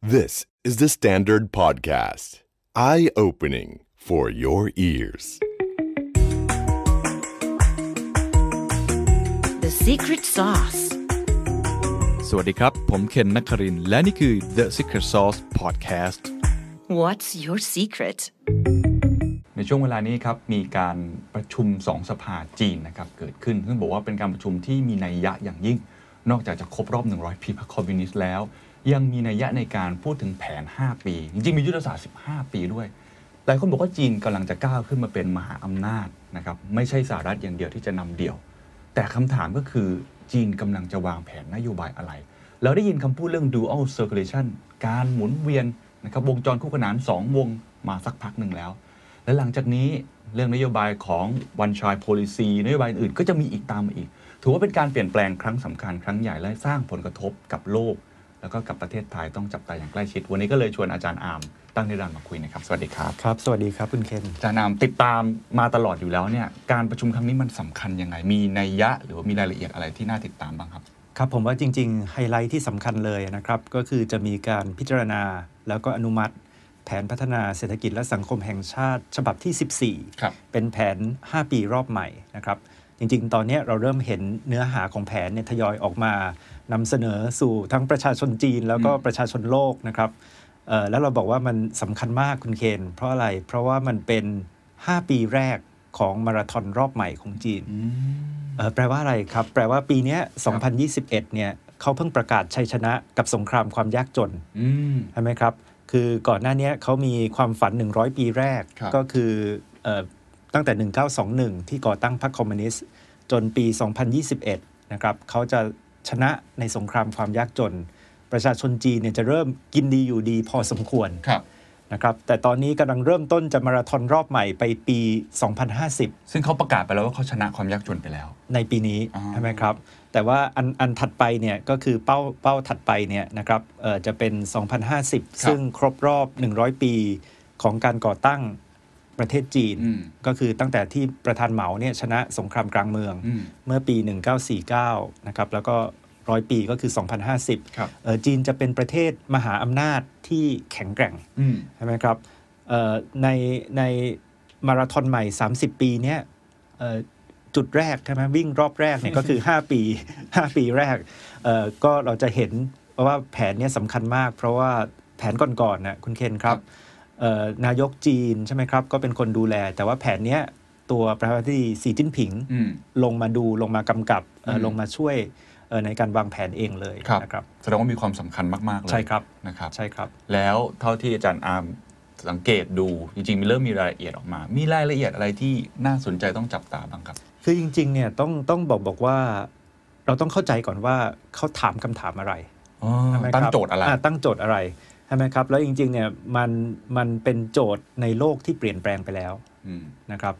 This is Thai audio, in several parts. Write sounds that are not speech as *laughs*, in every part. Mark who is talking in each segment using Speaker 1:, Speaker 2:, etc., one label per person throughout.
Speaker 1: This is the Standard Podcast. Eye opening for your ears.
Speaker 2: The secret sauce.
Speaker 3: สวัสดีครับ ผมเคนนักครินทร์และนี่คือ The Secret Sauce Podcast
Speaker 2: What's your secret?
Speaker 3: ในช่วงเวลานี้ครับ มีการประชุมสองสภาจีนนะครับ เกิดขึ้น ซึ่งบอกว่าเป็นการประชุมที่มีนัยยะอย่างยิ่ง นอกจากจะครบรอบ 100 ปีพรรคคอมมิวนิสต์แล้ว ยังมีนัยยะในการพูดถึงแผน 5 ปี จริงๆ มียุทธศาสตร์ 15 ปีด้วย หลายคนบอกว่าจีนกำลังจะก้าวขึ้นมาเป็นมหาอำนาจนะครับ ไม่ใช่สหรัฐอย่างเดียวที่จะนำเดี่ยว แต่คำถามก็คือจีนกำลังจะวางแผนนโยบายอะไร เราได้ยินคำพูดเรื่อง dual circulation การหมุนเวียนนะครับวงจรคู่ขนาน 2 วงมาสักพักหนึ่งแล้ว และหลังจากนี้เรื่องนโยบายของวันชายโพลิซีนโยบายอื่นก็จะมีอีกตามมาอีก ถือว่าเป็นการเปลี่ยนแปลงครั้งสำคัญครั้งใหญ่และสร้างผลกระทบกับโลก แล้วก็กับประเทศไทยต้องจับตาอย่างใกล้ชิด วันนี้ก็เลยชวนอาจารย์อาร์มตั้งนิรันดร์มาคุยนะครับ สวัสดีครับ
Speaker 4: ครับ สวัสดีครับ คุณเคน
Speaker 3: อาจารย์นามติดตามมาตลอดอยู่แล้วเนี่ยการประชุมครั้งนี้มันสำคัญยังไง มีนัยยะหรือว่ามีรายละเอียดอะไรที่น่าติดตามบ้างครับ
Speaker 4: ครับ ผมว่าจริง ๆ ไฮไลท์ที่สำคัญเลยนะครับ ก็คือจะมีการพิจารณา แล้วก็อนุมัติ แผนพัฒนาเศรษฐกิจและสังคมแห่งชาติ ฉบับที่
Speaker 3: ครับ
Speaker 4: 14 เป็นแผน 5 ปีรอบใหม่นะครับ จริง ๆ ตอนเนี้ยเราเริ่มเห็นเนื้อหาของแผนเนี่ยทยอยออกมานำเสนอสู่ทั้งประชาชนจีนแล้วก็ประชาชนโลกนะครับเอ่อแล้วเราบอกว่ามันสำคัญมากคุณเคน เพราะอะไร เพราะว่ามันเป็น 5 ปีแรกของมาราธอนรอบใหม่ของจีน เอ่อแปลว่าอะไรครับ แปลว่าปีเนี้ย2021 เนี่ยเขาเพิ่งประกาศชัยชนะกับสงครามความยากจน
Speaker 3: อืม
Speaker 4: ใช่ไหมครับ คือก่อนหน้าเนี้ยเขามีความฝัน 100 ปีแรก
Speaker 3: ครับ
Speaker 4: ก็คือเอ่อตั้งแต่ 1921 ที่ก่อตั้งพรรคคอมมิวนิสต์ จนปี 2021 นะครับเขาจะชนะในสงครามความยากจน ประชาชนจีนเนี่ยจะเริ่มกินดีอยู่ดีพอสมควร
Speaker 3: ครับ
Speaker 4: นะครับ แต่ตอนนี้กำลังเริ่มต้นจะมาราธอนรอบใหม่ไปปี 2050
Speaker 3: ซึ่งเขาประกาศไปแล้วว่าเขาชนะความยากจนไปแล้ว
Speaker 4: ในปีนี้
Speaker 3: อ่า
Speaker 4: ใช่ไหมครับ แต่ว่าอันอันถัดไปเนี่ยก็คือเป้าเป้าถัดไปเนี่ยนะครับเอ่อจะเป็น 2050 ซึ่งครบรอบ 100 ปีของการก่อตั้งประเทศจีน
Speaker 3: อืม
Speaker 4: ก็คือตั้งแต่ที่ประธานเหมาเนี่ยชนะสงครามกลางเมือง
Speaker 3: อืม
Speaker 4: เมื่อปี 1949 นะครับ แล้วก็ร้อยปีก็คือ 2050
Speaker 3: ครับ
Speaker 4: เอ่อจีนจะเป็นประเทศมหาอำนาจที่แข็งแกร่ง
Speaker 3: อืม
Speaker 4: ใช่ไหมครับเอ่อในในมาราธอนใหม่ 30 ปีเนี้ยเอ่อจุดแรกใช่ไหมวิ่งรอบแรกเนี่ย
Speaker 3: *laughs*
Speaker 4: ก็คือ 5 ปี *laughs* 5 ปีแรกเอ่อก็เราจะเห็นว่าแผนเนี่ยสำคัญมาก เพราะว่าแผนก่อนๆนะคุณเคนครั
Speaker 3: ค
Speaker 4: บ
Speaker 3: รับ
Speaker 4: เอ่อนายกจีนใช่ไหมครับ ก็เป็นคนดูแล แต่ว่าแผนเนี้ยตัวประธานาธิบดีสีจิ้นผิง
Speaker 3: อืม
Speaker 4: ลงมาดูลงมากำกับเอ่ออ
Speaker 3: ม
Speaker 4: ลงมาช่วยเอ่อในการวางแผนเองเลย
Speaker 3: ครับ
Speaker 4: นะครับ
Speaker 3: แสดงว่ามีความสำคัญมาก ๆ เลย
Speaker 4: ใช่ครับ
Speaker 3: นะครับ
Speaker 4: ใช่ครับ
Speaker 3: แล้วเท่าที่อาจารย์อาร์มสังเกตดูจริงๆมีเริ่มมีรายละเอียดออกมา มีรายละเอียดอะไรที่น่าสนใจต้องจับตาบ้างครับ
Speaker 4: คือจริงๆ เนี่ยต้องต้องบอกบอกว่า เราต้องเข้าใจก่อนว่าเขาถามคำถามอะไรใช่ไหมครับ
Speaker 3: ตั้งโจทย์อะไร
Speaker 4: าตั้งโจทย์อะไรใช่ไหมครับ แล้วจริงๆ เนี่ยมันมันเป็นโจทย์ในโลกที่เปลี่ยนแปลงไปแล้ว
Speaker 3: อืม
Speaker 4: นะครับ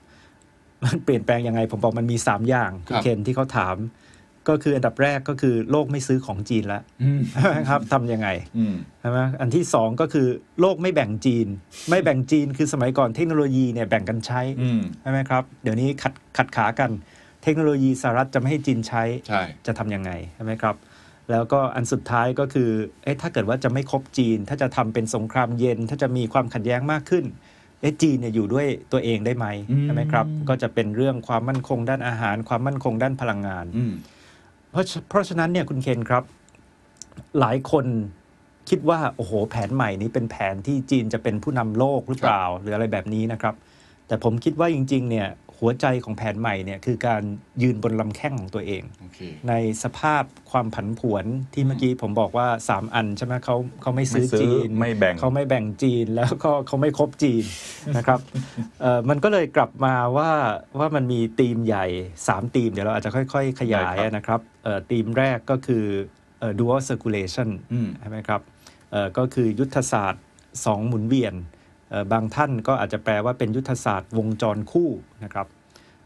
Speaker 4: มันเปลี่ยนแปลงยังไง ผมบอกมันมี 3 อย่างคุ
Speaker 3: ค
Speaker 4: ณ
Speaker 3: รับ
Speaker 4: เคนที่เขาถาม ก็คืออันดับแรกก็คือโลกไม่ซื้อของจีนแล้ว
Speaker 3: อืม
Speaker 4: ใช่ไหมครับทำยังไง
Speaker 3: อืม
Speaker 4: ใช่ไหมอันที่ 2 ก็คือโลกไม่แบ่งจีน ไม่แบ่งจีนคือสมัยก่อนเทคโนโลยีเนี่ยแบ่งกันใช้
Speaker 3: อืม
Speaker 4: ใช่ไหมครับ เดี๋ยวนี้ขัดขัดขากัน เทคโนโลยีสหรัฐจะไม่ให้จีนใช้
Speaker 3: ใช่
Speaker 4: จะทำยังไงใช่ไหมครับ แล้วก็อันสุดท้ายก็คือ เอ๊ะถ้าเกิดว่าจะไม่คบจีน ถ้าจะทำเป็นสงครามเย็น ถ้าจะมีความขัดแย้งมากขึ้น เอ๊ะจีนเนี่ยอยู่ด้วยตัวเองได้ไหม
Speaker 3: อืม
Speaker 4: ใช่ไหมครับ ก็จะเป็นเรื่องความมั่นคงด้านอาหาร ความมั่นคงด้านพลังงาน
Speaker 3: อืม
Speaker 4: เพราะฉะเพราะฉะนั้นเนี่ยคุณเคนครับ หลายคนคิดว่า โอ้โห แผนใหม่นี้เป็นแผนที่จีนจะเป็นผู้นำโลกหรือเปล่า หรืออะไรแบบนี้นะครับ แต่ผมคิดว่าจริง ๆ เนี่ย หัวใจของแผนใหม่เนี่ยคือการยืนบนลำแข้งของตัวเอง
Speaker 3: โอเค
Speaker 4: ในสภาพความผันผวนที่เมื่อกี้ผมบอกว่า 3 อันใช่ไหมเขาเขาไม่ซื้อ
Speaker 3: ไม่ซื้อ
Speaker 4: จีน
Speaker 3: ไม่แบ่ง
Speaker 4: เขาไม่แบ่งจีนแล้วก็เขาไม่ครบจีน นะครับเอ่อมันก็เลยกลับมาว่าว่ามันมีธีมใหญ่ 3 ธีม เดี๋ยวเราอาจจะค่อย ๆ ขยายนะครับเอ่อธีมแรกก็คือเอ่อ dual circulation
Speaker 3: อืม
Speaker 4: ใช่ไหมครับเอ่อก็คือยุทธศาสตร์ 2 หมุนเวียนเอ่อบางท่านก็อาจจะแปลว่าเป็นยุทธศาสตร์วงจรคู่นะครับ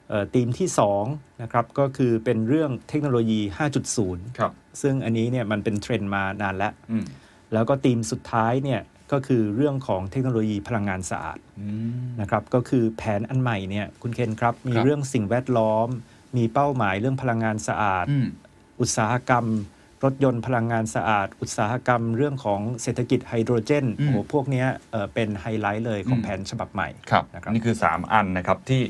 Speaker 4: เอ่อธีมที่2นะครับก็คือเป็นเรื่องเทคโนโลยี 5.0
Speaker 3: ครับ
Speaker 4: ซึ่งอันนี้เนี่ยมันเป็นเทรนด์มานานแล้ว
Speaker 3: อืม
Speaker 4: แล้วก็ธีมสุดท้ายเนี่ยก็คือเรื่องของเทคโนโลยีพลังงานสะอาด
Speaker 3: อืม
Speaker 4: นะครับก็คือแผนอันใหม่เนี่ยคุณเคนครับ มี
Speaker 3: ครับ
Speaker 4: เรื่องสิ่งแวดล้อม มีเป้าหมายเรื่องพลังงานสะอาด
Speaker 3: อืม
Speaker 4: อุตสาหกรรม รถยนต์พลังงานสะอาด อุตสาหกรรม เรื่องของเศรษฐกิจไฮโดรเจน
Speaker 3: อื
Speaker 4: โอ้
Speaker 3: ม
Speaker 4: โหพวกเนี้ยเอ่อเป็นไฮไลท์เลยของแผนฉบับใหม่
Speaker 3: ครับ
Speaker 4: นะครับ
Speaker 3: นี่คือ 3 อันนะครับที่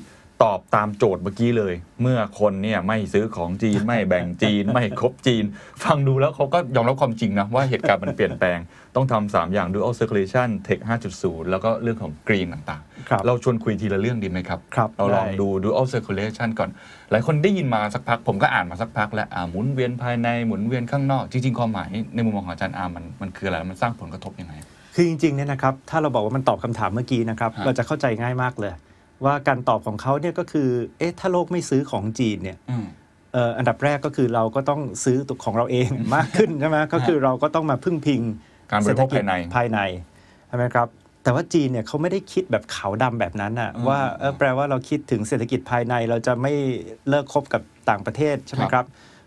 Speaker 3: ตอบตามโจทย์เมื่อกี้เลย เมื่อคนเนี่ยไม่ซื้อของจีน ไม่แบ่ง
Speaker 4: *laughs*
Speaker 3: จีน ไม่คบจีน ฟังดูแล้วเขาก็ยอมรับความจริงนะ ว่าเหตุการณ์มันเปลี่ยนแปลง *laughs* ต้องทำสา3อย่าง dual circulation tech 5.0 แล้วก็เรื่องของ green ต่าง
Speaker 4: ครับ
Speaker 3: ๆ เราชวนคุยทีละเรื่องดีไหมครับ
Speaker 4: ครับ
Speaker 3: เราลอง
Speaker 4: ได้
Speaker 3: ดู dual circulation ก่อน หลายคนได้ยินมาสักพัก ผมก็อ่านมาสักพักแล้วอ่าหมุนเวียนภายในหมุนเวียนข้างนอกจริงๆความหมายในมุมมองของอาจารย์อาร์มมันมันคืออะไรมันสร้างผลกระทบยังไง
Speaker 4: คือจริงๆเนี่ยนะครับถ้าเราบอกว่ามันตอบคำถามเมื่อกี้นะครับ
Speaker 3: ฮะ
Speaker 4: เราจะเข้าใจง่ายมากเลย ว่าการตอบของเขาเนี่ยก็คือเอ๊ะถ้าโลกไม่ซื้อของจีนเนี่ย
Speaker 3: อืม
Speaker 4: เอ่ออันดับแรกก็คือเราก็ต้องซื้อตัวของเราเอง
Speaker 3: *laughs*
Speaker 4: มากขึ้นใช่ไหมก็คือเราก็ต้องมาพึ่งพิง
Speaker 3: การบริโภคภายใน
Speaker 4: ภายในใช่ไหมครับแต่ว่าจีนเนี่ยเขาไม่ได้คิดแบบขาวดำแบบนั้นน่ะ
Speaker 3: อืม
Speaker 4: ว่าเออแปลว่าเราคิดถึงเศรษฐกิจภายใน เราจะไม่เลิกคบกับต่างประเทศใช่ไหม
Speaker 3: ครับ
Speaker 4: ครับ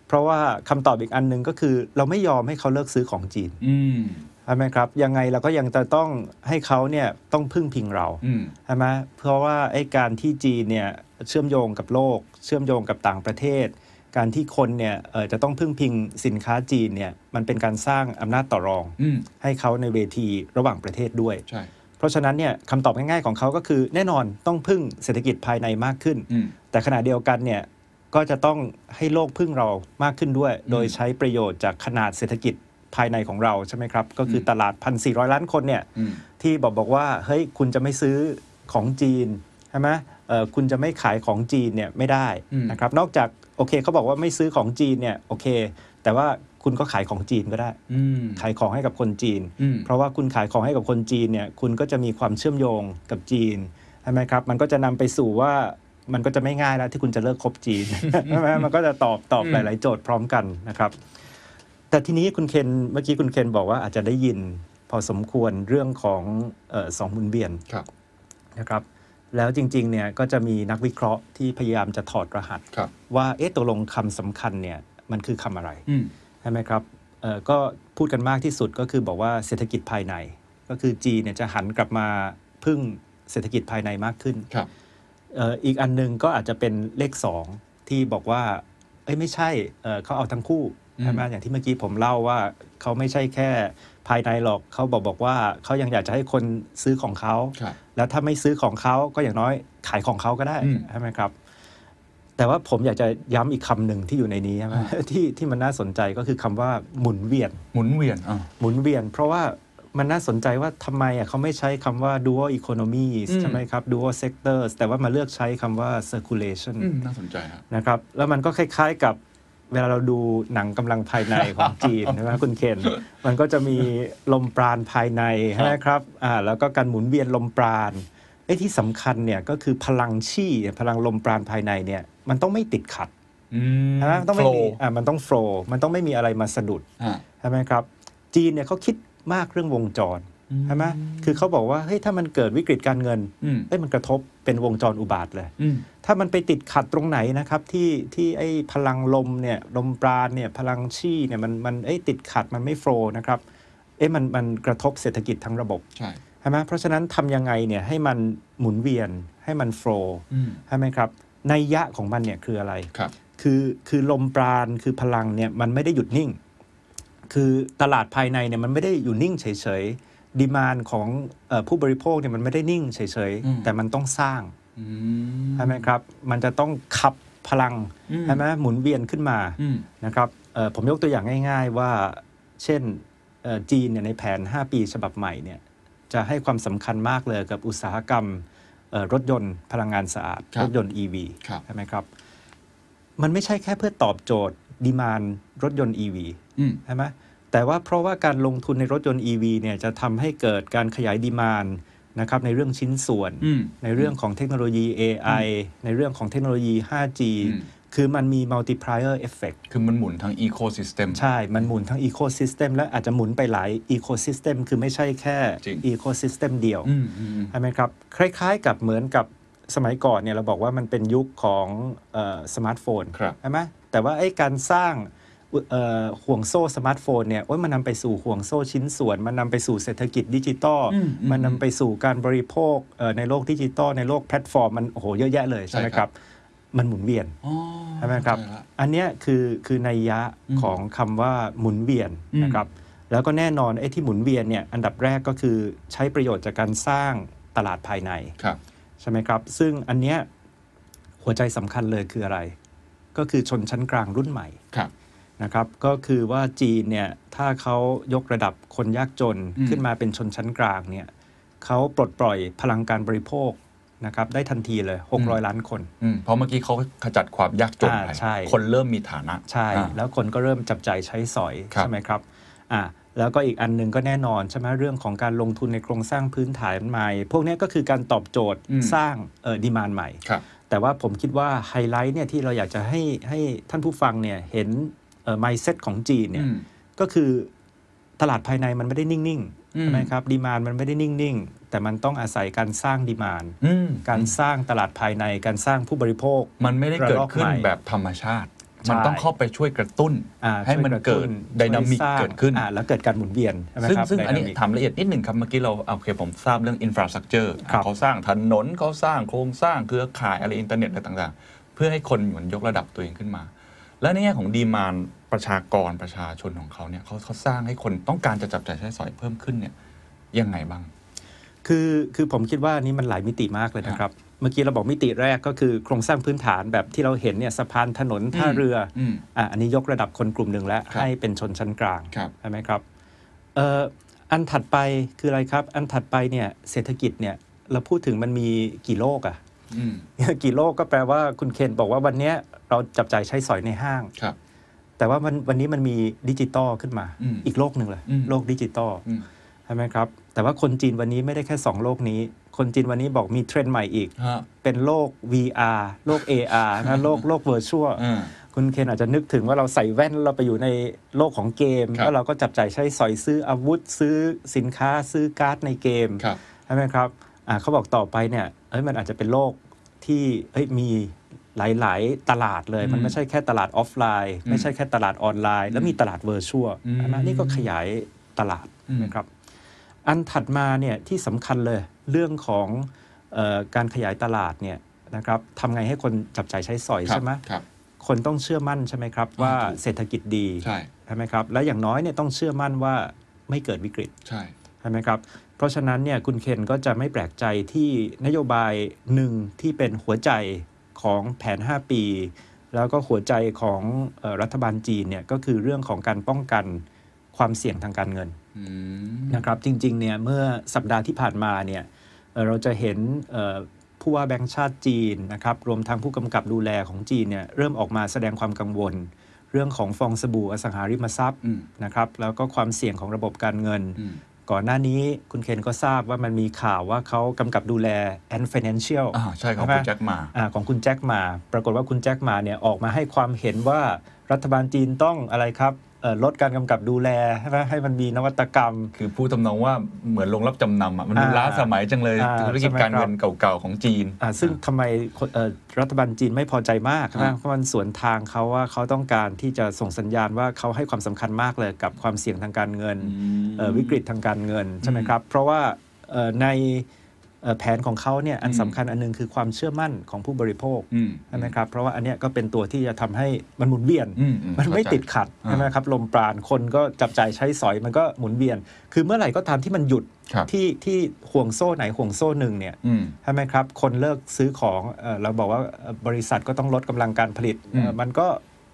Speaker 4: เพราะว่าคำตอบอีกอันหนึ่งก็คือเราไม่ยอมให้เขาเลิกซื้อของจีน
Speaker 3: อืม
Speaker 4: ใช่ไหมครับยังไงเราก็ยังจะต้องให้เขาเนี่ยต้องพึ่งพิงเรา
Speaker 3: อืม
Speaker 4: ใช่ไหมเพราะว่าไอ้การที่จีนเนี่ยเชื่อมโยงกับโลก เชื่อมโยงกับต่างประเทศ การที่คนเนี่ยเอ่อจะต้องพึ่งพิงสินค้าจีนเนี่ยมันเป็นการสร้างอำนาจต่อรอง
Speaker 3: อืม
Speaker 4: ให้เขาในเวทีระหว่างประเทศด้วย
Speaker 3: ใช่
Speaker 4: เพราะฉะนั้นเนี่ยคำตอบง่ายๆของเขาก็คือแน่นอนต้องพึ่งเศรษฐกิจภายในมากขึ้น
Speaker 3: อืม
Speaker 4: แต่ขณะเดียวกันเนี่ยก็จะต้องให้โลกพึ่งเรามากขึ้นด้วย โดยใช้ประโยชน์จากขนาดเศรษฐกิจภายในของเราใช่ไหมครับ ก็คืออ
Speaker 3: ม
Speaker 4: ตลาด 1,400 ล้านคนเนี่ย
Speaker 3: อืม
Speaker 4: ที่บอกบอกว่าเฮ้ยคุณจะไม่ซื้อของจีนใช่ไหมเอ่อคุณจะไม่ขายของจีนเนี่ยไม่ได้
Speaker 3: อืม
Speaker 4: นะครับนอกจากโอเคเขาบอกว่าไม่ซื้อของจีนเนี่ยโอเค แต่ว่าคุณก็ขายของจีนก็ได้
Speaker 3: อืม
Speaker 4: ขายของให้กับคนจีน
Speaker 3: อืม
Speaker 4: เพราะว่าคุณขายของให้กับคนจีนเนี่ยคุณก็จะมีความเชื่อมโยงกับจีนใช่ไหมครับ มันก็จะนำไปสู่ว่ามันก็จะไม่ง่ายแล้วที่คุณจะเลิกคบจีน ใช่ไหมมันก็จะตอบตอบ
Speaker 3: อืม
Speaker 4: หลาย ๆ โจทย์พร้อมกันนะครับ แต่ทีนี้คุณเคนเมื่อกี้คุณเคนบอกว่าอาจจะได้ยินพอสมควรเรื่องของเออสองหมุนเวียน
Speaker 3: ครับ
Speaker 4: นะครับ แล้วจริง ๆ เนี่ยก็จะมีนักวิเคราะห์ที่พยายามจะถอดรหัส
Speaker 3: ครับ
Speaker 4: ว่าเอ๊ะตกลงคำสำคัญเนี่ยมันคือคำอะไร
Speaker 3: อืม
Speaker 4: ใช่ไหมครับเอ่อก็พูดกันมากที่สุดก็คือบอกว่าเศรษฐกิจภายใน ก็คือจีนเนี่ยจะหันกลับมาพึ่งเศรษฐกิจภายในมากขึ้น
Speaker 3: ครับ
Speaker 4: เอ่ออีกอันหนึงก็อาจจะเป็นเลข 2 ที่บอกว่าเอ้ยไม่ใช่เอ่อเขาเอาทั้งคู่
Speaker 3: อืม
Speaker 4: ใช่ไหมอย่างที่เมื่อกี้ผมเล่าว่าเขาไม่ใช่แค่ภายในหรอกเขาบอกบอกว่าเขายังอยากจะให้คนซื้อของเขา
Speaker 3: ครับ
Speaker 4: แล้วถ้าไม่ซื้อของเขาก็อย่างน้อยขายของเขาก็ได้
Speaker 3: อืม
Speaker 4: ใช่ไหมครับ แต่ว่าผมอยากจะย้ำอีกคำหนึ่งที่อยู่ในนี้ใช่ไหม
Speaker 3: *laughs* อ่า
Speaker 4: ที่ที่มันน่าสนใจก็คือคำว่าหมุนเวียน
Speaker 3: หมุนเวียนอ่า
Speaker 4: หมุนเวียน เพราะว่ามันน่าสนใจว่าทำไมอ่ะเขาไม่ใช้คำว่า dual economies
Speaker 3: อืม
Speaker 4: ใช่ไหมครับ dual sectors แต่ว่ามาเลือกใช้คำว่า circulation
Speaker 3: อืมน่าสนใจครับ
Speaker 4: นะครับ แล้วมันก็คล้ายๆกับเวลาเราดูหนังกำลังภายในของจีน *laughs* ใช่ไหมคุณเคน มันก็จะมีลมปราณภายในใช่ไหมครับอ่าแล้วก็การหมุนเวียนลมปราณไอ้ที่สำคัญเนี่ยก็คือพลังชี่พลังลมปราณภายในเนี่ยมันต้องไม่ติดขัด
Speaker 3: อืม
Speaker 4: ใช่ไหมมันต้องไม่มี
Speaker 3: flow
Speaker 4: อ่ามันต้องโฟล์มันต้องไม่มีอะไรมาสะดุด
Speaker 3: อ่า
Speaker 4: ใช่ไหมครับ จีนเนี่ยเขาคิดมากเรื่องวงจร
Speaker 3: อืม
Speaker 4: ใช่ไหมคือเขาบอกว่าเฮ้ยถ้ามันเกิดวิกฤตการเงิน
Speaker 3: อืม
Speaker 4: เอ้ยมันกระทบเป็นวงจรอุบาทเลย
Speaker 3: อืม
Speaker 4: ถ้ามันไปติดขัดตรงไหนนะครับที่ที่ไอ้พลังลมเนี่ยลมปราณเนี่ยพลังชี่เนี่ยมันมันเอ้ยติดขัดมันไม่โฟลว์นะครับเอ้ยมันมันกระทบเศรษฐกิจทั้งระบบ
Speaker 3: ใช่
Speaker 4: ใช่ไหมเพราะฉะนั้นทำยังไงเนี่ยให้มันหมุนเวียนให้มันโฟลว์
Speaker 3: อืม
Speaker 4: ใช่ไหมครับในยยะของมันเนี่ยคืออะไร
Speaker 3: ครับ
Speaker 4: คือคือลมปราณคือพลังเนี่ยมันไม่ได้หยุดนิ่ง คือตลาดภายในเนี่ยมันไม่ได้อยู่นิ่งเฉยๆดีมานของเออผู้บริโภคเนี่ยมันไม่ได้นิ่งเฉยๆ แต่มันต้องสร้าง
Speaker 3: อืม
Speaker 4: ใช่ไหมครับ มันจะต้องขับพลัง
Speaker 3: อืม
Speaker 4: ใช่ไหมหมุนเวียนขึ้นมา
Speaker 3: อืม
Speaker 4: นะครับเอ่อผมยกตัวอย่างง่าย ๆ ว่าเช่นเอ่อจีนเนี่ยในแผน 5 ปีฉบับใหม่เนี่ยจะให้ความสำคัญมากเลยกับอุตสาหกรรมเอ่อรถยนต์พลังงานสะอาด
Speaker 3: ครับ
Speaker 4: รถยนต์ EV
Speaker 3: ครับ
Speaker 4: ใช่ไหมครับ มันไม่ใช่แค่เพื่อตอบโจทย์ดีมานรถยนต์ EV
Speaker 3: อืม
Speaker 4: ใช่ไหมแต่ว่าเพราะว่าการลงทุนในรถยนต์ EV เนี่ยจะทำให้เกิดการขยายดีมานนะครับในเรื่องชิ้นส่วน
Speaker 3: อืม
Speaker 4: ในเรื่องของเทคโนโลยี AI ในเรื่องของเทคโนโลยี 5G
Speaker 3: อืม
Speaker 4: คือมันมี multiplier effect
Speaker 3: คือมันหมุนทั้ง ecosystem
Speaker 4: ใช่ มันหมุนทั้ง ecosystem และอาจจะหมุนไปหลาย ecosystem คือไม่ใช่แค่
Speaker 3: จริง
Speaker 4: ecosystem เดียว
Speaker 3: อืมอืมอืม
Speaker 4: ใช่ไหมครับ คล้ายๆกับเหมือนกับสมัยก่อนเนี่ยเราบอกว่ามันเป็นยุคของสมาร์ทโฟน
Speaker 3: ครับ
Speaker 4: ใช่ไหมแต่ว่าไอ้การสร้างอุเอ่อห่วงโซ่สมาร์ทโฟนเนี่ยโอ้ยมันนำไปสู่ห่วงโซ่ชิ้นส่วน มันนำไปสู่เศรษฐกิจดิจิตอลมันนำไปสู่การบริโภคเอ่อในโลกดิจิตอลในโลกแพลตฟอร์ม มันโอ้โหเยอะแยะเลยใช่ไหมครับ มันหมุนเวียน
Speaker 3: อ๋อ
Speaker 4: ใช่ไหมครับ
Speaker 3: เข้าจละ
Speaker 4: อันเนี้ยคือคือนัยยะ
Speaker 3: อืม
Speaker 4: ของคำว่าหมุนเวียน
Speaker 3: อืม
Speaker 4: นะครับ แล้วก็แน่นอนไอ้ที่หมุนเวียนเนี่ยอันดับแรกก็คือใช้ประโยชน์จากการสร้างตลาดภายใน
Speaker 3: ครับ
Speaker 4: ใช่ไหมครับ ซึ่งอันเนี้ยหัวใจสำคัญเลยคืออะไร ก็คือชนชั้นกลางรุ่นใหม่
Speaker 3: ครับ
Speaker 4: นะครับก็คือว่าจีนเนี่ยถ้าเขายกระดับคนยากจน
Speaker 3: อืม
Speaker 4: ขึ้นมาเป็นชนชั้นกลางเนี่ยเขาปลดปล่อยพลังการบริโภคนะครับได้ทันทีเลย 600 ล้านคน
Speaker 3: อืมเพราะเมื่อกี้เขาขจัดความยากจน
Speaker 4: อ่า
Speaker 3: ไป
Speaker 4: ใช่
Speaker 3: คนเริ่มมีฐานะ
Speaker 4: ใช่
Speaker 3: อ่า
Speaker 4: แล้วคนก็เริ่มจับจ่ายใช้สอย
Speaker 3: ครับ
Speaker 4: ใช่ไหมครับอ่ะแล้วก็อีกอันหนึ่งก็แน่นอนใช่ไหมเรื่องของการลงทุนในโครงสร้างพื้นฐานใหม่ พวกเนี้ยก็คือการตอบโจทย์
Speaker 3: อืม
Speaker 4: สร้างเอ่อดีมานใหม่
Speaker 3: ครับ
Speaker 4: แต่ว่าผมคิดว่าไฮไลท์เนี่ยที่เราอยากจะให้ให้ท่านผู้ฟังเนี่ยเห็นเอ่อ mindset ของจีนเนี่ย
Speaker 3: อืม
Speaker 4: ก็คือตลาดภายในมันไม่ได้นิ่งๆ
Speaker 3: อืม
Speaker 4: ใช่ไหมครับดีมานมันไม่ได้นิ่งๆ แต่มันต้องอาศัยการสร้างดีมาน
Speaker 3: อืม
Speaker 4: การสร้างตลาดภายในการสร้างผู้บริโภค
Speaker 3: มันไม่ได้เกิดขึ้น
Speaker 4: ระลอกใหม่
Speaker 3: แบบธรรมชาติ
Speaker 4: ใช่
Speaker 3: มันต้องเข้าไปช่วยกระตุ้น
Speaker 4: อ่า
Speaker 3: ให้มันเกิดไดนามิก
Speaker 4: ช่วยสร้าง
Speaker 3: เกิดขึ้น
Speaker 4: อ่าแล้วเกิดการหมุนเวียนใช่ไหม
Speaker 3: ซึ่ง
Speaker 4: ครับ
Speaker 3: ซึ่งอันนี้
Speaker 4: ไดามิก
Speaker 3: ถามละเอียดนิดหนึ่งครับ เมื่อกี้เราโอเคผมทราบเรื่องอินฟราส t ั c เจอร์
Speaker 4: ครับ
Speaker 3: เขาสร้างถนนเขาสร้างโครงสร้างเครือข่ายอะไรอินเทอร์เน็ตอะไรต่างๆ เพื่อให้คนเหมือนยกระดับตัวเองขึ้นมา และในแง่ของดีมานประชากรประชาชนของเขาเนี่ยเขาเขาสร้างให้คนต้องการจะจับจ่ายใช้สอยเพิ่มขึ้นเนี่ยยังไงบ้าง
Speaker 4: คือคือผมคิดว่านี่มันหลายมิติมากเลยนะครับ เมื่อกี้เราบอกมิติแรกก็คือโครงสร้างพื้นฐานแบบที่เราเห็นเนี่ยสะพานถนนท่าเรืออ
Speaker 3: ม
Speaker 4: อ่าอันนี้ยกระดับคนกลุ่มหนึ่งแล้ว
Speaker 3: ครับ
Speaker 4: ให้เป็นชนชั้นกลาง
Speaker 3: ครับ
Speaker 4: ใช่ไหมครับเอ่ออันถัดไปคืออะไรครับ อันถัดไปเนี่ยเศรษฐกิจเนี่ยเราพูดถึงมันมีกี่โลกอะ *laughs*
Speaker 3: อืม
Speaker 4: กี่โลกก็แปลว่าคุณเคนบอกว่าวันเนี้ยเราจับจ่ายใช้สอยในห้าง
Speaker 3: ครับ
Speaker 4: แต่ว่ามันวันนี้มันมีดิจิตอลขึ้นมา
Speaker 3: อืม
Speaker 4: อีกโลกหนึ่งเลย
Speaker 3: อืม
Speaker 4: โลกดิจิตอล
Speaker 3: อืม
Speaker 4: ใช่ไหมครับแต่ว่าคนจีนวันนี้ไม่ได้แค่ 2 โลกนี้ คนจีนวันนี้บอกมีเทรนด์ใหม่อีก
Speaker 3: ฮะ
Speaker 4: เป็นโลก VR โลก AR นะโลกโลกเวอร์ชวล
Speaker 3: อ่า
Speaker 4: คุณเคนอาจจะนึกถึงว่าเราใส่แว่นเราไปอยู่ในโลกของเกม
Speaker 3: ครับ
Speaker 4: แล้วเราก็จับจ่ายใช้สอยซื้ออาวุธ ซื้อสินค้าซื้อการ์ดในเกม
Speaker 3: ครับ
Speaker 4: ใช่ไหมครับอ่าเขาบอกต่อไปเนี่ยเอ้ยมันอาจจะเป็นโลกที่เอ้ยมีหลาย ๆ ตลาดเลย
Speaker 3: อืม
Speaker 4: มันไม่ใช่แค่ตลาดออฟไลน์
Speaker 3: อืม
Speaker 4: ไม่ใช่แค่ตลาดออนไลน์ แล้วมีตลาดเวอร์ชวล
Speaker 3: อืม
Speaker 4: นะนี่ก็ขยายตลาด
Speaker 3: อืม
Speaker 4: นะครับอันถัดมาเนี่ยที่สำคัญเลยเรื่องของเออการขยายตลาดเนี่ยนะครับทำไงให้คนจับจ่ายใช้สอย
Speaker 3: ครับ
Speaker 4: ใช่ไหม
Speaker 3: ครับ
Speaker 4: คนต้องเชื่อมั่นใช่ไหมครับ ว่า
Speaker 3: ถูก
Speaker 4: เศรษฐกิจดี
Speaker 3: ใช่
Speaker 4: ใช่ไหมครับและอย่างน้อยเนี่ยต้องเชื่อมั่นว่าไม่เกิดวิกฤต
Speaker 3: ใช่
Speaker 4: ใช่ไหมครับเพราะฉะนั้นเนี่ยคุณเคนก็จะไม่แปลกใจที่นโยบายหนึ่งที่เป็นหัวใจของแผน 5 ปี แล้วก็หัวใจของเอ่อรัฐบาลจีนเนี่ยก็คือเรื่องของการป้องกันความเสี่ยงทางการเงิน
Speaker 3: อืม
Speaker 4: นะครับจริงๆเนี่ยเมื่อสัปดาห์ที่ผ่านมาเนี่ยเอ่อเราจะเห็นเอ่อผู้ว่าแบงค์ชาติจีนนะครับรวมทั้งผู้กำกับดูแลของจีนเนี่ยเริ่มออกมาแสดงความกังวล เรื่องของฟองสบู่อสังหาริมทรัพย์
Speaker 3: อืม
Speaker 4: นะครับแล้วก็ความเสี่ยงของระบบการเงิน
Speaker 3: อืม
Speaker 4: ก่อนหน้านี้คุณเคนก็ทราบว่ามันมีข่าวว่าเขากำกับดูแล Ant Financial
Speaker 3: อ่าใช่ของ
Speaker 4: ไห
Speaker 3: คุณแจ็คหม่า
Speaker 4: อ่ของคุณแจ็คหมา ปรากฏว่าคุณแจ็คหมาเนี่ยออกมาให้ความเห็นว่ารัฐบาลจีนต้องอะไรครับเอ่อลดการกำกับดูแลใช่ไหมให้มันมีนวัตกรรม
Speaker 3: คือพูดทำนองว่าเหมือนลงรับจำนำอ่ะมันดู
Speaker 4: อ่า
Speaker 3: ล้าสมัยจังเลย
Speaker 4: อ่า
Speaker 3: ธุรกิจ
Speaker 4: ใช่ไหม
Speaker 3: การ
Speaker 4: ครับ
Speaker 3: เงินเก่าๆของจีน
Speaker 4: อ่าซึ่งทำไมคนเอ่อรัฐบาลจีนไม่พอใจมาก
Speaker 3: ครั
Speaker 4: นะ
Speaker 3: บ
Speaker 4: เพราะมันสวนทางเขาว่าเขาต้องการที่จะส่งสัญญาณว่าเขาให้ความสำคัญมากเลยกับความเสี่ยงทางการเงินเอ่อวิกฤตทางการเงินใช่ไหมครับ เพราะว่าเอ่อในเอ่อแผนของเขาเนี่ยอันสำคัญอันหนึงคือความเชื่อมั่นของผู้บริโภค
Speaker 3: อืม
Speaker 4: ใช่ไหมครับเพราะว่าอันเนี้ยก็เป็นตัวที่จะทำให้มันหมุนเวียน
Speaker 3: อืมอืม
Speaker 4: มันไม่
Speaker 3: เข้าใจ
Speaker 4: ติดขัด
Speaker 3: อ่า
Speaker 4: ใช่ไหมครับลมปราณคนก็จับจ่ายใช้สอยมันก็หมุนเวียน คือเมื่อไหร่ก็ตามที่มันหยุด
Speaker 3: ครับ
Speaker 4: ที่ที่ห่วงโซ่ไหนห่วงโซ่หนึ่งเนี่ย
Speaker 3: อืม
Speaker 4: ใช่ไหมครับ คนเลิกซื้อของเอ่อเราบอกว่าเอ่อบริษัทก็ต้องลดกำลังการผลิต
Speaker 3: อืม
Speaker 4: เอ่อมันก็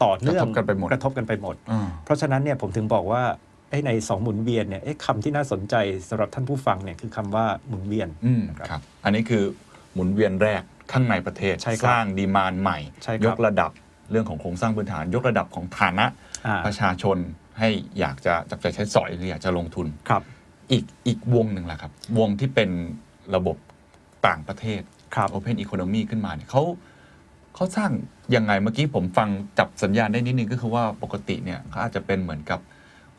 Speaker 4: ต่อเนื่อง
Speaker 3: กระทบกันไปหมด
Speaker 4: กระทบกันไปหมด
Speaker 3: อ่า
Speaker 4: เพราะฉะนั้นเนี่ยผมถึงบอกว่าไอ้ในสองหมุนเวียนเนี่ยเอ๊ะคำที่น่าสนใจสำหรับท่านผู้ฟังเนี่ยคือคำว่าหมุนเวียน
Speaker 3: อืม
Speaker 4: นะครับ
Speaker 3: ครับ อันนี้คือหมุนเวียนแรกข้างในประเทศ
Speaker 4: ใช่ครับ
Speaker 3: สร้างดีมานใหม่
Speaker 4: ใช่ครั
Speaker 3: ย
Speaker 4: บ
Speaker 3: กระดับเรื่องของโครงสร้างพื้นฐาน ยกระดับของฐานะ
Speaker 4: อ่า
Speaker 3: ประชาชนให้อยากจะจับจ่ายใช้สอยหรืออยากจะลงทุน
Speaker 4: ครับ
Speaker 3: อีกอีกวงหนึ่งแหละครับ วงที่เป็นระบบต่างประเทศ
Speaker 4: ครับ
Speaker 3: โอเพนอีโคโนมีขึ้นมาเนี่ยเขาเขาสร้างยังไงเมื่อกี้ผมฟังจับสัญญาณได้นิดนึงก็คือว่าปกติเนี่ยเขาอาจจะเป็นเหมือนกับ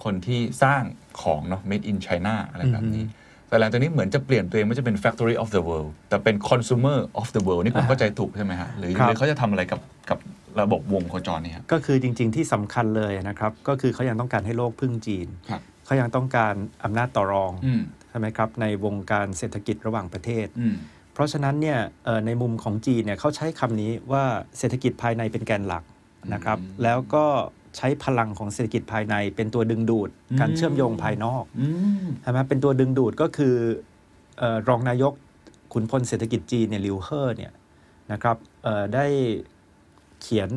Speaker 3: คนที่สร้างของเนาะ made in China อะไรแบบนี้ แต่หลังจากนี้เหมือนจะเปลี่ยนตัวเองไม่จะเป็น factory of the world แต่เป็น consumer of the world นี่ผมเข้าใจถูกใช่ไหมฮะ หรือ
Speaker 4: ครับ
Speaker 3: หรือเขาจะทำอะไรกับกับระบบวงโคจรเนี่ยฮะ
Speaker 4: ก็คือจริง ๆที่สำคัญเลยนะครับ ก็คือเขายังต้องการให้โลกพึ่งจีน
Speaker 3: ครับ
Speaker 4: เขายังต้องการอำนาจต่อรอง
Speaker 3: อืม
Speaker 4: ใช่ไหมครับในวงการเศรษฐกิจระหว่างประเทศ
Speaker 3: อืม
Speaker 4: เพราะฉะนั้นเนี่ยเอ่อในมุมของจีนเนี่ยเขาใช้คำนี้ว่าเศรษฐกิจภายในเป็นแกนหลักนะครับ แล้วก็ใช้พลังของเศรษฐกิจภายในเป็นตัวดึงดูด การเชื่อมโยงภายนอก
Speaker 3: อืม
Speaker 4: ใช่ไหมเป็นตัวดึงดูดก็คือเอ่อรองนายกขุนพลเศรษฐกิจจีนเนี่ยลิวเฮอร์เนี่ยนะครับเอ่อได้เขียน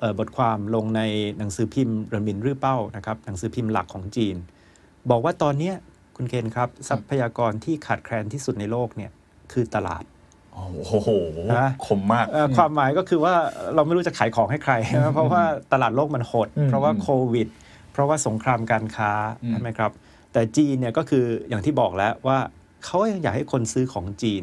Speaker 4: เอ่อบทความลงในหนังสือพิมพ์เรอมินรื่อเป้านะครับหนังสือพิมพ์หลักของจีน บอกว่าตอนเนี้ยคุณเคนครับ ทรัพยากรที่ขาดแคลนที่สุดในโลกเนี่ยคือตลาด
Speaker 3: โอ้โห
Speaker 4: นะ
Speaker 3: คมมาก
Speaker 4: เอ่อความหมายก็คือว่าเราไม่รู้จะขายของให้ใคร เพราะว่าตลาดโลกมันหด
Speaker 3: อืม
Speaker 4: เพราะว่าโควิด เพราะว่าสงครามการค้า
Speaker 3: อืม
Speaker 4: ใช่ไหมครับ แต่จีนเนี่ยก็คืออย่างที่บอกแล้วว่าเขายังอยากให้คนซื้อของจีน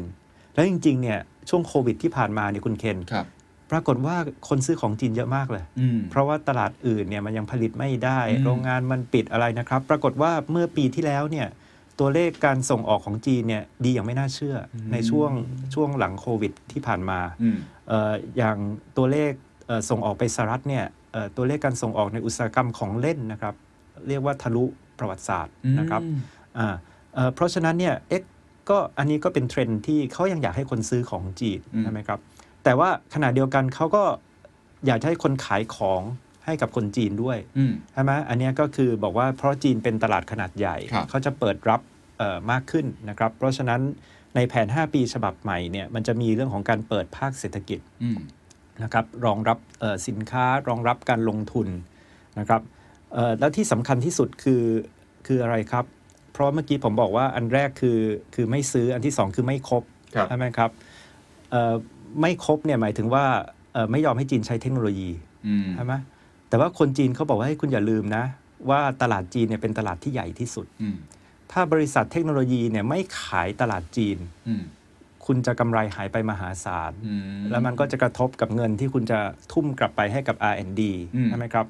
Speaker 4: แล้วจริงๆเนี่ยช่วงโควิดที่ผ่านมาเนี่ยคุณเคน
Speaker 3: ครับ
Speaker 4: ปรากฏว่าคนซื้อของจีนเยอะมากเลย
Speaker 3: อืม
Speaker 4: เพราะว่าตลาดอื่นเนี่ยมันยังผลิตไม่ได้
Speaker 3: อืม
Speaker 4: โรงงานมันปิดอะไรนะครับ ปรากฏว่าเมื่อปีที่แล้วเนี่ยตัวเลขการส่งออกของจีนเนี่ยดีอย่างไม่น่าเชื่ออในช่วงช่วงหลังโควิดที่ผ่านมา
Speaker 3: อืม
Speaker 4: เอ่ออย่างตัวเลขเอ่อส่งออกไปสหรัฐเนี่ยเอ่อตัวเลขการส่งออกในอุตสาหกรรมของเล่นนะครับ เรียกว่าทะลุประวัติศาสตร์นะครับอ่าเอ่อเพราะฉะนั้นเนี่ยเอ็กก็อันนี้ก็เป็นเทรนด์ที่เขายังอยากให้คนซื้อของจีน
Speaker 3: อืม
Speaker 4: ใช่ไหมครับแต่ว่าขณะเดียวกันเขาก็อยากจะให้คนขายของให้กับคนจีนด้วย
Speaker 3: อืม
Speaker 4: ใช่ไหมอันเนี้ยก็คือบอกว่าเพราะจีนเป็นตลาดขนาดใหญ่
Speaker 3: ครับ
Speaker 4: เขาจะเปิดรับเอ่อมากขึ้นนะครับเพราะฉะนั้นในแผน 5 ปีฉบับใหม่เนี่ยมันจะมีเรื่องของการเปิดภาคเศรษฐกิจ
Speaker 3: อืม
Speaker 4: นะครับรองรับเอ่อสินค้ารองรับการลงทุนนะครับเอ่อแล้วที่สำคัญที่สุดคือคืออะไรครับ เพราะเมื่อกี้ผมบอกว่าอันแรกคือคือไม่ซื้ออันที่สองคือไม่ครบ
Speaker 3: ครับ
Speaker 4: ใช่ไหมครับเอ่อไม่ครบเนี่ยหมายถึงว่าเอ่อไม่ยอมให้จีนใช้เทคโนโลยี
Speaker 3: อืม
Speaker 4: ใช่ไหมแต่ว่าคนจีนเขาบอกว่าให้ยคุณอย่าลืมนะว่าตลาดจีนเนี่ยเป็นตลาดที่ใหญ่ที่สุด
Speaker 3: อืม
Speaker 4: ถ้าบริษัทเทคโนโลยีเนี่ยไม่ขายตลาดจีน
Speaker 3: อืม
Speaker 4: คุณจะกำไรหายไปมหาศาล
Speaker 3: อื
Speaker 4: แล้วมันก็จะกระทบกับเงินที่คุณจะทุ่มกลับไปให้กับ R&D
Speaker 3: อืม
Speaker 4: ใช่ไหมครับ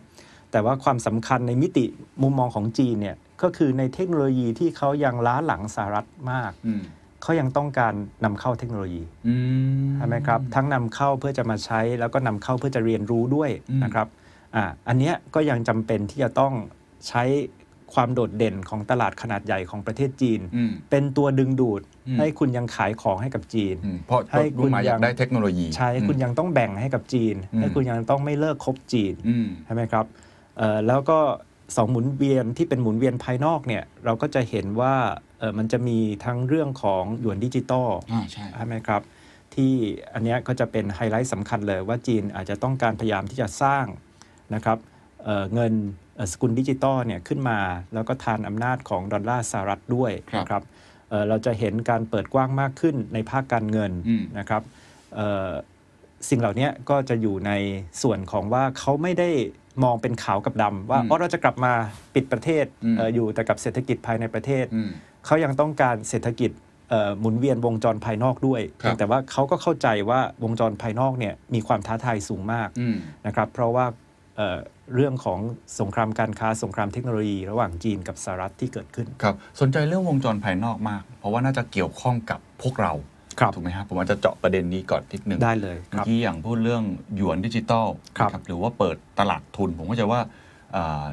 Speaker 4: แต่ว่าความสำคัญในมิติมุมมองของจีนเนี่ยก็คือในเทคโนโลยีที่เขายังล้าหลังสหรัฐมาก
Speaker 3: อืม
Speaker 4: เขายังต้องการนำเข้าเทคโนโลยี
Speaker 3: อืม
Speaker 4: ใช่ไหมครับ ทั้งนำเข้าเพื่อจะมาใช้แล้วก็นำเข้าเพื่อจะเรียนรู้ด้วย
Speaker 3: อืม
Speaker 4: นะครับอ่าอันเนี้ยก็ยังจำเป็นที่จะต้องใช้ความโดดเด่นของตลาดขนาดใหญ่ของประเทศจีน
Speaker 3: อืม
Speaker 4: เป็นตัวดึงดูด
Speaker 3: อืม
Speaker 4: ให้คุณยังขายของให้กับจีน
Speaker 3: อืมเพราะ
Speaker 4: ให้
Speaker 3: รุ่นมาอยาก
Speaker 4: คุณยัง
Speaker 3: ได้เทคโนโลยี
Speaker 4: ใช่คุณยังต้องแบ่งให้กับจีน
Speaker 3: อืม
Speaker 4: ให้คุณยังต้องไม่เลิกคบจีน
Speaker 3: อืม
Speaker 4: ใช่ไหมครับเอ่อแล้วก็สองหมุนเวียนที่เป็นหมุนเวียนภายนอกเนี่ยเราก็จะเห็นว่าเอ่อมันจะมีทั้งเรื่องของหยวนดิจิตอล
Speaker 3: อ่าใช่
Speaker 4: ใช่ไหมครับที่อันเนี้ยก็จะเป็นไฮไลท์สำคัญเลยว่าจีนอาจจะต้องการพยายามที่จะสร้างนะครับเอ่อเงินเอ่อสกุลดิจิตอลเนี่ยขึ้นมา แล้วก็ทานอำนาจของดอลลาร์สหรัฐด้วย
Speaker 3: ครับ
Speaker 4: นะครับเอ่อเราจะเห็นการเปิดกว้างมากขึ้นในภาคการเงิน
Speaker 3: อืม
Speaker 4: นะครับเอ่อ สิ่งเหล่านี้ก็จะอยู่ในส่วนของว่าเขาไม่ได้มองเป็นขาวกับดำว่า
Speaker 3: อืม
Speaker 4: อ๋อเราจะกลับมาปิดประเทศ
Speaker 3: อืม
Speaker 4: เอ่ออยู่แต่กับเศรษฐกิจภายในประเทศ
Speaker 3: อืม
Speaker 4: เขายังต้องการเศรษฐกิจเอ่อหมุนเวียนวงจรภายนอกด้วย
Speaker 3: ครับ
Speaker 4: แต่ว่าเขาก็เข้าใจว่าวงจรภายนอกเนี่ยมีความท้าทายสูงมาก
Speaker 3: อืม
Speaker 4: นะครับ เพราะว่าเอ่อเรื่องของสงครามการค้าสงครามเทคโนโลยี ระหว่างจีนกับสหรัฐที่เกิดขึ้น
Speaker 3: ครับ สนใจเรื่องวงจรภายนอกมาก เพราะว่าน่าจะเกี่ยวข้องกับพวกเรา
Speaker 4: ครับ
Speaker 3: ถูกไหมครับผมอาจจะเจาะประเด็นนี้ก่อนนิดหนึ่ง
Speaker 4: ได้เลยค
Speaker 3: เมื่อ
Speaker 4: รับ
Speaker 3: กี้อย่างพูดเรื่องหยวนดิจิตอล
Speaker 4: ครับ
Speaker 3: นะหรือว่าเปิดตลาดทุน ผมก็จะว่าเอ่อ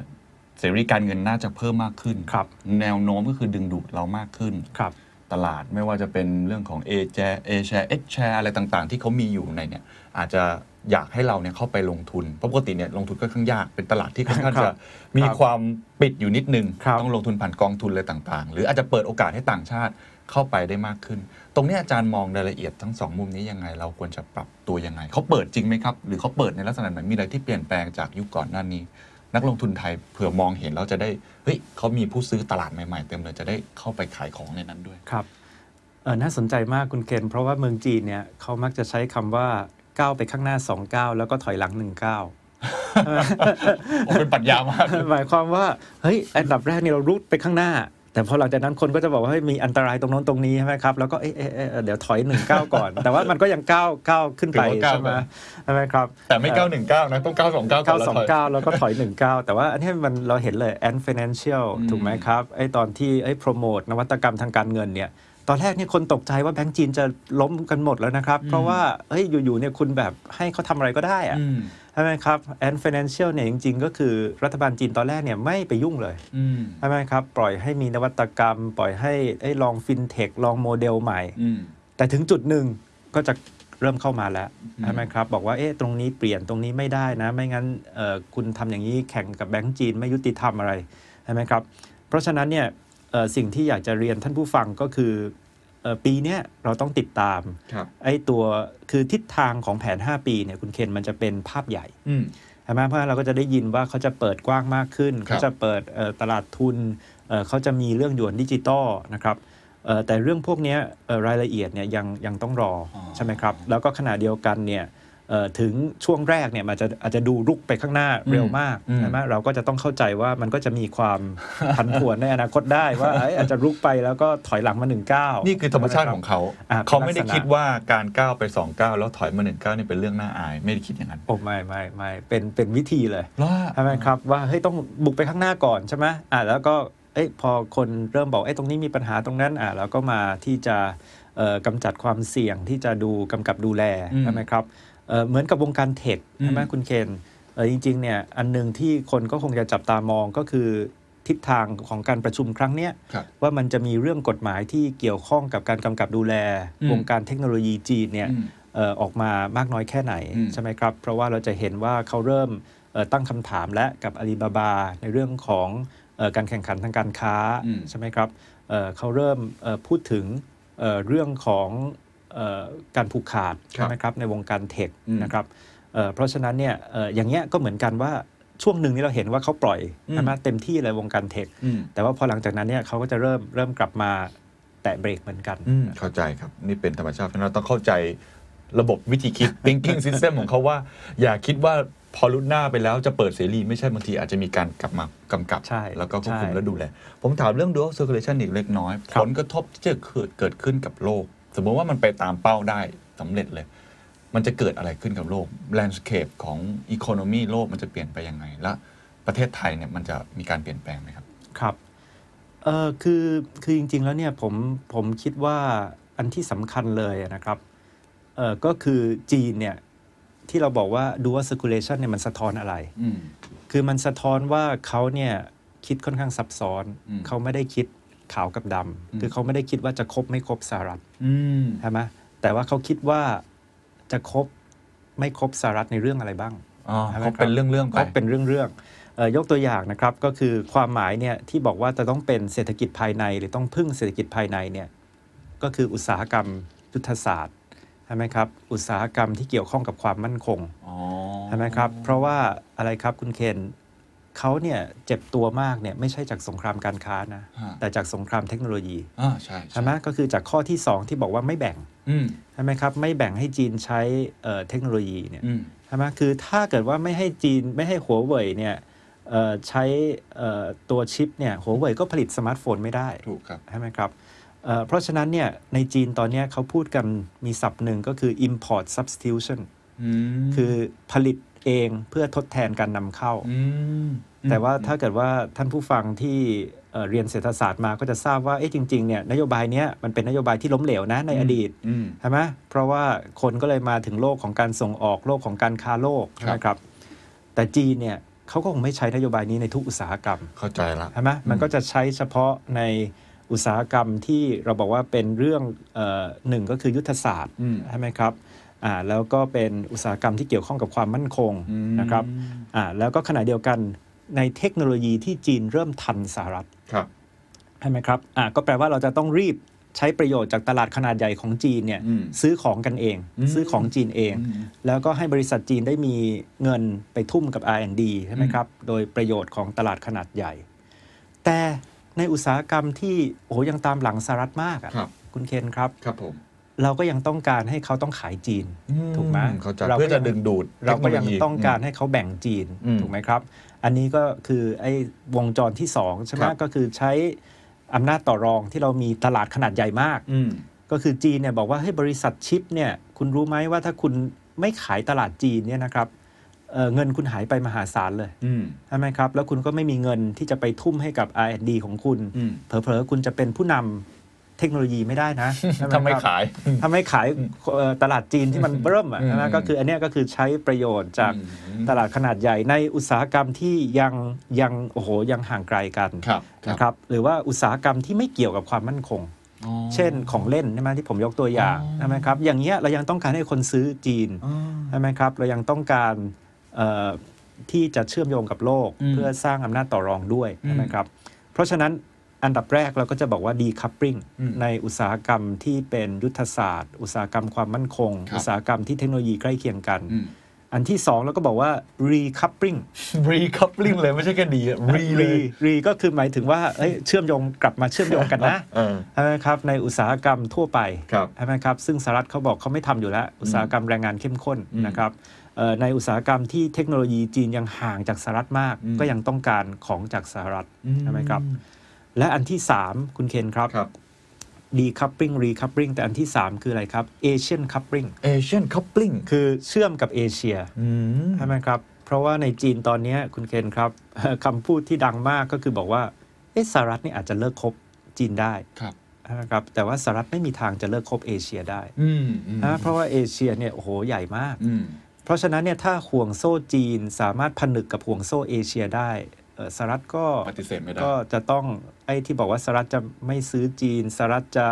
Speaker 3: เสรีการเงินน่าจะเพิ่มมากขึ้น
Speaker 4: ครับ
Speaker 3: แนวโน้มก็คือดึงดูดเรามากขึ้น
Speaker 4: ครับ
Speaker 3: ตลาดไม่ว่าจะเป็นเรื่องของ A share A share H share อะไรต่างๆ ที่เขามีอยู่ในเนี่ยอาจจะอยากให้เราเนี่ยเข้าไปลงทุนเพราะปกติเนี่ยลงทุนก็ค่อนข้างยากเป็นตลาดที่ค่อนข้าง
Speaker 4: ครั
Speaker 3: จะ
Speaker 4: บ
Speaker 3: มีความปิดอยู่นิดนึง
Speaker 4: ครับ
Speaker 3: ต้องลงทุนผ่านกองทุนอะไรต่างๆ หรืออาจจะเปิดโอกาสให้ต่างชาติเข้าไปได้มากขึ้น ตรงเนี้ยอาจารย์มองรายละเอียดทั้งสองมุมนี้ยังไง เราควรจะปรับตัวยังไงเขาเปิดจริงไหมครับ หรือเขาเปิดในลักษณะไหนมีอะไรที่เปลี่ยนแปลงจากยุคก่อนหน้านี้ นักลงทุนไทยเผื่อมองเห็นแล้วจะได้เฮ้ยเขามีผู้ซื้อตลาดใหม่ๆเต็มเลยจะได้เข้าไปขายของในนั้นด้วย *laughs*
Speaker 4: ครับเออน่าสนใจมากคุณเคนเพราะว่าเมืองจีนเนี่ยเขามักจะใช้คำว่าก้าวไปข้างหน้า2ก้าวแล้วก็ถอยหลัง1ก้าว *laughs*
Speaker 3: ผมเป็นปรัญญามาก
Speaker 4: หมายความว่าเฮ้ยอันดับแรกเนี่ยเรารูดไปข้างหน้า แต่พอหลังจากนั้นคนก็จะบอกว่าเฮ้ยมีอันตรายตรงโน้นตรงนี้ใช่ไหมครับแล้วก็เอ๊ะเอ๊ะเอ๊ะเอ๊ะเดี๋ยวถอยหนึ่งก้าวก่อน แต่ว่ามันก็ยังก้าวก้าวขึ้นไป
Speaker 3: ถือว่าก้าว
Speaker 4: ใช่ไหม
Speaker 3: ไป
Speaker 4: ใช่ไหมครับ
Speaker 3: แต่ไม่ 919 นะ ต้อง 929ก่
Speaker 4: ก้าน ว
Speaker 3: แล้ว
Speaker 4: สอง
Speaker 3: ถอย
Speaker 4: ก้าวแล้วก็ถอยหนึ่งก้าวแต่ว่าอันนี้มันเราเห็นเลย and financial
Speaker 3: อืม
Speaker 4: ถูกไหมครับไอ้ตอนที่ไอ้โปรโมทนวัตกรรมทางการเงินเนี่ยตอนแรกเนี่ยคนตกใจว่าแบงก์จีนจะล้มกันหมดแล้วนะครับเพราะว่าเอ้ยอยู่ๆเนี่ยคุณแบบให้เขาทำอะไรก็ได้อะ
Speaker 3: อืม
Speaker 4: ใช่ไหมครับแอนด์ฟินแลนเชียลเนี่ยจริงๆ ก็คือรัฐบาลจีนตอนแรกเนี่ยไม่ไปยุ่งเลย
Speaker 3: อืม
Speaker 4: ใช่ไหมครับ ปล่อยให้มีนวัตกรรม ปล่อยให้ไอ้ลองฟินเทคลองโมเดลใหม่
Speaker 3: อืม
Speaker 4: แต่ถึงจุดหนึ่งก็จะเริ่มเข้ามาแล้วใช่ไหมครับ บอกว่าเอ๊ะตรงนี้เปลี่ยนตรงนี้ไม่ได้นะ ไม่งั้นเอ่อคุณทำอย่างนี้แข่งกับแบงก์จีนไม่ยุติธรรมอะไรใช่ไหมครับ เพราะฉะนั้นเนี่ยเอ่อสิ่งที่อยากจะเรียนท่านผู้ฟังก็คือเอ่อปีเนี้ยเราต้องติดตาม
Speaker 3: ครับ
Speaker 4: ไอ้ตัวคือทิศทางของแผน 5 ปีเนี่ยคุณเคนมันจะเป็นภาพใหญ่
Speaker 3: อืม
Speaker 4: ใช่ไหมเพราะฉะนั้นเราก็จะได้ยินว่าเขาจะเปิดกว้างมากขึ้น
Speaker 3: ครับ
Speaker 4: เขาจะเปิดเอ่อตลาดทุนเอ่อเขาจะมีเรื่องหยวนดิจิตอลนะครับเอ่อแต่เรื่องพวกเนี้ยเอ่อรายละเอียดเนี่ยยังยังต้องรออใช่ไหมครับ แล้วก็ขณะเดียวกันเนี่ยเอ่อถึงช่วงแรกเนี่ยมันจะอาจจะดูลุกไปข้างหน้าเร็วมากใช่ไหมเราก็จะต้องเข้าใจว่ามันก็จะมีความผันผวนในอนาคต
Speaker 3: *laughs*
Speaker 4: ได้ว่าเอ้ยอาจจะลุกไปแล้วก็ถอยหลังมาหนึ่งก้าว
Speaker 3: นี่คือธรรมชาติของเขา
Speaker 4: อ่า
Speaker 3: เขาไม่ได้คิดว่าการก้าวไปสองก้าวแล้วถอยมาหนึ่งก้าวนี่เป็นเรื่องน่าอาย ไม่ได้คิดอย่างนั้น
Speaker 4: โอ้ไม่ไม่ไม่เป็นเป็นวิธีเลย
Speaker 3: ว่า
Speaker 4: ใช่ไหมครับว่าเฮ้ยต้องบุกไปข้างหน้าก่อนใช่ไหมอ่าแล้วก็เอ้ยพอคนเริ่มบอกเอ้ยตรงนี้มีปัญหาตรงนั้นอ่าแล้วก็มาที่จะเอ่อกำจัดความเสี่ยงที่จะดูกำกับดูแล
Speaker 3: อืม
Speaker 4: ใช่ไหมครับเอ่อเหมือนกับวงการเทคใช่ไหม
Speaker 3: อืม
Speaker 4: คุณเคนเออจริงๆเนี่ยอันหนึ่งที่คนก็คงจะจับตามองก็คือทิศทางของการประชุมครั้งเนี้ย
Speaker 3: ครับ
Speaker 4: ว่ามันจะมีเรื่องกฎหมายที่เกี่ยวข้องกับการกำกับดูแล
Speaker 3: อืม
Speaker 4: วงการเทคโนโลยีจีนเนี่ย
Speaker 3: อืม
Speaker 4: เอ่อออกมามากน้อยแค่ไหน
Speaker 3: อืม
Speaker 4: ใช่ไหมครับ เพราะว่าเราจะเห็นว่าเขาเริ่มเอ่อตั้งคำถามและกับอาลีบาบา ในเรื่องของเอ่อการแข่งขันทางการค้า
Speaker 3: อืม
Speaker 4: ใช่ไหมครับเอ่อเขาเริ่มเอ่อพูดถึงเอ่อเรื่องของเอ่อการผูกขาดใช่ไหมครับในวงการเทค
Speaker 3: อืม
Speaker 4: นะครับเอ่อเพราะฉะนั้นเนี่ยเอ่ออย่างเงี้ยก็เหมือนกันว่าช่วงหนึ่งนี้เราเห็นว่าเขาปล่อย
Speaker 3: อืม
Speaker 4: ใช่ไหมเต็มที่เลยวงการเทค
Speaker 3: อืม
Speaker 4: แต่ว่าพอหลังจากนั้นเนี่ยเขาก็จะเริ่มเริ่มกลับมาแตะเบรกเหมือนกัน
Speaker 3: อืมเข้าใจครับ นี่เป็นธรรมชาติเพราะฉะนั้นเราต้องเข้าใจระบบวิธีคิด thinking system ของเขาว่า อย่าคิดว่าพอรุ่นหน้าไปแล้วจะเปิดเสรีไม่ใช่บางทีอาจจะมีการกลับมากำกับ
Speaker 4: ใช่
Speaker 3: แล้วก็ควบคุม
Speaker 4: ใช่
Speaker 3: และดูแล ผมถามเรื่อง dual circulation อีกเล็กน้อย
Speaker 4: ค
Speaker 3: ผ
Speaker 4: รับ
Speaker 3: ลกระทบที่จะเกิดเกิดขึ้นกับโลก สมมติว่ามันไปตามเป้าได้สำเร็จเลย มันจะเกิดอะไรขึ้นกับโลก landscape ของอีโคโนมีโลกมันจะเปลี่ยนไปยังไง และประเทศไทยเนี่ยมันจะมีการเปลี่ยนแปลงไหมครับ
Speaker 4: ครับเออคือคือจริง ๆ แล้วเนี่ยผมผมคิดว่าอันที่สำคัญเลยนะครับเออก็คือจีนเนี่ยที่เราบอกว่าดูว่า circulation เนี่ยมันสะท้อนอะไร
Speaker 3: อืม
Speaker 4: คือมันสะท้อนว่าเขาเนี่ยคิดค่อนข้างซับซ้อน
Speaker 3: อืม
Speaker 4: เขาไม่ได้คิดขาวกับด
Speaker 3: อืม
Speaker 4: ำคือเขาไม่ได้คิดว่าจะคบไม่คบสหรัฐ
Speaker 3: อืม
Speaker 4: ใช่ไหมแต่ว่าเขาคิดว่าจะคบไม่คบสหรัฐในเรื่องอะไรบ้าง
Speaker 3: อ๋อ
Speaker 4: ใช่ไหม
Speaker 3: เขาเป็น
Speaker 4: ครับ
Speaker 3: เรื่องๆไป
Speaker 4: เขาเป็นเรื่องเรื่องเอ่อยกตัวอย่างนะครับก็คือความหมายเนี่ยที่บอกว่าจะต้องเป็นเศรษฐกิจภายใน หรือต้องพึ่งเศรษฐกิจภายในเนี่ยก็คืออุตสาหกรรมยุทธศาสตร์ใช่ไหมครับอุตสาหกรรมที่เกี่ยวข้องกับความมั่นคง
Speaker 3: อ๋อ
Speaker 4: ใช่ไหมครับเพราะว่าอะไรครับคุณเคนเขาเนี่ยเจ็บตัวมากเนี่ยไม่ใช่จากสงครามการค้านะ
Speaker 3: ฮะ
Speaker 4: แต่จากสงครามเทคโนโลยี
Speaker 3: อ่าใช่
Speaker 4: ใช่ไหมก็คือจากข้อที่สองที่บอกว่าไม่แบ่ง
Speaker 3: อืม
Speaker 4: ใช่ไหมครับไม่แบ่งให้จีนใช้เอ่อเทคโนโลยีเนี่ย
Speaker 3: อืม
Speaker 4: ใช่ไหมคือถ้าเกิดว่าไม่ให้จีนไม่ให้หัวเว่ยเนี่ยเอ่อใช้เอ่อตัวชิปเนี่ยหัวเว่ยก็ผลิตสมาร์ทโฟนไม่ได้
Speaker 3: ถูกครับ
Speaker 4: ใช่ไหมครับเอ่อเพราะฉะนั้นเนี่ยในจีนตอนเนี้ยเขาพูดกันมีศัพท์หนึ่งก็คือ import substitution
Speaker 3: อืม
Speaker 4: คือผลิตเองเพื่อทดแทนการนำเข้า
Speaker 3: ม
Speaker 4: แต่ว่าถ้าเกิดว่าท่านผู้ฟังที่เอ่อเรียนเศรษฐศาสตร์มาก็จะทราบว่าเอ๊ะจริงๆเนี่ยนโยบายเนี้ยมันเป็นนโยบายที่ล้มเหลวนะในอดีต
Speaker 3: อืม
Speaker 4: ใช่ไหมเพราะว่าคนก็เลยมาถึงโลกของการส่งออกโลกของการค้าโลกใช่ไหมครับ แต่จีนเนี่ยเขาก็คงไม่ใช้นโยบายนี้ในทุกอุตสาหกรรม
Speaker 3: เข้าใจละ
Speaker 4: ใช่ไหมมันก็จะใช้เฉพาะในอุตสาหกรรมที่เราบอกว่าเป็นเรื่องเออหนึ่งก็คือยุทธศาสตร์
Speaker 3: อืม
Speaker 4: ใช่ไหมครับอ่าแล้วก็เป็นอุตสาหกรรมที่เกี่ยวข้องกับความมั่นคงนะครับอ่าแล้วก็ขณะเดียวกันในเทคโนโลยีที่จีนเริ่มทันสหรัฐ
Speaker 3: ครับ
Speaker 4: ใช่ไหมครับ อ่ะก็แปลว่าเราจะต้องรีบใช้ประโยชน์จากตลาดขนาดใหญ่ของจีนเนี่ย
Speaker 3: อืม
Speaker 4: ซื้อของกันเอง
Speaker 3: อืม
Speaker 4: ซื้อของจีนเอง
Speaker 3: อืม
Speaker 4: แล้วก็ให้บริษัทจีนได้มีเงินไปทุ่มกับ R&D ใช่ไหมครับ โดยประโยชน์ของตลาดขนาดใหญ่ แต่ในอุตสาหกรรมที่โอ้โหยังตามหลังสหรัฐมากอะ
Speaker 3: ครับ
Speaker 4: คุณเคนครับ
Speaker 3: ครับผม
Speaker 4: เราก็ยังต้องการให้เขาต้องขายจีน ถูกไหม
Speaker 3: เข้าใจ
Speaker 4: เราก็
Speaker 3: เพื่อจะ
Speaker 4: ยัง
Speaker 3: ดึงดูด
Speaker 4: เราก็ยัง
Speaker 3: เทคโนโล
Speaker 4: ต้องการให้เขาแบ่งจีน
Speaker 3: อืม
Speaker 4: ถูกไหมครับ อันนี้ก็คือไอ้วงจรที่2ใช่ไหม
Speaker 3: ครับ
Speaker 4: ก็คือใช้อำนาจต่อรองที่เรามีตลาดขนาดใหญ่มาก
Speaker 3: อืม
Speaker 4: ก็คือจีนเนี่ยบอกว่าให้ยบริษัทชิปเนี่ยคุณรู้ไหมว่าถ้าคุณไม่ขายตลาดจีนเนี่ยนะครับเอ่อเงินคุณหายไปมหาศาลเลย
Speaker 3: อืม
Speaker 4: ใช่ไหมครับ แล้วคุณก็ไม่มีเงินที่จะไปทุ่มให้กับ R&D ของคุณ
Speaker 3: อืม
Speaker 4: เผลอๆคุณจะเป็นผู้นำเทคโนโลยีไม่ได้นะใช่ห
Speaker 3: ทำไม
Speaker 4: ครับ
Speaker 3: ขาย
Speaker 4: ทำให้ขายเอ่อตลาดจีนที่มัน เริ่มอ่ะ
Speaker 3: อืม
Speaker 4: นะก็คืออันเนี้ยก็คือใช้ประโยชน์จาก
Speaker 3: อืม
Speaker 4: ตลาดขนาดใหญ่ในอุตสาหกรรมที่ยังยังโอ้โหยังห่างไกลกัน
Speaker 3: ครับ
Speaker 4: นะครับ หรือว่าอุตสาหกรรมที่ไม่เกี่ยวกับความมั่นคง
Speaker 3: อ๋อ
Speaker 4: เช่นของเล่นใช่ไหมที่ผมยกตัวอย่าง
Speaker 3: อ๋อ
Speaker 4: ใช่ไหมครับอย่างเงี้ยเรายังต้องการให้คนซื้อจีน
Speaker 3: อ่า
Speaker 4: ใช่ไหมครับเรายังต้องการเอ่อที่จะเชื่อมโยงกับโลก
Speaker 3: อืม
Speaker 4: เพื่อสร้างอำนาจต่อรองด้วย
Speaker 3: อืม
Speaker 4: ใช่ไหมครับเพราะฉะนั้นอันดับแรกเราก็จะบอกว่า decoupling
Speaker 3: อืม
Speaker 4: ในอุตสาหกรรมที่เป็นยุทธศาสตร์ อุตสาหกรรมความมั่นคง
Speaker 3: ครับ
Speaker 4: อุตสาหกรรมที่เทคโนโลยีใกล้เคียงกัน
Speaker 3: อืม
Speaker 4: อันที่สองเราก็บอกว่า recoupling
Speaker 3: recoupling เลยไม่ใช่แค่ดีอะ re เลย
Speaker 4: re ก็คือหมายถึงว่าเอ้ยเชื่อมโยงกลับมาเชื่อมโยงกันนะ
Speaker 3: เออ
Speaker 4: ใช่ไหมครับในอุตสาหกรรมทั่วไป
Speaker 3: ครับ
Speaker 4: ใช่ไหมครับซึ่งสหรัฐเขาบอกเขาไม่ทำอยู่แล้ว อุตสาหกรรมแรงงานเข้มข้น
Speaker 3: อืม
Speaker 4: นะครับเอ่อในอุตสาหกรรมที่เทคโนโลยีจีนยังห่างจากสหรัฐมาก
Speaker 3: อืม
Speaker 4: ก็ยังต้องการของจากสหรัฐ
Speaker 3: อื
Speaker 4: ใช่ไหมครับและอันที่ 3 คุณเคนครับ
Speaker 3: ครับ
Speaker 4: decoupling recoupling แต่อันที่ 3 คืออะไรครับ Asian coupling
Speaker 3: Asian coupling
Speaker 4: คือเชื่อมกับเอเชีย
Speaker 3: อืม
Speaker 4: ใช่ไหมครับเพราะว่าในจีนตอนเนี้ยคุณเคนครับ *laughs* คำพูดที่ดังมากก็คือบอกว่าเอ๊ะสหรัฐนี่อาจจะเลิกคบจีนได้
Speaker 3: ครับ
Speaker 4: นะครับแต่ว่าสหรัฐไม่มีทางจะเลิกคบเอเชียได้
Speaker 3: อืมอืม
Speaker 4: นะเพราะว่าเอเชียเนี่ยโอ้โหใหญ่มาก
Speaker 3: อืม
Speaker 4: เพราะฉะนั้นเนี่ยถ้าห่วงโซ่จีนสามารถผนึกกับห่วงโซ่เอเชียได้เอ่อสหรัฐก็
Speaker 3: ปฏิเสธไม่ได้
Speaker 4: ก็จะต้องไอ้ที่บอกว่าสหรัฐจะไม่ซื้อจีนสหรัฐจะ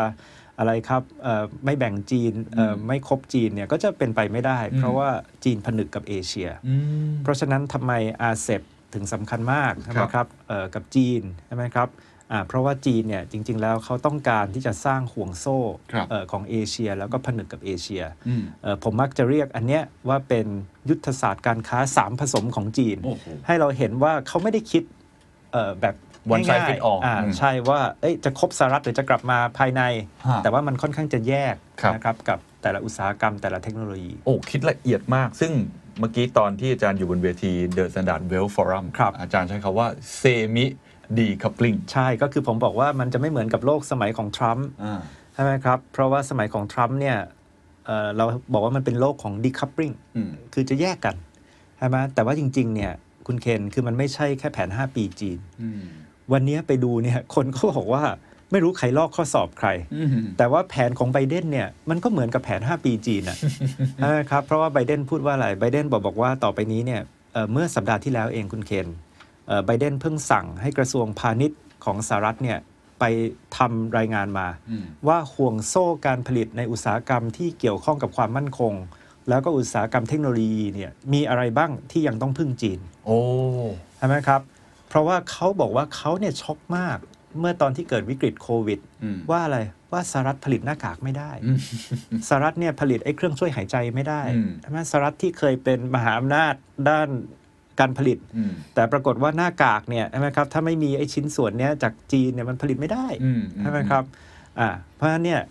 Speaker 4: อะไรครับเอ่อไม่แบ่งจีนเอ่อไม่คบจีนเนี่ยก็จะเป็นไปไม่ได้ เพราะว่าจีนผนึกกับเอเชีย
Speaker 3: อืม
Speaker 4: เพราะฉะนั้นทำไมอาเซบถึงสำคัญมากใช่ไห
Speaker 3: ค
Speaker 4: ม
Speaker 3: รับ
Speaker 4: ครับเอ่อกับจีนใช่ไหมครับอ่าเพราะว่าจีนเนี่ยจริง ๆ แล้วเขาต้องการที่จะสร้างห่วงโซ่
Speaker 3: ครับ
Speaker 4: เอ่อของเอเชีย แล้วก็ผนึกกับเอเชีย
Speaker 3: อืม
Speaker 4: เอ่อผมมักจะเรียกอันเนี้ยว่าเป็นยุทธศาสตร์การค้า 3 ผสมของจีน
Speaker 3: โอ้โห
Speaker 4: ให้เราเห็นว่าเขาไม่ได้คิดเอ่อแบบ
Speaker 3: One size
Speaker 4: ง่ายๆ
Speaker 3: fit all
Speaker 4: า
Speaker 3: อืม
Speaker 4: ใช่ว่าเอ้ยจะครบสหรัฐหรือจะกลับมาภายใน
Speaker 3: ฮะ
Speaker 4: แต่ว่ามันค่อนข้างจะแยก
Speaker 3: ครับ
Speaker 4: นะครับกับแต่ละอุตสาหกรรมแต่ละเทคโนโลยี
Speaker 3: โอ้ คิดละเอียดมาก ซึ่งเมื่อกี้ตอนที่อาจารย์อยู่บนเวที The Standard Well Forum
Speaker 4: ครับ
Speaker 3: อาจารย์ใช้คาว่า semi decoupling
Speaker 4: ใช่ก็คือผมบอกว่ามันจะไม่เหมือนกับโลกสมัยของทรัมป์
Speaker 3: อ่า
Speaker 4: ใช่ไหมครับ เพราะว่าสมัยของทรัมป์เนี่ยเอ่อเราบอกว่ามันเป็นโลกของ decoupling
Speaker 3: อืม
Speaker 4: คือจะแยกกันใช่ไหมแต่ว่าจริง ๆ เนี่ย คุณเคนคือมันไม่ใช่แค่แผน 5 ปีจีน
Speaker 3: อืม
Speaker 4: วันนี้ไปดูเนี่ย คนก็บอกว่าไม่รู้ใครลอกข้อสอบใคร
Speaker 3: อืม
Speaker 4: แต่ว่าแผนของไบเดนเนี่ย มันก็เหมือนกับแผน 5 ปีจีนอะ ใช่ไหมครับ *laughs* เพราะว่าไบเดนพูดว่าอะไรไบเดนบอกบอกว่าต่อไปนี้เนี่ยเอ่อเมื่อสัปดาห์ที่แล้วเองคุณเคนเอ่อไบเดนเพิ่งสั่งให้กระทรวงพาณิชย์ของสหรัฐเนี่ยไปทำรายงานมา
Speaker 3: อืม
Speaker 4: ว่าห่วงโซ่การผลิตในอุตสาหกรรมที่เกี่ยวข้องกับความมั่นคง แล้วก็อุตสาหกรรมเทคโนโลยีเนี่ยมีอะไรบ้างที่ยังต้องพึ่งจีน
Speaker 3: โอ้
Speaker 4: ใช่ไหมครับ เพราะว่าเขาบอกว่าเขาเนี่ยช็อกมาก เมื่อตอนที่เกิดวิกฤตโควิด
Speaker 3: อืม
Speaker 4: ว่าอะไรว่าสหรัฐผลิตหน้ากากไม่ได้
Speaker 3: อืม
Speaker 4: *laughs* สหรัฐเนี่ยผลิตไอ้เครื่องช่วยหายใจไม่ได้
Speaker 3: อืม
Speaker 4: ใช่ไหมสหรัฐที่เคยเป็นมหาอำนาจด้านการผลิต
Speaker 3: อืม
Speaker 4: แต่ปรากฏว่าหน้ากากเนี่ยใช่ไหมครับถ้าไม่มีไอ้ชิ้นส่วนเนี้ยจากจีนเนี่ยมันผลิตไม่ได้
Speaker 3: อืมอืม
Speaker 4: ใช่ไหมครับอ่าเพราะฉะนั้นเนี่ย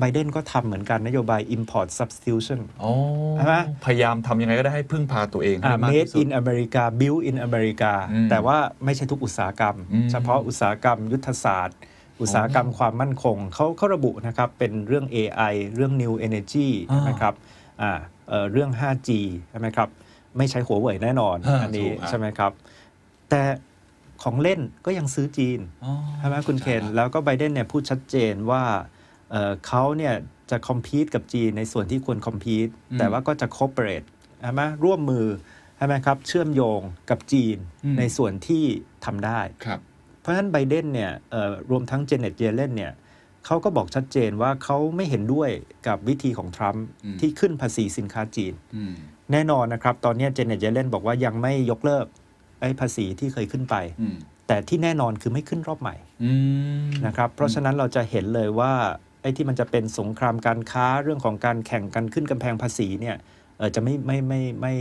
Speaker 4: ไบเดนก็ทำเหมือนกันนโยบาย import substitution
Speaker 3: โอ้
Speaker 4: ใช่ไหม
Speaker 3: พยายามทำยังไงก็ได้ให้พึ่งพาตัวเองให้
Speaker 4: อ่า
Speaker 3: ได้มาก
Speaker 4: made
Speaker 3: ที่สุด
Speaker 4: in America built in America
Speaker 3: อืม
Speaker 4: แต่ว่าไม่ใช่ทุกอุตสาหกรรม
Speaker 3: อืม
Speaker 4: เฉพาะอุตสาหกรรมยุทธศาสตร์ อุตสาหกรรมความมั่นคง เขาเขาระบุนะครับ เป็นเรื่อง AI เรื่อง new energy
Speaker 3: อ่า
Speaker 4: นะครับอ่าเอ่อเรื่อง 5G ใช่ไหมครับ ไม่ใช้หัวเว่ยแน่นอน
Speaker 3: อ่า
Speaker 4: อันนี้
Speaker 3: ถูกอ่ะ
Speaker 4: ใช่ไหมครับ แต่ของเล่นก็ยังซื้อจีน
Speaker 3: อ๋อ
Speaker 4: ใช่ไหมคุณเคนแล้วก็ไบเดนเนี่ยพูดชัดเจนว่าเอ่อเขาเนี่ยจะคอมพีตกับจีนในส่วนที่ควรคอมพีต
Speaker 3: อืม
Speaker 4: แต่ว่าก็จะคอ p เปร t ใช่ไหมร่วมมือใช่ไหมครับเชื่อมโยงกับจีน
Speaker 3: อืม
Speaker 4: ในส่วนที่ทำได้
Speaker 3: ครับ
Speaker 4: เพราะฉะนั้นไบเดนเนี่ยเอ่อรวมทั้งเจเน็ตเยเลนเนี่ยเขาก็บอกชัดเจนว่าเขาไม่เห็นด้วยกับวิธีของทรัมป์
Speaker 3: อืม
Speaker 4: ที่ขึ้นภาษีสินค้าจีน
Speaker 3: อืม
Speaker 4: แน่นอนนะครับ ตอนเนี้เจเน็ตเยเลนบอกว่ายังไม่ยกเลิกไอ้ภาษีที่เคยขึ้นไป
Speaker 3: อืม
Speaker 4: แต่ที่แน่นอนคือไม่ขึ้นรอบใหม่
Speaker 3: อืม
Speaker 4: นะครับ เพราะฉะนั้นเราจะเห็นเลยว่าไอ้ที่มันจะเป็นสงครามการค้าเรื่องของการแข่งกันขึ้นกำแพงภาษีเนี่ยเออจะไม่ไม่ไม่ไม่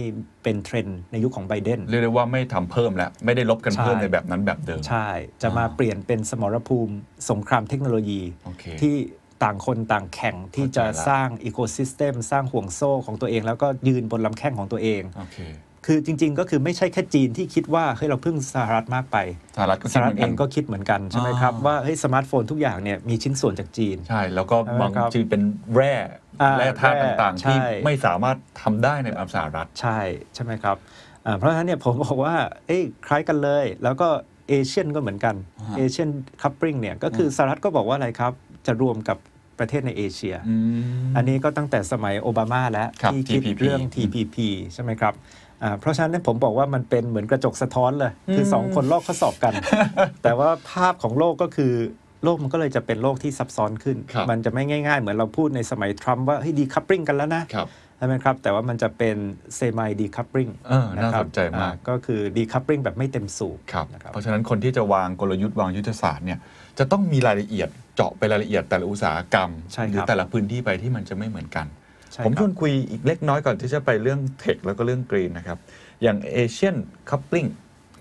Speaker 4: เป็นเทรนด์ในยุคของไบเดน
Speaker 3: เรียกได้ว่าไม่ทำเพิ่มแล้ว ไม่ได้ลบกัน
Speaker 4: ใช่
Speaker 3: เพิ่มในแบบนั้นแบบเดิม
Speaker 4: ใช่ จะมาเปลี่ยนเป็นสมรภูมิสงครามเทคโนโลยี
Speaker 3: โอเค
Speaker 4: ที่ต่างคนต่างแข่งที่จะ
Speaker 3: เข้าใจละ
Speaker 4: สร้างอีโคซิสเต็มสร้างห่วงโซ่ของตัวเอง แล้วก็ยืนบนลำแข้งของตัวเอง
Speaker 3: โอเค
Speaker 4: คือจริง ๆ ก็คือไม่ใช่แค่จีนที่คิดว่าเฮ้ยเราพึ่งสหรัฐมากไป
Speaker 3: สหรัฐก็
Speaker 4: ส
Speaker 3: คิด
Speaker 4: ห
Speaker 3: เห
Speaker 4: รั
Speaker 3: มือน
Speaker 4: ฐเอ
Speaker 3: กัน
Speaker 4: งก็คิดเหมือนกันใช่ไหมครับ
Speaker 3: อ่า
Speaker 4: ว่าเฮ้ยสมาร์ทโฟนทุกอย่างเนี่ยมีชิ้นส่วนจากจีน
Speaker 3: ใช่ แล้วก็
Speaker 4: ใช่ไหม
Speaker 3: บาง
Speaker 4: ครับ
Speaker 3: จือเป็นแร่
Speaker 4: อ่า
Speaker 3: แร่ธาตุ
Speaker 4: แร่
Speaker 3: ต่างๆ
Speaker 4: ใช่
Speaker 3: ที่ไม่สามารถทำได้ในแบบสหรัฐ
Speaker 4: ใช่ ใช่ไหมครับอ่าเพราะฉะนั้นเนี่ยผมบอกว่าเอ้ยคล้ายกันเลย แล้วก็เอเชียนก็เหมือนกัน
Speaker 3: อ่า
Speaker 4: เอเชียนคัพปริงเนี่ยก็คือสหรัฐก็บอกว่าอะไรครับ จะรวมกับประเทศในเอเชีย
Speaker 3: อืม
Speaker 4: อันนี้ก็ตั้งแต่สมัยโอบามาแล้ว
Speaker 3: ครับ
Speaker 4: ที่คิด
Speaker 3: TPP
Speaker 4: เรื่อง TPP ใช่ไหมครับอ่าเพราะฉะนั้นเนยผมบอกว่ามันเป็น
Speaker 3: *laughs*
Speaker 4: เหมือนกระจกสะท้อนเลย คือ 2 คนลอกข้อสอบกัน แต่ว่าภาพของโลกก็คือ โลกมันก็เลยจะเป็นโลกที่ซับซ้อนขึ้น
Speaker 5: ครับ
Speaker 4: มันจะไม่ง่าย ๆ เหมือนเราพูดในสมัยทรัมป์ว่าเฮ้ยดีคัพปริงกันแล้วนะ
Speaker 5: ครับ
Speaker 4: ใช่ไหมครับ แต่ว่ามันจะเป็นเซมิดีคัพปริง
Speaker 3: เออน่าสนใจมาก
Speaker 4: ก็คือดีคัพปริงแบบไม่เต็มสูบ
Speaker 5: ครับ
Speaker 4: นะ
Speaker 3: เพราะฉะนั้นคนที่จะวางกลยุทธ์วางยุทธศาสตร์เนี่ยจะต้องมีรายละเอียดเจาะไปรายละเอียดแต่ละอุตสาหกรรม
Speaker 4: ใช่ครับ
Speaker 3: หรือแต่ละพื้นที่ไปที่มันจะไม่เหมือนกัน
Speaker 4: ใช่
Speaker 3: ผม
Speaker 4: ค
Speaker 3: ช
Speaker 4: รับ
Speaker 3: วนคุยอีกเล็กน้อยก่อนที่จะไปเรื่องเทคแล้วก็เรื่องกรีนนะครับ อย่างเอเชียนคัพปิ้ง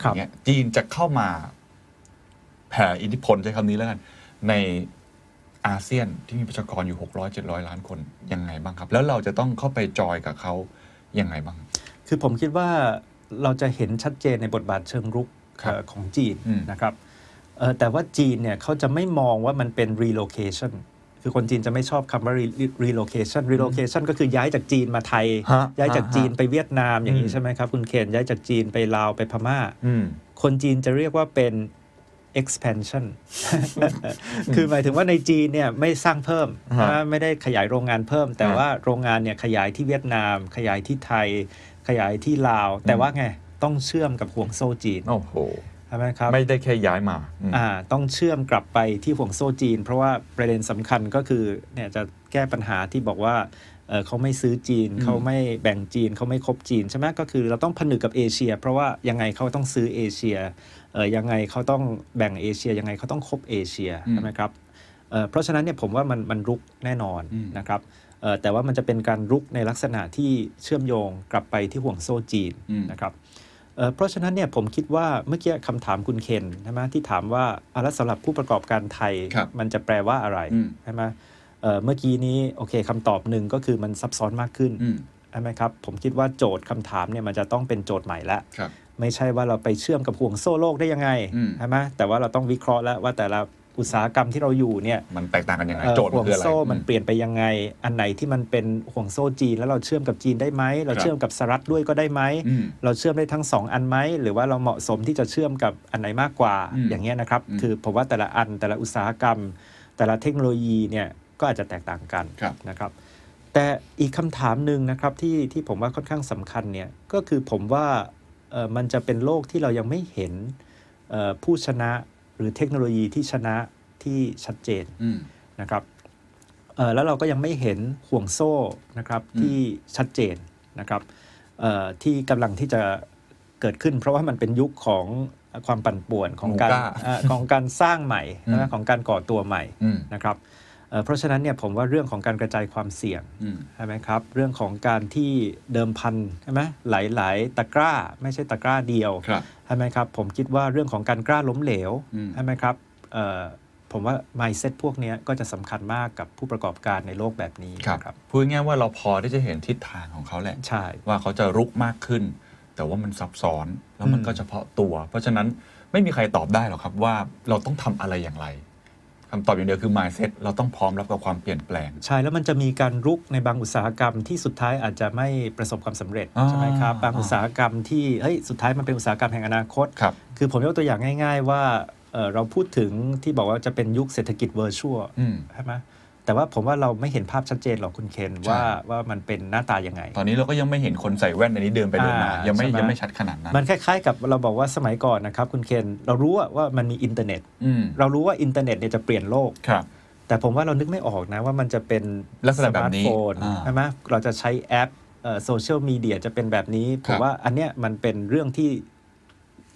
Speaker 4: ครับ
Speaker 3: เงี้ยจีนจะเข้ามาแผ่อิทธิพลใช้คำนี้แล้วกัน ในอาเซียนที่มีประชากรอยู่ 600 700 ล้านคนยังไงบ้างครับ แล้วเราจะต้องเข้าไปจอยกับเขายังไงบ้าง
Speaker 4: คือผมคิดว่าเราจะเห็นชัดเจนในบทบาทเชิงรุก
Speaker 3: ครับ
Speaker 4: เอ่อของจีน
Speaker 3: อืม
Speaker 4: นะครับเอ่อแต่ว่าจีนเนี่ยเขาจะไม่มองว่ามันเป็น relocation คือคนจีนจะไม่ชอบคำว่า re- re- relocation relocation ก็คือย้ายจากจีนมาไทย
Speaker 3: ฮะ
Speaker 4: ย้ายจากจีน
Speaker 3: ฮะฮะ
Speaker 4: ไปเวียดนามอย่าง
Speaker 3: อื
Speaker 4: นี้
Speaker 3: ม
Speaker 4: ใช่ไหมครับ คุณเคนย้ายจากจีนไปลาวไปพม่า
Speaker 3: อืม
Speaker 4: คนจีนจะเรียกว่าเป็น expansion *laughs* คือหมายถึงว่าในจีนเนี่ยไม่สร้างเพิ่ม
Speaker 3: ฮะ
Speaker 4: นะไม่ได้ขยายโรงงานเพิ่ม แต่
Speaker 3: ฮะ
Speaker 4: ว่าโรงงานเนี่ยขยายที่เวียดนาม ขยายที่ไทย ขยายที่ลาว แต่
Speaker 3: อืม
Speaker 4: ว่าไง ต้องเชื่อมกับห่วงโซ่จีน
Speaker 3: โอ้โห
Speaker 4: ใช่ไหมครับ
Speaker 3: ไม่ได้แค่ย้ายมาอืม
Speaker 4: อ่าต้องเชื่อมกลับไปที่ห่วงโซ่จีน เพราะว่าประเด็นสำคัญก็คือเนี่ยจะแก้ปัญหาที่บอกว่าเอ่อเขาไม่ซื้อจีน
Speaker 3: อืม
Speaker 4: เขาไม่แบ่งจีนเขาไม่คบจีนใช่ไหมก็คือเราต้องผนึกกับเอเชีย เพราะว่ายังไงเขาต้องซื้อเอเชีย เอ่อยังไงเขาต้องแบ่งเอเชียยังไงเขาต้องคบเอเชีย
Speaker 3: อืม
Speaker 4: ใช่ไหมครับเอ่อเพราะฉะนั้นเนี่ยผมว่ามันมันรุกแน่นอน
Speaker 3: อืม
Speaker 4: นะครับเอ่อแต่ว่ามันจะเป็นการรุกในลักษณะที่เชื่อมโยงกลับไปที่ห่วงโซ่จีนนะครับเอ่อเพราะฉะนั้นเนี่ยผมคิดว่าเมื่อกี้คำถามคุณเคนใช่ไหมที่ถามว่าอะแล้วสำหรับผู้ประกอบการไทย
Speaker 5: ครับ
Speaker 4: มันจะแปลว่าอะไร
Speaker 5: อืม
Speaker 4: ใช่ไหมเอ่อเมื่อกี้นี้โอเคคำตอบหนึ่งก็คือมันซับซ้อนมากขึ้น
Speaker 5: อืม
Speaker 4: ใช่ไหมครับผมคิดว่าโจทย์คำถามเนี่ยมันจะต้องเป็นโจทย์ใหม่ละ
Speaker 5: ครับ
Speaker 4: ไม่ใช่ว่าเราไปเชื่อมกับห่วงโซ่โลกได้ยังไง
Speaker 5: อืม
Speaker 4: ใช่ไหมแต่ว่าเราต้องวิเคราะห์แล้วว่าแต่ละอุตสาหกรรมที่เราอยู่เนี่ย
Speaker 3: มันแตกต่างกันยังไง
Speaker 4: เอ่อ
Speaker 3: โจทย์
Speaker 4: ห่
Speaker 3: มั
Speaker 4: วน ง
Speaker 3: คืออะไร
Speaker 4: โซ่มันเป
Speaker 3: อื
Speaker 4: ลี่ยนไปยังไง อันไหนที่มันเป็นห่วงโซ่จีน แล้วเราเชื่อมกับจีนได้ไหมเราเชื่อมกับสหรัฐด้วยก็ได้ไหม
Speaker 5: อืม
Speaker 4: เราเชื่อมได้ทั้งสองอันไหมหรือว่าเราเหมาะสมที่จะเชื่อมกับอันไหนมากกว่า
Speaker 5: อืม
Speaker 4: อย่างเงี้ยนะครับ
Speaker 5: อืม
Speaker 4: คือผมว่าแต่ละอันแต่ละอุตสาหกรรม แต่ละเทคโนโลยีเนี่ยก็อาจจะแตกต่างกัน
Speaker 5: ครับ
Speaker 4: นะครับ แต่อีกคำถามหนึ่งนะครับที่ที่ผมว่าค่อนข้างสำคัญเนี่ยก็คือผมว่าเอ่อมันจะเป็นโลกที่เรายังไม่เห็นเอ่อผู้ชนะหรือเทคโนโลยีที่ชนะที่ชัดเจน
Speaker 5: อืม
Speaker 4: นะครับเอ่อแล้วเราก็ยังไม่เห็นห่วงโซ่นะครับ
Speaker 5: อืม
Speaker 4: ที่ชัดเจนนะครับเอ่อที่กำลังที่จะเกิดขึ้น เพราะว่ามันเป็นยุคของความปั่นป่วนของการ
Speaker 3: หมูกล้า
Speaker 4: เอ่อของการสร้างใหม่
Speaker 3: อื
Speaker 4: นะ
Speaker 3: ม
Speaker 4: ของการก่อตัวใหม่
Speaker 3: อืม
Speaker 4: นะครับเอ่อเพราะฉะนั้นเนี่ยผมว่าเรื่องของการกระจายความเสี่ยง
Speaker 5: อืม
Speaker 4: ใช่ไหมครับ เรื่องของการที่เดิมพันใช่ไหมหลายๆตะกร้า ไม่ใช่ตะกร้าเดียว
Speaker 5: ครับ
Speaker 4: ใช่ไหมครับ ผมคิดว่าเรื่องของการกล้าล้มเหลว
Speaker 5: อืม
Speaker 4: ใช่ไหมครับเอ่อผมว่า mindset พวกเนี้ยก็จะสำคัญมากกับผู้ประกอบการในโลกแบบนี้
Speaker 3: ครับ
Speaker 4: นะ
Speaker 3: พูดง่ายๆว่าเราพอที่จะเห็นทิศทางของเขาแหละ
Speaker 4: ใช่
Speaker 3: ว่าเขาจะรุกมากขึ้น แต่ว่ามันซับซ้อนแล้วมันก็เฉพาะตัว เพราะฉะนั้นไม่มีใครตอบได้หรอกครับว่าเราต้องทำอะไรอย่างไรคำตอบอย่างเดียวคือ mindset เราต้องพร้อมรับกับความเปลี่ยนแปลง
Speaker 4: ใช่แล้วมันจะมีการรุกในบางอุตสาหกรรมที่สุดท้ายอาจจะไม่ประสบความสำเร็จ
Speaker 3: อ่า
Speaker 4: ใช่ไหมครับบางอุตสาหกรรมที่เฮ้ยสุดท้ายมันเป็นอุตสาหกรรมแห่งอนาคต
Speaker 3: ครับ
Speaker 4: คือผมยกตัวอย่างง่าย ๆ ว่าเอ่อเราพูดถึงที่บอกว่าจะเป็นยุคเศรษฐกิจเวอร์ชวล
Speaker 3: อืม
Speaker 4: ใช่ไหมแต่ว่าผมว่าเราไม่เห็นภาพชัดเจนหรอกคุณเคน
Speaker 3: ใช่
Speaker 4: ว่าว่ามันเป็นหน้าตายังไง
Speaker 3: ตอนนี้เราก็ยังไม่เห็นคนใส่แว่นอันนี้เดินไปเดินมา
Speaker 4: อ่ายั
Speaker 3: ยังไม่
Speaker 4: ใช่ไหม
Speaker 3: ยังไม่ชัดขนาดนั้น
Speaker 4: มันคล้ายๆ กับเราบอกว่าสมัยก่อนนะครับคุณเคนเรารู้ว่าว่ามันมีอินเทอร์เน็ต
Speaker 3: อืม
Speaker 4: เรารู้ว่าอินเทอร์เน็ตเนี่ยจะเปลี่ยนโลก
Speaker 3: ครับ
Speaker 4: แต่ผมว่าเรานึกไม่ออกนะว่ามันจะเป็น
Speaker 3: ลักษณะแบบนี้
Speaker 4: สมาร์ทโฟน
Speaker 3: อ่า
Speaker 4: ใช่ไหมเราจะใช้แอปโซเชียลมีเดียจะเป็นแบบนี้ผ
Speaker 5: ครั
Speaker 4: ม
Speaker 5: บ
Speaker 4: ว่าอันเนี้ยมันเป็นเรื่องที่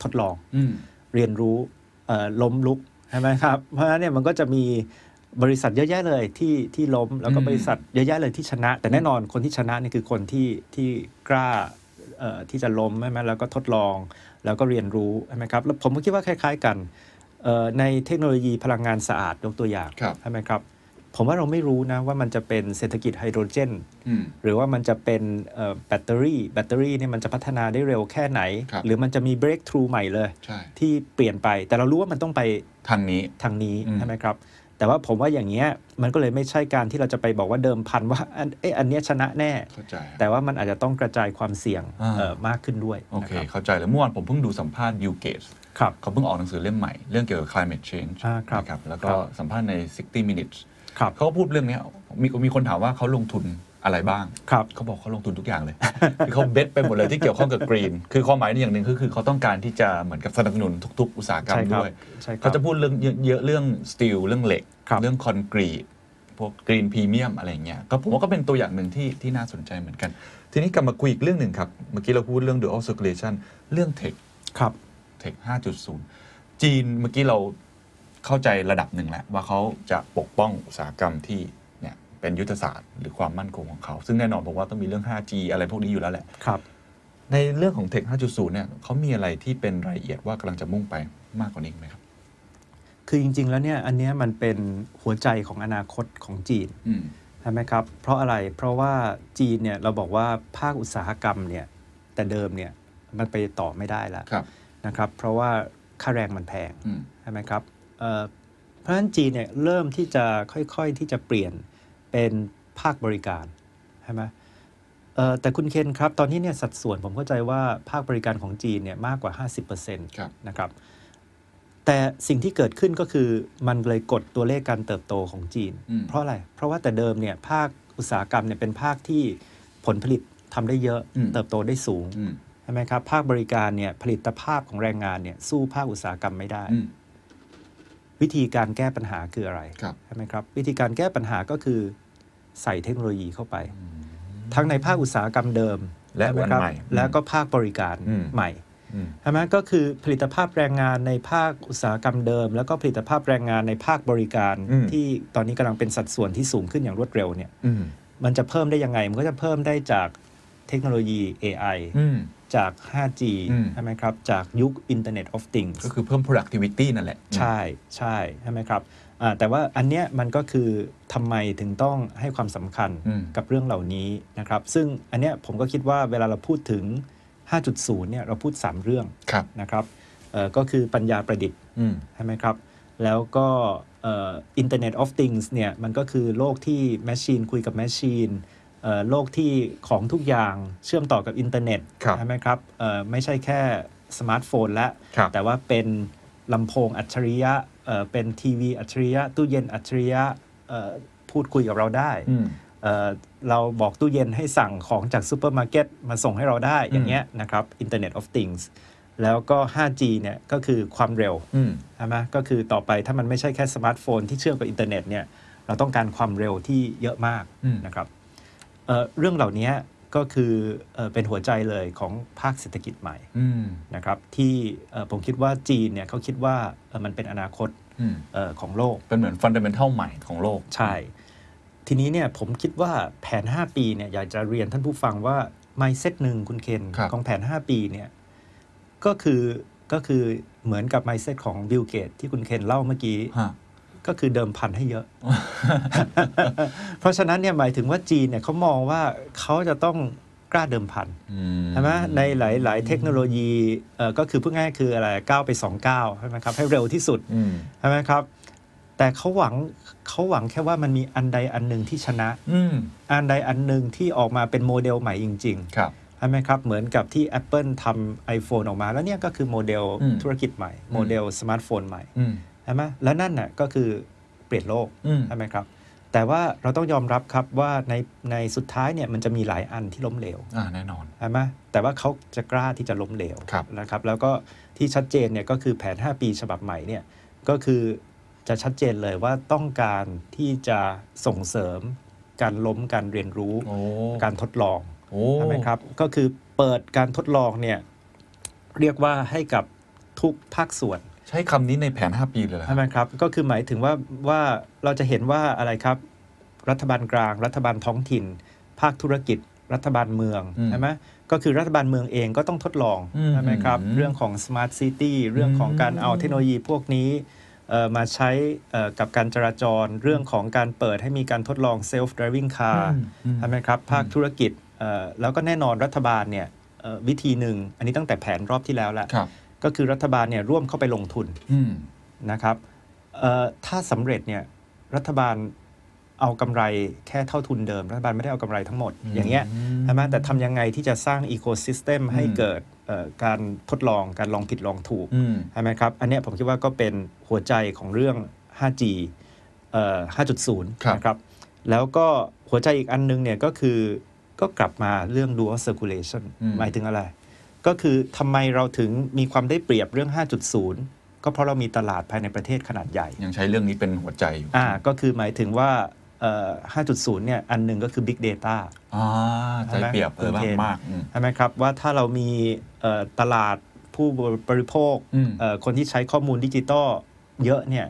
Speaker 4: ทดลอง
Speaker 5: อืม
Speaker 4: เรียนรู้เอ่อล้มลุกใช่ไหมครับ เพราะฉะนั้นเนี่ยมันก็จะมีบริษัทเยอะแยะเลยที่ที่ล้มแล้วก็
Speaker 3: อืม
Speaker 4: บริษัทเยอะแยะเลยที่ชนะ แต่แน่นอนคนที่ชนะนี่คือคนที่ที่กล้าเอ่อที่จะล้มใช่ไหมแล้วก็ทดลองแล้วก็เรียนรู้ใช่ไหมครับแล้วผมก็คิดว่าคล้าย ๆกันเอ่อในเทคโนโลยีพลังงานสะอาดยกตัวอย่าง
Speaker 5: ครับ
Speaker 4: ใช่ไหมครับผมว่าเราไม่รู้นะว่ามันจะเป็นเศรษฐกิจไฮโดรเจน
Speaker 5: อืม
Speaker 4: หรือว่ามันจะเป็นเอ่อแบตเตอรี่แบตเตอรี่เนี่ยมันจะพัฒนาได้เร็วแค่ไหน
Speaker 5: ครับ
Speaker 4: หรือมันจะมี breakthrough ใหม่เลย
Speaker 5: ใช่
Speaker 4: ที่เปลี่ยนไปแต่เรารู้ว่ามันต้องไป
Speaker 3: ทางนี้
Speaker 4: ทางนี้
Speaker 3: อืม
Speaker 4: ใช่ไหมครับ แต่ว่าผมว่าอย่างเงี้ยมันก็เลยไม่ใช่การที่เราจะไปบอกว่าเดิมพันว่าอันเอยอันเนี้ยชนะแน่
Speaker 5: เข้าใจ
Speaker 4: แต่ว่ามันอาจจะต้องกระจายความเสี่ยง
Speaker 3: อ่า
Speaker 4: เอ่อมากขึ้นด้วย
Speaker 3: โอเค
Speaker 4: นะ
Speaker 3: เข้าใจแล้วเมื่อวานผมเพิ่งดูสัมภาษณ์บิลเกต
Speaker 4: ครับ
Speaker 3: เขาเพิ่งออกหนังสือเล่มใหม่ เรื่องเกี่ยวกับ climate change
Speaker 4: อ่าครับ
Speaker 3: นะครับแล้วก็
Speaker 4: ครับ
Speaker 3: สัมภาษณ์ใน 60 minutes
Speaker 4: ครับ
Speaker 3: เขาก็พูดเรื่องเนี้ยมีมีคนถามว่าเขาลงทุน อะไรบ้าง
Speaker 4: ครับ
Speaker 3: เขาบอกเขาลงทุนทุกอย่างเลย *laughs* คือเขาเบ็ดไปหมดเลยที่เกี่ยวข้องกับกรีน คือความหมายในอย่างหนึ่งคือคือเขาต้องการที่จะเหมือนกับสนับสนุนทุกๆ อุตสาหกรรม
Speaker 4: ใช่ครับ
Speaker 3: ด้วย
Speaker 4: ใช่ครับ
Speaker 3: เขาจะพูดเรื่องเยอะๆเรื่องสตีลเรื่องเหล็ก
Speaker 4: ครับ
Speaker 3: เรื่องคอนกรีต พวกกรีนพรีเมียมอะไรอย่างเงี้ย ก็ผมว่าก็เป็นตัวอย่างหนึ่งที่ที่น่าสนใจเหมือนกัน ทีนี้กลับมาคุยอีกเรื่องหนึ่งครับ เมื่อกี้เราพูดเรื่อง dual circulation เรื่องเทค
Speaker 4: ครับ
Speaker 3: เทค 5.0 จีนเมื่อกี้เราเข้าใจระดับหนึ่งแล้วว่าเขาจะปกป้องอุตสาหกรรมที่เนี่ยเป็นยุทธศาสตร์หรือความมั่นคงของเขา ซึ่งแน่นอนผมว่าต้องมีเรื่อง 5G อะไรพวกนี้อยู่แล้วแหละ
Speaker 4: ครับ
Speaker 3: ในเรื่องของเทค 5.0 เนี่ยเขามีอะไรที่เป็นรายละเอียดว่ากำลังจะมุ่งไปมากกว่านี้อีกไหมครับ
Speaker 4: คือจริง ๆ แล้วเนี่ยอันเนี้ยมันเป็นหัวใจของอนาคตของจีน
Speaker 3: อืม
Speaker 4: ใช่ไหมครับ เพราะอะไร เพราะว่าจีนเนี่ยเราบอกว่าภาคอุตสาหกรรมเนี่ยแต่เดิมเนี่ยมันไปต่อไม่ได้แล้ว
Speaker 3: ครับ
Speaker 4: นะครับ เพราะว่าค่าแรงมันแพง
Speaker 3: อืม
Speaker 4: ใช่ไหมครับเอ่อเพราะฉะนั้นจีนเนี่ยเริ่มที่จะค่อยๆที่จะเปลี่ยนเป็นภาคบริการใช่ไหมเอ่อแต่คุณเคนครับ ตอนนี้เนี่ยสัดส่วนผมเข้าใจว่าภาคบริการของจีนเนี่ยมากกว่า 50%
Speaker 3: ครับ
Speaker 4: นะครับ แต่สิ่งที่เกิดขึ้นก็คือมันเลยกดตัวเลขการเติบโตของจีน
Speaker 3: อืม
Speaker 4: เพราะอะไร เพราะว่าแต่เดิมเนี่ยภาคอุตสาหกรรมเนี่ยเป็นภาคที่ผลผลิตทำได้เยอะ
Speaker 3: อืม
Speaker 4: เติบโตได้สูง
Speaker 3: อืม
Speaker 4: ใช่ไหมครับ ภาคบริการเนี่ยผลิตภาพของแรงงานเนี่ยสู้ภาคอุตสาหกรรมไม่ได้
Speaker 3: อืม
Speaker 4: วิธีการแก้ปัญหาคืออะไร
Speaker 3: ครับ
Speaker 4: ใช่ไหมครับ วิธีการแก้ปัญหาก็คือใส่เทคโนโลยีเข้าไป ทั้งในภาคอุตสาหกรรมเดิม
Speaker 3: และ
Speaker 4: ใช่ไหม
Speaker 3: วัน
Speaker 4: ครับ
Speaker 3: ใหม่
Speaker 4: แล้วก็ภาคบริการ
Speaker 3: อืม
Speaker 4: ใหม่
Speaker 3: อืม
Speaker 4: ใช่ไหมก็คือผลิตภาพแรงงานในภาคอุตสาหกรรมเดิม แล้วก็ผลิตภาพแรงงานในภาคบริการ
Speaker 3: อืม
Speaker 4: ที่ตอนนี้กำลังเป็นสัดส่วนที่สูงขึ้นอย่างรวดเร็วเนี่ย
Speaker 3: อืม
Speaker 4: มันจะเพิ่มได้ยังไง มันก็จะเพิ่มได้จากเทคโนโลยี AI
Speaker 3: อืม
Speaker 4: จาก 5G
Speaker 3: อืม
Speaker 4: ใช่ไหมครับจากยุค Internet of Things
Speaker 3: ก็คือเพิ่ม productivity นั่นแหละ
Speaker 4: ใช่ใช่ใช่ไหมครับอ่าแต่ว่าอันเนี้ยมันก็คือทำไมถึงต้องให้ความสำคัญ
Speaker 3: อืม
Speaker 4: กับเรื่องเหล่านี้นะครับซึ่งอันเนี้ยผมก็คิดว่าเวลาเราพูดถึง 5.0เนี่ยเราพูดสามเรื่อง
Speaker 3: ครับ
Speaker 4: นะครับเอ่อก็คือปัญญาประดิษฐ์
Speaker 3: อืม
Speaker 4: ใช่ไหมครับ แล้วก็เอ่อ Internet of Things เนี่ยมันก็คือโลกที่แมชชีนคุยกับแมชชีนเอ่อโลกที่ของทุกอย่างเชื่อมต่อกับอินเทอร์เน็ต
Speaker 3: ครับ
Speaker 4: ใช่ไหมครับเอ่อไม่ใช่แค่สมาร์ทโฟนแล้ว
Speaker 3: ครับ
Speaker 4: แต่ว่าเป็นลำโพงอัจฉริยะเอ่อเป็นทีวีอัจฉริยะ ตู้เย็นอัจฉริยะเอ่อพูดคุยกับเราได้
Speaker 3: อืม
Speaker 4: เอ่อเราบอกตู้เย็นให้สั่งของจากซูเปอร์มาร์เก็ตมาส่งให้เราได้อย่างเงี้ยนะครับ Internet of Things แล้วก็ 5G เนี่ยก็คือความเร็ว
Speaker 3: อืม
Speaker 4: ใช่ไหมก็คือต่อไปถ้ามันไม่ใช่แค่สมาร์ทโฟนที่เชื่อมกับอินเทอร์เน็ตเนี่ยเราต้องการความเร็วที่เยอะมาก
Speaker 3: อืม
Speaker 4: นะครับเอ่อเรื่องเหล่านี้ก็คือเอ่อเป็นหัวใจเลยของภาคเศรษฐกิจใหม่
Speaker 3: อืม
Speaker 4: นะครับที่เอ่อผมคิดว่าจีนเนี่ยเขาคิดว่าเอ่อมันเป็นอนาคต
Speaker 3: อืม
Speaker 4: เอ่อของโลก
Speaker 3: เป็นเหมือน fundamental ใหม่ของโลก
Speaker 4: ใช่ ทีนี้เนี่ยผมคิดว่าแผน 5 ปีเนี่ยอยากจะเรียนท่านผู้ฟังว่า mindset หนึ่งคุณเคน
Speaker 3: ครับ
Speaker 4: ของแผน 5 ปีเนี่ยก็คือก็คือเหมือนกับ mindset ของบิลเกตที่คุณเคนเล่าเมื่อกี้
Speaker 3: ฮะ
Speaker 4: ก็คือเดิมพันให้เยอะ *laughs* เพราะฉะนั้นเนี่ยหมายถึงว่าจีนเนี่ยเขามองว่าเขาจะต้องกล้าเดิมพัน
Speaker 3: อืม
Speaker 4: ใช่ไหมในหลาย ๆ เทคโนโลยีเอ่อก็คือพูดง่ายๆคืออะไรก้าวไป2ก้าวใช่ไหมครับให้เร็วที่สุด
Speaker 3: อืม
Speaker 4: ใช่ไหมครับ แต่เขาหวังเขาหวังแค่ว่ามันมีอันใดอันหนึ่งที่ชนะ
Speaker 3: อืม
Speaker 4: อันใดอันหนึ่งที่ออกมาเป็นโมเดลใหม่จริง
Speaker 3: ครับ
Speaker 4: ๆใช่ไหมครับ เหมือนกับที่ Apple ทำ iPhone ออกมาแล้วเนี่ยก็คือโมเดล
Speaker 3: อืม
Speaker 4: ธุรกิจใหม่ โมเดลสมาร์ทโฟนใหม่
Speaker 3: อืม
Speaker 4: ใช่ไหมแล้วนั่นน่ะก็คือเปลี่ยนโลก
Speaker 3: อืม
Speaker 4: ใช่ไหมครับ แต่ว่าเราต้องยอมรับครับว่าในในสุดท้ายเนี่ยมันจะมีหลายอันที่ล้มเหลว
Speaker 3: อ่า แน่นอน
Speaker 4: ใช่ไหมแต่ว่าเขาจะกล้าที่จะล้มเหลว
Speaker 3: ครับ
Speaker 4: นะครับ แล้วก็ที่ชัดเจนเนี่ยก็คือแผน 5 ปีฉบับใหม่เนี่ยก็คือจะชัดเจนเลยว่าต้องการที่จะส่งเสริมการล้มการเรียนรู้
Speaker 3: โอ้
Speaker 4: การทดลอง
Speaker 3: โอ้
Speaker 4: ใช่ไหมครับ ก็คือเปิดการทดลองเนี่ยเรียกว่าให้กับทุกภาคส่วน
Speaker 3: ใช้คำนี้ในแผน 5 ปีเลยเหรอครั
Speaker 4: ใช่
Speaker 3: บ
Speaker 4: ไหมครับ ก็คือหมายถึงว่าว่าเราจะเห็นว่าอะไรครับ รัฐบาลกลาง รัฐบาลท้องถิ่น ภาคธุรกิจ รัฐบาลเมือง
Speaker 3: อืม
Speaker 4: ใช่ไหมก็คือรัฐบาลเมืองเองก็ต้องทดลอง
Speaker 3: อืม
Speaker 4: ใช่ไหมครับ
Speaker 3: อืม
Speaker 4: เรื่องของ smart city เรื่องของการเอาเทคโนโลยีพวกนี้เอ่อมาใช้เอ่อกับการจราจร เรื่องของการเปิดให้มีการทดลอง self driving car
Speaker 3: อืมอืม
Speaker 4: ใช่ไหมครับ ภาคธุรกิจเอ่อแล้วก็แน่นอนรัฐบาลเนี่ยเอ่อวิธีหนึ่งอันนี้ตั้งแต่แผนรอบที่แล้วแหละ
Speaker 3: ครับ
Speaker 4: ก็คือรัฐบาลเนี่ยร่วมเข้าไปลงทุน
Speaker 3: อืม
Speaker 4: นะครับเอ่อถ้าสำเร็จเนี่ยรัฐบาลเอากำไรแค่เท่าทุนเดิม รัฐบาลไม่ได้เอากำไรทั้งหมด อย่างเงี้ยใช่ไหมแต่ทำยังไงที่จะสร้างอีโคซิสเต็มให้เกิดเอ่อการทดลองการลองผิดลองถูก
Speaker 3: อืม
Speaker 4: ใช่ไหมครับอันเนี้ยผมคิดว่าก็เป็นหัวใจของเรื่อง 5G เอ่อ5.0
Speaker 3: ครับ
Speaker 4: นะครับแล้วก็หัว หัวใจอีกอันนึงเนี่ยก็คือก็กลับมาเรื่อง dual circulation
Speaker 3: อืม
Speaker 4: หมายถึงอะไร ก็คือทำไมเราถึงมีความได้เปรียบเรื่อง 5.0 ก็เพราะเรามีตลาดภายในประเทศขนาดใหญ่
Speaker 3: ยังใช้เรื่องนี้เป็นหัวใจอยู่
Speaker 4: อ่าก็คือหมายถึงว่าเอ่อ5.0 เนี่ย อันหนึ่งก็คือ Big Data
Speaker 3: อ่าใจเปรียบเออมากมากๆอืม
Speaker 4: ใช่ไหมครับ ว่าถ้าเรามีเอ่อตลาดผู้บริโภค
Speaker 3: อืม
Speaker 4: เอ่อคนที่ใช้ข้อมูลดิจิตอลเยอะเนี่ย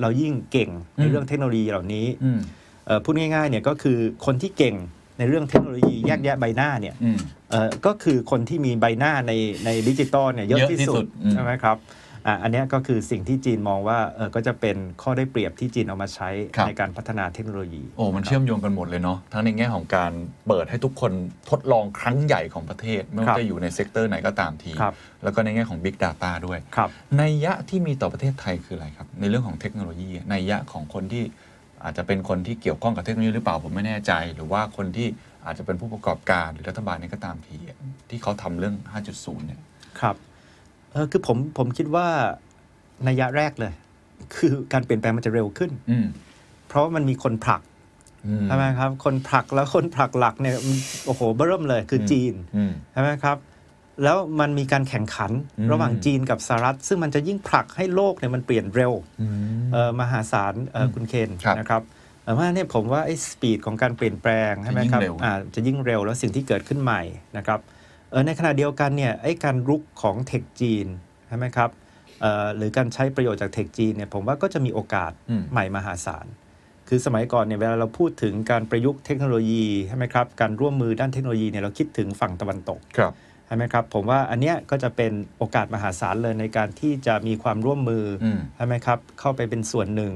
Speaker 4: เรายิ่งเก่งใน
Speaker 3: อืม
Speaker 4: เรื่องเทคโนโลยีเหล่านี้
Speaker 3: อืม
Speaker 4: เอ่อพูดง่ายๆเนี่ยก็คือคนที่เก่งในเรื่องเทคโนโลยีแยกแยะใบหน้าเนี่ย
Speaker 3: อืม
Speaker 4: เอ่อก็คือคนที่มีใบหน้าในในดิจิตอลเนี่ยเยอะ
Speaker 3: เยอะที่
Speaker 4: ที่
Speaker 3: สุ
Speaker 4: สุ
Speaker 3: ด
Speaker 4: ด
Speaker 3: อืม
Speaker 4: ใช่ไหมครับอ่ะอันเนี้ยก็คือสิ่งที่จีนมองว่าเออก็จะเป็นข้อได้เปรียบที่จีนเอามาใช้ในการพัฒนาเทคโนโลยี
Speaker 3: โอ้มันเชื่อมโยงกันหมดเลยเนาะทั้งในแง่ของการเปิดให้ทุกคนทดลองครั้งใหญ่ของประเทศ ไม่
Speaker 4: ครั
Speaker 3: ว่า
Speaker 4: บ
Speaker 3: จะอยู่ในเซกเตอร์ไหนก็ตามที
Speaker 4: ครับ
Speaker 3: แล้วก็ในแง่ของ Big Data ด้วย
Speaker 4: ครับ
Speaker 3: นัยยะที่มีต่อประเทศไทยคืออะไรครับ ในเรื่องของเทคโนโลยีนัยยะของคนที่อาจจะเป็นคนที่เกี่ยวข้องกับเทคโนโลยีหรือเปล่าผมไม่แน่ใจ หรือว่าคนที่อาจจะเป็นผู้ประกอบการหรือรัฐบาลเนี่ยก็ตามทีอะที่เขาทำเรื่อง 5.0 เนี่ย
Speaker 4: ครับเออคือผมผมคิดว่านัยยะแรกเลย *laughs* คือการเปลี่ยนแปลงมันจะเร็วขึ้น
Speaker 3: อืม
Speaker 4: เพราะมันมีคนผลัก
Speaker 3: อืม
Speaker 4: ใช่ไหมครับ คนผลักแล้วคนผลักหลักเนี่ยมันโอ้โหเบิ่มเลยคือจีน
Speaker 3: อืม
Speaker 4: ใช่ไหมครับ แล้วมันมีการแข่งขัน
Speaker 3: อืม
Speaker 4: ระหว่างจีนกับสหรัฐ ซึ่งมันจะยิ่งผลักให้โลกเนี่ยมันเปลี่ยนเร็ว
Speaker 3: อืม
Speaker 4: เออมหาศาลเออคุณเคน
Speaker 3: ครับ
Speaker 4: นะครับเออเพราะฉะนั้นเนี่ยผมว่าไอ้สปีดของการเปลี่ยนแปลงใช่ไหมครับ
Speaker 3: จะยิ่งเร็ว
Speaker 4: อ่าจะยิ่งเร็วแล้วสิ่งที่เกิดขึ้นใหม่นะครับเออในขณะเดียวกันเนี่ยไอ้การรุกของเทคจีนใช่ไหมครับเอ่อหรือการใช้ประโยชน์จากเทคจีนเนี่ยผมว่าก็จะมีโอกาส
Speaker 3: อืม
Speaker 4: ใหม่มหาศาล คือสมัยก่อนเนี่ยเวลาเราพูดถึงการประยุกต์เทคโนโลยีใช่ไหมครับ การร่วมมือด้านเทคโนโลยีเนี่ยเราคิดถึงฝั่งตะวันตก
Speaker 3: ครับ
Speaker 4: ใช่ไหมครับ ผมว่าอันเนี้ยก็จะเป็นโอกาสมหาศาลเลยในการที่จะมีความร่วมมืออ
Speaker 3: ม
Speaker 4: ใช่ไหมครับ เข้าไปเป็นส่วนหนึ่ง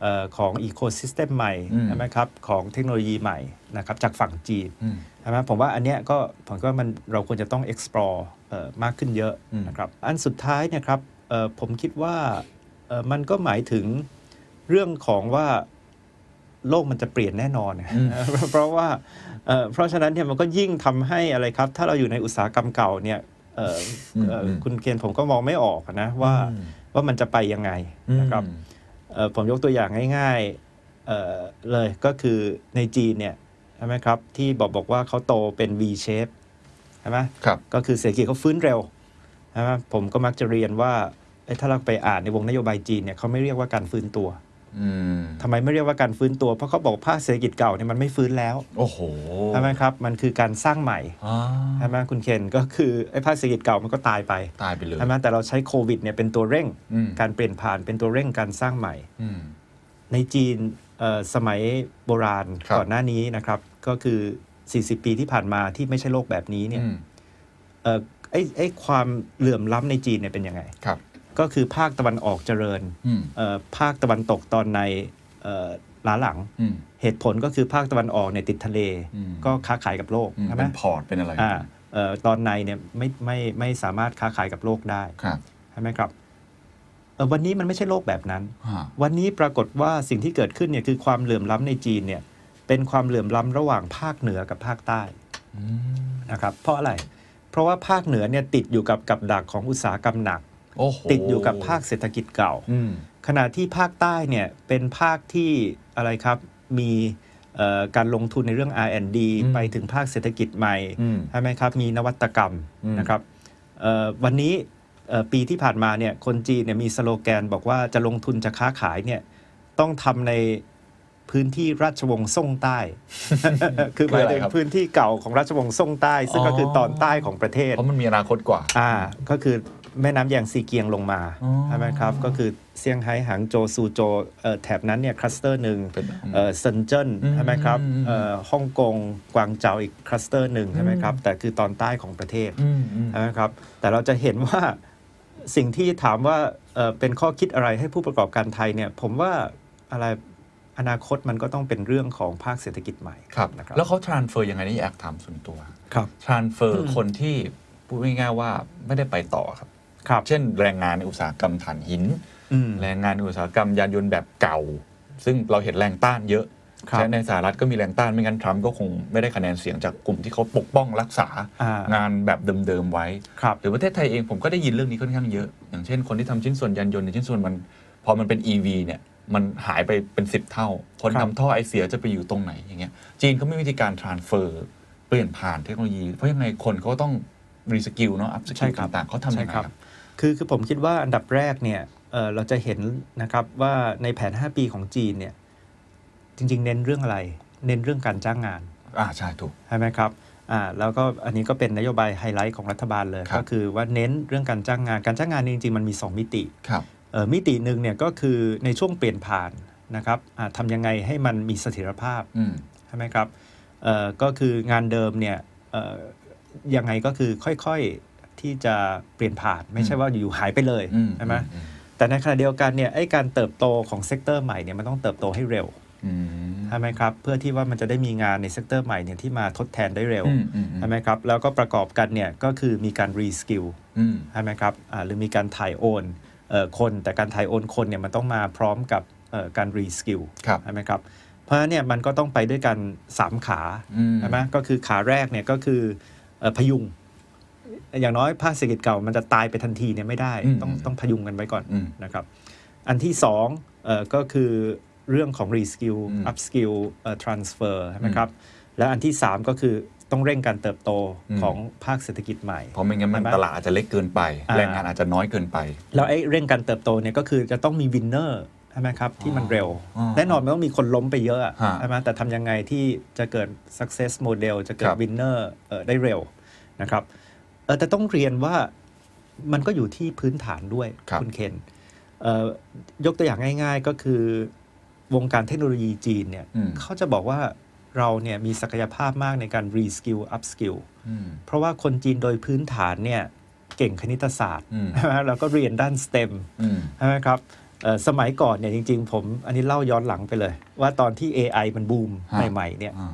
Speaker 4: เออของอีโคซิสเต็มใหม่
Speaker 3: อืม
Speaker 4: ใช่ไหมครับของเทคโนโลยีใหม่นะครับจากฝั่งจีน
Speaker 3: อืม
Speaker 4: ใช่ไหมผมว่าอันเนี้ยก็ผมว่ามันเราควรจะต้อง explore เอ่อมากขึ้นเยอะ
Speaker 3: อืม
Speaker 4: นะครับอันสุดท้ายเนี่ยครับเอ่อผมคิดว่าเอ่อมันก็หมายถึง เรื่องของว่าโลกมันจะเปลี่ยนแน่นอน *laughs* เพราะว่าเอ่อเพราะฉะนั้นเนี่ยมันก็ยิ่งทำให้อะไรครับ ถ้าเราอยู่ในอุตสาหกรรมเก่าเนี่ยเอ่อเอ่อ
Speaker 3: อืมอืม
Speaker 4: คุณเคนผมก็มองไม่ออกนะว่าว่ามันจะไปยังไงนะครับเอ่อผมยกตัวอย่างง่ายๆเอ่อเลยก็คือในจีนเนี่ยใช่ไหมครับที่บอกบอกว่าเขาโตเป็น V shape ใช่ไหม
Speaker 3: ครับ
Speaker 4: ก็คือเศรษฐกิจเขาฟื้นเร็วนะครับผมก็มักจะเรียนว่าเอ้ยถ้าเราไปอ่านในวงนโยบายจีนเนี่ยเขาไม่เรียกว่าการฟื้นตัว
Speaker 3: อืม
Speaker 4: ทำไมไม่เรียกว่าการฟื้นตัว เพราะเขาบอกภาคเศรษฐกิจเก่าเนี่ยมันไม่ฟื้นแล้ว
Speaker 3: โอ้โห
Speaker 4: ใช่ไหมครับมันคือการสร้างใหม่
Speaker 3: อ่า
Speaker 4: ใช่ไหมคุณเคนก็คือไอ้ภาคเศรษฐกิจเก่ามันก็ตายไป
Speaker 3: ตายไปเลย
Speaker 4: ใช่ไหมแต่เราใช้โควิดเนี่ยเป็นตัวเร่ง
Speaker 3: อืม
Speaker 4: การเปลี่ยนผ่านเป็นตัวเร่งการสร้างใหม่
Speaker 3: อืม
Speaker 4: ในจีนเอ่อสมัยโบราณ
Speaker 3: ครับ
Speaker 4: ก่อนหน้านี้นะครับก็คือ 40 ปีที่ผ่านมาที่ไม่ใช่โลกแบบนี้เนี่ย
Speaker 3: อืม
Speaker 4: เอ่อไอ้ไอ้ความเหลื่อมล้ำในจีนเนี่ยเป็นยังไง
Speaker 3: ครับ
Speaker 4: ก็คือภาคตะวันออกเจริญ
Speaker 3: อืม
Speaker 4: เอ่อภาคตะวันตกตอนในเอ่อล้าหลัง
Speaker 3: อืม
Speaker 4: เหตุผลก็คือภาคตะวันออกเนี่ยติดทะเล
Speaker 3: อืม
Speaker 4: ก็ค้าขายกับโลก
Speaker 3: อืม
Speaker 4: ใช่ไหม
Speaker 3: เป็นพอร์ตเป็นอะไร
Speaker 4: อ่าเอ่อตอนในเนี่ยไม่ไม่ไม่สามารถค้าขายกับโลกได้
Speaker 3: ครับ
Speaker 4: ใช่ไหมครับเอ่อวันนี้มันไม่ใช่โลกแบบนั้น
Speaker 3: อ่า
Speaker 4: วันนี้ปรากฏว่าสิ่งที่เกิดขึ้นเนี่ยคือความเหลื่อมล้ำในจีนเนี่ยเป็นความเหลื่อมล้ำระหว่างภาคเหนือกับภาคใต้
Speaker 3: อืม
Speaker 4: นะครับเพราะอะไร เพราะว่าภาคเหนือเนี่ยติดอยู่กับกับดักของอุตสาหกรรมหนัก
Speaker 3: โอ้โห
Speaker 4: ติดอยู่กับภาคเศรษฐกิจเก่า
Speaker 3: อืม
Speaker 4: ขณะที่ภาคใต้เนี่ยเป็นภาคที่อะไรครับมีเอ่อการลงทุนในเรื่อง R&D
Speaker 3: อืม
Speaker 4: ไปถึงภาคเศรษฐกิจใหม่
Speaker 3: อืม
Speaker 4: ใช่ไหมครับมีนวัตกรรม
Speaker 3: อืม
Speaker 4: นะครับเอ่อวันนี้เอ่อปีที่ผ่านมาเนี่ยคนจีนเนี่ยมีสโลแกนบอกว่าจะลงทุนจะค้าขายเนี่ยต้องทำในพื้นที่ราชวงศ์ซ่งใต้ *laughs* คือหมายถึงพื้นที่เก่าของราชวงศ์ซ่งใต้ ซึ่งก็คือตอนใต้ของประเทศ
Speaker 3: เพราะมันมีอนาคตกว่า
Speaker 4: อ่าก็คือแม่น้ำแยางซีเกียงลงมา
Speaker 3: อ๋อ
Speaker 4: ใช่ไหมครับก็คือเซี่ยงไฮ้หางโจวซูโจวเอ่อแถบนั้นเนี่ยคลัสเตอร์หนึ่ง
Speaker 3: เป็น
Speaker 4: เอ่อเซินเจิ้น
Speaker 3: อืม
Speaker 4: ใช่ไหมครับ
Speaker 3: อืม
Speaker 4: เอ่อฮ่องกงกวางเจาอีกคลัสเตอร์หนึ่งใช่ไหมครับแต่คือตอนใต้ของประเทศ
Speaker 3: อืมอืม
Speaker 4: ใช่ไหมครับแต่เราจะเห็นว่าสิ่งที่ถามว่าเอ่อเป็นข้อคิดอะไรให้ผู้ประกอบการไทยเนี่ยผมว่าอะไรอนาคตมันก็ต้องเป็นเรื่องของภาคเศรษฐกิจใหม่
Speaker 3: ครับ
Speaker 4: นะครับ
Speaker 3: แล้วเขา transfer ยังไงนี่แอกถามส่วนตัว
Speaker 4: ครับ
Speaker 3: transfer คนที่พูดง่ายๆว่าไม่ได้ไปต่อครับ
Speaker 4: ครับ
Speaker 3: เช่นแรงงานในอุตสาหกรรมถ่านหิน
Speaker 4: อืม
Speaker 3: แรงงานในอุตสาหกรรมยานยนต์แบบเก่า ซึ่งเราเห็นแรงต้านเยอะ
Speaker 4: ครับ
Speaker 3: ใช่ในสหรัฐก็มีแรงต้านไม่งั้นทรัมป์ก็คงไม่ได้คะแนนเสียงจากกลุ่มที่เขาปกป้องรักษา
Speaker 4: อ่าง
Speaker 3: งานแบบเดิมๆไว้
Speaker 4: ครับ
Speaker 3: หรือประเทศไทยเองผมก็ได้ยินเรื่องนี้ค่อนข้างเยอะ อย่างเช่นคนที่ทำชิ้นส่วนยานยนต์ในยชิ้นส่วนมัน พอมันเป็น EV เนี่ย มันหายไปเป็น 10 เท่า คน
Speaker 4: ครั
Speaker 3: ทำ
Speaker 4: บ
Speaker 3: ท่อไอเสียจะไปอยู่ตรงไหนอย่างเงี้ย จีนเขาไม่มีวิธีการ transfer เปลี่ยนผ่านเทคโนโลยี เพราะยังไงคนเขาก็ต้องรีสกิลเนาะอัพส
Speaker 4: ใช่
Speaker 3: กิล
Speaker 4: ครับ
Speaker 3: ต่างๆเขาทำยังไงครับ
Speaker 4: คือคือผมคิดว่าอันดับแรกเนี่ยเอ่อเราจะเห็นนะครับว่าในแผน 5 ปีของจีนเนี่ยจริง ๆ เน้นเรื่องอะไร เน้นเรื่องการจ้างงาน
Speaker 3: อ่าใช่ถูก
Speaker 4: ใช่ไหมครับอ่าแล้วก็อันนี้ก็เป็นนโยบายไฮไลท์ของรัฐบาลเลย
Speaker 3: ครับ
Speaker 4: ก็คือว่าเน้นเรื่องการจ้างงาน การจ้างงานเนี่ยจริงๆมันมี 2 มิติ
Speaker 3: ครับ
Speaker 4: เอ่อมิติหนึ่งเนี่ยก็คือในช่วงเปลี่ยนผ่านนะครับอ่าทำยังไงให้มันมีเสถียรภาพ
Speaker 3: อืม
Speaker 4: ใช่ไหมครับเอ่อก็คืองานเดิมเนี่ยเอ่อยังไงก็คือค่อยๆที่จะเปลี่ยนผ่าน ไม่ใช่ว่าอยู่ๆหายไปเลย
Speaker 3: อื
Speaker 4: ใช่ไหม
Speaker 3: อื
Speaker 4: แต่ในขณะเดียวกันเนี่ยไอ้การเติบโตของเซกเตอร์ใหม่เนี่ยมันต้องเติบโตให้เร็ว
Speaker 3: อืม
Speaker 4: ใช่ไหมครับเพื่อที่ว่ามันจะได้มีงานในเซกเตอร์ใหม่เนี่ยที่มาทดแทนได้เร็ว
Speaker 3: อืมอืมอื
Speaker 4: ใช่
Speaker 3: ม
Speaker 4: ไหมครับแล้วก็ประกอบกันเนี่ยก็คือมีการรีสกิล
Speaker 3: อืม
Speaker 4: ใช่ไหมครับอ่าหรือมีการถ่ายโอนเอ่อคนแต่การถ่ายโอนคนเนี่ยมันต้องมาพร้อมกับเอ่อการรีสกิล
Speaker 3: ครับ
Speaker 4: ใช่ไหมครับเพราะฉะนั้นเนี่ยมันก็ต้องไปด้วยกันสามขา
Speaker 3: อืม
Speaker 4: ใช่ไหมก็คือขาแรกเนี่ยก็คือเอ่อพยุง อย่างน้อยภาคเศรษฐกิจเก่ามันจะตายไปทันทีเนี่ยไม่ได้ ต้องต้องพยุงกันไว้ก่อน
Speaker 3: อืม
Speaker 4: นะครับ อันที่สองเอ่อก็คือเรื่องของ reskill
Speaker 3: อืม
Speaker 4: upskill เอ่อ transfer ใช่ไหมครับ แล้วอันที่สามก็คือต้องเร่งการเติบโต
Speaker 3: อืม
Speaker 4: ของภาคเศรษฐกิจใหม่
Speaker 3: เพราะไม่งั้นมัน
Speaker 4: ใช่ไหม
Speaker 3: ตลาดอาจจะเล็กเกินไป
Speaker 4: อ่า
Speaker 3: แรงงานอาจจะน้อยเกินไป
Speaker 4: แล้วไอ้เร่งการเติบโตเนี่ยก็คือจะต้องมีวินเนอร์ใช่ไหมครับ ที่มันเร็ว
Speaker 3: อ๋อ
Speaker 4: แน่นอนมันต้องมีคนล้มไปเยอะอะ
Speaker 3: ฮะ
Speaker 4: ใช่ไหมแต่ทำยังไงที่จะเกิด success model จะเกิ
Speaker 3: ค
Speaker 4: ด
Speaker 3: รับ
Speaker 4: วินเนอร์ได้เร็วนะครับเอ่อแต่ต้องเรียนว่ามันก็อยู่ที่พื้นฐานด้วย
Speaker 3: ครับ
Speaker 4: ณเคนเอ่อยกตัวอย่างง่าย ๆ ก็คือวงการเทคโนโลยีจีนเนี่ย
Speaker 3: อืม
Speaker 4: เขาจะบอกว่าเราเนี่ยมีศักยภาพมากในการ reskill upskill
Speaker 3: อืม
Speaker 4: เพราะว่าคนจีนโดยพื้นฐานเนี่ยเก่งคณิตศาสตร์
Speaker 3: อืม
Speaker 4: ใช่ไหม *laughs* แล้วก็เรียนด้านสเต็ม
Speaker 3: อืม
Speaker 4: ใช่ไหมครับเอ่อสมัยก่อนเนี่ยจริงๆ ผมอันนี้เล่าย้อนหลังไปเลย ว่าตอนที่ AI มันบูม
Speaker 3: ฮะ
Speaker 4: ใหม่ๆเนี่ย
Speaker 3: อ่า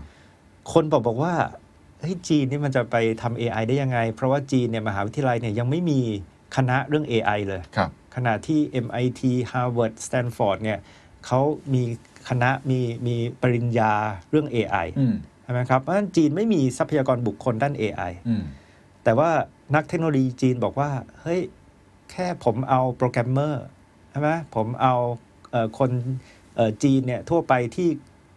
Speaker 4: คนบอกบอกว่าเฮ้ยจีนนี่มันจะไปทำ AI ได้ยังไง เพราะว่าจีนเนี่ยมหาวิทยาลัยเนี่ยยังไม่มีคณะเรื่อง AI เลย
Speaker 3: ครับ
Speaker 4: ขณะที่ MIT Harvard Stanford เนี่ยเขามีคณะมีมีปริญญาเรื่อง AI
Speaker 3: อืม
Speaker 4: ใช่ไหมครับเพราะฉะนั้นจีนไม่มีทรัพยากรบุคคลด้าน AI
Speaker 3: อืม
Speaker 4: แต่ว่านักเทคโนโลยีจีนบอกว่า เฮ้ย แค่ผมเอาโปรแกรมเมอร์ใช่ไหมผมเอาเอ่อคนเอ่อจีนเนี่ยทั่วไปที่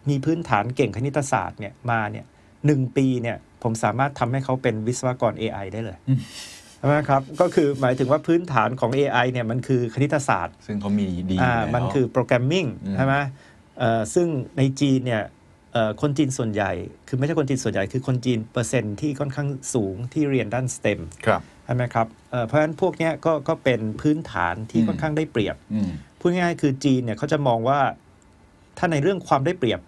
Speaker 4: มีพื้นฐานเก่งคณิตศาสตร์เนี่ยมาเนี่ยหนึ่งปีเนี่ยผมสามารถทำให้เขาเป็นวิศวกร AI ได้เลยใช่ไหมครับ ก็คือหมายถึงว่าพื้นฐานของ AI เนี่ยมันคือคณิตศาสตร์
Speaker 3: ซึ่งเขามีดี
Speaker 4: อ่า
Speaker 3: ยู่แล้ว
Speaker 4: มันคือโปรแกรมมิ่ง
Speaker 3: อืม
Speaker 4: ใช่ไหมเอ่อซึ่งในจีนเนี่ยเอ่อคนจีนส่วนใหญ่ คือไม่ใช่คนจีนส่วนใหญ่ คือคนจีนเปอร์เซ็นต์ที่ค่อนข้างสูงที่เรียนด้านสเต็ม
Speaker 3: ครับ
Speaker 4: ใช่ไหมครับเอ่อเพราะฉะนั้นพวกเนี้ยก็ก็เป็นพื้นฐานที่ค่อนข้างได้เปรียบ
Speaker 3: อืม
Speaker 4: พูดง่ายๆคือจีนเนี่ยเขาจะมองว่าถ้าในเรื่องความได้เปรียบ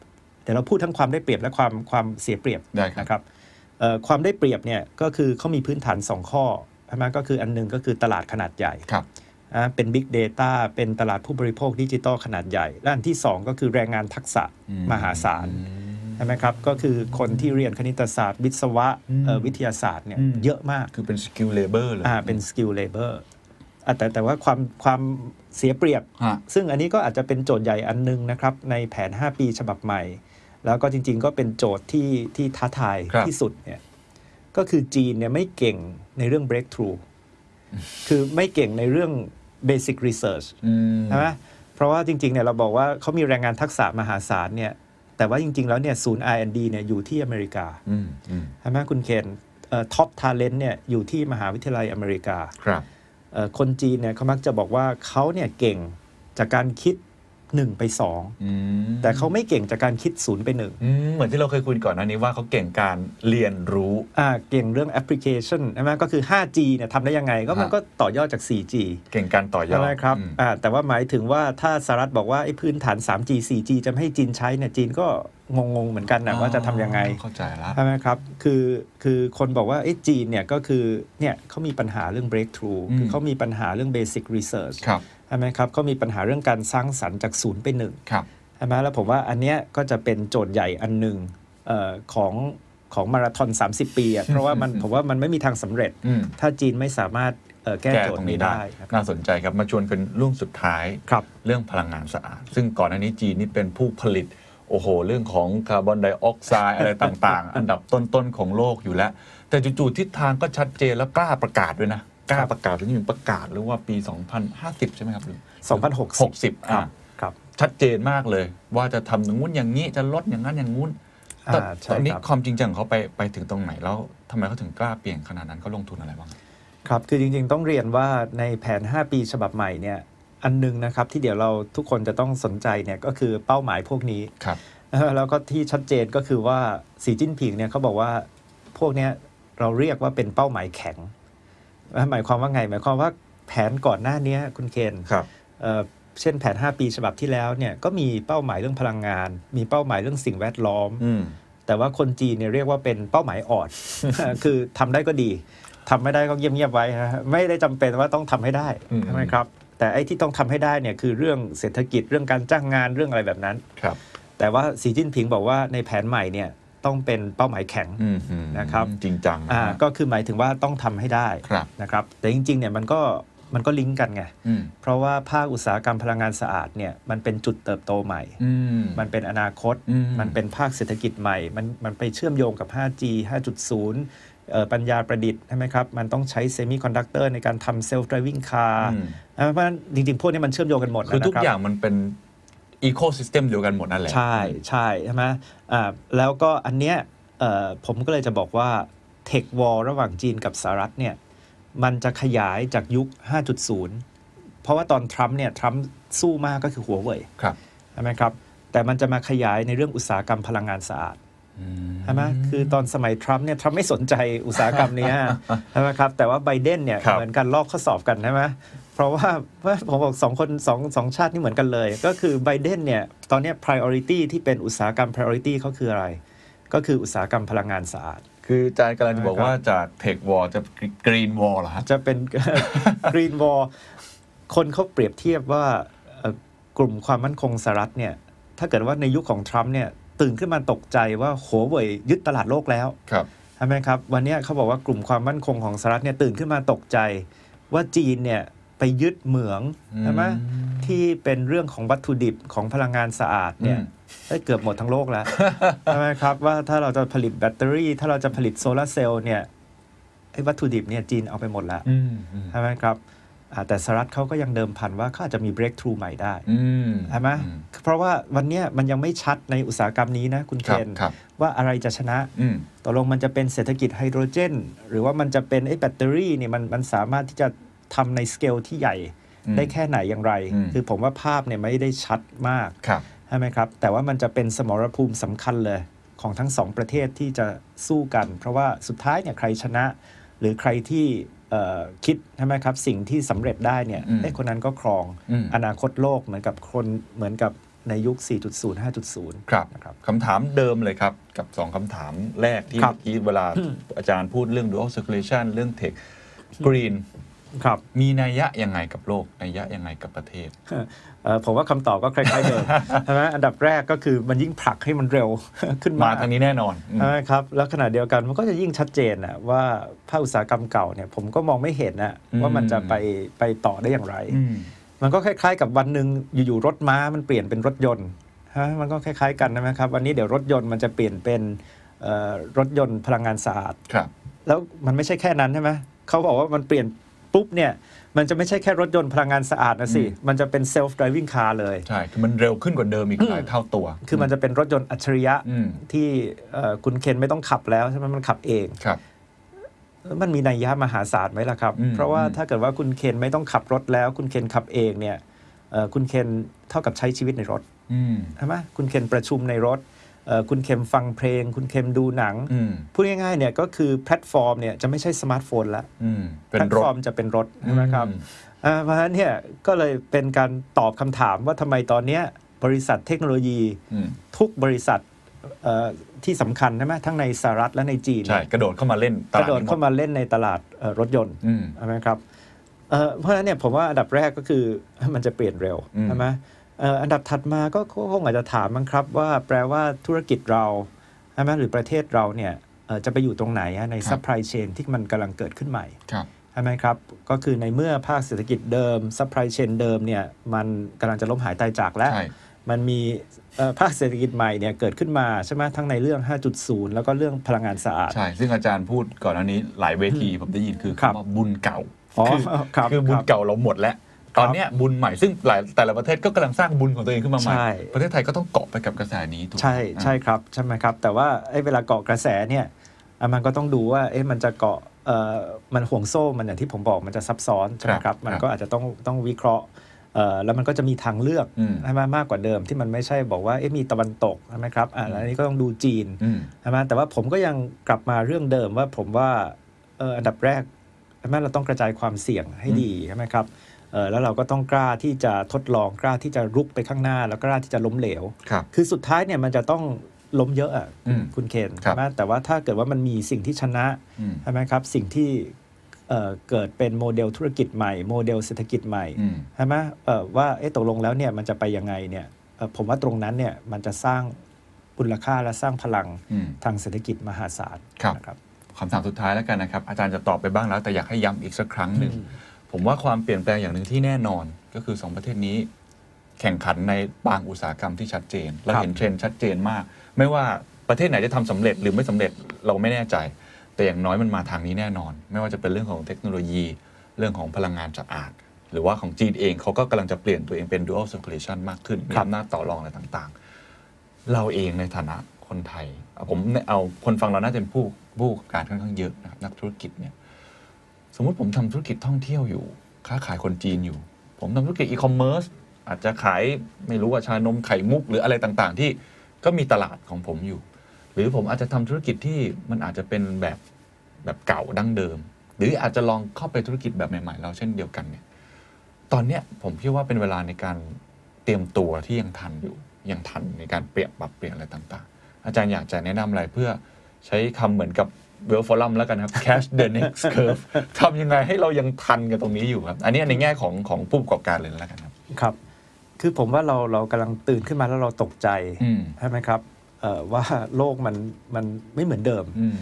Speaker 4: แต่เราพูดทั้งความได้เปรียบและความความเสียเปรียบ
Speaker 3: ได้ครับ
Speaker 4: นะครับเอ่อความได้เปรียบเนี่ยก็คือเขามีพื้นฐานสองข้อใช่ไหมก็คืออันหนึงก็คือตลาดขนาดใหญ่
Speaker 3: ครับ
Speaker 4: อ่าเป็น Big Data เป็นตลาดผู้บริโภคดิจิตอลขนาดใหญ่ และอันที่ 2 ก็คือแรงงานทักษะมหาศาลใช่ไหมครับ ก็คือคนที่เรียนคณิตศาสตร์ วิศวะเอ่อวิทยาศาสตร์เนี่ยเยอะมาก
Speaker 3: คือเป็นสกิลเลเบอร์เลย
Speaker 4: อ่าเป็น skill labor อ่ะแต่แต่ว่าความความเสียเปรียบ
Speaker 3: ฮะ
Speaker 4: ซึ่งอันนี้ก็อาจจะเป็นโจทย์ใหญ่อันนึงนะครับ ในแผน 5 ปีฉบับใหม่ แล้วก็จริง ๆ ก็เป็นโจทย์ที่ที่ท้าทาย
Speaker 3: ครับ
Speaker 4: ที่สุดเนี่ยก็คือจีนเนี่ยไม่เก่งในเรื่อง breakthrough คือไม่เก่งในเรื่อง basic research
Speaker 3: อืม
Speaker 4: ใช่ไหมเพราะว่าจริงๆเนี่ยเราบอกว่าเขามีแรงงานทักษะมหาศาลเนี่ย แต่ว่าจริง ๆ แล้วเนี่ยศูนย์ R&D เนี่ยอยู่ที่อเมริกา
Speaker 3: อืมอืม
Speaker 4: ใช่ไหมคุณเคนท็อปทาเลนต์เนี่ยอยู่ที่มหาวิทยาลัยอเมริกา
Speaker 3: ครับ
Speaker 4: เอ่อคนจีนเนี่ยเขามักจะบอกว่าเขาเนี่ยเก่งจากการคิด 1 ไป
Speaker 3: อืม
Speaker 4: 2 แต่เขาไม่เก่งจากการคิด 0 ไป1
Speaker 3: อืมเหมือนที่เราเคยคุยก่อนหน้านี้ว่าเขาเก่งการเรียนรู้
Speaker 4: อ่าเก่งเรื่องแอปพลิเคชันใช่ไหมก็คือ 5G เนี่ยทำได้ยังไงก็มัน
Speaker 3: ฮะ
Speaker 4: ก็ต่อยอดจาก 4G
Speaker 3: เก่งการต่อยอ
Speaker 4: ใช่
Speaker 3: ด
Speaker 4: ไหมครับ
Speaker 3: อืม
Speaker 4: อ่าแต่ว่าหมายถึงว่าถ้าสหรัฐบอกว่าไอ้พื้นฐาน 3G 4G จะไม่ให้จีนใช้เนี่ยจีนก็งงๆเหมือนกันนะว่าจะทำยังไง
Speaker 3: เข้าใจละ
Speaker 4: ใช่ไหมครับ คือคือคนบอกว่าไอ้จีนเนี่ยก็คือเนี่ยเขามีปัญหาเรื่อง breakthrough
Speaker 3: อืม
Speaker 4: คือเขามีปัญหาเรื่อง basic research
Speaker 3: ครับ
Speaker 4: ใช่ไหมครับเขามีปัญหาเรื่องการสร้างสรรค์จากศูนย์ไปหนึ่ง
Speaker 3: ครับ
Speaker 4: ใช่ไหมแล้วผมว่าอันเนี้ยก็จะเป็นโจทย์ใหญ่อันหนึ่งเอ่อของของมาราธอน 30 ปีอะเพราะว่ามันผมว่ามันไม่มีทางสำเร็จ
Speaker 3: อืม
Speaker 4: ถ้าจีนไม่สามารถเอ่อแก้
Speaker 3: แก้
Speaker 4: โจท
Speaker 3: ตร
Speaker 4: ย์
Speaker 3: ง
Speaker 4: นี้
Speaker 3: นี้ได้
Speaker 4: ได้นะครับ
Speaker 3: น่าสนใจครับ มาชวนกันร่วมสุดท้าย
Speaker 4: ครับ
Speaker 3: เรื่องพลังงานสะอาด ซึ่งก่อนหน้านี้จีนนี่เป็นผู้ผลิต โอ้โห เรื่องของคาร์บอนไดออกไซด์อะไรต่างๆ อันดับต้นๆ ของโลกอยู่แล้ว แต่จู่ๆทิศทางก็ชัดเจนแล้วกล้าประกาศด้วยนะ กล้าประกาศถึงมีประกาศหรือว่าปี 2050 ใช่ไหมครับหรือ
Speaker 4: 2060
Speaker 3: 60
Speaker 4: ครั
Speaker 3: อ่ะ
Speaker 4: บครับ
Speaker 3: ชัดเจนมากเลย ว่าจะทำอย่างงู้นอย่างนี้จะลดอย่างนั้นอย่างงู้น แต่
Speaker 4: อ่าใช่
Speaker 3: ตอนนี้
Speaker 4: ครับ
Speaker 3: ความจริงจังของเขาไปไปถึงตรงไหนแล้วทำไมเขาถึงกล้าเปลี่ยนขนาดนั้นเขาลงทุนอะไรบ้าง
Speaker 4: ครับ คือจริงๆ ต้องเรียนว่าในแผน 5 ปีฉบับใหม่เนี่ย อันหนึงนะครับที่เดี๋ยวเราทุกคนจะต้องสนใจเนี่ยก็คือเป้าหมายพวกนี้ *laughs*
Speaker 3: ครับ
Speaker 4: เออแล้วก็ที่ชัดเจนก็คือว่าสีจิ้นผิงเนี่ยเขาบอกว่าพวกเนี้ยเราเรียกว่าเป็นเป้าหมายแข็ง *laughs* เอ่อหมายความว่าไง หมายความว่าแผนก่อนหน้าเนี้ยคุณเคน
Speaker 3: ครับ
Speaker 4: เอ่อเช่นแผน 5 ปีฉบับที่แล้วเนี่ยก็มีเป้าหมายเรื่องพลังงาน มีเป้าหมายเรื่องสิ่งแวดล้อม
Speaker 3: อืม
Speaker 4: แต่ว่าคนจีนเนี่ยเรียกว่าเป็นเป้าหมายอ่อน *laughs* คือทำได้ก็ดีทำไม่ได้ก็เงียบๆไว้ฮะไม่ได้จำเป็นว่าต้องทำให้ได้
Speaker 3: อืม
Speaker 4: ใช่ไหมครับ แต่ไอ้ที่ต้องทำให้ได้เนี่ยคือเรื่องเศรษฐกิจเรื่องการจ้างงานเรื่องอะไรแบบนั้น
Speaker 3: ครับ
Speaker 4: แต่ว่าสีจิ้นผิงบอกว่าในแผนใหม่เนี่ยต้องเป็นเป้าหมายแข็ง
Speaker 3: อืมอืม
Speaker 4: นะครับ
Speaker 3: จริงจังนะ
Speaker 4: อ่า
Speaker 3: ฮะ
Speaker 4: ก็คือหมายถึงว่าต้องทำให้ได้
Speaker 3: ครับ
Speaker 4: นะครับแต่จริงๆเนี่ยมันก็มันก็ลิงก์กันไง
Speaker 3: อืม
Speaker 4: เพราะว่าภาคอุตสาหกรรมพลังงานสะอาดเนี่ยมันเป็นจุดเติบโตใหม่
Speaker 3: อืม
Speaker 4: มันเป็นอนาคต
Speaker 3: อืม
Speaker 4: มันเป็นภาคเศรษฐกิจใหม่ มันมันไปเชื่อมโยงกับ 5G 5.0เอ่อปัญญาประดิษฐ์ใช่ไหมครับ มันต้องใช้เซมิคอนดักเตอร์ในการทำเซลฟ์ดร v วิ่งคาร์
Speaker 3: อืม
Speaker 4: เพราะฉะนั้นจริง ๆ พวกนี้มันเชื่อมโยงกันหมด
Speaker 3: คือทุก
Speaker 4: นะครับ
Speaker 3: อย่างมันเป็นอีโค y ิสเต็มเดียวกันหมดนั่นแหละ
Speaker 4: ใช่ใช่ใช่ไหมอ่าแล้วก็อันเนี้ยเอ่อผมก็เลยจะบอกว่าเทควอลระหว่างจีนกับสหรัฐเนี่ยมันจะขยายจากยุค 5.0 เพราะว่าตอนทรัมป์เนี่ยทรัมป์สู้มากก็คือหัวเว่ย
Speaker 3: ครับ
Speaker 4: ใช่ไหมครับ แต่มันจะมาขยายในเรื่องอุตสาหกรรมพลังงานสะอาดใช่ไหมคือตอนสมัยทรัมป์เนี่ยทรัมป์ไม่สนใจอุตสาหกรรมเนี้ย ใช่ไหมครับ แต่ว่าไบเดนเนี่ย
Speaker 3: ครับ
Speaker 4: เหมือนกันลอกข้อสอบกันใช่ไหมเพราะว่าว่าผมบอกสองคนสองสองชาตินี่เหมือนกันเลย ก็คือไบเดนเนี่ยตอนเนี้ย priority ที่เป็นอุตสาหกรรม priority เขาคืออะไร ก็คืออุตสาหกรรมพลังงานสะอาด
Speaker 3: คืออาจารย์กำลังจะบอกว่าจากเทควอลจะกรีนวอลเหรอฮะ
Speaker 4: จะเป็น *laughs* green wall คนเขาเปรียบเทียบว่าเอ่อกลุ่มความมั่นคงสหรัฐเนี่ย ถ้าเกิดว่าในยุคของทรัมป์เนี่ย ตื่นขึ้นมาตกใจว่าหัวเว่ยยึดตลาดโลกแล้ว
Speaker 3: ครับ
Speaker 4: ใช่ไหมครับ วันเนี้ยเขาบอกว่ากลุ่มความมั่นคงของสหรัฐเนี่ยตื่นขึ้นมาตกใจ ว่าจีนเนี่ยไปยึดเหมืองใช่ไหมที่เป็นเรื่องของวัตถุดิบของพลังงานสะอาดเนี่ย
Speaker 3: อืม
Speaker 4: ได้เกือบหมดทั้งโลก *laughs* แล้ว ใช่ไหมครับว่าถ้าเราจะผลิตแบตเตอรี่ ถ้าเราจะผลิตโซลาร์เซลล์เนี่ยไอ้วัตถุดิบเนี่ยจีนเอาไปหมดแล้ว
Speaker 3: อืมอืม
Speaker 4: ใช่ไหมครับอ่าแต่สหรัฐเขาก็ยังเดิมพันว่าเขาอาจจะมี breakthrough ใหม่ได้
Speaker 3: อืม
Speaker 4: ใช่ไหม
Speaker 3: อื
Speaker 4: เพราะว่าวันเนี้ยมันยังไม่ชัดในอุตสาหกรรมนี้นะคุณ
Speaker 3: ค
Speaker 4: เครับ น
Speaker 3: ครับ
Speaker 4: ว่าอะไรจะชนะ
Speaker 3: อืม
Speaker 4: ตกลงมันจะเป็นเศรษฐกิจไฮโดรเจน หรือว่ามันจะเป็นไอ้แบตเตอรี่เนี่ยมันมันสามารถที่จะทำในสเกลที่ใหญ่
Speaker 3: อืม
Speaker 4: ได้แค่ไหนอย่างไร
Speaker 3: อืม
Speaker 4: คือผมว่าภาพเนี่ยไม่ได้ชัดมาก
Speaker 3: ครับ
Speaker 4: ใช่ไหมครับ แต่ว่ามันจะเป็นสมรภูมิสำคัญเลยของทั้งสองประเทศที่จะสู้กัน เพราะว่าสุดท้ายเนี่ยใครชนะ หรือใครที่เอ่อคิดใช่ไหมครับ สิ่งที่สำเร็จได้เนี่ย
Speaker 3: อืม
Speaker 4: ไอ้คนนั้นก็ครอง
Speaker 3: อืม
Speaker 4: นาคตโลกเหมือนกับคนเหมือนกับในยุค 4.0 5.0
Speaker 3: ครับ
Speaker 4: นะครับ
Speaker 3: คำถามเดิมเลยครับ กับ 2คำถามแรกที่
Speaker 4: ครั
Speaker 3: เมื่
Speaker 4: บ
Speaker 3: อกี้เวลาอาจารย์พูดเรื่อง dual circulation เรื่อง tech green
Speaker 4: ครับ
Speaker 3: มีนัยยะยังไงกับโลกนัยยะยังไงกับประเทศ
Speaker 4: เอ่อผมว่าคำตอบก็คล้ายๆ
Speaker 3: *laughs*
Speaker 4: เดิม ใช่ไหมอันดับแรกก็คือมันยิ่งผลักให้มันเร็ว *laughs* ขึ้
Speaker 3: มาม
Speaker 4: นาม
Speaker 3: ทางนี้แน่นอนอืม
Speaker 4: ใช่ไหมครับแล้วขณะเดียวกันมันก็จะยิ่งชัดเจนนะว่าภาคอุตสาหกรรมเก่าเนี่ยผมก็มองไม่เห็นนะ
Speaker 3: อืม
Speaker 4: ว่ามันจะไปไปต่อได้อย่างไร
Speaker 3: อืม
Speaker 4: มันก็คล้ายๆ กับวันหนึ่งอยู่ๆรถม้ามันเปลี่ยนเป็นรถยนต์ฮะมันก็คล้าย ๆกันนะครับ วันนี้เดี๋ยวรถยนต์มันจะเปลี่ยนเป็นเอ่อรถยนต์พลังงานสะอาด
Speaker 3: ครับ
Speaker 4: แล้วมันไม่ใช่แค่นั้นใช่ไหมเขาบอกว่ามันเปลี่ยนปุ๊บเนี่ยมันจะไม่ใช่แค่รถยนต์พลังงานสะอาดนะสิ มันจะเป็นเซลฟ์ r i วิ่งคาร์เลย
Speaker 3: ใช่ คือมันเร็วขึ้นกว่าเดิมอีกหลายเท่าตัว
Speaker 4: คือมันจะเป็นรถยนต์อัจฉริยะ
Speaker 3: อืม
Speaker 4: ที่เอ่อคุณเคนไม่ต้องขับแล้วใช่ไหมมันขับเอง
Speaker 3: ครับ
Speaker 4: มันมีนัยยะมหาศาลไหมล่ะครับ
Speaker 3: อืม
Speaker 4: เพราะว่า
Speaker 3: อืม
Speaker 4: ถ้าเกิดว่าคุณเคนไม่ต้องขับรถแล้ว คุณเคนขับเองเนี่ยเอ่อคุณเคนเท่ากับใช้ชีวิตในรถ
Speaker 3: อืม
Speaker 4: ใช่ไหมคุณเคนประชุมในรถเอ่อคุณเคนฟังเพลง คุณเคนดูหนัง
Speaker 3: อืม
Speaker 4: พูดง่ายๆเนี่ยก็คือแพลตฟอร์มเนี่ยจะไม่ใช่สมาร์ทโฟนละ
Speaker 3: อืม เป็
Speaker 4: แพล
Speaker 3: น
Speaker 4: ต
Speaker 3: ร
Speaker 4: ฟอ
Speaker 3: ถ
Speaker 4: ร์มจะเป็นรถใช่ไหมครับ
Speaker 3: อืม
Speaker 4: เอ่อเพราะฉะนั้นเนี่ยก็เลยเป็นการตอบคำถามว่าทำไมตอนเนี้ยบริษัทเทคโนโลยี
Speaker 3: อืม
Speaker 4: ทุกบริษัทเอ่อที่สำคัญใช่ไหมทั้งในสหรัฐและในจีน
Speaker 3: ใช่ กระโดดเข้ามาเล่นต
Speaker 4: ก
Speaker 3: ลา
Speaker 4: ระ
Speaker 3: ด
Speaker 4: โดด
Speaker 3: นี้หม
Speaker 4: เข้า
Speaker 3: ด
Speaker 4: มาเล่นในตลาดเอ่อรถยนต์
Speaker 3: อืม
Speaker 4: ใช่ไหมครับเอ่อเพราะฉะนั้นเนี่ยผมว่าอันดับแรกก็คือมันจะเปลี่ยนเร็ว
Speaker 3: อืม
Speaker 4: ใช่ไหมเอ่ออันดับถัดมาก็ก็คงอาจจะถามมั้งครับว่าแปลว่าธุรกิจเราใช่ไหมหรือประเทศเราเนี่ยเอ่อจะไปอยู่ตรงไหนอะในซัพพลายเชนที่มันกำลังเกิดขึ้นใหม่
Speaker 3: ครับ
Speaker 4: ใช่ไหมครับ ก็คือในเมื่อภาคเศรษฐกิจเดิมซัพพลายเชนเดิมเนี่ยมันกำลังจะล้มหายตายจากแล้ว
Speaker 3: ใช่
Speaker 4: มันมีเอ่อภาคเศรษฐกิจใหม่เนี่ยเกิดขึ้นมาใช่ไหมทั้งในเรื่อง 5.0 แล้วก็เรื่องพลังงานสะอาด
Speaker 3: ใช่ ซึ่งอาจารย์พูดก่อนอันนี้หลายเวทีผมได้ยินคือ
Speaker 4: ครับ
Speaker 3: คำว่าบุญเก่า
Speaker 4: อ๋อ
Speaker 3: คื
Speaker 4: ครับ
Speaker 3: คือบุ
Speaker 4: ค
Speaker 3: ญ
Speaker 4: รับ
Speaker 3: เก่าเราหมดแล้ว ตอนเนี้ยบุญใหม่ซึ่งหลายแต่ละประเทศก็กำลังสร้างบุญของตัวเองขึ้นมาใหม่
Speaker 4: ใช่
Speaker 3: ประเทศไทยก็ต้องเกาะไปกับกระแสนี้ถูกไหม
Speaker 4: ใช่ใช่
Speaker 3: อ่า
Speaker 4: ครับใช่ไหมครับ แต่ว่าไอ้เวลาเกาะกระแสเนี่ยอ่ะมันก็ต้องดูว่าเอ๊ะมันจะเกาะเอ่อมันห่วงโซ่มันอย่างที่ผมบอกมันจะซับซ้อนใช่ไห
Speaker 3: ค
Speaker 4: ม
Speaker 3: รับ
Speaker 4: ครับมันก็อาจจะต้องต้องวิเคราะห์เอ่อแล้วมันก็จะมีทางเลือก
Speaker 3: อืม
Speaker 4: ใช่ไหมมากกว่าเดิมที่มันไม่ใช่บอกว่าเอ๊ะมีตะวันตกใช่ไหมครับอ่ะแล้วอันนี้ก็ต้องดูจีน
Speaker 3: อืม
Speaker 4: ใช่ไหมแต่ว่าผมก็ยังกลับมาเรื่องเดิมว่าผมว่าเอ่ออันดับแรกใช่ไหมเราต้องกระจายความเสี่ยงให้ดีใช่ไหมครับเอ่อแล้วเราก็ต้องกล้าที่จะทดลองกล้าที่จะรุกไปข้างหน้า แล้วก็กล้าที่จะล้มเหลว
Speaker 3: ครับ
Speaker 4: คือสุดท้ายเนี่ยมันจะต้องล้มเยอะอะ
Speaker 3: อืม
Speaker 4: คุณเคน
Speaker 3: ครับ
Speaker 4: ใช่ไหมแต่ว่าถ้าเกิดว่ามันมีสิ่งที่ชนะ
Speaker 3: อืม
Speaker 4: ใช่ไหมครับ สิ่งที่เอ่อเกิดเป็นโมเดลธุรกิจใหม่ โมเดลเศรษฐกิจใหม่
Speaker 3: อืม
Speaker 4: ใช่ไหมเอ่อว่าเอ๊ะตกลงแล้วเนี่ยมันจะไปยังไงเนี่ยเอ่อผมว่าตรงนั้นเนี่ยมันจะสร้างคุณค่าและสร้างพลัง
Speaker 3: อืม
Speaker 4: ทางเศรษฐกิจมหาศาล
Speaker 3: ครับ
Speaker 4: นะครับ
Speaker 3: คำถามสุดท้ายแล้วกันนะครับ อาจารย์จะตอบไปบ้างแล้ว แต่อยากให้ย้ำอีกสักครั้งหนึ่ง
Speaker 4: อืม
Speaker 3: ผมว่าความเปลี่ยนแปลงอย่างหนึ่งที่แน่นอน ก็คือสองประเทศนี้ แข่งขันในบางอุตสาหกรรมที่ชัดเจน เราเห็นเทรนด์ชัดเจนมาก ไม่ว่าประเทศไหนจะทำสำเร็จหรือไม่สำเร็จเราไม่แน่ใจ แต่อย่างน้อยมันมาทางนี้แน่นอน ไม่ว่าจะเป็นเรื่องของเทคโนโลยี เรื่องของพลังงานสะอาด หรือว่าของจีนเองเขาก็กำลังจะเปลี่ยนตัวเองเป็น dual circulation มากขึ้นมีอำนาจต่อรองอะไรต่างๆ เราเองในฐานะคนไทยอ่ะผมเนี่ยเอาคนฟังเราน่าจะเป็นผู้ผู้ประกอบการค่อนข้างเยอะนะครับนักธุรกิจเนี่ยสมมุติผมทำธุรกิจท่องเที่ยวอยู่ ค้าขายคนจีนอยู่ ผมทำธุรกิจอีคอมเมิร์ซอาจจะขายไม่รู้ว่าชานมไข่มุกหรืออะไรต่างๆ ที่ก็มีตลาดของผมอยู่ หรือผมอาจจะทำธุรกิจที่มันอาจจะเป็นแบบแบบเก่าดั้งเดิม หรืออาจจะลองเข้าไปธุรกิจแบบใหม่ๆ เราเช่นเดียวกันเนี่ย ตอนเนี้ยผมคิดว่าเป็นเวลาในการเตรียมตัวที่ยังทันอยู่ ยังทันในการเปลี่ยนปรับเปลี่ยนอะไรต่างๆ อาจารย์อยากจะแนะนำอะไรเพื่อใช้คำเหมือนกับเวลฟอรัมแล้วกันครับ *laughs* catch the next curve ทำยังไงให้เรายังทันกับตรงนี้อยู่ครับ อันนี้ในแง่ของของผู้ประกอบการเลยแล้วกันครับ
Speaker 4: ครับ คือผมว่าเราเรากำลังตื่นขึ้นมาแล้วเราตกใจ
Speaker 3: อืม
Speaker 4: ใช่ไหมครับเอ่อว่าโลกมันมันไม่เหมือนเดิม
Speaker 3: อืม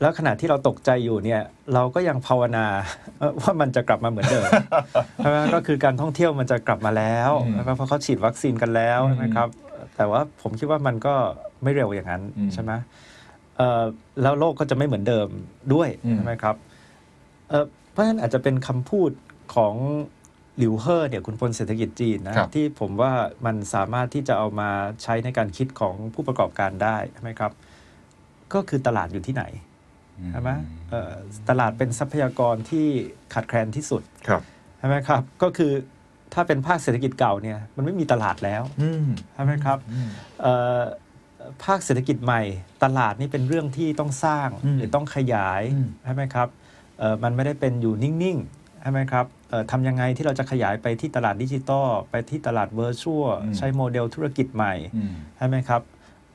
Speaker 4: แล้วขณะที่เราตกใจอยู่เนี่ยเราก็ยังภาวนา *laughs* เอ่อว่ามันจะกลับมาเหมือนเดิม *laughs* ใช่ไหมก็คือการท่องเที่ยวมันจะกลับมาแล้ว
Speaker 3: อืม
Speaker 4: ใช่ไหมเพราะเขาฉีดวัคซีนกันแล้ว
Speaker 3: อืม
Speaker 4: นะครับ แต่ว่าผมคิดว่ามันก็ไม่เร็วอย่างนั้น
Speaker 3: อืม
Speaker 4: ใช่ไหมเอ่อแล้วโลกก็จะไม่เหมือนเดิมด้วย
Speaker 3: อืม
Speaker 4: ใช่ไหมครับเอ่อเพราะฉะนั้นอาจจะเป็นคำพูดของหลิวเฮอร์เนี่ยคุณพลเศรษฐกิจจีนนะ
Speaker 3: ครับ
Speaker 4: ที่ผมว่ามันสามารถที่จะเอามาใช้ในการคิดของผู้ประกอบการได้ใช่ไหมครับ ก็คือตลาดอยู่ที่ไหน ใช่ไหมเอ่อตลาดเป็นทรัพยากรที่ขาดแคลนที่สุด
Speaker 3: ครับ
Speaker 4: ใช่ไหมครับ ก็คือถ้าเป็นภาคเศรษฐกิจเก่าเนี่ยมันไม่มีตลาดแล้ว
Speaker 3: อืม
Speaker 4: ใช่ไหมครับ
Speaker 3: อืม
Speaker 4: เอ่อภาคเศรษฐกิจใหม่ ตลาดนี่เป็นเรื่องที่ต้องสร้าง
Speaker 3: อืม
Speaker 4: หรือต้องขยาย
Speaker 3: อืม
Speaker 4: ใช่ไหมครับเอ่อมันไม่ได้เป็นอยู่นิ่งๆใช่ไหมครับเอ่อทำยังไงที่เราจะขยายไปที่ตลาดดิจิตอลไปที่ตลาดเวอร์ชวลใช้โมเดลธุรกิจใหม่
Speaker 3: อืม
Speaker 4: ใช่ไหมครับ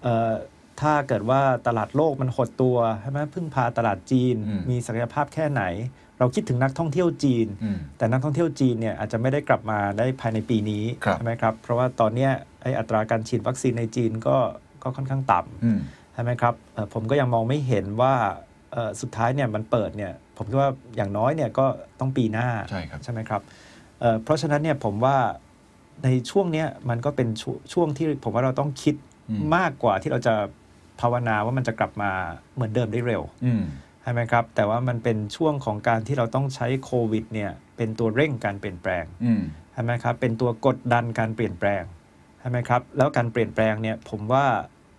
Speaker 4: เอ่อถ้าเกิดว่าตลาดโลกมันหดตัวใช่ไหมพึ่งพาตลาดจีน
Speaker 3: อืม
Speaker 4: มีศักยภาพแค่ไหน เราคิดถึงนักท่องเที่ยวจีน
Speaker 3: อืม
Speaker 4: แต่นักท่องเที่ยวจีนเนี่ยอาจจะไม่ได้กลับมาได้ภายในปีนี้
Speaker 3: ครับ
Speaker 4: ใช่ไหมครับเพราะว่าตอนเนี้ยไออัตราการฉีดวัคซีนในจีนก็ก็ค่อนข้างต่
Speaker 3: อืม
Speaker 4: ำใช่ไหมครับเอ่อผมก็ยังมองไม่เห็นว่าเอ่อสุดท้ายเนี่ยมันเปิดเนี่ยผมคิดว่าอย่างน้อยเนี่ยก็ต้องปีหน้า
Speaker 3: ใช่ครับ
Speaker 4: ใช่ไหมครับเอ่อเพราะฉะนั้นเนี่ยผมว่าในช่วงเนี้ยมันก็เป็นช่วงช่วงที่ผมว่าเราต้องคิด
Speaker 3: อืม
Speaker 4: มากกว่าที่เราจะภาวนาว่ามันจะกลับมาเหมือนเดิมได้เร็ว
Speaker 3: อืม
Speaker 4: ใช่ไหมครับ แต่ว่ามันเป็นช่วงของการที่เราต้องใช้โควิดเนี่ยเป็นตัวเร่งการเปลี่ยนแปลง
Speaker 3: อืม
Speaker 4: ใช่ไหมครับเป็นตัวกดดันการเปลี่ยนแปลงใช่ไหมครับแล้วการเปลี่ยนแปลงเนี่ยผมว่า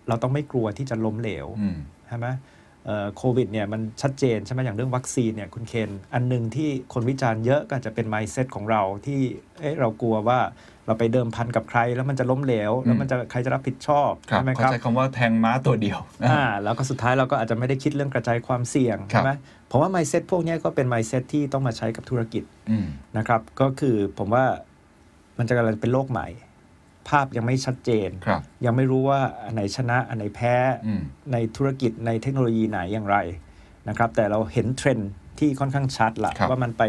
Speaker 4: เราต้องไม่กลัวที่จะล้มเหลว
Speaker 3: อืม
Speaker 4: ใช่ไหมเอ่อโควิดเนี่ยมันชัดเจนใช่ไหมอย่างเรื่องวัคซีนเนี่ยคุณเคนอันหนึ่งที่คนวิจารณ์เยอะก็อาจจะเป็น mindset ของเราที่เอ๊ะเรากลัวว่าเราไปเดิมพันกับใคร แล้วมันจะล้มเหลวแล้วมันจะใครจะรับผิดชอบ
Speaker 3: ครับ
Speaker 4: ใช่ไหมค
Speaker 3: เขา
Speaker 4: รับ
Speaker 3: ใช้คำว่าแทงม้าตัวเดียวนะ
Speaker 4: อ่าแล้วก็สุดท้ายเราก็อาจจะไม่ได้คิดเรื่องกระจายความเสี่ยง
Speaker 3: ครับ
Speaker 4: ใช่ไหมผมว่า mindset พวกเนี้ยก็เป็น mindset ที่ต้องมาใช้กับธุรกิจ
Speaker 3: อืม
Speaker 4: นะครับ ก็คือผมว่ามันจะกำลังเป็นโลกใหม่ ภาพยังไม่ชัดเจน
Speaker 3: ครับ
Speaker 4: ยังไม่รู้ว่าอันไหนชนะอันไหนแพ้
Speaker 3: อืม
Speaker 4: ในธุรกิจในเทคโนโลยีไหนอย่างไรนะครับ แต่เราเห็นเทรนด์ที่ค่อนข้างชัด
Speaker 3: ครั
Speaker 4: ละ่ะ
Speaker 3: บ
Speaker 4: ว่ามันไป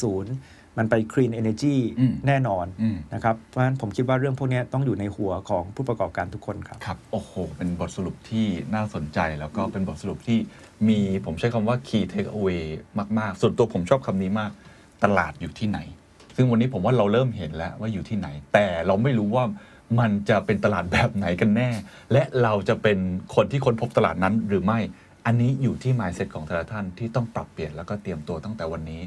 Speaker 4: 5.0 มันไป Clean Energy
Speaker 3: อืม
Speaker 4: แน่นอน
Speaker 3: อืม
Speaker 4: นะครับเพราะฉะนั้นผมคิดว่าเรื่องพวกเนี้ยต้องอยู่ในหัวของผู้ประกอบการทุกคนครับ
Speaker 3: ครับ โอ้โห เป็นบทสรุปที่น่าสนใจแล้วก็เป็นบทสรุปที่มีผมใช้คำว่า key takeaway มาก ๆ ส่วนตัวผมชอบคำนี้มาก ตลาดอยู่ที่ไหน ซึ่งวันนี้ผมว่าเราเริ่มเห็นแล้วว่าอยู่ที่ไหน แต่เราไม่รู้ว่ามันจะเป็นตลาดแบบไหนกันแน่ และเราจะเป็นคนที่ค้นพบตลาดนั้นหรือไม่ อันนี้อยู่ที่ mindset ของแต่ละท่านที่ต้องปรับเปลี่ยนแล้วก็เตรียมตัวตั้งแต่วันนี้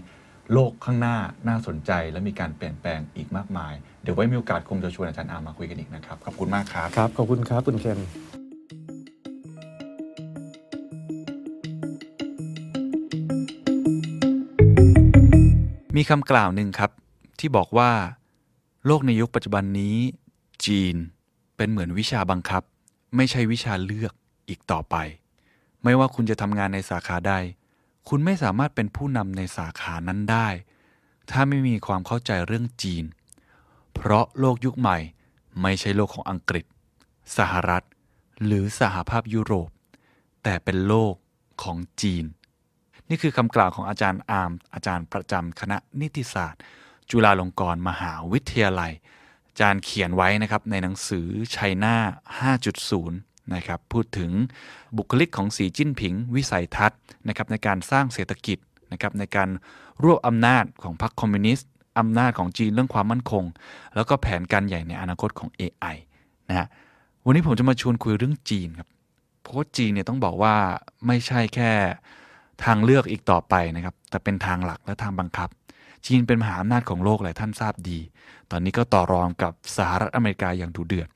Speaker 3: โลกข้างหน้าน่าสนใจและมีการเปลี่ยนแปลงอีกมากมาย เดี๋ยวไว้มีโอกาสคงจะชวนอาจารย์อาร์มมาคุยกันอีกนะครับ ขอบคุณมากครับ
Speaker 4: ครับ ขอบคุณครับ คุณเคน
Speaker 3: มีคำกล่าวหนึ่งครับที่บอกว่า โลกในยุคปัจจุบันนี้ จีนเป็นเหมือนวิชาบังคับ ไม่ใช่วิชาเลือกอีกต่อไป ไม่ว่าคุณจะทำงานในสาขาใด คุณไม่สามารถเป็นผู้นำในสาขานั้นได้ ถ้าไม่มีความเข้าใจเรื่องจีน เพราะโลกยุคใหม่ไม่ใช่โลกของอังกฤษ สหรัฐ หรือสหภาพยุโรป แต่เป็นโลกของจีน นี่คือคำกล่าวของอาจารย์อาร์ม อาจารย์ประจำคณะนิติศาสตร์ จุฬาลงกรณ์มหาวิทยาลัย อาจารย์เขียนไว้นะครับในหนังสือชัยนา5.0 นะครับพูดถึงบุคลิกของสีจิ้นผิง วิสัยทัศน์นะครับในการสร้างเศรษฐกิจนะครับในการรวบอำนาจของพรรคคอมมิวนิสต์อำนาจของจีนเรื่องความมั่นคง แล้วก็แผนการใหญ่ในอนาคตของ AI นะฮะวันนี้ผมจะมาชวนคุยเรื่องจีนครับ เพราะว่าจีนเนี่ยต้องบอกว่าไม่ใช่แค่ทางเลือกอีกต่อไปนะครับ แต่เป็นทางหลักและทางบังคับ จีนเป็นมหาอำนาจของโลกหลายท่านทราบดี ตอนนี้ก็ต่อรองกับสหรัฐอเมริกาอย่างดุเดือด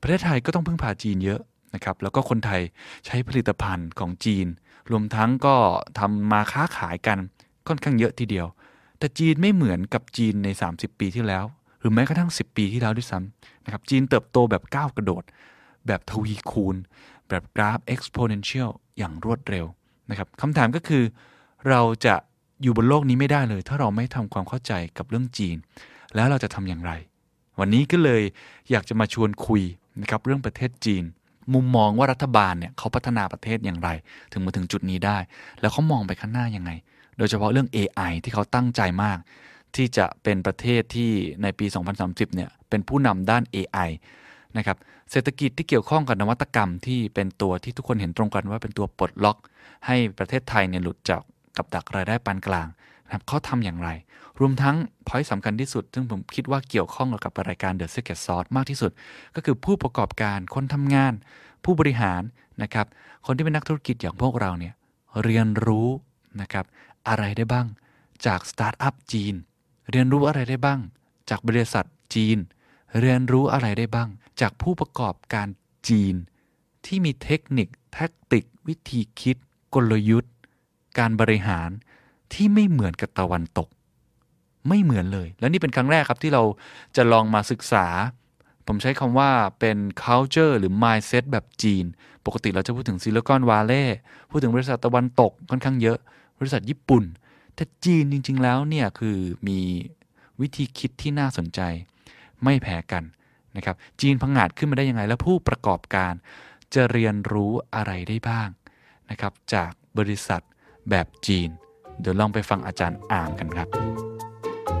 Speaker 3: ประเทศไทยก็ต้องพึ่งพาจีนเยอะนะครับ แล้วก็คนไทยใช้ผลิตภัณฑ์ของจีน รวมทั้งก็ทำมาค้าขายกันค่อนข้างเยอะทีเดียว แต่จีนไม่เหมือนกับจีนใน 30 ปีที่แล้ว หรือแม้กระทั่ง 10 ปีที่แล้วด้วยซ้ำนะครับ จีนเติบโตแบบก้าวกระโดด แบบทวีคูณ แบบกราฟ exponential อย่างรวดเร็วนะครับคำถามก็คือ เราจะอยู่บนโลกนี้ไม่ได้เลย ถ้าเราไม่ทำความเข้าใจกับเรื่องจีน แล้วเราจะทำอย่างไร วันนี้ก็เลยอยากจะมาชวนคุยนะครับเรื่องประเทศจีน มุมมองว่ารัฐบาลเนี่ยเขาพัฒนาประเทศอย่างไร ถึงมาถึงจุดนี้ได้ แล้วเขามองไปข้างหน้ายังไง โดยเฉพาะเรื่อง AI ที่เขาตั้งใจมาก ที่จะเป็นประเทศที่ในปี 2030เนี่ยเป็นผู้นำด้าน AI นะครับเศรษฐกิจที่เกี่ยวข้องกับนวัตกรรมที่เป็นตัวที่ทุกคนเห็นตรงกันว่าเป็นตัวปลดล็อก ให้ประเทศไทยเนี่ยหลุดจากกับดักรายได้ปานกลางนะครับเขาทำอย่างไร รวมทั้งพอยต์สำคัญที่สุด ซึ่งผมคิดว่าเกี่ยวข้องกับรายการ The Secret Sauce มากที่สุด ก็คือผู้ประกอบการคนทำงาน ผู้บริหารนะครับคนที่เป็นนักธุรกิจอย่างพวกเราเนี่ยเรียนรู้นะครับอะไรได้บ้างจากสตาร์ทอัพจีน เรียนรู้อะไรได้บ้าง จากบริษัทจีน เรียนรู้อะไรได้บ้าง จากผู้ประกอบการจีน ที่มีเทคนิค แท็กติก วิธีคิด กลยุทธ์ การบริหารที่ไม่เหมือนกับตะวันตก ไม่เหมือนเลย และนี่เป็นครั้งแรกครับที่เราจะลองมาศึกษา ผมใช้คำว่าเป็น culture หรือ mindset แบบจีน ปกติเราจะพูดถึงซิลิคอนวา l ล e y พูดถึงบริษัทตะวันตกค่อนข้างเยอะ บริษัทญี่ปุ่น แต่จีนจริง ๆ แล้วเนี่ยคือมีวิธีคิดที่น่าสนใจ ไม่แพ้กันนะครับ จีนพังงาดขึ้นมาได้ยังไง และผู้ประกอบการจะเรียนรู้อะไรได้บ้างนะครับ จากบริษัทแบบจีน เดี๋ยวลองไปฟังอาจารย์อามกันครับ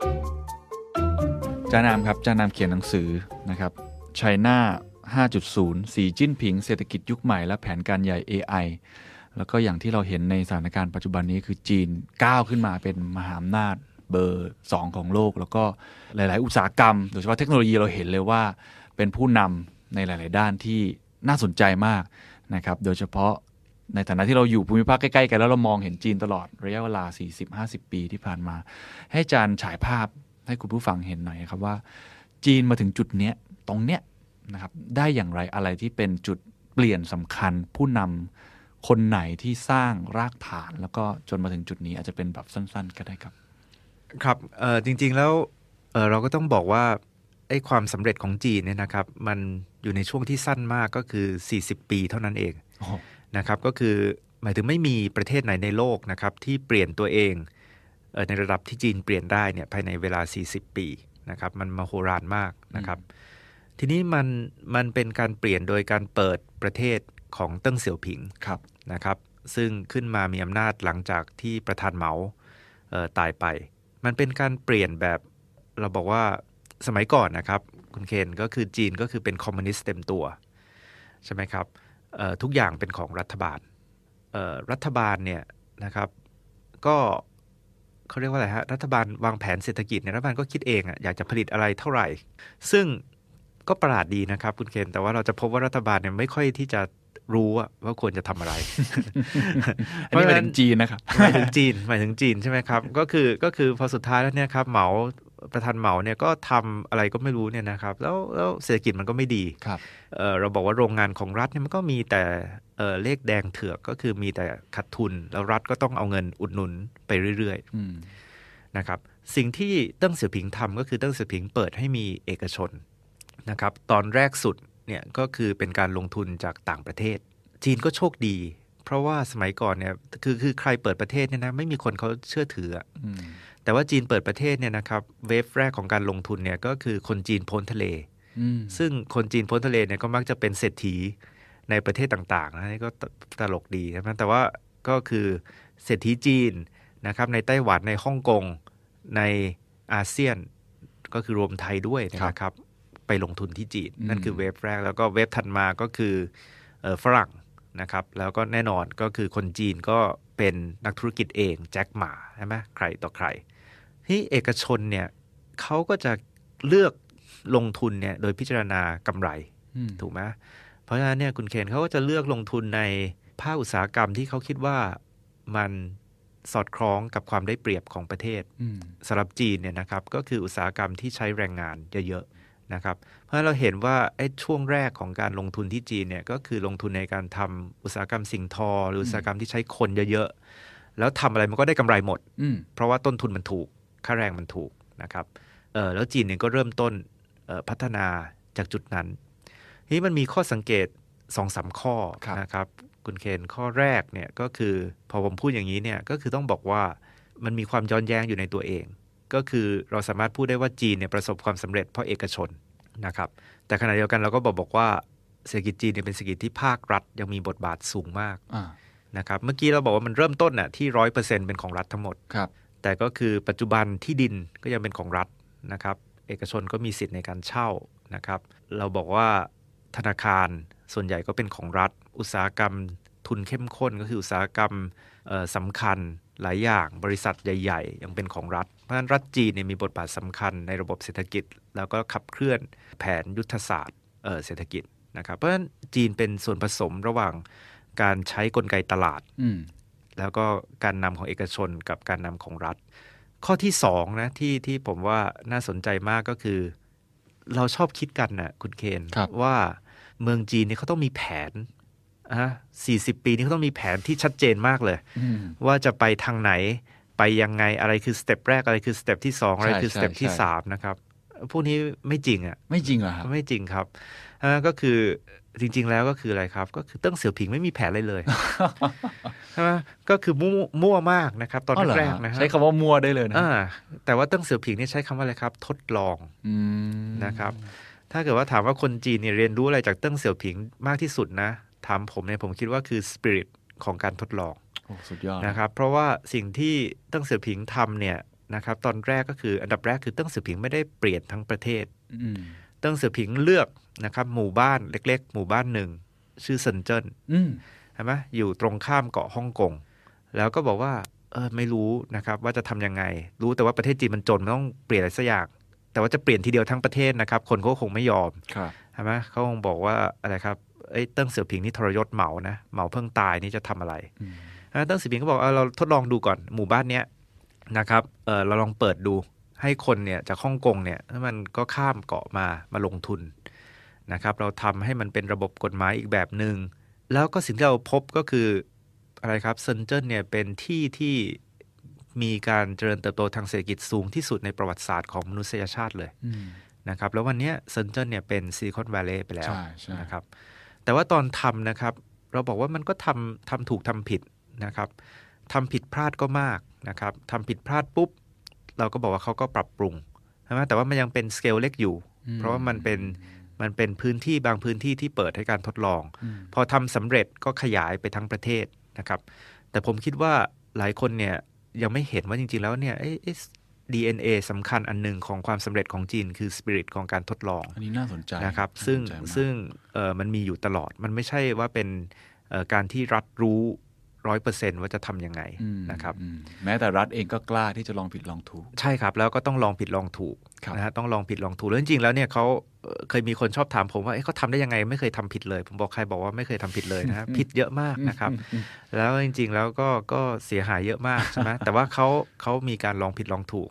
Speaker 3: อาจารย์อามครับอาจารย์อามเขียนหนังสือนะครับไชน่า5.0 สีจิ้นผิง เศรษฐกิจยุคใหม่และแผนการใหญ่ AI แล้วก็อย่างที่เราเห็นในสถานการณ์ปัจจุบันนี้คือจีนก้าวขึ้นมาเป็นมหาอำนาจเบอร์ 2 ของโลก แล้วก็หลาย ๆ อุตสาหกรรม โดยเฉพาะเทคโนโลยีเราเห็นเลยว่า เป็นผู้นำในหลาย ๆ ด้านที่น่าสนใจมากนะครับโดยเฉพาะในฐานะที่เราอยู่ภูมิภาคใกล้ ๆ กันแล้วเรามองเห็นจีนตลอดระยะเวลา 40-50 ปีที่ผ่านมา ให้อาจารย์ฉายภาพให้คุณผู้ฟังเห็นหน่อยครับว่า จีนมาถึงจุดเนี้ยตรงเนี้ยนะครับได้อย่างไรอะไรที่เป็นจุดเปลี่ยนสำคัญผู้นำคนไหนที่สร้างรากฐาน แล้วก็จนมาถึงจุดนี้อาจจะเป็นแบบสั้น ๆ ก็ได้ครับ
Speaker 4: ครับเอ่อจริงๆแล้วเอ่อเราก็ต้องบอกว่าไอ้ความสำเร็จของจีนเนี่ยนะครับ มันอยู่ในช่วงที่สั้นมากก็คือ 40 ปีเท่านั้นเอง
Speaker 3: โอ้โห
Speaker 4: นะครับ ก็คือหมายถึงไม่มีประเทศไหนในโลกนะครับที่เปลี่ยนตัวเองเอ่อในระดับที่จีนเปลี่ยนได้เนี่ยภายในเวลา 40 ปีนะครับ มันมโหฬารมากนะครับ ทีนี้มันมันเป็นการเปลี่ยนโดยการเปิดประเทศของเติ้งเสี่ยวผิง
Speaker 3: ครับ
Speaker 4: นะครับซึ่งขึ้นมามีอำนาจหลังจากที่ประธานเหมาเอ่อตายไป มันเป็นการเปลี่ยนแบบเราบอกว่าสมัยก่อนนะครับ คุณเคนก็คือจีนก็คือเป็นคอมมิวนิสต์เต็มตัว ใช่ไหมครับเอ่อทุกอย่างเป็นของรัฐบาลเอ่อรัฐบาลเนี่ยนะครับก็เขาเรียกว่าอะไรฮะรัฐบาลวางแผนเศรษฐกิจเนี่ยรัฐบาลก็คิดเองอะอยากจะผลิตอะไรเท่าไหร่ ซึ่งก็ประหลาดดีนะครับคุณเคนแต่ว่าเราจะพบว่ารัฐบาลเนี่ยไม่ค่อยที่จะ รู้อะว่าควรจะทำอะไร
Speaker 3: อันนี้หมายถึงจีนนะครับ
Speaker 4: หมายถึงจีนหมายถึงจีนใช่ไหมครับ ก็คือก็คือพอสุดท้ายแล้วเนี่ยครับเหมาประธานเหมาเนี่ยก็ทำอะไรก็ไม่รู้เนี่ยนะครับแล้วแล้วเศรษฐกิจมันก็ไม่ดี
Speaker 3: ครับ
Speaker 4: เอ่อเราบอกว่าโรงงานของรัฐเนี่ยมันก็มีแต่เอ่อเลขแดงเถือกก็คือมีแต่ขาดทุน แล้วรัฐก็ต้องเอาเงินอุดหนุนไปเรื่อย
Speaker 3: อืม
Speaker 4: ๆนะครับสิ่งที่เติ้งเสี่ยวผิงทำก็คือเติ้งเสี่ยวผิงเปิดให้มีเอกชนนะครับตอนแรกสุดเนี่ยก็คือเป็นการลงทุนจากต่างประเทศ จีนก็โชคดี เพราะว่าสมัยก่อนเนี่ยคือคือใครเปิดประเทศเนี่ยนะไม่มีคนเขาเชื่อถืออะ
Speaker 3: อืม
Speaker 4: แต่ว่าจีนเปิดประเทศเนี่ยนะครับเวฟแรกของการลงทุนเนี่ยก็คือคนจีนพ้นทะเล
Speaker 3: อืม
Speaker 4: ซึ่งคนจีนพ้นทะเลเนี่ยก็มักจะเป็นเศรษฐีในประเทศต่างๆนะนี่ก็ตตลกดีใช่ไหมแต่ว่าก็คือเศรษฐีจีนนะครับในไต้หวันในฮ่องกงในอาเซียนก็คือรวมไทยด้วยเนยนะครับไปลงทุนที่จีน นั่นคือเวฟแรกแล้วก็เวฟถัดมาก็คือเอ่อฝรั่งนะครับแล้วก็แน่นอนก็คือคนจีนก็เป็นนักธุรกิจเองแจ็คหมาใช่ไหมใครต่อใคร ที่เอกชนเนี่ยเขาก็จะเลือกลงทุนเนี่ยโดยพิจารณากำไร
Speaker 3: อืม
Speaker 4: ถูกไหมเพราะฉะนั้นเนี่ยคุณเคนเขาก็จะเลือกลงทุนในภาคอุตสาหกรรมที่เขาคิดว่ามันสอดคล้องกับความได้เปรียบของประเทศ
Speaker 3: อืม
Speaker 4: สำหรับจีนเนี่ยนะครับก็คืออุตสาหกรรมที่ใช้แรงงานเยอะๆนะครับเพราะฉะนั้นเราเห็นว่าไอ้ช่วงแรกของการลงทุนที่จีนเนี่ยก็คือลงทุนในการทำอุตสาหกรรมสิ่งทอ หรืออุตสาหกรรมที่ใช้คนเยอะๆแล้วทำอะไรมันก็ได้กำไรหมด
Speaker 3: อืม
Speaker 4: เพราะว่าต้นทุนมันถูก ค่าแรงมันถูกนะครับเออแล้วจีนเนี่ยก็เริ่มต้นเอ่อพัฒนาจากจุดนั้น ทีนี้มันมีข้อสังเกตสองสามข้อนะครับ คุณเคนข้อแรกเนี่ยก็คือพอผมพูดอย่างนี้เนี่ยก็คือต้องบอกว่ามันมีความย้อนแย้งอยู่ในตัวเอง ก็คือเราสามารถพูดได้ว่าจีนเนี่ยประสบความสำเร็จเพราะเอกชนนะครับ แต่ขณะเดียวกันเราก็บอกบอกว่าเศรษฐกิจจีนเนี่ยเป็นเศรษฐกิจที่ภาครัฐยังมีบทบาทสูงมาก
Speaker 3: อ่า
Speaker 4: นะครับ เมื่อกี้เราบอกว่ามันเริ่มต้นน่ะที่ร้อยเปอร์เซ็นเป็นของรัฐทั้งหมด
Speaker 3: ครับ
Speaker 4: แต่ก็คือปัจจุบันที่ดินก็ยังเป็นของรัฐนะครับ เอกชนก็มีสิทธิ์ในการเช่านะครับ เราบอกว่าธนาคารส่วนใหญ่ก็เป็นของรัฐ อุตสาหกรรมทุนเข้มข้น ก็คืออุตสาหกรรมเอ่อสำคัญหลายอย่างบริษัทใหญ่ ๆ ยังเป็นของรัฐ เพราะฉะนั้นรัฐจีนเนี่ยมีบทบาทสำคัญในระบบเศรษฐกิจ แล้วก็ขับเคลื่อนแผนยุทธศาสตร์เอ่อเศรษฐกิจนะครับ เพราะฉะนั้นจีนเป็นส่วนผสมระหว่างการใช้กลไกตลาด
Speaker 3: อืม
Speaker 4: แล้วก็การนำของเอกชนกับการนำของรัฐ ข้อที่สองนะที่ที่ผมว่าน่าสนใจมากก็คือ เราชอบคิดกันนะคุณเคนว่าเมืองจีนเนี่ยเขาต้องมีแผนอ่ะสี่สิบปีนี้เขาต้องมีแผนที่ชัดเจนมากเลย
Speaker 3: อืม
Speaker 4: ว่าจะไปทางไหนไปยังไงอะไรคือสเต็ปแรกอะไรคือสเต็ปที่สองอะไร
Speaker 3: ใช่
Speaker 4: คือสเต็ปที่
Speaker 3: ใช่
Speaker 4: สามนะครับพวกนี้ไม่จริงอ่ะ
Speaker 3: ไม่จริงเหรอครับ
Speaker 4: ไม่จริงครับอันนั้นก็คือจริง ๆ แล้วก็คืออะไรครับ ก็คือเติ้งเสี่ยวผิงไม่มีแผนอะไร
Speaker 3: *laughs*
Speaker 4: เลย ใช่ไหมก็คือมั่วมั่วมากนะครับ ตอน
Speaker 3: เหร
Speaker 4: แรกๆนะฮะ
Speaker 3: ใช้คำว่ามัวได้เลยนะ
Speaker 4: อ่าแต่ว่าเติ้งเสี่ยวผิงเนี่ยใช้คำว่าอะไรครับ ทดลอง
Speaker 3: อืม
Speaker 4: นะครับ ถ้าเกิดว่าถามว่าคนจีนเนี่ยเรียนรู้อะไรจากเติ้งเสี่ยวผิงมากที่สุดนะ ถามผมเนี่ยผมคิดว่าคือสปิริตของการทดลอง
Speaker 3: โอ้สุดยอด
Speaker 4: นะครับเพราะว่าสิ่งที่เติ้งเสี่ยวผิงทำเนี่ยนะครับตอนแรกก็คืออันดับแรกคือเติ้งเสี่ยวผิงไม่ได้เปลี่ยนทั้งประเทศ
Speaker 3: อืม
Speaker 4: เติ้งเสี่ยวผิงเลือกนะครับหมู่บ้านเล็ก ๆ หมู่บ้านหนึ่ง ชื่อเซินเจิ้น
Speaker 3: อืม
Speaker 4: ใช่ไหมอยู่ตรงข้ามเกาะฮ่องกง แล้วก็บอกว่าเออไม่รู้นะครับว่าจะทำยังไง รู้แต่ว่าประเทศจีนมันจนมันต้องเปลี่ยนอะไรสักอย่าง แต่ว่าจะเปลี่ยนทีเดียวทั้งประเทศนะครับ คนเขาก็คงไม่ยอม
Speaker 3: ครับ
Speaker 4: ใช่ไหมเขาคงบอกว่าอะไรครับเอ้ยเติ้งเสี่ยวผิงนี่ทรยศเหมานะเหมาเพิ่งตายนี่จะทำอะไร
Speaker 3: อืม
Speaker 4: อ่าเตั้งสิบิงก็บอกเอาเราทดลองดูก่อนหมู่บ้านเนี้ยนะครับเออเราลองเปิดดูให้คนเนี่ยจากฮ่องกงเนี่ยมันก็ข้ามเกาะมามาลงทุนนะครับเราทำให้มันเป็นระบบกฎหมายอีกแบบหนึง่งแล้วก็สิ่งที่เราพบก็คืออะไรครับเซนเจิ้นเนี่ยเป็นที่ที่มีการเจริญเติบโตทางเศรษฐกิจสูงที่สุดในประวัติศาสตร์ของมนุษยชาติเลย
Speaker 3: อืม
Speaker 4: นะครับแล้ววันเนี้ยเซนเจิ้นเนี่ยเป็นซิลิคอนแวลลย์ไปแล้ว
Speaker 3: ใช่ใช่
Speaker 4: นะครับแต่ว่าตอนทำนะครับเราบอกว่ามันก็ทำทำถูกทำผิดนะครับทำผิดพลาดก็มากนะครับทำผิดพลาดปุ๊บ เราก็บอกว่าเขาก็ปรับปรุงใช่ไหมแต่ว่ามันยังเป็นสเกลเล็กอยู่
Speaker 3: อืม
Speaker 4: เพราะว่ามันเป็นมันเป็นพื้นที่บางพื้นที่ที่เปิดให้การทดลอง พอทำสำเร็จก็ขยายไปทั้งประเทศนะครับ แต่ผมคิดว่าหลายคนเนี่ยยังไม่เห็นว่าจริงๆแล้วเนี่ยเอ๊ะเอ๊ะ DNA สำคัญอันหนึ่งของความสำเร็จของจีนคือสปิริตของการทดลอง
Speaker 3: อันนี้น่าสนใจ
Speaker 4: นะครับ
Speaker 3: าส
Speaker 4: ซึ่ง
Speaker 3: ใจมาก
Speaker 4: ซึ่งเอ่อมันมีอยู่ตลอดมันไม่ใช่ว่าเป็นเอ่อการที่รัฐรู้ ร้อยเปอร์เซนต์ว่าจะทำยังไง
Speaker 3: อืม
Speaker 4: นะครับ
Speaker 3: อืมแม้แต่รัฐเองก็กล้าที่จะลองผิดลองถูก
Speaker 4: ใช่ครับแล้วก็ต้องลองผิดลองถูก
Speaker 3: ครับ
Speaker 4: นะฮะต้องลองผิดลองถูกแล้วจริงๆแล้วเนี่ยเขาเอ่อเคยมีคนชอบถามผมว่าเอ๊ะเขาทำได้ยังไงไม่เคยทำผิดเลย ผมบอกใครบอกว่าไม่เคยทำผิดเลยนะฮะ ผิดเยอะมากนะครับ แล้วจริงๆแล้วก็ก็เสียหายเยอะมากใช่ไหม แต่ว่าเขาเขามีการลองผิดลองถูก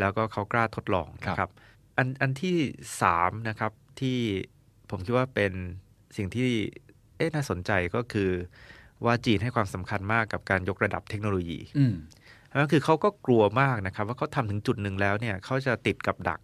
Speaker 4: แล้วก็เขากล้าทดลองนะครับอันอันที่สามนะครับที่ผมคิดว่าเป็นสิ่งที่เอ๊ะน่าสนใจก็คือว่าจีนให้ความสำคัญมากกับการยกระดับเทคโนโลยี
Speaker 3: อืม
Speaker 4: ก็คือเขาก็กลัวมากนะครับ ว่าเขาทำถึงจุดหนึ่งแล้วเนี่ยเขาจะติดกับดัก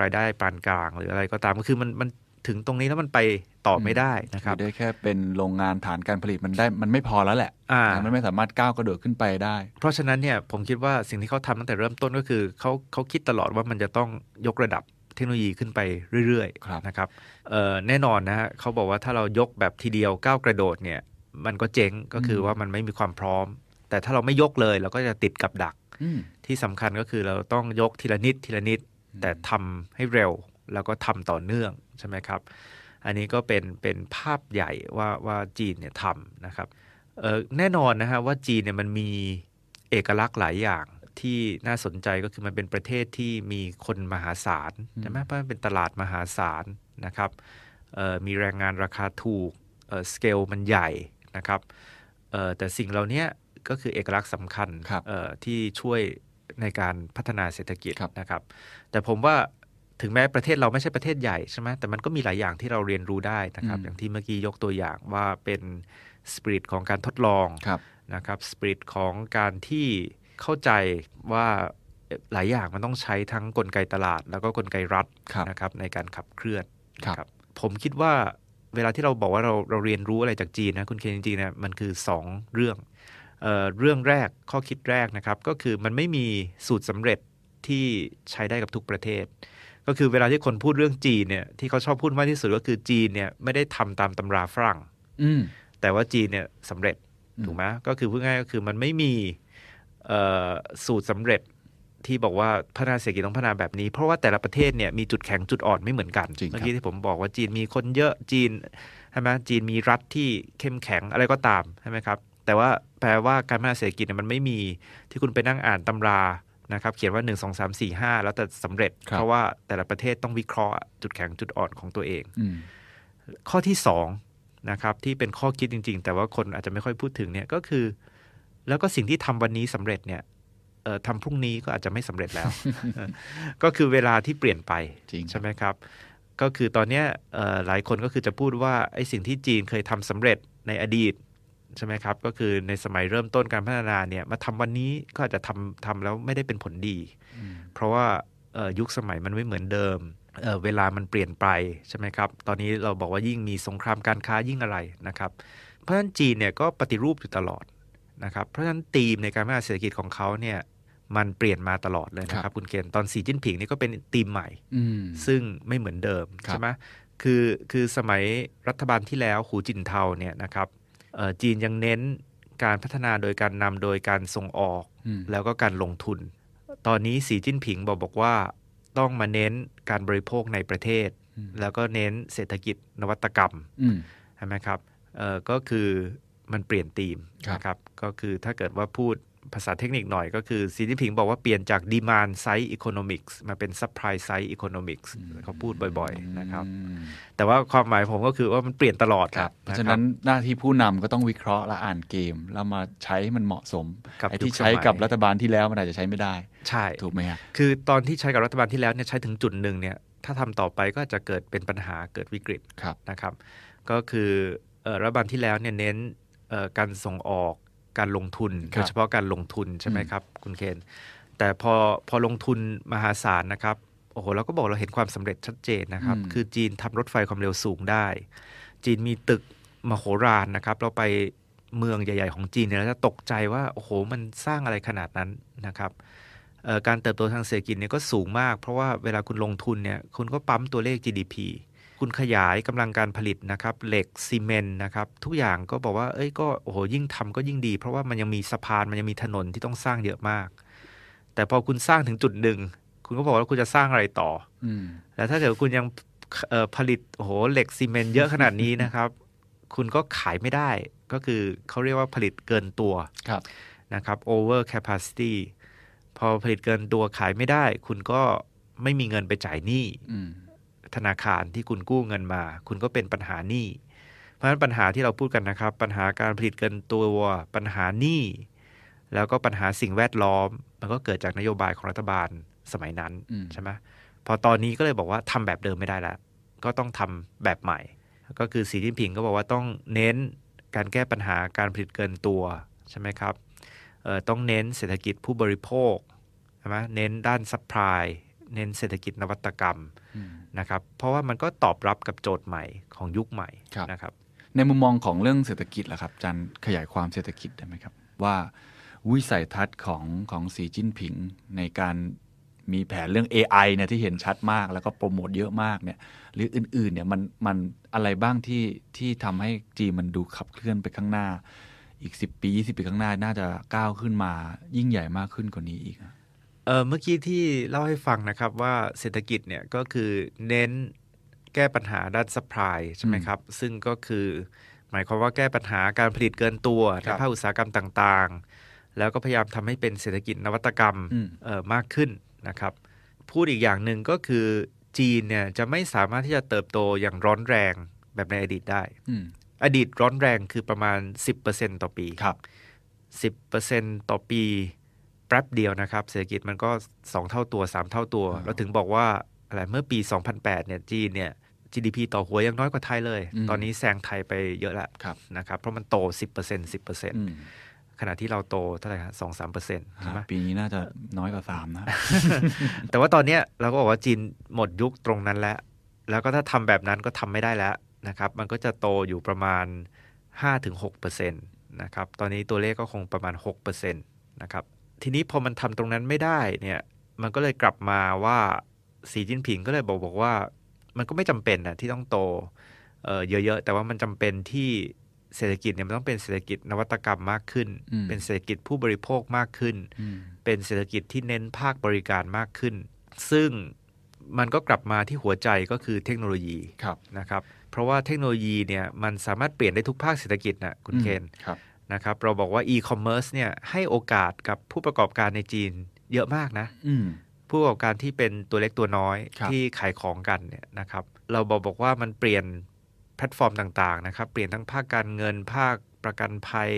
Speaker 4: รายได้ปานกลาง หรืออะไรก็ตามก็คือมันมันถึงตรงนี้แล้วมันไปต่อไม่ได้นะค
Speaker 3: คื
Speaker 4: รับ
Speaker 3: อได้แค่เป็นโรงงานฐานการผลิตมันได้มันไม่พอแล้วแหละ
Speaker 4: อ่า
Speaker 3: มันไม่สามารถก้าวกระโดดขึ้นไปได้
Speaker 4: เพราะฉะนั้นเนี่ยผมคิดว่าสิ่งที่เขาทำตั้งแต่เริ่มต้นก็คือเขาเขาคิดตลอดว่ามันจะต้องยกระดับเทคโนโลยีขึ้นไปเรื่อย
Speaker 3: ครับ
Speaker 4: ๆนะครับเอ่อแน่นอนนะฮะเขาบอกว่าถ้าเรายกแบบทีเดียวก้าวกระโดดเนี่ยมันก็เจ๊งก็คือว่ามันไม่มีความพร้อม แต่ถ้าเราไม่ยกเลยเราก็จะติดกับดัก
Speaker 3: อืม
Speaker 4: ที่สำคัญก็คือเราต้องยกทีละนิดทีละนิด แต่ทำให้เร็วแล้วก็ทำต่อเนื่องใช่ไหมครับ อันนี้ก็เป็นเป็นภาพใหญ่ว่าว่าจีนเนี่ยทำนะครับเอ่อแน่นอนนะฮะว่าจีนเนี่ยมันมีเอกลักษณ์หลายอย่างที่น่าสนใจก็คือมันเป็นประเทศที่มีคนมหาศาลใช่ไหมเพราะมันเป็นตลาดมหาศาลนะครับเอ่อมีแรงงานราคาถูกสเกลมันใหญ่นะครับเอ่อแต่สิ่งเหล่านี้ก็คือเอกลักษณ์สำคัญ
Speaker 3: ครับ
Speaker 4: เอ่อที่ช่วยในการพัฒนาเศรษฐกิจ
Speaker 3: ครับ
Speaker 4: นะครับ แต่ผมว่าถึงแม้ประเทศเราไม่ใช่ประเทศใหญ่ใช่ไหมแต่มันก็มีหลายอย่างที่เราเรียนรู้ได้นะครับ
Speaker 3: อืม
Speaker 4: อย่างที่เมื่อกี้ยกตัวอย่างว่าเป็นสปิริตของการทดลอง
Speaker 3: ครับ
Speaker 4: นะครับสปิริตของการที่เข้าใจว่าเอ่อหลายอย่างมันต้องใช้ทั้งกลไกตลาด แล้วก็กลไกรัฐ
Speaker 3: ครับ
Speaker 4: นะครับในการขับเคลื่อน
Speaker 3: ครับ
Speaker 4: นะผมคิดว่าเวลาที่เราบอกว่าเราเราเรียนรู้อะไรจากจีนนะคุณเคนจริงๆเนี่ยมันคือสองเรื่อง เอ่อเรื่องแรกข้อคิดแรกนะครับ ก็คือมันไม่มีสูตรสำเร็จที่ใช้ได้กับทุกประเทศ ก็คือเวลาที่คนพูดเรื่องจีนเนี่ยที่เขาชอบพูดมากที่สุดก็คือจีนเนี่ยไม่ได้ทำตามตำราฝรั่ง
Speaker 3: อืม
Speaker 4: แต่ว่าจีนเนี่ยสำเร็จ
Speaker 3: อืม
Speaker 4: ถูกไหมก็คือพูดง่ายก็คือมันไม่มีเอ่อสูตรสำเร็จที่บอกว่าพัฒนาเศรษฐกิจต้องพัฒนาแบบนี้ เพราะว่าแต่ละประเทศเนี่ยมีจุดแข็งจุดอ่อนไม่เหมือนกัน
Speaker 3: จริงครับ
Speaker 4: เมื่อกี้ที่ผมบอกว่าจีนมีคนเยอะจีนใช่ไหมจีนมีรัฐที่เข้มแข็งอะไรก็ตามใช่ไหมครับแต่ว่าแปลว่าการพัฒนาเศรษฐกิจเนี่ยมันไม่มีที่คุณไปนั่งอ่านตำรานะครับเขียนว่า 1 2 3 4 5 แล้วแต่สำเร็จ
Speaker 3: ครับ
Speaker 4: เพราะว่าแต่ละประเทศต้องวิเคราะห์จุดแข็งจุดอ่อนของตัวเอง
Speaker 3: อืม
Speaker 4: ข้อที่สองนะครับที่เป็นข้อคิดจริง ๆ แต่ว่าคนอาจจะไม่ค่อยพูดถึงเนี่ยก็คือ แล้วก็สิ่งที่ทำวันนี้สำเร็จเนี่ยเอ่อทำพรุ่งนี้ก็อาจจะไม่สำเร็จแล้ว
Speaker 3: *laughs*
Speaker 4: ก็คือเวลาที่เปลี่ยนไป
Speaker 3: จริงครับ
Speaker 4: ใช่ไหมครับ ก็คือตอนเนี้ยเอ่อหลายคนก็คือจะพูดว่าไอ้สิ่งที่จีนเคยทำสำเร็จในอดีตใช่ไหมครับ ก็คือในสมัยเริ่มต้นการพัฒนาเนี่ยมาทำวันนี้ก็อาจจะทำทำแล้วไม่ได้เป็นผลดี เพราะว่าเอ่อยุคสมัยมันไม่เหมือนเดิมเอ่อเวลามันเปลี่ยนไปใช่ไหมครับ ตอนนี้เราบอกว่ายิ่งมีสงครามการค้ายิ่งอะไรนะครับ เพราะฉะนั้นจีนเนี่ยก็ปฏิรูปอยู่ตลอดนะครับ เพราะฉะนั้นธีมในการพัฒนาเศรษฐกิจของเขาเนี่ยมันเปลี่ยนมาตลอดเลยนะค
Speaker 3: ครั
Speaker 4: รับบ คุณเกณฑ์ตอนสีจิ้นผิงนี่ก็เป็นธีมใหม่
Speaker 3: อืม
Speaker 4: ซึ่งไม่เหมือนเดิม
Speaker 3: ครับ
Speaker 4: ใช่ไหมคือคือสมัยรัฐบาลที่แล้วหูจินเทาเนี่ยนะครับเอ่อจีนยังเน้นการพัฒนาโดยการนำโดยการส่งออก
Speaker 3: อืม
Speaker 4: แล้วก็การลงทุน ตอนนี้สีจิ้นผิงบอกบอกว่าต้องมาเน้นการบริโภคในประเทศ
Speaker 3: อืม
Speaker 4: แล้วก็เน้นเศรษฐกิจนวัตกรรม
Speaker 3: อืม
Speaker 4: ใช่ไหมครับเอ่อก็คือมันเปลี่ยนธีม
Speaker 3: ครับ
Speaker 4: นะครับ ก็คือถ้าเกิดว่าพูดภาษาเทคนิคหน่อยก็คือซีจิ้นผิงบอกว่าเปลี่ยนจาก demand side economics มาเป็น supply side economics เขาพูดบ่อยๆนะครับ
Speaker 3: อืม
Speaker 4: แต่ว่าความหมายผมก็คือว่ามันเปลี่ยนตลอด
Speaker 3: ครับเพ
Speaker 4: คบ
Speaker 3: ราะฉะนั้นหน้าที่ผู้นำก็ต้องวิเคราะห์และอ่านเกม แล้วมาใช้ให้มันเหมาะสม
Speaker 4: กับ
Speaker 3: ไอ้
Speaker 4: ยุ
Speaker 3: ที่
Speaker 4: คสมัย
Speaker 3: ใช้กับรัฐบาลที่แล้วมันอาจจะใช้ไม่ได้
Speaker 4: ใช่
Speaker 3: ถูกไหมฮะ
Speaker 4: คือตอนที่ใช้กับรัฐบาลที่แล้วเนี่ยใช้ถึงจุดหนึ่งเนี่ยถ้าทำต่อไปก็อาจจะเกิดเป็นปัญหาเกิดวิกฤต
Speaker 3: ครับ
Speaker 4: นะครับก็คือเอ่อรัฐบาลที่แล้วเนี่ยเน้นเอ่อการส่งออกการลงทุน
Speaker 3: ครับ
Speaker 4: โดยเฉพาะการลงทุนใช่ไหม
Speaker 3: อืม
Speaker 4: ครับคุณเคนแต่พอพอลงทุนมหาศาลนะครับโอ้โหเราก็บอกเราเห็นความสำเร็จชัดเจนนะครับ คือจีนทำรถไฟความเร็วสูงได้ จีนมีตึกมโหฬารนะครับ เราไปเมืองใหญ่ ๆ ของจีนเนี่ยเราจะตกใจว่าโอ้โหมันสร้างอะไรขนาดนั้นนะครับเอ่อการเติบโตทางเศรษฐกิจเนี่ยก็สูงมาก เพราะว่าเวลาคุณลงทุนเนี่ยคุณก็ปั๊มตัวเลข GDP คุณขยายกำลังการผลิตนะครับ เหล็กซีเมนต์นะครับ ทุกอย่างก็บอกว่าเอ้ยก็โอ้โหยิ่งทำก็ยิ่งดี เพราะว่ามันยังมีสะพานมันยังมีถนนที่ต้องสร้างเยอะมาก แต่พอคุณสร้างถึงจุดหนึ่งคุณก็บอกว่าคุณจะสร้างอะไรต่อ
Speaker 3: อืม
Speaker 4: แล้วถ้าเกิดคุณยัง *laughs* เอ่อผลิตโอ้โหเหล็กซีเมนต์เยอะขนาดนี้นะครับ คุณก็ขายไม่ได้ ก็คือเขาเรียกว่าผลิตเกินตัว
Speaker 3: ครับ
Speaker 4: นะครับ over capacity พอผลิตเกินตัวขายไม่ได้ คุณก็ไม่มีเงินไปจ่ายหนี้
Speaker 3: อืม
Speaker 4: ธนาคารที่คุณกู้เงินมา คุณก็เป็นปัญหาหนี้ เพราะฉะนั้นปัญหาที่เราพูดกันนะครับ ปัญหาการผลิตเกินตัวปัญหาหนี้แล้วก็ปัญหาสิ่งแวดล้อม มันก็เกิดจากนโยบายของรัฐบาลสมัยนั้น
Speaker 3: อืม
Speaker 4: ใช่ไหมพอตอนนี้ก็เลยบอกว่าทำแบบเดิมไม่ได้แล้ว ก็ต้องทำแบบใหม่ ก็คือสีจิ้นผิงก็บอกว่าต้องเน้นการแก้ปัญหาการผลิตเกินตัวใช่ไหมครับเอ่อต้องเน้นเศรษฐกิจผู้บริโภคใช่ไหมเน้นด้านซัพพลายเน้นเศรษฐกิจนวัตกรรม
Speaker 3: อืม
Speaker 4: นะครับ เพราะว่ามันก็ตอบรับกับโจทย์ใหม่ของยุคใหม่
Speaker 3: ครับ
Speaker 4: นะครับ
Speaker 3: ในมุมมองของเรื่องเศรษฐกิจล่ะครับอาจันขยายความเศรษฐกิจได้ไหมครับ ว่าวิสัยทัศน์ของของสีจิ้นผิง ในการมีแผนเรื่อง AI เนี่ยที่เห็นชัดมาก แล้วก็โปรโมทเยอะมากเนี่ยหรืออื่นๆเนี่ยมันมันอะไรบ้างที่ที่ทำให้จีนมันดูขับเคลื่อนไปข้างหน้า อีก 10 ปี 20 ปีข้างหน้าน่าจะก้าวขึ้นมายิ่งใหญ่มากขึ้นกว่านี้อีกอะ
Speaker 4: เอ่อเมื่อกี้ที่เล่าให้ฟังนะครับว่าเศรษฐกิจเนี่ยก็คือเน้นแก้ปัญหาด้านสป라이ใช่ไหมครับ ซึ่งก็คือ หมายความว่าแก้ปัญหาการผลิตเกินตัวในภาคอุตสาหกรรมต่างๆ แล้วก็พยายามทำให้เป็นเศรษฐกิจนวัตกรรม
Speaker 3: อืม
Speaker 4: เอ่อมากขึ้นนะครับ พูดอีกอย่างหนึ่งก็คือจีนเนี่ยจะไม่สามารถที่จะเติบโตอย่างร้อนแรงแบบในอดีตได้
Speaker 3: อืม
Speaker 4: อดีตร้อนแรงคือประมาณ 10%ต่อปี
Speaker 3: ครับ
Speaker 4: 10%ต่อปีแป๊บเดียวนะครับ เศรษฐกิจมันก็ 2 เท่าตัว 3 เท่าตัว
Speaker 3: อ่า
Speaker 4: เราถึงบอกว่าอะไรเมื่อปี 2008 เนี่ยจีนเนี่ย GDP ต่อหัวยังน้อยกว่าไทยเลย
Speaker 3: อืม
Speaker 4: ตอนนี้แซงไทยไปเยอะแล้ว
Speaker 3: ครับ
Speaker 4: นะครับ เพราะมันโต 10%
Speaker 3: อืม
Speaker 4: 10%ขณะที่เราโตเท่าไหร่ฮะสองสามเปอร์เซ็นต์ใช่ไหม
Speaker 3: ปีนี้น่าจะน้อยกว่าสามนะ
Speaker 4: แต่ว่าตอนเนี้ยเราก็บอกว่าจีนหมดยุคตรงนั้นแล้ว แล้วก็ถ้าทำแบบนั้นก็ทำไม่ได้แล้วนะครับ มันก็จะโตอยู่ประมาณ 5-6%นะครับ ตอนนี้ตัวเลขก็คงประมาณ6%นะครับ ทีนี้พอมันทำตรงนั้นไม่ได้เนี่ย มันก็เลยกลับมาว่าสีจิ้นผิงก็เลยบอกบอกว่า มันก็ไม่จำเป็นนะที่ต้องโตเอ่อเยอะๆ แต่ว่ามันจำเป็นที่เศรษฐกิจเนี่ยมันต้องเป็นเศรษฐกิจนวัตกรรมมากขึ้น
Speaker 3: อืม
Speaker 4: เป็นเศรษฐกิจผู้บริโภคมากขึ้น
Speaker 3: อืม
Speaker 4: เป็นเศรษฐกิจที่เน้นภาคบริการมากขึ้น ซึ่งมันก็กลับมาที่หัวใจก็คือเทคโนโลยี
Speaker 3: ครับ
Speaker 4: นะครับ เพราะว่าเทคโนโลยีเนี่ยมันสามารถเปลี่ยนได้ทุกภาคเศรษฐกิจนะคุณเคน
Speaker 3: ครับ
Speaker 4: นะครับ เราบอกว่า e-commerce เนี่ยให้โอกาสกับผู้ประกอบการในจีนเยอะมากนะ
Speaker 3: อืม
Speaker 4: ผู้ประกอบการที่เป็นตัวเล็กตัวน้อย
Speaker 3: ครับ
Speaker 4: ที่ขายของกันเนี่ยนะครับ เราบอกบอกว่ามันเปลี่ยนแพลตฟอร์มต่างๆนะครับ เปลี่ยนทั้งภาคการเงิน ภาคประกันภัย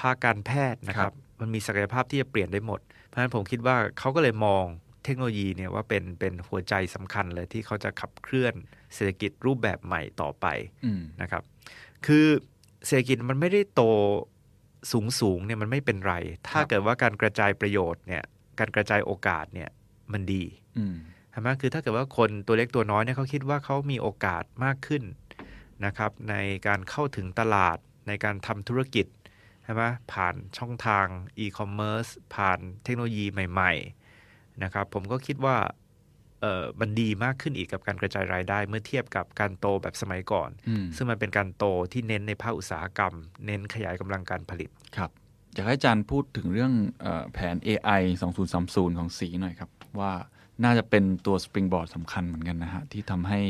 Speaker 4: ภาคการแพทย์นะครับ มันมีศักยภาพที่จะเปลี่ยนได้หมด เพราะฉะนั้นผมคิดว่าเขาก็เลยมองเทคโนโลยีเนี่ยว่าเป็นเป็นหัวใจสำคัญเลยที่เขาจะขับเคลื่อนเศรษฐกิจรูปแบบใหม่ต่อไป
Speaker 3: อืม
Speaker 4: นะครับ คือเศรษฐกิจมันไม่ได้โตสูงสูงๆเนี่ยมันไม่เป็นไร ถ้า
Speaker 3: ครับ
Speaker 4: เกิดว่าการกระจายประโยชน์เนี่ย การกระจายโอกาสเนี่ยมันดี
Speaker 3: อืม
Speaker 4: ใช่ไหมคือถ้าเกิดว่าคนตัวเล็กตัวน้อยเนี่ยเขาคิดว่าเขามีโอกาสมากขึ้นนะครับ ในการเข้าถึงตลาดในการทำธุรกิจใช่ไหมผ่านช่องทางอีคอมเมิร์ซผ่านเทคโนโลยีใหม่ ๆนะครับ ผมก็คิดว่าเออมันดีมากขึ้นอีกกับการกระจายรายได้เมื่อเทียบกับการโตแบบสมัยก่อน
Speaker 3: อืม
Speaker 4: ซึ่งมันเป็นการโตที่เน้นในภาคอุตสาหกรรม เน้นขยายกำลังการผลิต
Speaker 3: ครับอยากให้อาจารย์พูดถึงเรื่องเออแผน AI 2030 ของสีหน่อยครับ ว่าน่าจะเป็นตัวสปริงบอร์ดสำคัญเหมือนกันนะฮะ ที่ทำให้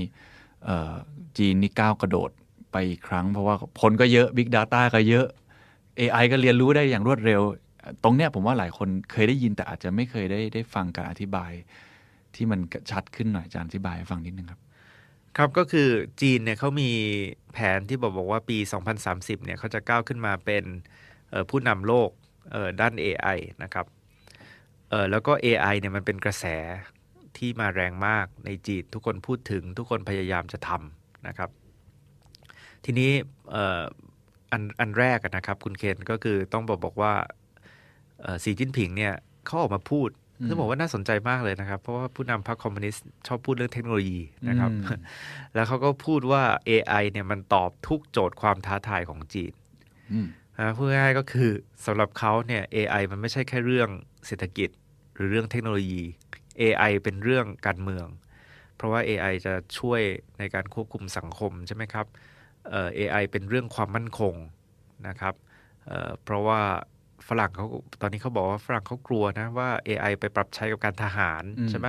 Speaker 3: เอ่อจีนนี่ก้าวกระโดดไปอีกครั้ง เพราะว่าคนก็เยอะ Big Data ก็เยอะ AI ก็เรียนรู้ได้อย่างรวดเร็ว ตรงเนี้ยผมว่าหลายคนเคยได้ยินแต่อาจจะไม่เคยได้ได้ฟังการอธิบาย ที่มันชัดขึ้นหน่อยอาจารย์อธิบายให้ฟังนิดนึงครับ
Speaker 4: ครับก็คือจีนเนี่ยเขามีแผนที่บอกบอกว่าปี 2030 เนี่ยเขาจะก้าวขึ้นมาเป็นเอ่อผู้นำโลกเอ่อด้าน AI นะครับเอ่อแล้วก็ AI เนี่ยมันเป็นกระแสที่มาแรงมากในจีน ทุกคนพูดถึงทุกคนพยายามจะทำนะครับ ทีนี้เอ่ออันอันแรกอะนะครับคุณเคนก็คือต้องบอกบอกว่าเอ่อสีจิ้นผิงเนี่ยเขาออกมาพูดซึ่งผมว่าน่าสนใจมากเลยนะครับ เพราะว่าผู้นำพรรคคอมมิวนิสต์ชอบพูดเรื่องเทคโนโลยีนะครับ
Speaker 3: อืม
Speaker 4: แล้วเขาก็พูดว่า AI เนี่ยมันตอบทุกโจทย์ความท้าทายของจีน
Speaker 3: อืม
Speaker 4: นะพูดง่ายๆก็คือสำหรับเขาเนี่ย AI มันไม่ใช่แค่เรื่องเศรษฐกิจหรือเรื่องเทคโนโลยี AI เป็นเรื่องการเมือง เพราะว่า AI จะช่วยในการควบคุมสังคมใช่ไหมครับเอ่อ AI เป็นเรื่องความมั่นคงนะครับเอ่อเพราะว่าฝรั่งเขาตอนนี้เขาบอกว่าฝรั่งเขากลัวนะว่า AI ไปปรับใช้กับการทหาร
Speaker 3: อืม
Speaker 4: ใช่ไหม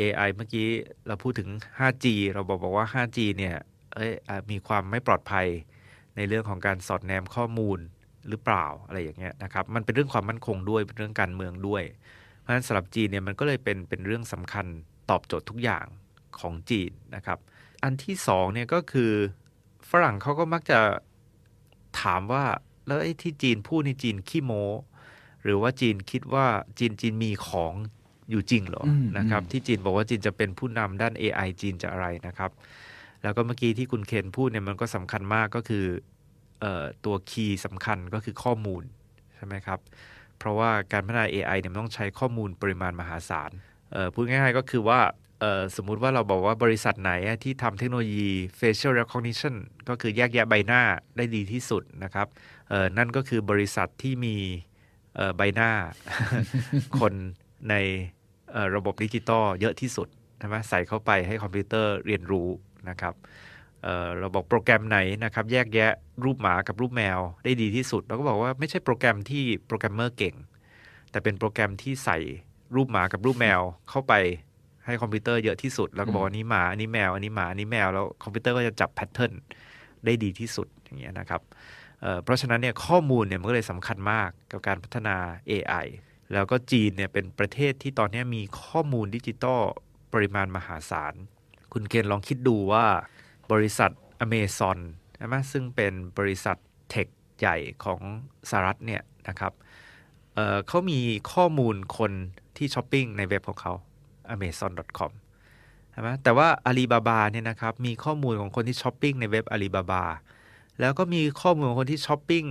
Speaker 4: AI เมื่อกี้เราพูดถึง 5G เราบอกบอกว่า 5G เนี่ยเอ้ยอ่ะมีความไม่ปลอดภัย ในเรื่องของการสอดแนมข้อมูลหรือเปล่าอะไรอย่างเงี้ยนะครับมันเป็นเรื่องความมั่นคงด้วยเป็นเรื่องการเมืองด้วย เพราะฉะนั้นสำหรับจีนเนี่ยมันก็เลยเป็นเป็นเรื่องสำคัญตอบโจทย์ทุกอย่างของจีนนะครับ อันที่สองเนี่ยก็คือฝรั่งเขาก็มักจะถามว่าแล้วไอ้ที่จีนพูดในจีนขี้โม้ หรือว่าจีนคิดว่าจีนจีนมีของอยู่จริงเหรอ
Speaker 3: อืม
Speaker 4: นะครับ
Speaker 3: อืม
Speaker 4: ที่จีนบอกว่าจีนจะเป็นผู้นำด้าน AI จีนจะอะไรนะครับ แล้วก็เมื่อกี้ที่คุณเคนพูดเนี่ยมันก็สำคัญมากก็คือเอ่อตัวคีย์สำคัญก็คือข้อมูลใช่ไหมครับ เพราะว่าการพัฒนา AI เนี่ยมันต้องใช้ข้อมูลปริมาณมหาศาลเอ่อพูดง่ายๆก็คือว่าเอ่อสมมุติว่าเราบอกว่าบริษัทไหนอะที่ทำเทคโนโลยี facial recognition ก็คือแยกแยะใบหน้าได้ดีที่สุดนะครับเอ่อนั่นก็คือบริษัทที่มีเอ่อใบหน้า *laughs* คนในเอ่อระบบดิจิตอลเยอะที่สุดใช่ไหมใส่เข้าไปให้คอมพิวเตอร์เรียนรู้นะครับเอ่อเราบอกโปรแกรมไหนนะครับ แยกแยะรูปหมากับรูปแมวได้ดีที่สุด เราก็บอกว่าไม่ใช่โปรแกรมที่โปรแกรมเมอร์เก่ง แต่เป็นโปรแกรมที่ใส่รูปหมากับรูปแมวเข้าไปให้คอมพิวเตอร์เยอะที่สุด แล้วก็บอกว่าอันนี้หมาอันนี้แมวอันนี้หมาอันนี้แมวแล้วคอมพิวเตอร์ก็จะจับแพทเทิร์นได้ดีที่สุดอย่างเงี้ยนะครับเอ่อเพราะฉะนั้นเนี่ยข้อมูลเนี่ยมันก็เลยสำคัญมากกับการพัฒนา AI แล้วก็จีนเนี่ยเป็นประเทศที่ตอนเนี้ยมีข้อมูลดิจิตอลปริมาณมหาศาล คุณเกณฑ์ลองคิดดูว่าบริษัทอเมซอนใช่ไหมซึ่งเป็นบริษัทเทคใหญ่ของสหรัฐเนี่ยนะครับ เอ่อเขามีข้อมูลคนที่ช้อปปิ้งในเว็บของเขา amazon.com ใช่ไหมแต่ว่า Alibaba เนี่ยนะครับ มีข้อมูลของคนที่ช้อปปิ้งในเว็บ Alibaba แล้วก็มีข้อมูลของคนที่ช้อปปิ้ง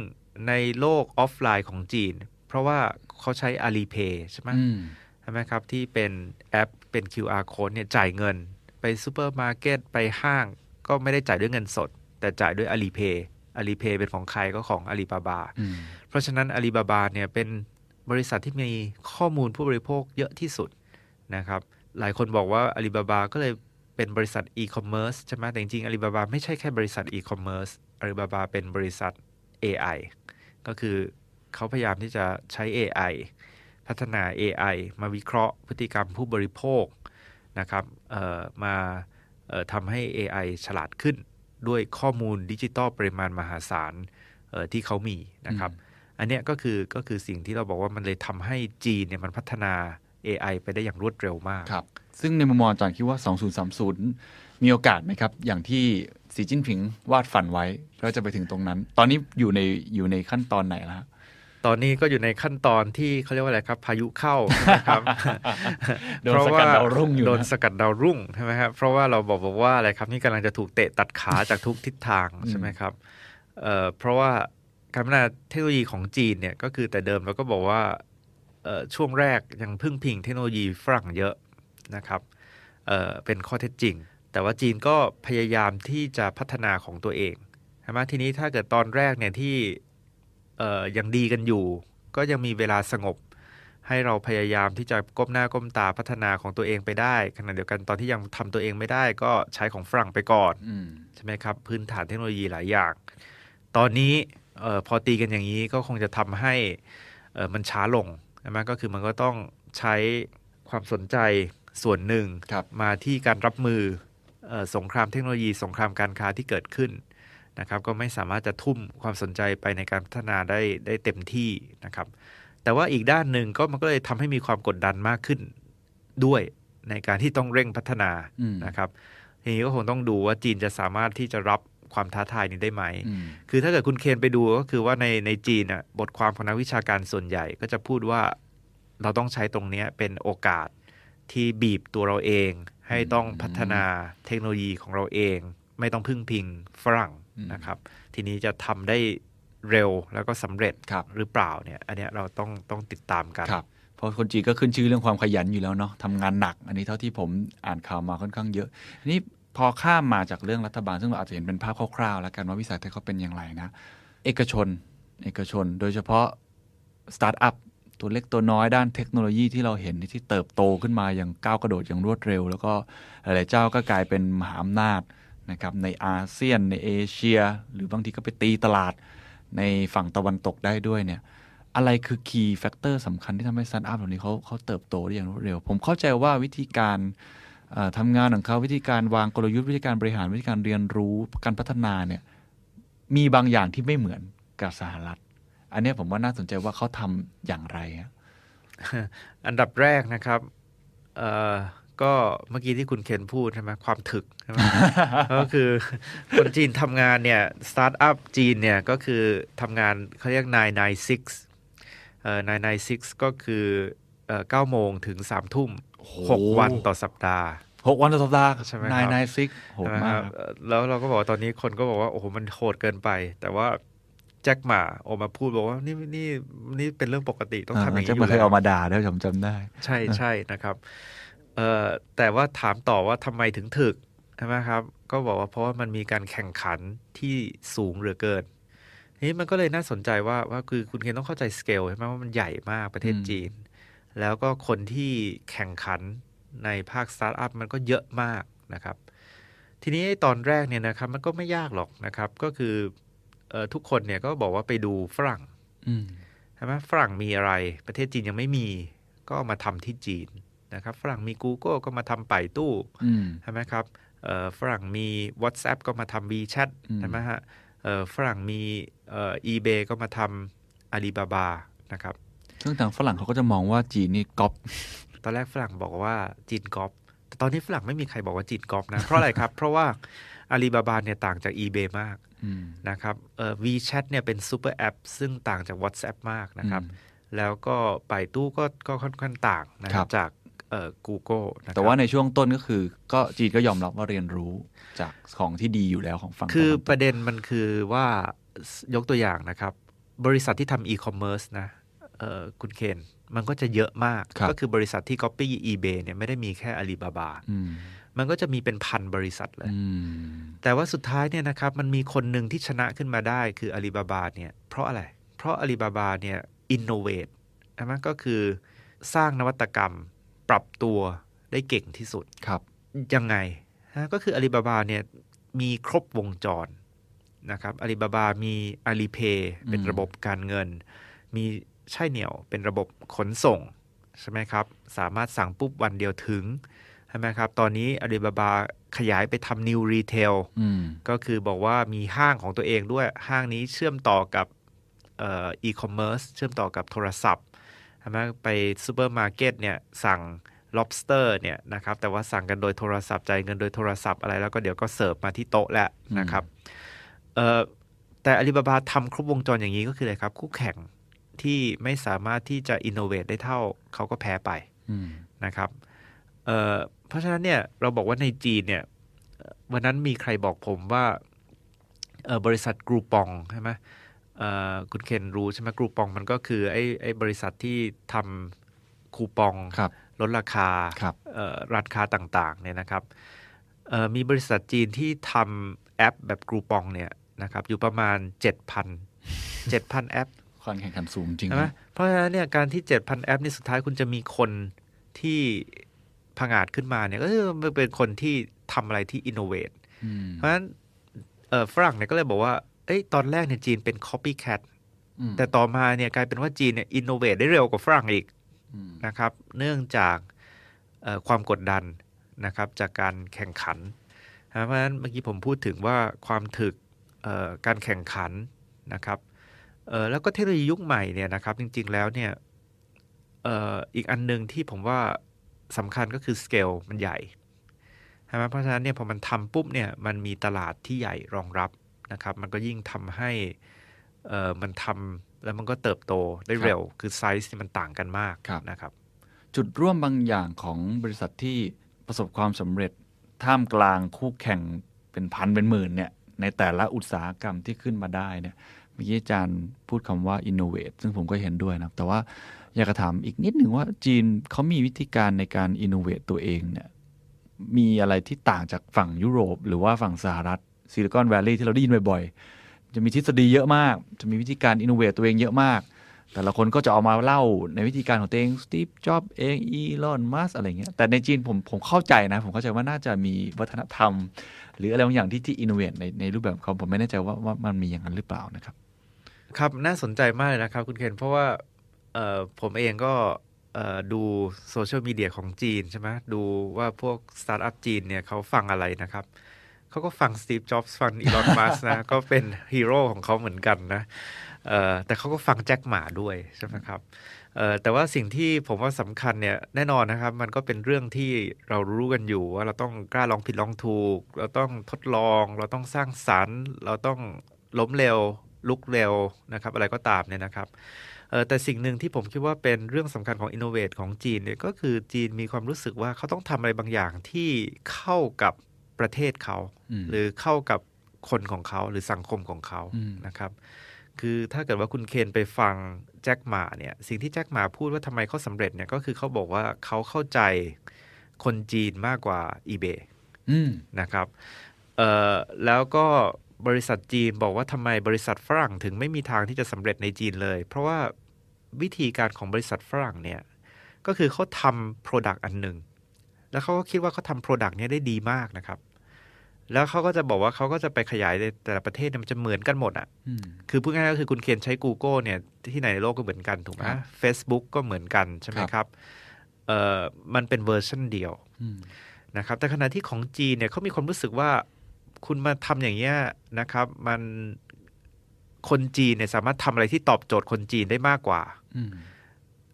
Speaker 4: ในโลกออฟไลน์ของจีน เพราะว่าเขาใช้ Alipay ใช่ไหม
Speaker 3: อืม
Speaker 4: ใช่ไหมครับ ที่เป็นแอปเป็น QR code เนี่ยจ่ายเงิน ไปซูเปอร์มาร์เก็ตไปห้าง ก็ไม่ได้จ่ายด้วยเงินสด แต่จ่ายด้วย Alipay Alipay เป็นของใครก็ของ Alibaba
Speaker 3: อืม
Speaker 4: เพราะฉะนั้น Alibaba เนี่ยเป็นบริษัทที่มีข้อมูลผู้บริโภคเยอะที่สุดนะครับ หลายคนบอกว่า Alibaba ก็เลยเป็นบริษัท e-commerce ใช่ไหมแต่จริงๆ Alibaba ไม่ใช่แค่บริษัท e-commerce Alibaba เป็นบริษัท AI ก็คือเขาพยายามที่จะใช้ AI พัฒนา AI มาวิเคราะห์พฤติกรรมผู้บริโภคนะครับเอ่อมาเอ่อทำให้ AI ฉลาดขึ้น ด้วยข้อมูลดิจิตอลปริมาณมหาศาลเอ่อที่เขามีนะครับ อันเนี้ยก็คือก็คือสิ่งที่เราบอกว่ามันเลยทำให้จีนเนี่ยมันพัฒนา AI ไปได้อย่างรวดเร็วมาก
Speaker 3: ครับ ซึ่งในมุมมองอาจารย์คิดว่า 2030 มีโอกาสไหมครับ อย่างที่สีจิ้นผิงวาดฝันไว้แล้วจะไปถึงตรงนั้น ตอนนี้อยู่ในอยู่ในขั้นตอนไหนแล้วฮะ
Speaker 4: ตอนนี้ก็อยู่ในขั้นตอนที่เขาเรียกว่าอะไรครับ พายุเข้าใช่ไหม
Speaker 3: *laughs*
Speaker 4: ครับ
Speaker 3: โดนสกัดดาวรุ่งอยู่นะ
Speaker 4: โดนสกัดดาวรุ่งใช่ไหมครับเพราะว่าเราบอกบอกว่าอะไรครับนี่กำลังจะถูกเตะตัดขาจากทุกทิศทางใช่ไหมครับเอ่อเพราะว่าการพัฒนาเทคโนโลยีของจีนเนี่ยก็คือแต่เดิมเราก็บอกว่าเอ่อช่วงแรกยังพึ่งพิงเทคโนโลยีฝรั่งเยอะนะครับเอ่อเป็นข้อเท็จจริง แต่ว่าจีนก็พยายามที่จะพัฒนาของตัวเองใช่ไหมทีนี้ถ้าเกิดตอนแรกเนี่ยที่ เอ่อยังดีกันอยู่ ก็ยังมีเวลาสงบ ให้เราพยายามที่จะก้มหน้าก้มตาพัฒนาของตัวเองไปได้ขณะเดียวกันตอนที่ยังทำตัวเองไม่ได้ก็ใช้ของฝรั่งไปก่อน
Speaker 3: อืม
Speaker 4: ใช่ไหมครับ พื้นฐานเทคโนโลยีหลายอย่าง ตอนนี้เออพอตีกันอย่างนี้ก็คงจะทำให้เอ่อมันช้าลงใช่ไหมก็คือมันก็ต้องใช้ความสนใจส่วนหนึ่ง
Speaker 3: ครับ
Speaker 4: มาที่การรับมือเออสงครามเทคโนโลยี สงครามการค้าที่เกิดขึ้นนะครับ ก็ไม่สามารถจะทุ่มความสนใจไปในการพัฒนาได้ได้เต็มที่นะครับ แต่ว่าอีกด้านหนึ่งก็มันก็เลยทำให้มีความกดดันมากขึ้นด้วยในการที่ต้องเร่งพัฒนา
Speaker 3: อืม
Speaker 4: นะครับ ทีนี้ก็คงต้องดูว่าจีนจะสามารถที่จะรับความท้าทายนี้ได้ไหม
Speaker 3: อืม
Speaker 4: คือถ้าเกิดคุณเคนไปดูก็คือว่าในในจีนน่ะบทความของนักวิชาการส่วนใหญ่ก็จะพูดว่าเราต้องใช้ตรงเนี้ยเป็นโอกาสที่บีบตัวเราเอง ให้ต้องพัฒนาเทคโนโลยีของเราเอง ไม่ต้องพึ่งพิงฝรั่ง
Speaker 3: อืม
Speaker 4: นะครับ ทีนี้จะทำได้เร็วแล้วก็สำเร็จ
Speaker 3: ครับ
Speaker 4: หรือเปล่าเนี่ย อันเนี้ยเราต้องต้องติดตามกัน
Speaker 3: ครับ เพราะคนจีนก็ขึ้นชื่อเรื่องความขยันอยู่แล้วเนาะทำงานหนัก อันนี้เท่าที่ผมอ่านข่าวมาค่อนข้างเยอะทีนี่พอข้ามมาจากเรื่องรัฐบาล ซึ่งเราอาจจะเห็นเป็นภาพคร่าวๆ แล้วกันว่าวิสัยทัศน์เขาเป็นอย่างไรนะ เอกชน เอกชน โดยเฉพาะสตาร์ทอัพตัวเล็กตัวน้อยด้านเทคโนโลยีที่เราเห็นที่เติบโตขึ้นมาอย่างก้าวกระโดดอย่างรวดเร็ว แล้วก็หลายๆเจ้าก็กลายเป็นมหาอำนาจนะครับในอาเซียนในเอเชีย หรือบางทีก็ไปตีตลาดในฝั่งตะวันตกได้ด้วยเนี่ย อะไรคือคีย์แฟกเตอร์สำคัญที่ทำให้สตาร์ทอัพเหล่านี้เขาเขาเติบโตได้อย่างรวดเร็ว ผมเข้าใจว่าวิธีการเอ่อทำงานของเขาวิธีการวางกลยุทธ์วิธีการบริหารวิธีการเรียนรู้การพัฒนาเนี่ย มีบางอย่างที่ไม่เหมือนกับสหรัฐ อันเนี้ยผมว่าน่าสนใจว่าเขาทำอย่างไรฮะ
Speaker 4: อันดับแรกนะครับเอ่อก็เมื่อกี้ที่คุณเคนพูดใช่ไหมความถึก
Speaker 3: *laughs*
Speaker 4: ใช่ไหม ก็คือคนจีนทำงานเนี่ยสตาร์ทอัพจีนเนี่ยก็คือทำงานเขาเรียก9 9 6เอ่อ9 9 6ก็คือเอ่อ9โมงถึง3ทุ่ม6วันต่อสัปดาห์
Speaker 3: หกวันต่อสัปดาห์
Speaker 4: ใช่ไหมครับ
Speaker 3: นายนายซิกโหด
Speaker 4: ใช่ไห
Speaker 3: มาก
Speaker 4: เอ่อแล้วเราก็บอกว่าตอนนี้คนก็บอกว่า โอ้โห มันโหดเกินไป แต่ว่าแจ็คหมาออกมาพูดบอกว่านี่นี่นี่เป็นเรื่องปกติต้องทำอย่าง
Speaker 3: เจ๊
Speaker 4: นี้อ
Speaker 3: มัน
Speaker 4: ยู่
Speaker 3: เคย
Speaker 4: แล้ว
Speaker 3: เอามาด่าด้วยผมจำได้
Speaker 4: ใช่ใช่นะครับเอ่อแต่ว่าถามต่อว่าทำไมถึงถึกใช่ไหมครับ ก็บอกว่าเพราะว่ามันมีการแข่งขันที่สูงเหลือเกินทีนี้มันก็เลยน่าสนใจว่าว่าคือคุณเคนต้องเข้าใจสเกลใช่ไหมว่ามันใหญ่มากประเทศ
Speaker 3: อืม
Speaker 4: จีน แล้วก็คนที่แข่งขันในภาคสตาร์ทอัพมันก็เยอะมากนะครับ ทีนี้ไอ้ตอนแรกเนี่ยนะครับมันก็ไม่ยากหรอกนะครับ ก็คือเอ่อทุกคนเนี่ยก็บอกว่าไปดูฝรั่ง
Speaker 3: อืม
Speaker 4: ใช่ไหมฝรั่งมีอะไร ประเทศจีนยังไม่มี ก็เอามาทำที่จีนนะครับ ฝรั่งมี Google ก็มาทำไปตู้
Speaker 3: อืม
Speaker 4: ใช่ไหมครับเอ่อฝรั่งมี WhatsApp ก็มาทำ WeChat
Speaker 3: อืม
Speaker 4: ใช่ไหมฮะเอ่อฝรั่งมีเอ่อ eBay ก็มาทำ Alibaba นะครับ
Speaker 3: ซึ่งทางฝรั่งเขาก็จะมองว่าจีนนี่ก๊อป
Speaker 4: ตอนแรกฝรั่งบอกว่าจีนก๊อปแต่ตอนนี้ฝรั่งไม่มีใครบอกว่าจีนก๊อปนะ เพราะอะไรครับ เพราะว่า Alibaba เนี่ยต่างจาก eBay มาก
Speaker 3: อืม
Speaker 4: นะครับเอ่อ WeChat เนี่ยเป็นซูเปอร์แอปซึ่งต่างจาก WhatsApp มากนะครับ
Speaker 3: อืม
Speaker 4: แล้วก็ไปตู้ก็ก็ค่อนข้างต่างนะค
Speaker 3: ครั
Speaker 4: รับบ จากเอ่อ Google นะครับ
Speaker 3: แต่ว่าในช่วงต้นก็คือ ก็จีนก็ยอมรับว่าเรียนรู้จากของที่ดีอยู่แล้วของฝั่ง
Speaker 4: คือ
Speaker 3: ตะวันตก
Speaker 4: ประเด็นมันคือว่ายกตัวอย่างนะครับ บริษัทที่ทำอีคอมเมิร์ซนะเอ่อคุณเคนมันก็จะเยอะมาก ก็คือบริษัทที่ Copy eBay เนี่ยไม่ได้มีแค่ Alibaba
Speaker 3: อืม
Speaker 4: มันก็จะมีเป็นพันบริษัทเลย
Speaker 3: อืม
Speaker 4: แต่ว่าสุดท้ายเนี่ยนะครับมันมีคนหนึ่งที่ชนะขึ้นมาได้คือ Alibaba เนี่ยเพราะอะไร เพราะ Alibaba เนี่ย innovate ใช่ไหมก็คือสร้างนวัตกรรมปรับตัวได้เก่งที่สุด
Speaker 3: ครับ
Speaker 4: ยังไงฮะก็คือ Alibaba เนี่ยมีครบวงจรนะครับ Alibaba มี Alipay เป็น
Speaker 3: อืม
Speaker 4: ระบบการเงิน มีใช่เหนียวเป็นระบบขนส่ง ใช่ไหมครับ สามารถสั่งปุ๊บวันเดียวถึง ใช่ไหมครับ ตอนนี้ Alibaba ขยายไปทำ New Retail
Speaker 3: อืม
Speaker 4: ก็คือบอกว่ามีห้างของตัวเองด้วยห้างนี้เชื่อมต่อกับเอีคอมเมิร์ซเชื่อมต่อกับโทรศัพท์ใช่ไหมไปซูเปอร์มาร์เก็ตเนี่ยสั่ง lobster เนี่ยนะครับแต่ว่าสั่งกันโดยโทรศัพท์จ่ายเงินโดยโทรศัพท์อะไรแล้วก็เดี๋ยวก็เสิร์ฟมาที่โต๊ะแล้วนะครับเอ่อแต่อาลีบาบาทำครบวงจรอย่างนี้ก็คืออะไรครับ คู่แข่งที่ไม่สามารถที่จะอินโนเวทได้เท่าเขาก็แพ้ไป
Speaker 3: อืม
Speaker 4: นะครับเอ่อเพราะฉะนั้นเนี่ยเราบอกว่าในจีนเนี่ยเอ่อวันนั้นมีใครบอกผมว่าเอ่อบริษัทกรูปองใช่ไหมเอ่อคุณเคนรู้ใช่ไหมกรูปองมันก็คือไอ้ไอ้บริษัทที่ทำคูปอง
Speaker 3: ครับ
Speaker 4: ลดราคา
Speaker 3: ครับ
Speaker 4: เอ่อร้านค้าต่างๆเนี่ยนะครับเอ่อมีบริษัทจีนที่ทำแอปแบบกรูปองเนี่ยนะครับอยู่ประมาณ 7,000 7,000 แอป
Speaker 3: ความแข่งขันสูงจริง
Speaker 4: ใช่ไหม
Speaker 3: นะ
Speaker 4: เพราะฉะนั้นเนี่ยการที่ 7,000 แอปนี่สุดท้ายคุณจะมีคนที่ผงาดขึ้นมาเนี่ยก็คือมันเป็นคนที่ทำอะไรที่อินโนเวท
Speaker 3: อืม
Speaker 4: เพราะฉะนั้นเอ่อฝรั่งเนี่ยก็เลยบอกว่าเอ้ยตอนแรกเนี่ยจีนเป็น copycat
Speaker 3: อืม
Speaker 4: แต่ต่อมาเนี่ยกลายเป็นว่าจีนเนี่ยอินโนเวทได้เร็วกว่าฝรั่งอีก
Speaker 3: อืม
Speaker 4: นะครับ เนื่องจากเอ่อความกดดันนะครับจากการแข่งขันนะเพราะฉะนั้นเมื่อกี้ผมพูดถึงว่าความถึกเอ่อการแข่งขันนะครับ เออแล้วก็เทคโนโลยียุคใหม่เนี่ยนะครับ จริง ๆ แล้วเนี่ยเอออีกอันหนึ่งที่ผมว่าสำคัญก็คือสเกลมันใหญ่ใช่ไหมเพราะฉะนั้นเนี่ยพอมันทำปุ๊บเนี่ยมันมีตลาดที่ใหญ่รองรับนะครับ มันก็ยิ่งทำให้เออมันทำแล้วมันก็เติบโตได้เร็ว คือไซส์เนี่ยมันต่างกันมากนะครับ
Speaker 3: จุดร่วมบางอย่างของบริษัทที่ประสบความสำเร็จท่ามกลางคู่แข่งเป็นพันเป็นหมื่นเนี่ย ในแต่ละอุตสาหกรรมที่ขึ้นมาได้เนี่ย เมื่อกี้อาจารย์พูดคำว่า innovate ซึ่งผมก็เห็นด้วยนะครับ แต่ว่าอยากจะถามอีกนิดหนึ่งว่าจีนเขามีวิธีการในการ innovate ตัวเองเนี่ย มีอะไรที่ต่างจากฝั่งยุโรป หรือว่าฝั่งสหรัฐซิลิคอนแวลลีย์ที่เราได้ยินบ่อยๆ จะมีทฤษฎีเยอะมาก จะมีวิธีการ innovate ตัวเองเยอะมาก แต่ละคนก็จะเอามาเล่าในวิธีการของตัวเองสตีฟจ็อบเองอีลอนมัสอะไรเงี้ยแต่ในจีนผมผมเข้าใจนะ ผมเข้าใจว่าน่าจะมีวัฒนธรรม หรืออะไรบางอย่างที่ที่อินโนเวทในในรูปแบบของเขาผมไม่แน่ใจว่าว่ามันมีอย่างนั้นหรือเปล่านะครับ
Speaker 4: ครับ น่าสนใจมากเลยนะครับ คุณเคน เพราะว่าเอ่อผมเองก็เอ่อดูโซเชียลมีเดียของจีนใช่ไหมดูว่าพวกสตาร์ทอัพจีนเนี่ยเขาฟังอะไรนะครับ เขาก็ฟังสตีฟจ็อบส์ฟังอีล *laughs* อนมัสนะ ก็เป็นฮีโร่ของเขาเหมือนกันนะเอ่อแต่เขาก็ฟังแจ็คหมาด้วยใช่ไหมครับเอ่อแต่ว่าสิ่งที่ผมว่าสำคัญเนี่ยแน่นอนนะครับ มันก็เป็นเรื่องที่เรารู้กันอยู่ว่าเราต้องกล้าลองผิดลองถูก เราต้องทดลอง เราต้องสร้างสรรค์ เราต้องล้มเร็ว ลุกเร็วนะครับ อะไรก็ตามเนี่ยนะครับ เอ่อแต่สิ่งหนึ่งที่ผมคิดว่าเป็นเรื่องสำคัญของ Innovate ของจีนเนี่ยก็คือจีนมีความรู้สึกว่าเขาต้องทำอะไรบางอย่างที่เข้ากับประเทศเขา
Speaker 3: อืม
Speaker 4: หรือเข้ากับคนของเขาหรือสังคมของเขา
Speaker 3: อืม
Speaker 4: นะครับ คือถ้าเกิดว่าคุณเคนไปฟังแจ็คหมาเนี่ยสิ่งที่แจ็คหมาพูดว่าทำไมเขาสำเร็จเนี่ยก็คือเขาบอกว่าเขาเข้าใจคนจีนมากกว่า eBay
Speaker 3: อืม
Speaker 4: นะครับเอ่อแล้วก็บริษัทจีนบอกว่าทำไมบริษัทฝรั่งถึงไม่มีทางที่จะสำเร็จในจีนเลย เพราะว่าวิธีการของบริษัทฝรั่งเนี่ย ก็คือเขาทำโปรดักต์อันหนึ่ง แล้วเขาก็คิดว่าเขาทำโปรดักต์เนี้ยได้ดีมากนะครับ แล้วเขาก็จะบอกว่าเขาก็จะไปขยายในแต่ละประเทศเนี่ยมันจะเหมือนกันหมดอะ
Speaker 3: อืม
Speaker 4: คือพูดง่ายๆก็คือคุณเคนใช้ Google เนี่ยที่ไหนในโลกก็เหมือนกันถูกไหม
Speaker 3: ครับ
Speaker 4: Facebook ก็เหมือนกันใช่ไหมครับเอ่อมันเป็นเวอร์ชันเดียว
Speaker 3: อืม
Speaker 4: นะครับแต่ขณะที่ของจีนเนี่ยเขามีความรู้สึกว่าคุณมาทำอย่างเงี้ยนะครับมันคนจีนเนี่ยสามารถทำอะไรที่ตอบโจทย์คนจีนได้มากกว่า
Speaker 3: อืม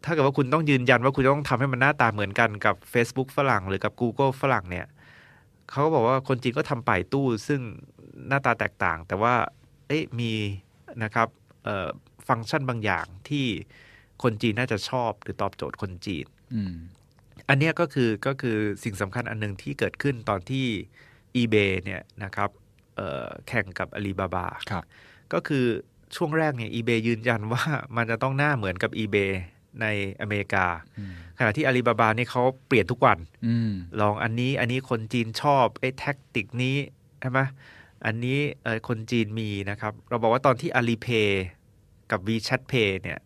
Speaker 4: ถ้าเกิดว่าคุณต้องยืนยันว่าคุณจะต้องทำให้มันหน้าตาเหมือนกันกับ Facebook ฝรั่งหรือกับ Google ฝรั่งเนี่ยเขาก็บอกว่าคนจีนก็ทำป่ายตู้ซึ่งหน้าตาแตกต่าง แต่ว่าเอ๊ะมีนะครับเอ่อฟังก์ชันบางอย่างที่คนจีนน่าจะชอบหรือตอบโจทย์คนจีน
Speaker 3: อืม
Speaker 4: อันเนี้ยก็คือก็คือสิ่งสำคัญอันหนึ่งที่เกิดขึ้นตอนที่ eBay เนี่ยนะครับเอ่อแข่งกับ Alibaba
Speaker 3: ครับ
Speaker 4: ก็คือช่วงแรกเนี่ย eBay ยืนยันว่ามันจะต้องหน้าเหมือนกับ eBay ในอเมริกา
Speaker 3: อืม
Speaker 4: ขณะที่ Alibaba นี่เขาเปลี่ยนทุกวัน
Speaker 3: อืม
Speaker 4: ลองอันนี้อันนี้คนจีนชอบไอ้แท็กติกนี้ใช่ไหมอันนี้เออคนจีนมีนะครับ เราบอกว่าตอนที่ Alipay กับ WeChat Pay เนี่ย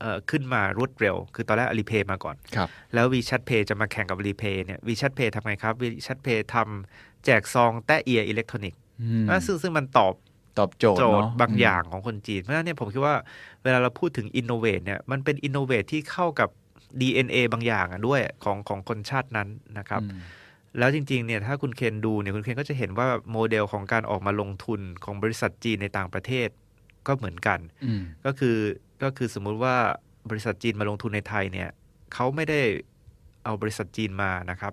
Speaker 4: เอ่อขึ้นมารวดเร็ว คือตอนแรก Alipay มาก่อน
Speaker 3: ครับ
Speaker 4: แล้ว WeChat Pay จะมาแข่งกับ Alipay เนี่ย WeChat Pay ทำไงครับ WeChat Pay ทำแจกซองแต้เอียอิเล็กทรอนิกส์
Speaker 3: อืม
Speaker 4: อ่ะซึ่งซึ่งมันตอบ
Speaker 3: ตอบโจทย์
Speaker 4: โจท
Speaker 3: เนะ
Speaker 4: ย์บางอย่างของคนจีน เพราะฉะนั้นเนี่ยผมคิดว่าเวลาเราพูดถึง innovate เนี่ยมันเป็น innovate ที่เข้ากับ DNA บางอย่างอะด้วยของของคนชาตินั้นนะครับ
Speaker 3: อืม
Speaker 4: แล้วจริงๆเนี่ยถ้าคุณเคนดูเนี่ยคุณเคนก็จะเห็นว่าโมเดลของการออกมาลงทุนของบริษัทจีนในต่างประเทศก็เหมือนกัน
Speaker 3: อืม
Speaker 4: ก็คือก็คือสมมุติว่าบริษัทจีนมาลงทุนในไทยเนี่ยเขาไม่ได้เอาบริษัทจีนมานะครับ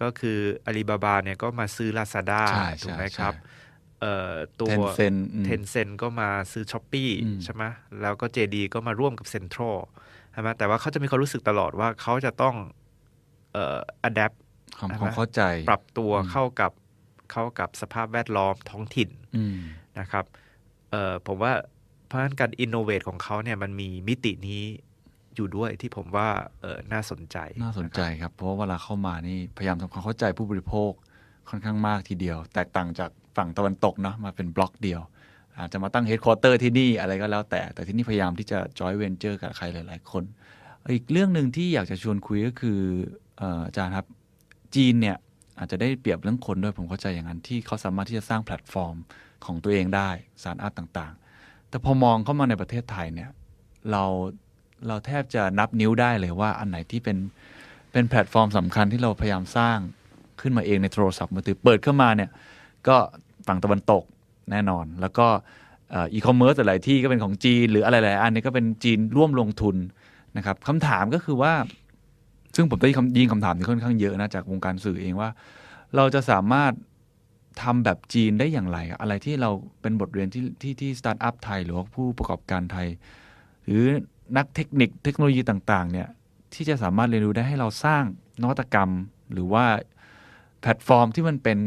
Speaker 4: ก็คืออาลีบาบาเนี่ยก็มาซื้อ Lazada
Speaker 3: ใช่
Speaker 4: ถูกไหม
Speaker 3: ใช่
Speaker 4: ครับ
Speaker 3: ใช่
Speaker 4: เอ่อตัว
Speaker 3: เทนเซนอืม
Speaker 4: เทนเซนก็มาซื้อช้อปปี้
Speaker 3: อืม
Speaker 4: ใช่ไหมแล้วก็ JD ก็มาร่วมกับเซ็นทรัลใช่ไหมแต่ว่าเขาจะมีความรู้สึกตลอดว่าเขาจะต้องเอ่อ adapt
Speaker 3: ความ
Speaker 4: ใช่ไหม
Speaker 3: ความเข้าใจ
Speaker 4: ปรับตัว
Speaker 3: อืม
Speaker 4: เข้ากับเข้ากับสภาพแวดล้อมท้องถิ่น
Speaker 3: อืม
Speaker 4: นะครับเอ่อผมว่าเพราะฉะนั้นการอินโนเวทของเขาเนี่ยมันมีมิตินี้อยู่ด้วยที่ผมว่าเอ่อน่าสนใจ
Speaker 3: น่าสนใจครับ เพราะว่าเวลาเข้ามานี่พยายามทำความเข้าใจผู้บริโภคค่อนข้างมากทีเดียว แตกต่างจากฝั่งตะวันตกเนาะมาเป็นบล็อกเดียว อาจจะมาตั้งเฮดค q u เตอร์ที่นี่อะไรก็แล้วแต่ แต่ที่นี่พยายามที่จะจอยเวนเจอร์กับใครหลาย ๆ คน อีกเรื่องหนึ่งที่อยากจะชวนคุยก็คือเอ่ออาจารย์ครับ จีนเนี่ยอาจจะได้เปรียบเรื่องคนด้วยผมเข้าใจอย่างนั้นที่เขาสามารถที่จะสร้างแพลตฟอร์มของตัวเองได้สารอาร์ตต่าง ๆ แต่พอมองเข้ามาในประเทศไทยเนี่ยเราเราแทบจะนับนิ้วได้เลยว่าอันไหนที่เป็น เป็นแพลตฟอร์มสำคัญที่เราพยายามสร้างขึ้นมาเองในโทรศัพท์มือถือเปิดเข้ามาเนี่ย ก็ฝั่งตะวันตกแน่นอน แล้วก็เอีคอมเมิร์ซหลายๆที่ก็เป็นของจีน หรืออะไรหลายๆอันเนี่ยก็เป็นจีนร่วมลงทุนนะครับคำถามก็คือว่า ซึ่งผมได้ยินคำยิงคำถามที่ค่อนข้างเยอะนะจากวงการสื่อเองว่า เราจะสามารถทำแบบจีนได้อย่างไรอะอะไรที่เราเป็นบทเรียนที่ที่ที่สตาร์ทอัพไทย หรือว่าผู้ประกอบการไทย หรือนักเทคนิคเทคโนโลยีต่างๆ เนี่ย ที่จะสามารถเรียนรู้ได้ให้เราสร้างนวัตกรรม หรือว่าแพลตฟอร์มที่มันเป็น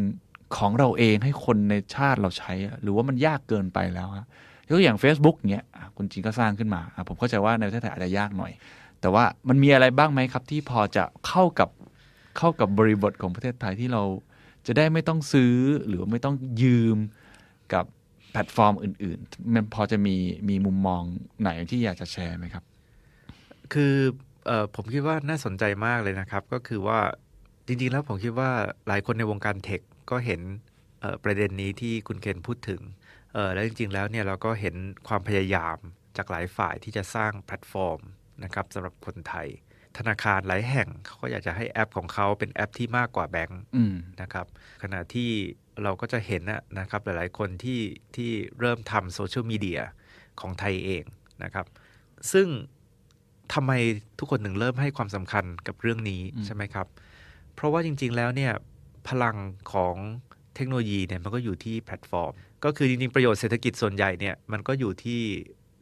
Speaker 3: ของเราเองให้คนในชาติเราใช้อะหรือว่ามันยากเกินไปแล้วฮะยกตัวอย่าง Facebook เงี้ยอ่ะคุณจีนก็สร้างขึ้นมาอ่ะผมเข้าใจว่าในประเทศไทยอาจจะยากหน่อย แต่ว่ามันมีอะไรบ้างไหมครับ ที่พอจะเข้ากับเข้ากับบริบทของประเทศไทยที่เราจะได้ไม่ต้องซื้อหรือว่าไม่ต้องยืมกับแพลตฟอร์มอื่น ๆ มันพอจะมีมีมุมมองไหนที่อยากจะแชร์ไหมครับ
Speaker 4: คือเออผมคิดว่าน่าสนใจมากเลยนะครับ ก็คือว่าจริงๆ แล้วผมคิดว่าหลายคนในวงการเทคก็เห็นเอ่อประเด็นนี้ที่คุณเคนพูดถึงเอ่อแล้วจริงๆแล้วเนี่ยเราก็เห็นความพยายามจากหลายฝ่ายที่จะสร้างแพลตฟอร์มนะครับสำหรับคนไทย ธนาคารหลายแห่งเขาก็อยากจะให้แอปของเขาเป็นแอปที่มากกว่าแบงก์
Speaker 3: อืม
Speaker 4: นะครับขณะที่ เราก็จะเห็นนะนะครับหลายๆคนที่ที่เริ่มทำโซเชียลมีเดียของไทยเองนะครับ ซึ่งทำไมทุกคนถึงเริ่มให้ความสำคัญกับเรื่องนี้
Speaker 3: อืม
Speaker 4: ใช่ไหมครับ เพราะว่าจริง ๆ แล้วเนี่ยพลังของเทคโนโลยีเนี่ยมันก็อยู่ที่แพลตฟอร์ม ก็คือจริง ๆ ประโยชน์เศรษฐกิจส่วนใหญ่เนี่ยมันก็อยู่ที่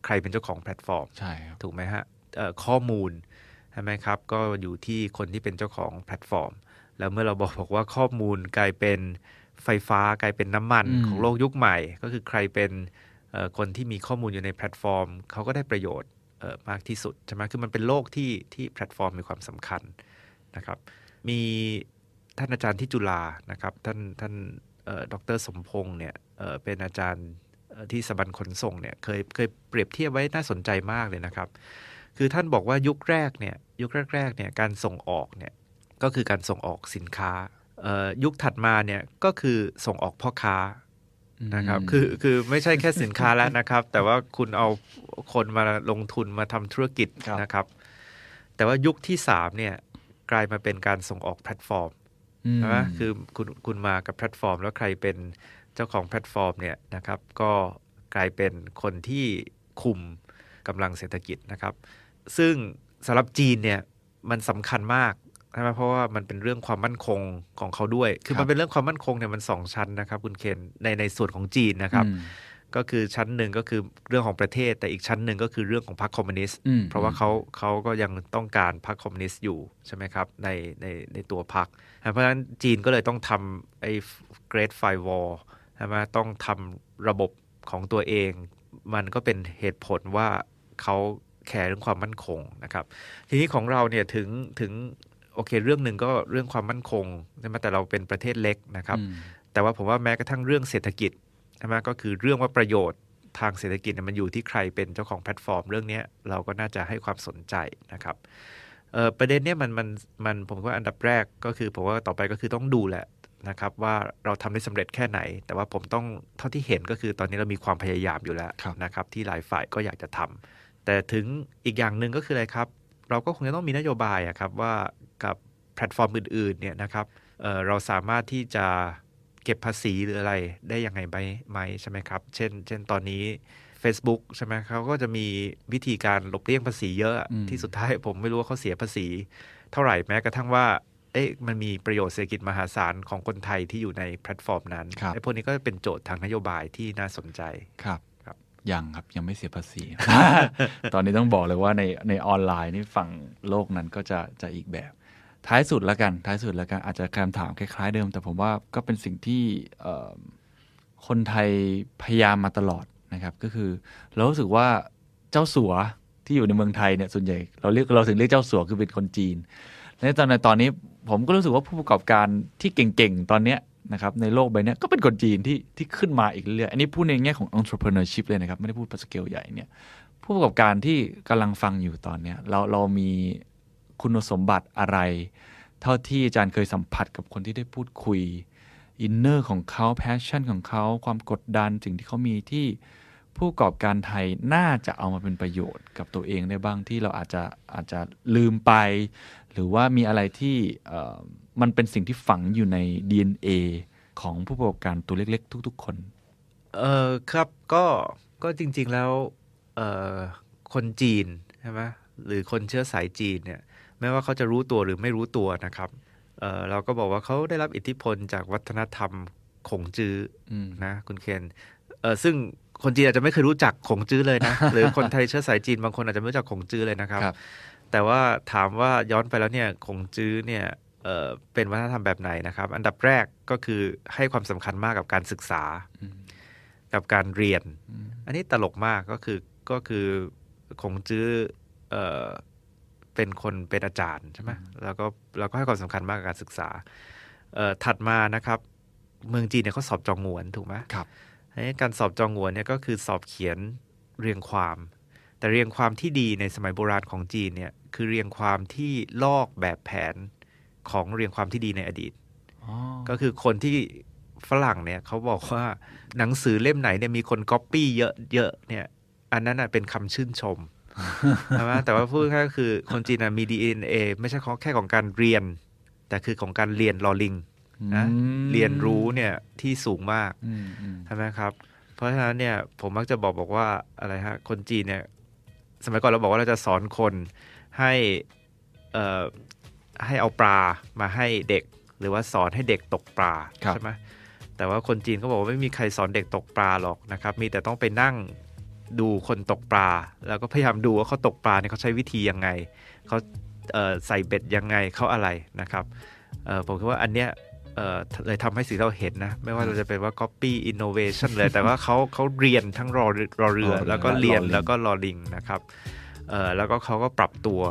Speaker 4: ใครเป็นเจ้าของแพลตฟอร์ม
Speaker 3: ใช่ครับ
Speaker 4: ถูกไหมฮะเอ่อข้อมูลใช่ไหมครับก็อยู่ที่คนที่เป็นเจ้าของแพลตฟอร์ม แล้วเมื่อเราบอกบอกว่าข้อมูลกลายเป็นไฟฟ้ากลายเป็นน้ำมัน
Speaker 3: อืม
Speaker 4: ของโลกยุคใหม่ ก็คือใครเป็นเอ่อคนที่มีข้อมูลอยู่ในแพลตฟอร์ม เขาก็ได้ประโยชน์เอ่อมากที่สุดใช่ไหมคือมันเป็นโลกที่ที่แพลตฟอร์มมีความสำคัญนะครับ มีท่านอาจารย์ที่จุฬานะครับท่านท่านเอ่อดรสมพงษ์เนี่ยเอ่อเป็นอาจารย์เอ่อที่สถาบันขนส่งเนี่ยเคยเคยเปรียบเทียบไว้น่าสนใจมากเลยนะครับ คือท่านบอกว่ายุคแรกเนี่ยยุคแรกๆเนี่ยการส่งออกเนี่ยก็คือการส่งออกสินค้าเอ่อยุคถัดมาเนี่ยก็คือส่งออกพ่อค้า นะครับ
Speaker 3: ม
Speaker 4: คือคือไม่ใช่แค่สินค้าแล้ว *laughs* นะครับ แต่ว่าคุณเอาคนมาลงทุนมาทำธุรกิจ
Speaker 3: ครับ
Speaker 4: นะครับ แต่ว่ายุคที่สามเนี่ยกลายมาเป็นการส่งออกแพลตฟอร์ม
Speaker 3: ม
Speaker 4: ใช่ไหมคือคุณคุณมากับแพลตฟอร์ม แล้วใครเป็นเจ้าของแพลตฟอร์มเนี่ยนะครับ ก็กลายเป็นคนที่คุมกำลังเศรษฐกิจนะครับ ซึ่งสำหรับจีนเนี่ยมันสำคัญมากใช่ไหมเพราะว่ามันเป็นเรื่องความมั่นคงของเขาด้วย คื
Speaker 3: ค
Speaker 4: อ
Speaker 3: รับ
Speaker 4: มันเป็นเรื่องความมั่นคงเนี่ยมันสองชั้นนะครับ คุณเคนในในส่วนของจีนนะครับ
Speaker 3: อืม
Speaker 4: ก็คือชั้นหนึ่งก็คือเรื่องของประเทศ แต่อีกชั้นหนึ่งก็คือเรื่องของพรรคคอมมิวนิสต์
Speaker 3: อืม
Speaker 4: เพราะว่าเขาเขาก็ยังต้องการพรรคคอมมิวนิสต์อยู่ใช่ไหมครับในในในตัวพรรคเพราะฉะนั้นจีนก็เลยต้องทำไอ้ Great Firewall ใช่ไหมต้องทำระบบของตัวเอง มันก็เป็นเหตุผลว่าเขาแคร์เรื่องความมั่นคงนะครับ ทีนี้ของเราเนี่ยถึงถึงโอเคเรื่องหนึ่งก็เรื่องความมั่นคงใช่ไหมแต่เราเป็นประเทศเล็กนะครับ
Speaker 3: อืม
Speaker 4: แต่ว่าผมว่าแม้กระทั่งเรื่องเศรษฐกิจใช่ไหมก็คือเรื่องว่าประโยชน์ทางเศรษฐกิจเนี่ยมันอยู่ที่ใครเป็นเจ้าของแพลตฟอร์ม เรื่องเนี้ยเราก็น่าจะให้ความสนใจนะครับเอ่อประเด็นเนี้ยมันมันมันผมว่าอันดับแรกก็คือผมว่าต่อไปก็คือต้องดูแหละนะครับว่าเราทำได้สำเร็จแค่ไหน แต่ว่าผมต้องเท่าที่เห็นก็คือตอนนี้เรามีความพยายามอยู่แล้ว
Speaker 3: ครับ
Speaker 4: นะครับที่หลายฝ่ายก็อยากจะทำแต่ถึงอีกอย่างหนึ่งก็คืออะไรครับ เราก็คงจะต้องมีนโยบายอะครับว่ากับแพลตฟอร์มอื่นๆเนี่ยนะครับเอ่อเราสามารถที่จะเก็บภาษีหรืออะไรได้ยังไงไหมไหมใช่ไหมครับ เช่น เช่นตอนนี้ Facebook ใช่ไหมเขาก็จะมีวิธีการหลบเลี่ยงภาษีเยอะอะ
Speaker 3: อืม
Speaker 4: ที่สุดท้ายผมไม่รู้ว่าเขาเสียภาษี เท่าไหร่แม้กระทั่งว่า เอ๊ะมันมีประโยชน์เศรษฐกิจมหาศาลของคนไทยที่อยู่ในแพลตฟอร์มนั้น
Speaker 3: ครับ
Speaker 4: ไอ้พวกนี้ก็เป็นโจทย์ทางนโยบายที่น่าสนใจ
Speaker 3: ครับ
Speaker 4: ครับ
Speaker 3: ยังครับยังไม่เสียภาษี
Speaker 4: *laughs*
Speaker 3: ตอนนี้ต้องบอกเลยว่าในในออนไลน์นี่ฝั่งโลกนั้นก็จะจะอีกแบบ ท้ายสุดแล้วกัน ท้ายสุดแล้วกันอาจจะคำถามคล้ายๆเดิม แต่ผมว่าก็เป็นสิ่งที่เอ่อคนไทยพยายามมาตลอดนะครับ ก็คือเรารู้สึกว่าเจ้าสัวที่อยู่ในเมืองไทยเนี่ยส่วนใหญ่เราเรียกเราถึงเรียกเจ้าสัวคือเป็นคนจีน ในตอนในตอนนี้ผมก็รู้สึกว่าผู้ประกอบการที่เก่งๆ ตอนเนี้ยนะครับในโลกใบเนี้ยก็เป็นคนจีนที่ที่ขึ้นมาอีกเรื่อยๆอันนี้พูดในแง่ของ entrepreneurship เลยนะครับ ไม่ได้พูดสเกลใหญ่เนี่ยผู้ประกอบการที่กำลังฟังอยู่ตอนเนี้ยเราเรามีคุณสมบัติอะไร เท่าที่อาจารย์เคยสัมผัสกับคนที่ได้พูดคุยอินเนอร์ของเขาแพชชั่นของเขาความกดดันสิ่งที่เขามีที่ผู้ประกอบการไทยน่าจะเอามาเป็นประโยชน์กับตัวเองได้บ้างที่เราอาจจะอาจจะลืมไป หรือว่ามีอะไรที่เอ่อมันเป็นสิ่งที่ฝังอยู่ใน DNA ของผู้ประกอบการตัวเล็กๆ ทุก ๆ คน
Speaker 4: เออครับก็ก็จริงๆแล้วเออคนจีนใช่ไหมหรือคนเชื้อสายจีนเนี่ยแม้ว่าเขาจะรู้ตัวหรือไม่รู้ตัวนะครับเออเราก็บอกว่าเขาได้รับอิทธิพลจากวัฒนธรรมขงจื้ออ
Speaker 3: ม
Speaker 4: นะคุณเคนเออซึ่งคนจีนอาจจะไม่เคยรู้จักขงจื้อเลยนะ *laughs* หรือคนไทยเชื้อสายจีนบางคนอาจจะไม่รู้จักขงจื้อเลยนะครับ แต่ว่าถามว่าย้อนไปแล้วเนี่ยขงจื้อเนี่ยเอ่อเป็นวัฒนธรรมแบบไหนนะครับ อันดับแรกก็คือให้ความสำคัญมากกับการศึกษา กับการเรียน อันนี้ตลกมากก็คือก็คือขงจื้อเอ่อเป็นคนเป็นอาจารย์ใช่ไหมแล้วก็เราก็ให้ความสำคัญมากกับการศึกษาเอ่อถัดมานะครับ เมืองจีนเนี่ยเขาสอบจองหงวนถูกไหม
Speaker 3: ครับ
Speaker 4: อันนี้การสอบจองหงวนเนี่ยก็คือสอบเขียนเรียงความ แต่เรียงความที่ดีในสมัยโบราณของจีนเนี่ยคือเรียงความที่ลอกแบบแผนของเรียงความที่ดีในอดีต
Speaker 3: อ๋อ
Speaker 4: ก็คือคนที่ฝรั่งเนี่ยเขาบอกว่าหนังสือเล่มไหนเนี่ยมีคนก๊อปปี้เยอะเยอะเนี่ยอันนั้นน่ะเป็นคำชื่นชม *laughs* ใช่ไหมแต่ว่าพูดแค่ายๆก็คือคนจีนน่ะมี DNA ไม่ใช่ของแค่ของการเรียน แต่คือของการเรียนรอลิง นะ
Speaker 3: อืม
Speaker 4: เรียนรู้เนี่ยที่สูงมาก
Speaker 3: อืมอืม
Speaker 4: ใช่ไหมครับ เพราะฉะนั้นเนี่ยผมมักจะบอกบอกว่าอะไรฮะคนจีนเนี่ยสมัยก่อนเราบอกว่าเราจะสอนคนให้เอ่อให้เอาปลามาให้เด็ก หรือว่าสอนให้เด็กตกปลา
Speaker 3: ครับ
Speaker 4: ใช่ไหมแต่ว่าคนจีนเขาบอกว่าไม่มีใครสอนเด็กตกปลาหรอกนะครับ มีแต่ต้องไปนั่งดูคนตกปลา แล้วก็พยายามดูว่าเขาตกปลาเนี่ยเขาใช้วิธียังไงเขาเอ่อใส่เบ็ดยังไงเขาอะไรนะครับเอ่อผมคิดว่าอันเนี้ย เอ่อเลยทำให้สิ่งที่เราเห็นนะ ไม่ว่าเราจะเป็นว่า copy innovation เลย แต่ว่าเขาเขาเรียนทั้งรอรอเรือ
Speaker 3: รอเรือ
Speaker 4: แล้วก็เรียน
Speaker 3: และรอลิง
Speaker 4: แล้วก็รอลิงนะครับเอ่อแล้วก็เขาก็ปรับตัว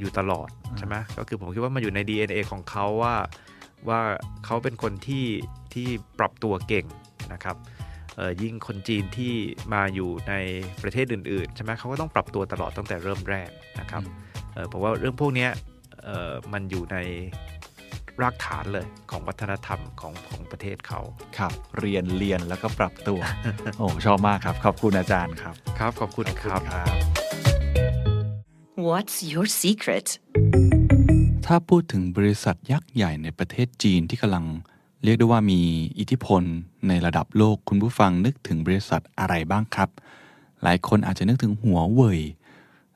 Speaker 4: อยู่ตลอด ใช่ไหมก็คือผมคิดว่ามันอยู่ใน DNA ของเขาว่าว่าเขาเป็นคนที่ที่ปรับตัวเก่งนะครับเอ่อยิ่งคนจีนที่มาอยู่ในประเทศอื่นๆใช่ไหมเขาก็ต้องปรับตัวตลอดตั้งแต่เริ่มแรกนะครับเอ่อผมว่าเรื่องพวกเนี้ยเอ่อมันอยู่ใน รากฐานเลยของวัฒนธรรมของของประเทศเขา
Speaker 3: ครับ เรียนเรียนแล้วก็ปรับตัว โอ้ชอบมากครับ ขอบคุณอาจารย์ครับ
Speaker 4: ครับ ขอบคุณครับ
Speaker 2: What's your secret?
Speaker 3: ถ้าพูดถึงบริษัทยักษ์ใหญ่ในประเทศจีนที่กำลังเรียกได้ว่ามีอิทธิพลในระดับโลกคุณผู้ฟังนึกถึงบริษัทอะไรบ้างครับ หลายคนอาจจะนึกถึงหัวเว่ย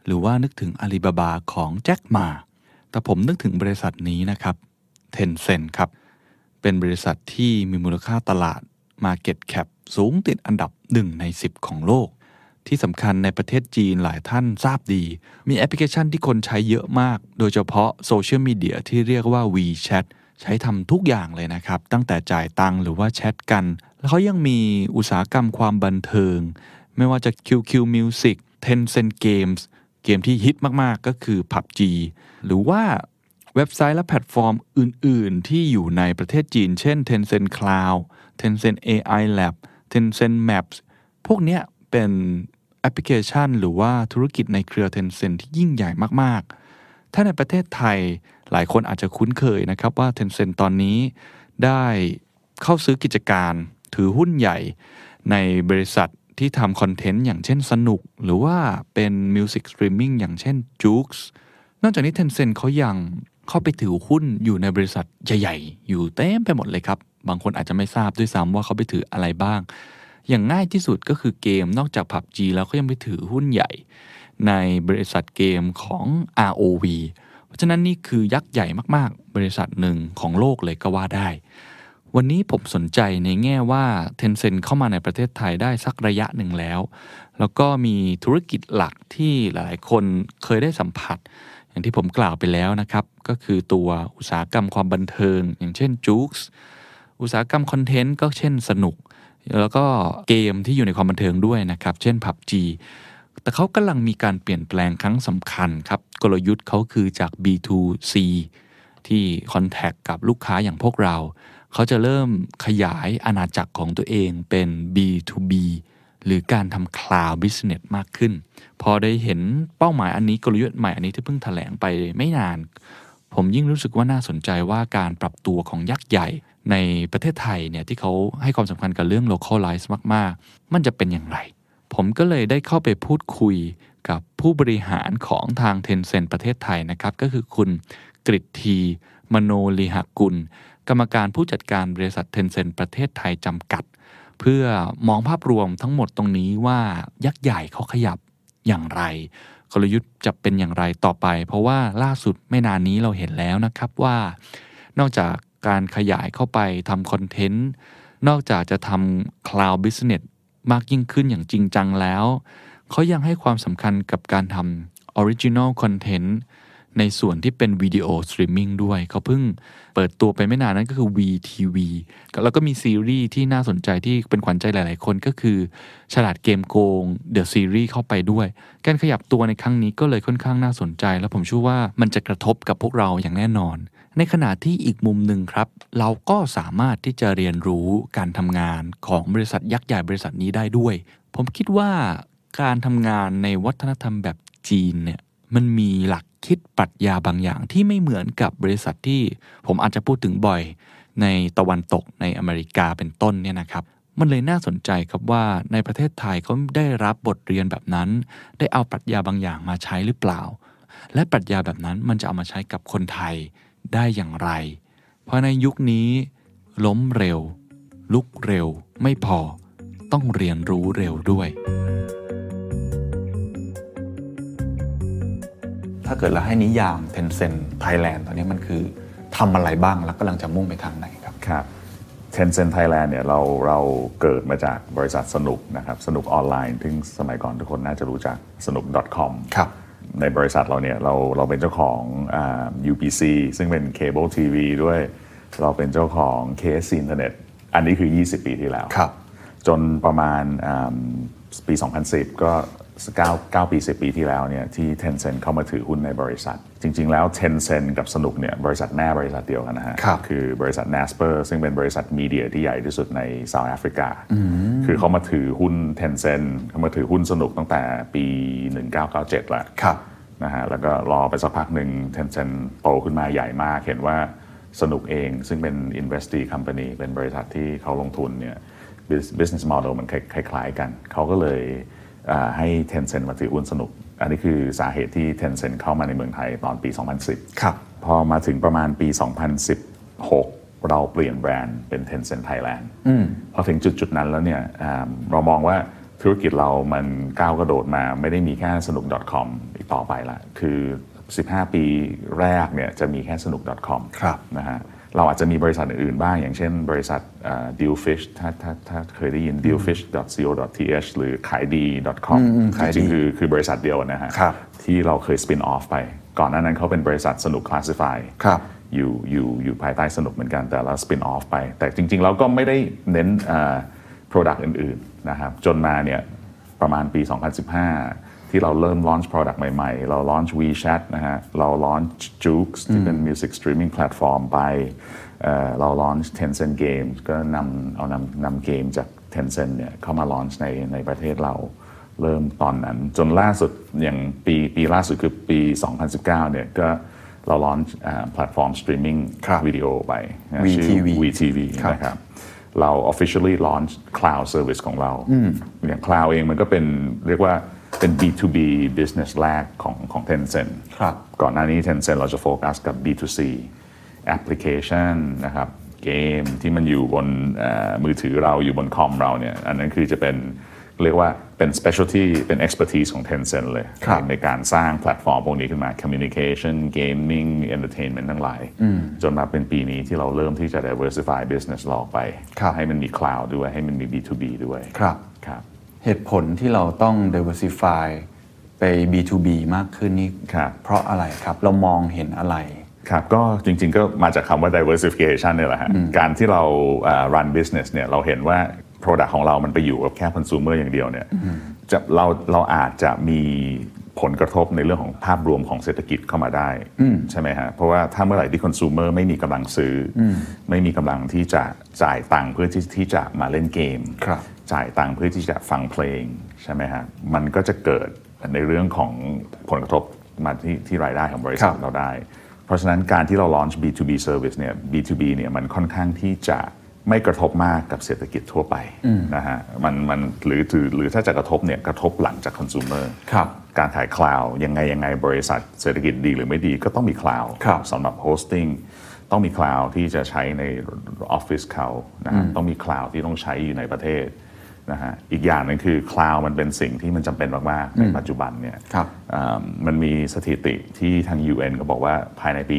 Speaker 3: หรือว่านึกถึงอาลีบาบาของแจ็คหมาแต่ผมนึกถึงบริษัทนี้นะครับเทนเซ็นครับ เป็นบริษัทที่มีมูลค่าตลาด Market Cap สูงติดอันดับ 1 ใน 10 ของโลก ที่สำคัญในประเทศจีนหลายท่านทราบดี มีแอปพลิเคชันที่คนใช้เยอะมาก โดยเฉพาะโซเชียลมีเดียที่เรียกว่า WeChat ใช้ทำทุกอย่างเลยนะครับ ตั้งแต่จ่ายตังค์หรือว่าแชทกัน แล้วเขายังมีอุตสาหกรรมความบันเทิง ไม่ว่าจะ QQ Music Tencent Games เกมที่ฮิตมาก ๆ ก็คือ PUBG หรือว่า เว็บไซต์และแพลตฟอร์มอื่น ๆ ที่อยู่ในประเทศจีน เช่น Tencent Cloud Tencent AI Lab Tencent Maps พวกเนี้ยเป็นแอปพลิเคชัน หรือว่าธุรกิจในเครือ Tencent ที่ยิ่งใหญ่มาก ๆ ถ้าในประเทศไทยหลายคนอาจจะคุ้นเคยนะครับว่า Tencent ตอนนี้ได้เข้าซื้อกิจการถือหุ้นใหญ่ ในบริษัทที่ทำคอนเทนต์อย่างเช่นสนุก หรือว่าเป็นมิวสิกสตรีมมิ่งอย่างเช่น Joox นอกจากนี้ Tencent เขายังเข้าไปถือหุ้นอยู่ในบริษัทใหญ่ๆ อยู่เต็มไปหมดเลยครับ บางคนอาจจะไม่ทราบด้วยซ้ำว่าเขาไปถืออะไรบ้าง อย่างง่ายที่สุดก็คือเกมนอกจาก PUBG แล้วก็ยังไปถือหุ้นใหญ่ ในบริษัทเกมของ ROV เพราะฉะนั้นนี่คือยักษ์ใหญ่มากๆ บริษัทหนึ่งของโลกเลยก็ว่าได้ วันนี้ผมสนใจในแง่ว่า Tencent เข้ามาในประเทศไทยได้สักระยะหนึ่งแล้ว แล้วก็มีธุรกิจหลักที่หลายๆคนเคยได้สัมผัส อย่างที่ผมกล่าวไปแล้วนะครับ ก็คือตัวอุตสาหกรรมความบันเทิง อย่างเช่นจู๊กอุตสาหกรรมคอนเทนต์ก็เช่นสนุก แล้วก็เกมที่อยู่ในความบันเทิงด้วยนะครับ เช่น PUBG แต่เขากำลังมีการเปลี่ยนแปลงครั้งสำคัญครับ กลยุทธ์เขาคือจาก B2C ที่คอนแทคกับลูกค้าอย่างพวกเรา เขาจะเริ่มขยายอาณาจักรของตัวเองเป็น B2B หรือการทำ Cloud Business มากขึ้น พอได้เห็นเป้าหมายอันนี้กลยุทธ์ใหม่อันนี้ที่เพิ่งแถลงไปไม่นาน ผมยิ่งรู้สึกว่าน่าสนใจว่าการปรับตัวของยักษ์ใหญ่ในประเทศไทยเนี่ยที่เขาให้ความสำคัญกับเรื่อง localize มาก ๆ มันจะเป็นอย่างไร ผมก็เลยได้เข้าไปพูดคุยกับผู้บริหารของทาง Tencent ประเทศไทยนะครับ ก็คือคุณกริตที มโนลิหกุล กรรมการผู้จัดการบริษัท Tencent ประเทศไทยจำกัด เพื่อมองภาพรวมทั้งหมดตรงนี้ว่ายักษ์ใหญ่เขาขยับอย่างไร กลยุทธ์จะเป็นอย่างไรต่อไป เพราะว่าล่าสุดไม่นานนี้เราเห็นแล้วนะครับว่า นอกจากการขยายเข้าไปทำคอนเทนต์ นอกจากจะทำ Cloud Business มากยิ่งขึ้นอย่างจริงจังแล้ว เขายังให้ความสำคัญกับการทำ Original Content ในส่วนที่เป็นวิดีโอสตรีมมิ่งด้วย เขาเพิ่งเปิดตัวไปไม่นานนั่นก็คือ VTV แล้วก็มีซีรีส์ที่น่าสนใจที่เป็นขวัญใจหลาย ๆ คนก็คือ ฉลาดเกมโกง The Series เข้าไปด้วย การขยับตัวในครั้งนี้ก็เลยค่อนข้างน่าสนใจ และผมเชื่อว่ามันจะกระทบกับพวกเราอย่างแน่นอน ในขณะที่อีกมุมหนึ่งครับ เราก็สามารถที่จะเรียนรู้การทำงานของบริษัทยักษ์ใหญ่บริษัทนี้ได้ด้วย ผมคิดว่าการทำงานในวัฒนธรรมแบบจีนเนี่ย มันมีหลักคิดปรัชญาบางอย่างที่ไม่เหมือนกับบริษัทที่ผมอาจจะพูดถึงบ่อย ในตะวันตกในอเมริกาเป็นต้นเนี่ยนะครับ มันเลยน่าสนใจครับว่าในประเทศไทยเขาได้รับบทเรียนแบบนั้น ได้เอาปรัชญาบางอย่างมาใช้หรือเปล่า และปรัชญาแบบนั้นมันจะเอามาใช้กับคนไทยได้อย่างไร เพราะในยุคนี้
Speaker 6: ล้มเร็ว ลุกเร็ว ไม่พอ ต้องเรียนรู้เร็วด้วย ถ้าเกิดเราให้นิยาม Tencent Thailand ตอนนี้มันคือทำอะไรบ้างแล้วกำลังจะมุ่งไปทางไหนครับ
Speaker 7: ครับ Tencent Thailand เนี่ยเราเราเกิดมาจากบริษัทสนุกนะครับสนุกออนไลน์ซึ่งสมัยก่อนทุกคนน่าจะรู้จักสนุก .com
Speaker 6: ครับ
Speaker 7: ในบริษัทเราเนี่ยเราเราเป็นเจ้าของอ่า UPC ซึ่งเป็นเคเบิลทีวีด้วย เราเป็นเจ้าของ KS อินเทอร์เน็ตอันนี้คือ 20 ปีที่แล้ว
Speaker 6: ครับ
Speaker 7: จนประมาณอ่าปี 2010 ก็9 9ปี 10 ปีที่แล้วเนี่ยที่ Tencent เข้ามาถือหุ้นในบริษัท จริง ๆ แล้ว Tencent กับสนุกเนี่ยบริษัทแม่บริษัทเดียวกันนะฮะ
Speaker 6: ครับ
Speaker 7: คือบริษัท Nasper ซึ่งเป็นบริษัทมีเดียที่ใหญ่ที่สุดในเซาท์แอฟริกา คือเขามาถือหุ้น Tencent เขามาถือหุ้นสนุกตั้งแต่ปี 1997 แล้ว
Speaker 6: ครับ
Speaker 7: นะฮะแล้วก็รอไปสักพักหนึ่ง Tencent โตขึ้นมาใหญ่มาก เห็นว่าสนุกเองซึ่งเป็น investee company เป็นบริษัทที่เขาลงทุนเนี่ย bus- business model มันคล้ายคล้ายๆกัน เขาก็เลยอ่าให้ Tencent มาถือหุ้นสนุก อันนี้คือสาเหตุที่ Tencent เข้ามาในเมืองไทยตอนปี 2010
Speaker 6: ครับ
Speaker 7: พอมาถึงประมาณปี 2016 เราเปลี่ยนแบรนด์เป็น Tencent Thailand พอถึงจุดจุดๆนั้นแล้วเนี่ยอ่าเรามองว่าธุรกิจเรามันก้าวกระโดดมาไม่ได้มีแค่สนุก .com อีกต่อไปละ คือ 15 ปีแรกเนี่ยจะมีแค่สนุก .com
Speaker 6: ครับ
Speaker 7: นะฮะเราอาจจะมีบริษัทอื่นๆบ้าง อย่างเช่นบริษัทอ่า Dealfish ถ้าถ้าถ้าเคยได้ยิน dealfish.co.th หรือขายดี .com จริงๆคือคือบริษัทเดียวนะฮะ
Speaker 6: ครับ
Speaker 7: ที่เราเคยสปินออฟไป ก่อนหน้านั้นเขาเป็นบริษัทสนุกคลาสสิฟาย
Speaker 6: ครับ
Speaker 7: อยู่อยู่อยู่ภายใต้สนุกเหมือนกันแต่เราสปินออฟไป แต่จริงๆเราก็ไม่ได้เน้นโปรดักต์อื่นๆนะครับจนมาเนี่ยประมาณปี 2015 ที่เราเริ่ม launch product ใหม่ๆ เรา launch WeChat นะฮะเรา launch Joox ที่เป็น music streaming platform ไปเอ่อเรา launch Tencent Games ก็นำเอานำนำเกมจาก Tencent เนี่ยเข้ามา launch ในในประเทศเรา เริ่มตอนนั้นจนล่าสุดอย่างปีปีล่าสุดคือปี 2019เนี่ยก็เราลอนแพลตฟอร์มสตรีมมิ่ง
Speaker 6: ครับ
Speaker 7: วิดีโอไปนะ
Speaker 6: VTV
Speaker 7: ชื่อ VTV
Speaker 6: ครับ
Speaker 7: นะครับเรา officially launch cloud service ของเราอย่าง cloud เองมันก็เป็นเรียกว่าเป็น B2B business แรกของของ Tencent
Speaker 6: ครับ
Speaker 7: ก่อนหน้านี้ Tencent เราจะโฟกัสกับ B2C application นะครับเกมที่มันอยู่บนเอ่อมือถือเราอยู่บนคอมเราเนี่ยอันนั้นคือจะเป็นเรียกว่าเป็น specialty เป็น expertise ของ Tencent เลย
Speaker 6: ครับ
Speaker 7: ในการสร้างแพลตฟอร์มพวกนี้ขึ้นมา communication gaming entertainment ทั้งหลาย จนมาเป็นปีนี้ที่เราเริ่มที่จะ diversify business เราออกไป
Speaker 6: ครับ
Speaker 7: ให้มันมี cloud ด้วยให้มันมี B2B ด้วย
Speaker 6: ครับ
Speaker 7: ครับ
Speaker 6: เหตุผลที่เราต้อง diversify ไป B2B มากขึ้นนี่
Speaker 7: ครับ
Speaker 6: เพราะอะไรครับ เรามองเห็นอะไร
Speaker 7: ครับก็จริงๆก็มาจากคำว่า diversification เนี่ยแหละฮะการที่เราอ่า run business เนี่ยเราเห็นว่า product ของเรามันไปอยู่กับแค่ consumer อย่างเดียวเนี่ยจะเราเราอาจจะมีผลกระทบในเรื่องของภาพรวมของเศรษฐกิจเข้ามาได้ ใช่ไหมฮะ เพราะว่าถ้าเมื่อไหร่ที่ consumer ไม่มีกำลังซื้ออไม่มีกำลังที่จะจ่ายตังค์เพื่อที่ที่จะมาเล่นเกม
Speaker 6: ครับ
Speaker 7: จ่ายตังค์เพื่อที่จะฟังเพลงใช่ไหมฮะ มันก็จะเกิดในเรื่องของผลกระทบมาที่ที่รายได้ของบริษั
Speaker 6: ครั
Speaker 7: ท
Speaker 6: บ
Speaker 7: เราได้ เพราะฉะนั้นการที่เรา launch B2B service เนี่ย B2B เนี่ยมันค่อนข้างที่จะไม่กระทบมากกับเศรษฐกิจทั่วไปนะฮะ มันมันหรือถือหรือถ้าจะกระทบเนี่ยกระทบหลังจาก consumer
Speaker 6: ครับ
Speaker 7: การขายคลาวยังไงยังไงบริษัทเศรษฐกิจดีหรือไม่ดีก็ต้องมีคลาว
Speaker 6: ครับ
Speaker 7: สำหรับโฮสติ้งต้องมีคลาวที่จะใช้ในออฟฟิศเขานะฮะต้องมีคลาวที่ต้องใช้อยู่ในประเทศนะฮะอีกอย่างหนึงคือคลาวมันเป็นสิ่งที่มันจำเป็นมาก ๆ ในปัจจุบันเนี่ย
Speaker 6: ครับ
Speaker 7: อ่ามันมีสถิติที่ทาง UN ก็บอกว่าภายในปี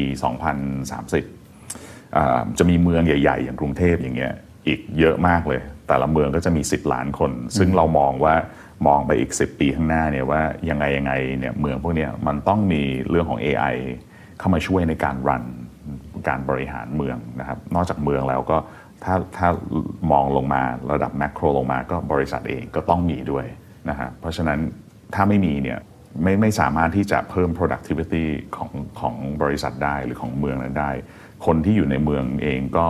Speaker 7: 2030 อ่าจะมีเมืองใหญ่ ๆ อย่างกรุงเทพอย่างเงี้ยอีกเยอะมากเลย แต่ละเมืองก็จะมี 10 ล้านคน ซึ่งเรามองว่ามองไปอีก 10 ปีข้างหน้าเนี่ยว่ายังไงยังไงเนี่ยเมืองพวกเนี้ยมันต้องมีเรื่องของ AI เข้ามาช่วยในการรันการบริหารเมืองนะครับนอกจากเมืองแล้วก็ถ้าถ้ามองลงมาระดับแมกโครลงมาก็บริษัทเองก็ต้องมีด้วยนะฮะเพราะฉะนั้นถ้าไม่มีเนี่ย ไม่ไม่สามารถที่จะเพิ่ม productivity ของของบริษัทได้หรือของเมืองนั้นได้ คนที่อยู่ในเมืองเองก็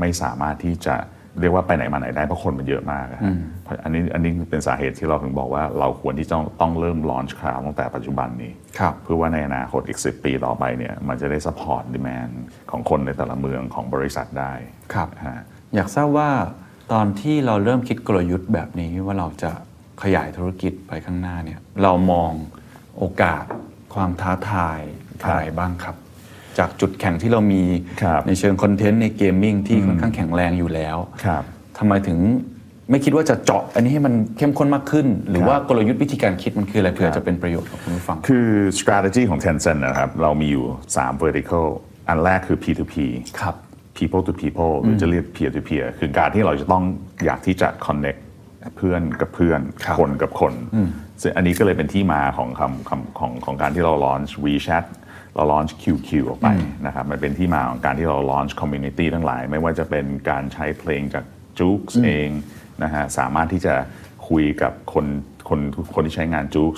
Speaker 7: ไม่สามารถที่จะเรียกว่าไปไหนมาไหนได้เพราะคนมันเยอะมากอะฮะเพราะอันนี้อันนี้เป็นสาเหตุที่เราถึงบอกว่าเราควรที่ต้องต้องเริ่ม launch cloud ตั้งแต่ปัจจุบันนี้
Speaker 6: ครับ
Speaker 7: เพื่อว่าในอนาคตอีก 10 ปีต่อไปเนี่ยมันจะได้ support demand ของคนในแต่ละเมืองของบริษัทได้
Speaker 6: ครับ
Speaker 7: ฮะ
Speaker 6: อยากทราบว่าตอนที่เราเริ่มคิดกลยุทธ์แบบนี้ว่าเราจะขยายธุรกิจไปข้างหน้าเนี่ย เรามองโอกาสความท้าทาย
Speaker 7: ครับ
Speaker 6: อะไรบ้างครับ
Speaker 7: จ
Speaker 6: จากจุดแข่งที่เรามี
Speaker 7: ครับ
Speaker 6: ในเชิงคอนเทนต์ในเกมมิ่งที่ค่อนข้างแข็งแรงอยู่แล้ว
Speaker 7: ครับ
Speaker 6: ทำไมถึงไม่คิดว่าจะเจาะอันนี้ให้มันเข้มข้นมากขึ้น หรือว่ากลยุทธ์วิธีการคิดมันคืออะไรเผื่อจะเป็นประโยชน์กับคุณผู้ฟัง
Speaker 7: คือ strategy ของ Tencent นะครับ เรามีอยู่ 3 vertical อันแรกคือ P2P
Speaker 6: ครับ
Speaker 7: people to people หรือจะเรียก peer to peer คือการที่เราจะต้องอยากที่จะ connect เพื่อนกับเพื่อน คนกับคน ซึ่งอันนี้ก็เลยเป็นที่มาของคำคำของของการที่เรา launch WeChat เรา launch QQ ออกไปนะครับ มันเป็นที่มาของการที่เรา launch community ทั้งหลาย ไม่ว่าจะเป็นการใช้เพลงจากจู๊กเองนะฮะ สามารถที่จะคุยกับคนคนคนที่ใช้งานจู๊ก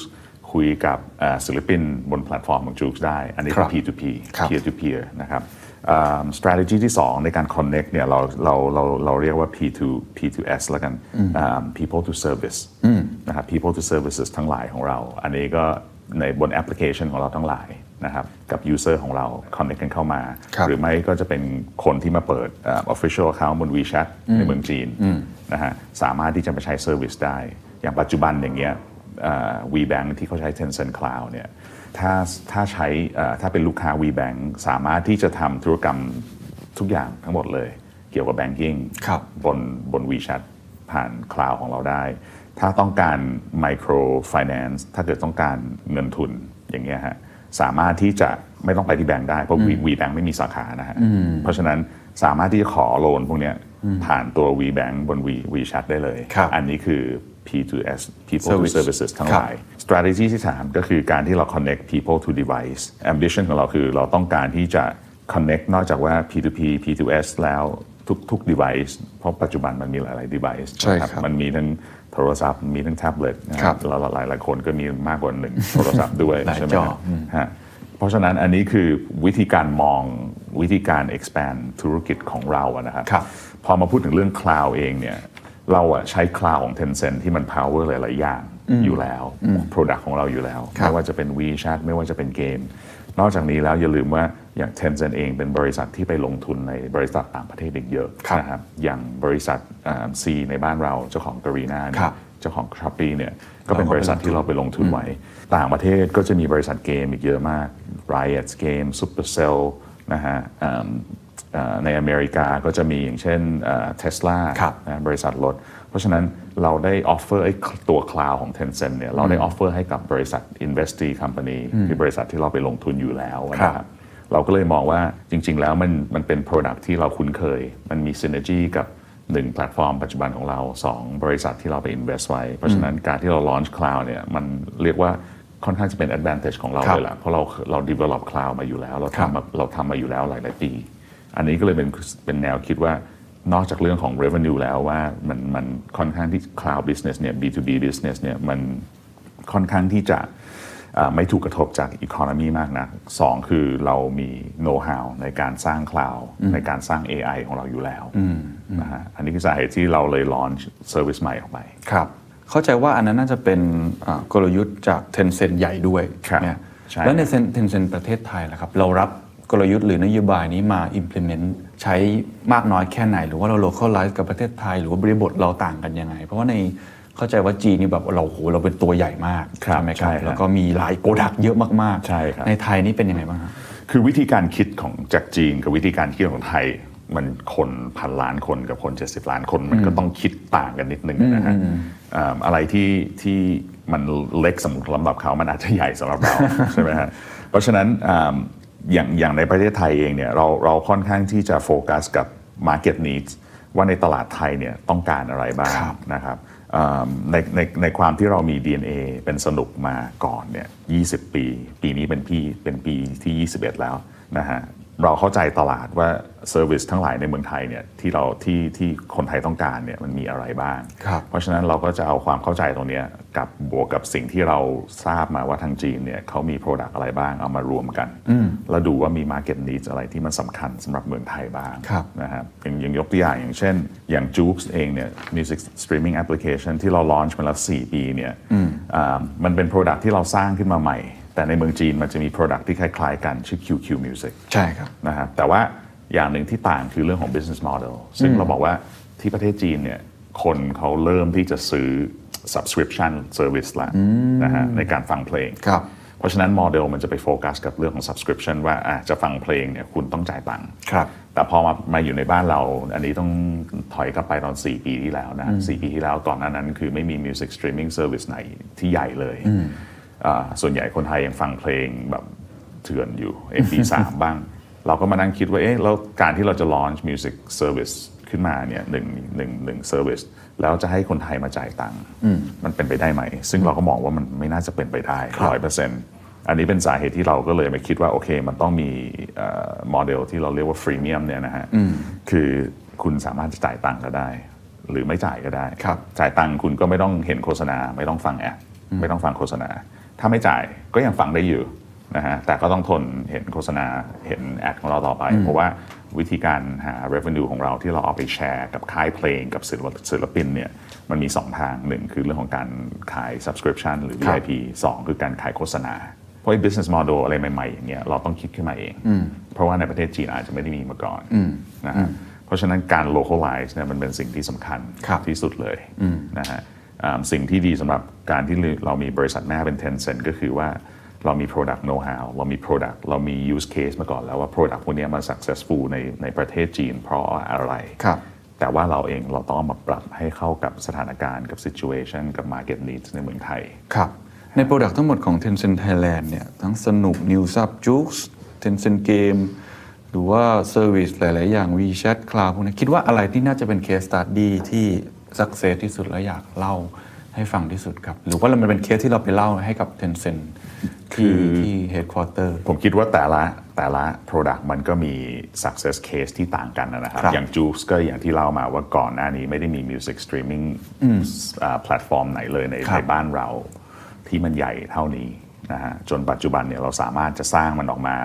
Speaker 7: คุยกับเอ่อศิลปินบนแพลตฟอร์มของจู๊กได้ อันนี้
Speaker 6: ค
Speaker 7: คื
Speaker 6: รั
Speaker 7: อ
Speaker 6: บ
Speaker 7: P2P P2P
Speaker 6: ครับ
Speaker 7: peer to peer นะครับอ่า strategy ที่ 2 ในการ connect เนี่ยเราเราเราเราเรียกว่า P2 P2S แล้วกันอ่า people to service นะครับ people to services ทั้งหลายของเรา อันนี้ก็ในบนแอปพลิเคชันของเราทั้งหลายนะครับกับ user ของเรา connect กันเข้ามา
Speaker 6: ครับ
Speaker 7: หรือไม่ก็จะเป็นคนที่มาเปิดอ่า official account บน WeChat ในเมืองจีนนะฮะสามารถที่จะมาใช้ service ได้ อย่างปัจจุบันอย่างเงี้ย อ่า WeBank ที่เขาใช้ Tencent Cloud เนี่ยถ้าถ้าใช้อ่าถ้าเป็นลูกค้า WeBank สามารถที่จะทำธุรกรรมทุกอย่างทั้งหมดเลย เกี่ยวกับ Banking
Speaker 6: ครับ
Speaker 7: บนบน WeChat ผ่าน Cloud ของเราได้ ถ้าต้องการ Micro Finance ถ้าเกิดต้องการเงินทุนอย่างเงี้ยฮะสามารถที่จะไม่ต้องไปที่แบงก์ได้ เพราะ We- WeBank ไม่มีสาขานะฮะเพราะฉะนั้นสามารถที่จะขอโลนพวกเนี้ยผ่านตัว WeBank บน We WeChat ได้เลย
Speaker 6: ครับ
Speaker 7: อันนี้คือ P2S People to
Speaker 6: Service
Speaker 7: Services ทั้ง
Speaker 6: ค
Speaker 7: ห
Speaker 6: รับ
Speaker 7: ลาย strategy ที่ 3 ก็คือการที่เรา connect people to device ambition ของเราคือเราต้องการที่จะ connect นอกจากว่า P2P P2S แล้วทุกทุก device เพราะปัจจุบันมันมีหลาย ๆ device
Speaker 6: ใช่
Speaker 7: นะครับ มันมีทั้งโทรศัพท์มีทั้งแท็บเล็ตนะครับแล้วหลายหลายๆคนก็มีมากกว่าหนึ่ง โทรศัพท์ด้วย
Speaker 6: หลาย
Speaker 7: ใช่ไหม
Speaker 6: จอ
Speaker 7: ครับ
Speaker 6: อืม
Speaker 7: ฮะเพราะฉะนั้นอันนี้คือวิธีการมองวิธีการ expand ธุรกิจของเราอะนะครับ
Speaker 6: ครับ
Speaker 7: พอมาพูดถึงเรื่อง Cloud เองเนี่ยเราอะใช้ Cloud ของ Tencent ที่มัน power หลาย ๆ อย่างอยู่แล้ว Product ของเราอยู่แล้ว
Speaker 6: ครับ
Speaker 7: ไม่ว่าจะเป็น WeChat ไม่ว่าจะเป็นเกม นอกจากนี้แล้วอย่าลืมว่าอย่าง Tencent เองเป็นบริษัทที่ไปลงทุนในบริษัทต่างประเทศอีกเยอะ
Speaker 6: ครับ
Speaker 7: นะครับอย่างบริษัทซีในบ้านเราเจ้าของกรีนา
Speaker 6: ครับ
Speaker 7: เจ้าของช้อปปีเนี่ยก็เป็น
Speaker 6: เราก็
Speaker 7: บ
Speaker 6: ไปลงทุน
Speaker 7: ริษัทที่เราไปลงทุนไว้ ต่างประเทศก็จะมีบริษัทเกมอีกเยอะมาก Riot Game Supercell นะฮะเอิ่มเอ่อในอเมริกาก็จะมีอย่างเช่นเทสลา
Speaker 6: ครับ
Speaker 7: นะบริษัทรถ เพราะฉะนั้นเราได้ออฟเฟอร์ไอ้ตัวคลาวของ Tencent เนี่ยเราได้ออฟเฟอร์ให้กับบริษัท Investee Company คือบริษัทที่เราไปลงทุนอยู่แล้วนะ
Speaker 6: ค
Speaker 7: ค
Speaker 6: รั
Speaker 7: รับบ เราก็เลยมองว่าจริง ๆ แล้วมันมันเป็น Product ที่เราคุ้นเคย มันมี Synergy กับ 1 แพลตฟอร์มปัจจุบันของเรา 2 บริษัทที่เราไป invest ไว้ เพราะฉะนั้นการที่เรา launch cloud เนี่ยมันเรียกว่าค่อนข้างจะเป็น advantage ของเรา
Speaker 6: ครับ
Speaker 7: เลยล่ะเพราะเราเรา develop cloud มาอยู่แล้ว เราทำมาเราทำมาอยู่แล้วหลายๆปี อันนี้ก็เลยเป็นเป็นแนวคิดว่านอกจากเรื่องของ revenue แล้วว่ามันมันค่อนข้างที่ cloud business เนี่ย B2B business เนี่ยมันค่อนข้างที่จะอ่าไม่ถูกกระทบจาก economy มากนะักสองคือเรามี know how ในการสร้าง cloud ในการสร้าง AI ของเราอยู่แล้วนะฮะอันนี้คือสาเหตุที่เราเลย launch service ใหม่ออกไป
Speaker 6: ครับ เข้าใจว่าอันนั้นน่าจะเป็นอ่ากลยุทธ์จากเทนเซ็นใหญ่ด้วย
Speaker 7: ครับ
Speaker 6: เนี่ย
Speaker 7: ใช่
Speaker 6: แล้วในเทนเซ็นประเทศไทยล่ะครับ เรารับกลยุทธ์หรือนโยบายนี้มา implement ใช้มากน้อยแค่ไหน หรือว่าเรา localize กับประเทศไทย หรือว่าบริบทเราต่างกันยังไง เพราะว่าในเข้าใจว่าจีนนี่แบบเราโหเราเป็นตัวใหญ่มาก
Speaker 7: ครับ
Speaker 6: ใช่ไหมครับ
Speaker 7: ใช่ครับ
Speaker 6: แล้วก็มีหลายโปรดักต์เยอะมากๆ
Speaker 7: ใช่ครับ
Speaker 6: ในไทยนี่เป็นยังไงบ้างครับ
Speaker 7: คือวิธีการคิดของจากจีนกับวิธีการคิดของไทย มันคนพันล้านคนกับคน 70 ล้านคนมันก็ต้องคิดต่างกันนิดนึงนะฮะอ่าอะไรที่ที่มันเล็กสำหรับเขามัน *laughs* อาจจะใหญ่สำหรับเรา ใช่ไหมฮะเพราะฉะนั้นอ่าอย่างอย่างในประเทศไทยเองเนี่ยเราเราค่อนข้างที่จะโฟกัสกับ Market Needs ว่าในตลาดไทยเนี่ยต้องการอะไรบ้างนะครับอ่าในในในความที่เรามี DNA เป็นสนุกมาก่อนเนี่ย20 ปี ปีนี้เป็นพี่เป็นปีที่ 21 แล้วนะฮะเราเข้าใจตลาดว่าเซอร์วิสทั้งหลายในเมืองไทยเนี่ยที่เราที่ที่คนไทยต้องการเนี่ยมันมีอะไรบ้าง
Speaker 6: ครับ
Speaker 7: เพราะฉะนั้นเราก็จะเอาความเข้าใจตรงเนี้ยกับบวกกับสิ่งที่เราทราบมาว่าทางจีนเนี่ยเขามี Product อะไรบ้างเอามารวมกัน แล้วดูว่ามี Market Needs อะไรที่มันสำคัญสำหรับเมืองไทยบ้าง
Speaker 6: ครับ
Speaker 7: นะครับอย่างอย่างยกตัวอย่างอย่างเช่น อย่าง j u k e s เองเนี่ย Music Streaming Application ที่เราลอนช์มาแล้ว 4 ปีเนี่ยอ่ามันเป็น Product ที่เราสร้างขึ้นมาใหม่ แต่ในเมืองจีนมันจะมี Product ที่คล้าย ๆ กันชื่อ QQ Music
Speaker 6: ใช่ครับ
Speaker 7: นะครับแต่ว่าอย่างหนึ่งที่ต่างคือเรื่องของ business model ซึ่งเราบอกว่าที่ประเทศจีนเนี่ยคนเขาเริ่มที่จะซื้อ subscription service ละนะฮะในการฟังเพลง
Speaker 6: ครับ
Speaker 7: เพราะฉะนั้นโมเดลมันจะไปโฟกัสกับเรื่องของ subscription ว่าอ่ะจะฟังเพลงเนี่ยคุณต้องจ่ายตังค์
Speaker 8: ครับ
Speaker 7: แต่พอมามาอยู่ในบ้านเรา อันนี้ต้องถอยกลับไปตอน 4 ปีที่แล้วนะ4ปีที่แล้วก่อนหน้านั้นคือไม่มี Music Streaming Service ไหนที่ใหญ่เลยอ่าส่วนใหญ่คนไทยยังฟังเพลงแบบเถื่อนอยู่ *laughs* MP3 บ้าง เราก็มานั่งคิดว่าเอ๊ะแล้วการที่เราจะ launch Music Service ขึ้นมาเนี่ยหนึ่งหนึ่งหนึ่ง service แล้วจะให้คนไทยมาจ่ายตังค์มันเป็นไปได้ไหม ซึ่งเราก็มองว่ามันไม่น่าจะเป็นไปได้ร้อยเปอร์เซ็นต์ อันนี้เป็นสาเหตุที่เราก็เลยมาคิดว่า โอเค มันต้องมีโมเดลที่เราเรียกว่าฟรีเมียมเนี่ยนะฮะคือคุณสามารถจะจ่ายตังค์ก็ได้ หรือไม่จ่ายก็ได้
Speaker 8: ครับ
Speaker 7: จ่ายตังค์คุณก็ไม่ต้องเห็นโฆษณา ไม่ต้องฟังแอดไม่ต้องฟังโฆษณา ถ้าไม่จ่ายก็ยังฟังได้อยู่นะฮะแต่ก็ต้องทนเห็นโฆษณาเห็นแอดของเราต่อไป เพราะว่าวิธีการหา revenue ของเราที่เราเอาไปแชร์กับค่ายเพลงกับศิลปศิลปินเนี่ยมันมี 2 ทางหนึ่งคือเรื่องของการขาย subscription หรือ
Speaker 8: ครับ
Speaker 7: VIP สองคือการขายโฆษณา เพราะไอ้ business model อะไรใหม่ ๆ อย่างเงี้ยเราต้องคิดขึ้นมาเอง เพราะว่าในประเทศจีนอาจจะไม่ได้มีมาก่อนนะฮะเพราะฉะนั้นการ localize เนี่ยมันเป็นสิ่งที่สำคัญ
Speaker 8: ครับ
Speaker 7: ที่สุดเลยนะฮะอ่าสิ่งที่ดีสำหรับการที่เรามีบริษัทแม่เป็น Tencent ก็คือว่าเรามี product know how เรามี product เรามี use case มาก่อนแล้วว่า product พวกเนี้ยมัน successful ในในประเทศจีน เพราะอะไร
Speaker 8: ครับ
Speaker 7: แต่ว่าเราเองเราต้องเอามาปรับให้เข้ากับสถานการณ์กับ situation กับ market needs ในเมืองไทย
Speaker 8: ครับ
Speaker 6: ในโปรดักต์ทั้งหมดของ Tencent Thailand เนี่ยทั้งสนุก New Sub j u k e Tencent Game หรือว่า Service หลาย ๆ อย่าง WeChat Cloud พวกนี้คิดว่าอะไรที่น่าจะเป็น Case Study ที่ Success ที่สุด และอยากเล่าให้ฟังที่สุดครับ หรือว่ามันเป็นเคสที่เราไปเล่าให้กับ Tencent ที่ที่ Headquarter
Speaker 7: ผมคิดว่าแต่ละแต่ละ Product มันก็มี success case ที่ต่างกันนะครั
Speaker 6: ครับ
Speaker 7: อย่าง Juice ก็อย่างที่เล่ามาว่าก่อนหน้านี้ไม่ได้มี Music Streaming อ่าแพลตฟอร์มไหนเลยในในบ้านเราที่มันใหญ่เท่านี้นะฮะจนปัจจุบันเนี่ยเราสามารถจะสร้างมันออกมา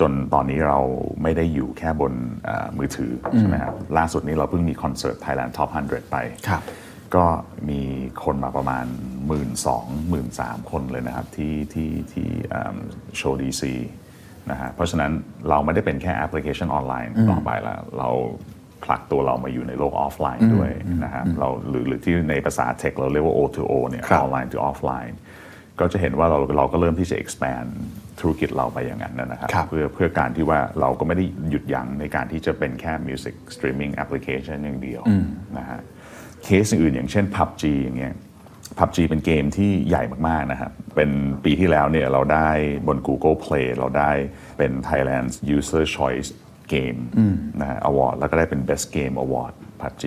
Speaker 7: จนตอนนี้เราไม่ได้อยู่แค่บนอ่ามือถืออใช่ไหมครับล่าสุดนี้เราเพิ่งมีคอนเสิร์ต Thailand Top 100 ไป
Speaker 8: ครับ
Speaker 7: ก็มีคนมาประมาณ 1 2 0 0 0 0 3คนเลยนะครับ ที่ที่ที่โชว์ดีซีนะฮะเพราะฉะนั้นเราไม่ได้เป็นแค่แอปพลิเคชันออนไลน์ต่อไปแล้ว เราผลักตัวเรามาอยู่ในโลกออฟไลน์ด้วยนะครับเราหรือหรือที่ในภาษาเทคเราเรียกว่า O2O เนี่ย
Speaker 8: ครับ
Speaker 7: ออนไลน์ to ออฟไลน์ก็จะเห็นว่าเราเราก็เริ่มที่จะ expand ธุรกิจเราไปอย่างนั้นนะครับ
Speaker 8: ครับ
Speaker 7: เพื่อเพื่อการที่ว่าเราก็ไม่ได้หยุดยั้งในการที่จะเป็นแค่ Music Streaming Application อย่างเดียวนะฮะเคสอื่นอย่างเช่น PUBG อย่างเงี้ย PUBG เป็นเกมที่ใหญ่มาก ๆ นะครับ เป็นปีที่แล้วเนี่ยเราได้บน Google Play เราได้เป็น Thailand's User Choice Game นะฮะ Award แล้วก็ได้เป็น Best Game Award PUBG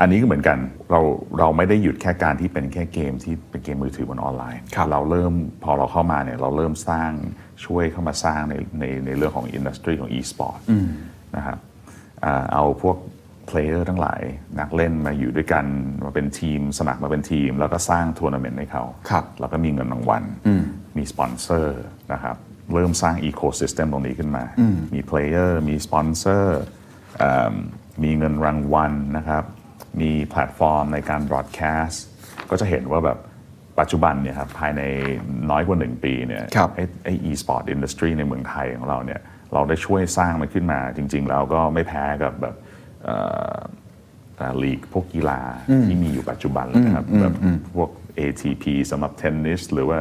Speaker 7: อันนี้ก็เหมือนกันเราเราไม่ได้หยุดแค่การที่เป็นแค่เกมที่เป็นเกมมือถือบนออนไลน์ เราเริ่มพอเราเข้ามาเนี่ยเราเริ่มสร้างช่วยเข้ามาสร้างในในในเรื่องของอินดัสทรีของ e-sport นะครับอ่าเอาพวกเพลเยอร์ทั้งหลายนักเล่นมาอยู่ด้วยกันมาเป็นทีม สมัครมาเป็นทีม แล้วก็สร้างทัวร์นาเมนต์ให้เขา
Speaker 8: ครับ
Speaker 7: แล้วก็มีเงินรางวัล มีสปอนเซอร์นะครับเริ่มสร้างอีโค y ิสเต็มตรงนี้ขึ้นมา มีเพลเยอร์มีสปอนเซอร์มีเงินรางวัลนะครับ มีแพลตฟอร์มในการบรอดแคสต์ก็จะเห็นว่าแบบปัจจุบันเนี่ยครับภายในน้อยกว่า 1 ปีเนี่ย
Speaker 8: ครับ
Speaker 7: ไอ้ไอ้ e-sport industry ในเมืองไทยของเราเนี่ยเราได้ช่วยสร้างมันขึ้นมา จริง ๆ แล้วก็ไม่แพ้กับแบบเอ่อ อ่าลีกพวกกีฬาที่มีอยู่ปัจจุบันแล้วนะครับแบบพวก ATP สำหรับเทนนิสหรือว่า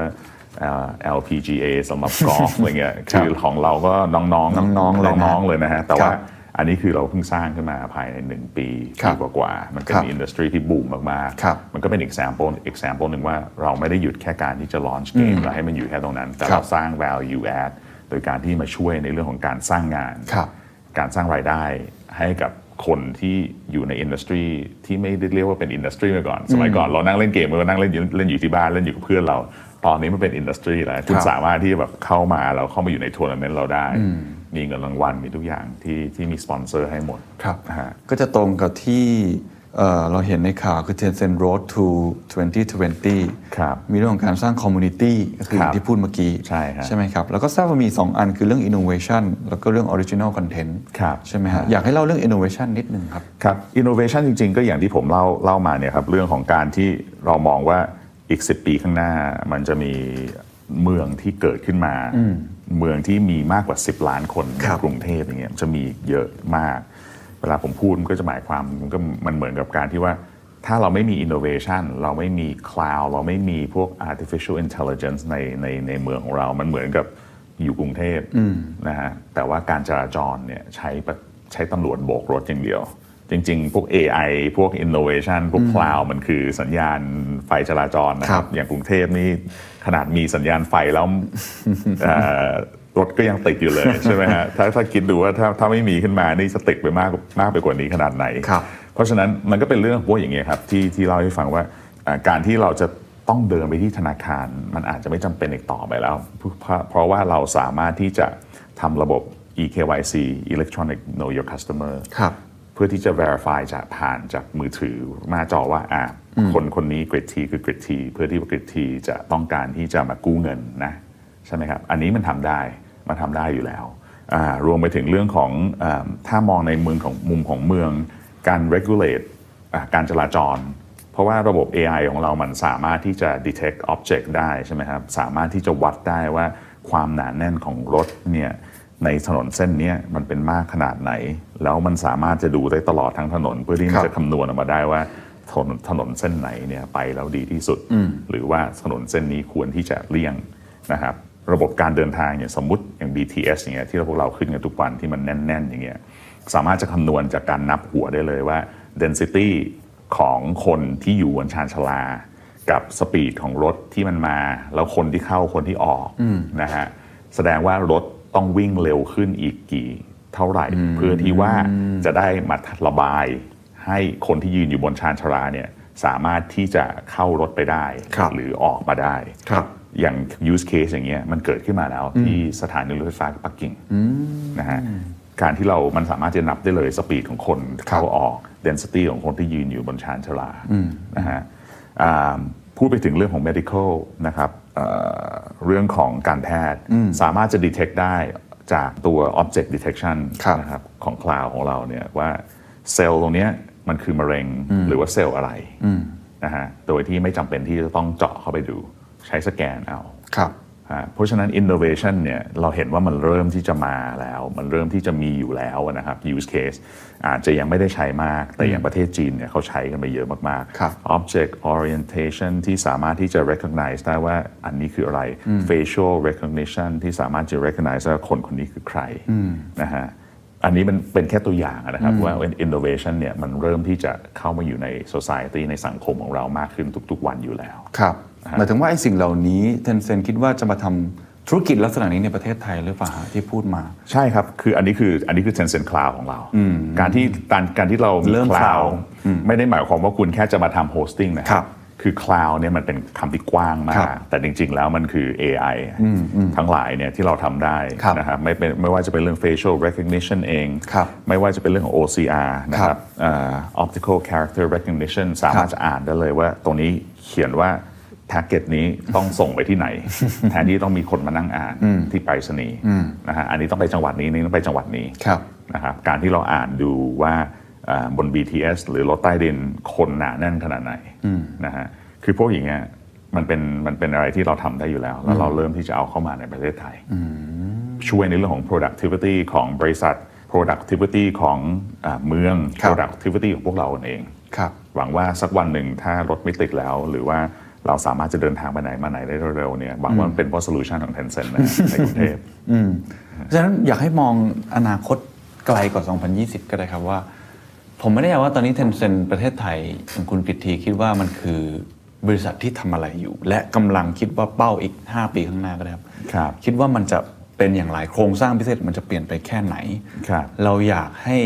Speaker 7: อ่า LPGA สำหรับกอล์ฟอะไรเงี้ยคือของเราก็น้องๆ
Speaker 8: น้องๆเลยนะ
Speaker 7: น้องๆเลยนะฮะแต่ว่า
Speaker 8: ครับ
Speaker 7: อันนี้คือเราเพิ่งสร้างขึ้นมาภายใน 1 ปี
Speaker 8: ครั
Speaker 7: ปี
Speaker 8: บ
Speaker 7: กว่าๆมันเป็น
Speaker 8: ครับ
Speaker 7: อินดัสทรีที่บูมมาก
Speaker 8: ครับ
Speaker 7: มันก็เป็น example example หนึ่งว่าเราไม่ได้หยุดแค่การที่จะ launch เกมแล้วให้มันอยู่แค่ตรงนั้น แต่
Speaker 8: ครั
Speaker 7: เรา
Speaker 8: บ
Speaker 7: สร้าง value add โดยการที่มาช่วยในเรื่องของการสร้างงาน
Speaker 8: ครับ
Speaker 7: การสร้างรายได้ให้กับคนที่อยู่ในอินดัสทรีที่ไม่ได้เรียกว่าเป็นอินดัสทรีมาก่อน สมัยก่อนเรานั่งเล่นเกมเราก็นั่งเล่นอยู่เล่นอยู่ที่บ้านเล่นอยู่กับเพื่อนเรา ตอนนี้มันเป็นอินดัสทรีแล้วคุณสามารถที่จะแบบเข้ามาเราเข้ามาอยู่ในทัวร์นาเมนต์เราได้ มีเงินรางวัลมีทุกอย่างที่ที่มีสปอนเซอร์ให้หมด
Speaker 6: ครับ
Speaker 7: นะฮะ
Speaker 6: ก็จะตรงกับที่เอ่อเราเห็นในข่าวคือ Tencent Road to 2020
Speaker 7: ครับ
Speaker 6: มีเรื่องของการสร้าง Community ก็คืออ
Speaker 7: ครั
Speaker 6: ย่า
Speaker 7: บ
Speaker 6: งที่พูดเมื่อกี้
Speaker 7: ใช่ครับ
Speaker 6: ใช่ไหมครับ แล้วก็ทราบว่ามี 2 อันคือเรื่อง Innovation แล้วก็เรื่อง Original Content
Speaker 7: ครับ
Speaker 6: ใช่ไหมฮะอยากให้เล่าเรื่อง Innovation นิดนึงครับ
Speaker 7: ครับ innovation จริงๆ ก็อย่างที่ผมเล่าเล่ามาเนี่ยครับเรื่องของการที่เรามองว่าอีก 10 ปีข้างหน้า มันจะมีเมืองที่เกิดขึ้นมา เมืองที่มีมากกว่า 10 ล้านคนในกรุงเทพอย่างเงี้ยจะมีเยอะมาก เวลาผมพูดมันก็จะหมายความมันก็มันเหมือนกับการที่ว่า ถ้าเราไม่มี innovation เราไม่มี cloud เราไม่มีพวก artificial intelligence ในในในเมืองของเรา มันเหมือนกับอยู่กรุงเทพนะฮะ แต่ว่าการจราจรเนี่ยใช้ปะใช้ตำรวจโบกรถอย่างเดียว จริง ๆ พวก AI พวก innovation พวก cloud มันคือสัญญาณไฟจราจรนะ
Speaker 6: ค
Speaker 7: ค
Speaker 6: รั
Speaker 7: รับ
Speaker 6: บ
Speaker 7: อย่างกรุงเทพนี่ขนาดมีสัญญาณไฟ
Speaker 6: *laughs*
Speaker 7: แล้วเอ่อรถก็ยังติดอยู่เลย ใช่ไหมฮะ ถ้าถ้าคิดดูว่าถ้าถ้าไม่มีขึ้นมานี่จะติดไปมากมากไปกว่านี้ขนาดไหน
Speaker 6: ครับ
Speaker 7: เพราะฉะนั้นมันก็เป็นเรื่องพวกอย่างเงี้ยครับที่ที่เล่าให้ฟังว่าอ่าการที่เราจะต้องเดินไปที่ธนาคาร มันอาจจะไม่จำเป็นอีกต่อไปแล้วเพราะเพราะว่าเราสามารถที่จะทำระบบ eKYC Electronic Know Your Customer
Speaker 6: ครับ
Speaker 7: เพื่อที่จะ verify จากผ่านจากมือถือหน้าจอว่าอ่าคนคนนี้กริดทีคือกริดทีเพื่อที่ว่ากริดทีจะต้องการที่จะมากู้เงินนะใช่ไหมครับ อันนี้มันทำได้มันทำได้อยู่แล้วอ่ารวมไปถึงเรื่องของอ่าถ้ามองในเมืองของมุมของเมืองการ regulate อ่าการจราจร เพราะว่าระบบ AI ของเรามันสามารถที่จะ detect object ได้ใช่ไหมครับ สามารถที่จะวัดได้ว่าความหนาแน่นของรถเนี่ยในถนนเส้นเนี้ยมันเป็นมากขนาดไหน แล้วมันสามารถจะดูได้ตลอดทั้งถนน เพื่อที่
Speaker 6: ครั
Speaker 7: มัน
Speaker 6: บ
Speaker 7: จะคำนวณออกมาได้ว่าถนนถนนเส้นไหนเนี่ยไปแล้วดีที่สุด หรือว่าถนนเส้นนี้ควรที่จะเลี่ยงนะครับ ระบบการเดินทางอย่างสมมติอย่าง BTS อย่างเงี้ยที่เราพวกเราขึ้นกันทุกวันที่มันแน่น ๆ อย่างเงี้ยสามารถจะคำนวณจากการนับหัวได้เลยว่า density ของคนที่อยู่บนชานชาลา กับสปีดของรถที่มันมา แล้วคนที่เข้าคนที่ออกนะฮะแสดงว่ารถต้องวิ่งเร็วขึ้นอีกกี่เท่าไหร่ เพื่อที่ว่าจะได้มาระบาย ให้คนที่ยืนอยู่บนชานชาลาเนี่ยสามารถที่จะเข้ารถไปได้
Speaker 6: ครับ
Speaker 7: หรือออกมาได้
Speaker 6: ครับ
Speaker 7: อย่าง use case อย่างเงี้ยมันเกิดขึ้นมาแล้วที่สถานีรถไฟฟ้าปักกิ่งนะฮะการที่เรามันสามารถจะนับได้เลยสปีดของคนเข้าออก density ของคนที่ยืนอยู่บนชานชาลานะฮะอ่าพูดไปถึงเรื่องของ medical นะครับเอ่อเรื่องของการแพทย์สามารถจะ detect ได้จากตัว object detection
Speaker 6: ครับ
Speaker 7: นะครับของคลาวของเราเนี่ยว่าเซลล์ตรงเนี้ยมันคือมะเร็งหรือว่าเซลล์อะไรนะฮะโดยที่ไม่จำเป็นที่จะต้องเจาะเข้าไปดูใช้สแกนเอา
Speaker 6: ครับ
Speaker 7: อ่าเพราะฉะนั้น innovation เนี่ยเราเห็นว่ามันเริ่มที่จะมาแล้ว มันเริ่มที่จะมีอยู่แล้วนะครับ use case อาจจะยังไม่ได้ใช้มาก แต่อย่างประเทศจีนเนี่ยเขาใช้กันไปเยอะมาก
Speaker 6: ครับ
Speaker 7: object orientation ที่สามารถที่จะ recognize ได้ว่าอันนี้คืออะไร facial recognition ที่สามารถจะ recognize ว่าคนคนนี้คือใครนะฮะอันนี้มันเป็นแค่ตัวอย่างนะครับว่า innovation เนี่ยมันเริ่มที่จะเข้ามาอยู่ใน society ในสังคมของเรามากขึ้นทุกๆ วันอยู่แล้ว
Speaker 6: ครับหมายถึงว่าไอ้สิ่งเหล่านี้เทนเซนคิดว่าจะมาทำธุรกิจลักษณะนี้ในประเทศไทยหรือเปล่าฮะที่พูดมา
Speaker 7: ใช่ครับ คืออันนี้คืออันนี้คือ Tencent Cloud ของเรา การที่การการที่เรามี
Speaker 6: เริ่ม
Speaker 7: Cloud
Speaker 6: cloud
Speaker 7: ไม่ได้หมายความว่าคุณแค่จะมาทำ hosting นะค
Speaker 6: ครั
Speaker 7: รับ
Speaker 6: บ
Speaker 7: คือ Cloud เนี่ยมันเป็นคำที่กว้างมา
Speaker 6: ครั
Speaker 7: ก
Speaker 6: บ
Speaker 7: แต่จริง ๆ แล้วมันคือ AI ทั้งหลายเนี่ยที่เราทำได้
Speaker 6: ครับ
Speaker 7: นะครับไม่เป็นไม่ว่าจะเป็นเรื่อง facial recognition เอง
Speaker 6: ครับ
Speaker 7: ไม่ว่าจะเป็นเรื่องของ OCR นะค
Speaker 6: ครั
Speaker 7: รับบ เอ่อ optical character recognition สามารถจะอ่านได้เลยว่าตรงนี้เขียนว่าแพ็กเกจนี้ต้องส่งไปที่ไหน แทนที่ต้องมีคนมานั่งอ่านที่ไปรษณีย์นะฮะอันนี้ต้องไปจังหวัดนี้อันนี่ต้องไปจังหวัดนี้
Speaker 6: ครับ
Speaker 7: นะครับการที่เราอ่านดูว่าอ่าบน BTS หรือรถใต้ดินคนหนาแน่นขนาดไหนนะฮะคือพวกอย่างเงี้ยมันเป็นมันเป็นอะไรที่เราทำได้อยู่แล้ว แล้วเราเริ่มที่จะเอาเข้ามาในประเทศไทย ช่วยในเรื่องของ productivity ของบริษัท productivity ของอาเมือง
Speaker 6: ครับ
Speaker 7: productivity ของพวกเราเอง
Speaker 6: ครับ
Speaker 7: หวังว่าสักวันหนึ่งถ้ารถไม่ติดแล้ว หรือว่าเราสามารถจะเดินทางไปไหนมาไหนได้เร็วๆเนี่ยหวังว่ามันเป็นเพราะ solution ของ Tencent นะฮะในกรุงเทพ
Speaker 6: เพราะฉะนั้นอยากให้มองอนาคตไกลกว่า 2020 ก็ได้ครับว่า ผมไม่แน่ใจว่าตอนนี้เทนเซ n นประเทศไทยอย่างคุณกริตทีคิดว่ามันคือบริษัทที่ทำอะไรอยู่ และกำลังคิดว่าเป้าอีก 5 ปีข้างหน้าก็ได้ครับ
Speaker 7: ครับ
Speaker 6: คิดว่ามันจะเป็นอย่างไรโครงสร้างพิเศษมันจะเปลี่ยนไปแค่ไหน
Speaker 7: ครับ
Speaker 6: เราอยากให้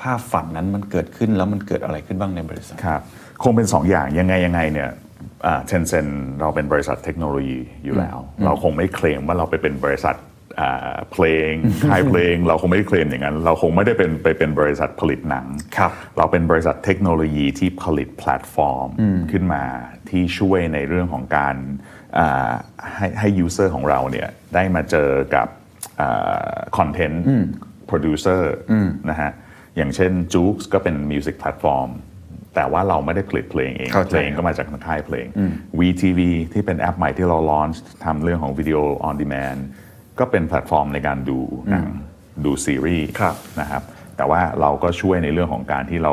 Speaker 6: ภาพฝันนั้นมันเกิดขึ้นแล้วมันเกิดอะไรขึ้นบ้างในบริษัท
Speaker 7: ครับคงเป็น 2 อย่างยังไงยังไงเนี่ยเทนเซนเราเป็นบริษัทเทคโนโลยีอยู่แล้ว เราคงไม่เคลมว่าเราไปเป็นบริษัทอ่าเพลง ค่ายเพล *laughs* ง เราคงไม่ได้เคลมอย่างนั้น เราคงไม่ได้เป็นไปเป็นบริษัทผลิตหนัง
Speaker 6: ครับ
Speaker 7: เราเป็นบริษัทเทคโนโลยีที่ผลิตแพลตฟอร์มขึ้นมาที่ช่วยในเรื่องของการอ่าให้ให้ยูเซอร์ของเราเนี่ยได้มาเจอกับคอนเทนต์โปรดิวเซอร์นะฮะอย่างเช่นจู๊กก็เป็นมิวสิกแพลตฟอร์ม แต่ว่าเราไม่ได้ผลิตเพลงเอง
Speaker 6: เข้าใจ
Speaker 7: เพลงก็มาจากทางค่ายเพลง VTV ที่เป็นแอปใหม่ที่เราลอนทำเรื่องของวิดีโอ on demand ก็เป็นแพลตฟอร์มในการดูหนังดูซีรีส์
Speaker 6: ครับ
Speaker 7: นะครับแต่ว่าเราก็ช่วยในเรื่องของการที่เรา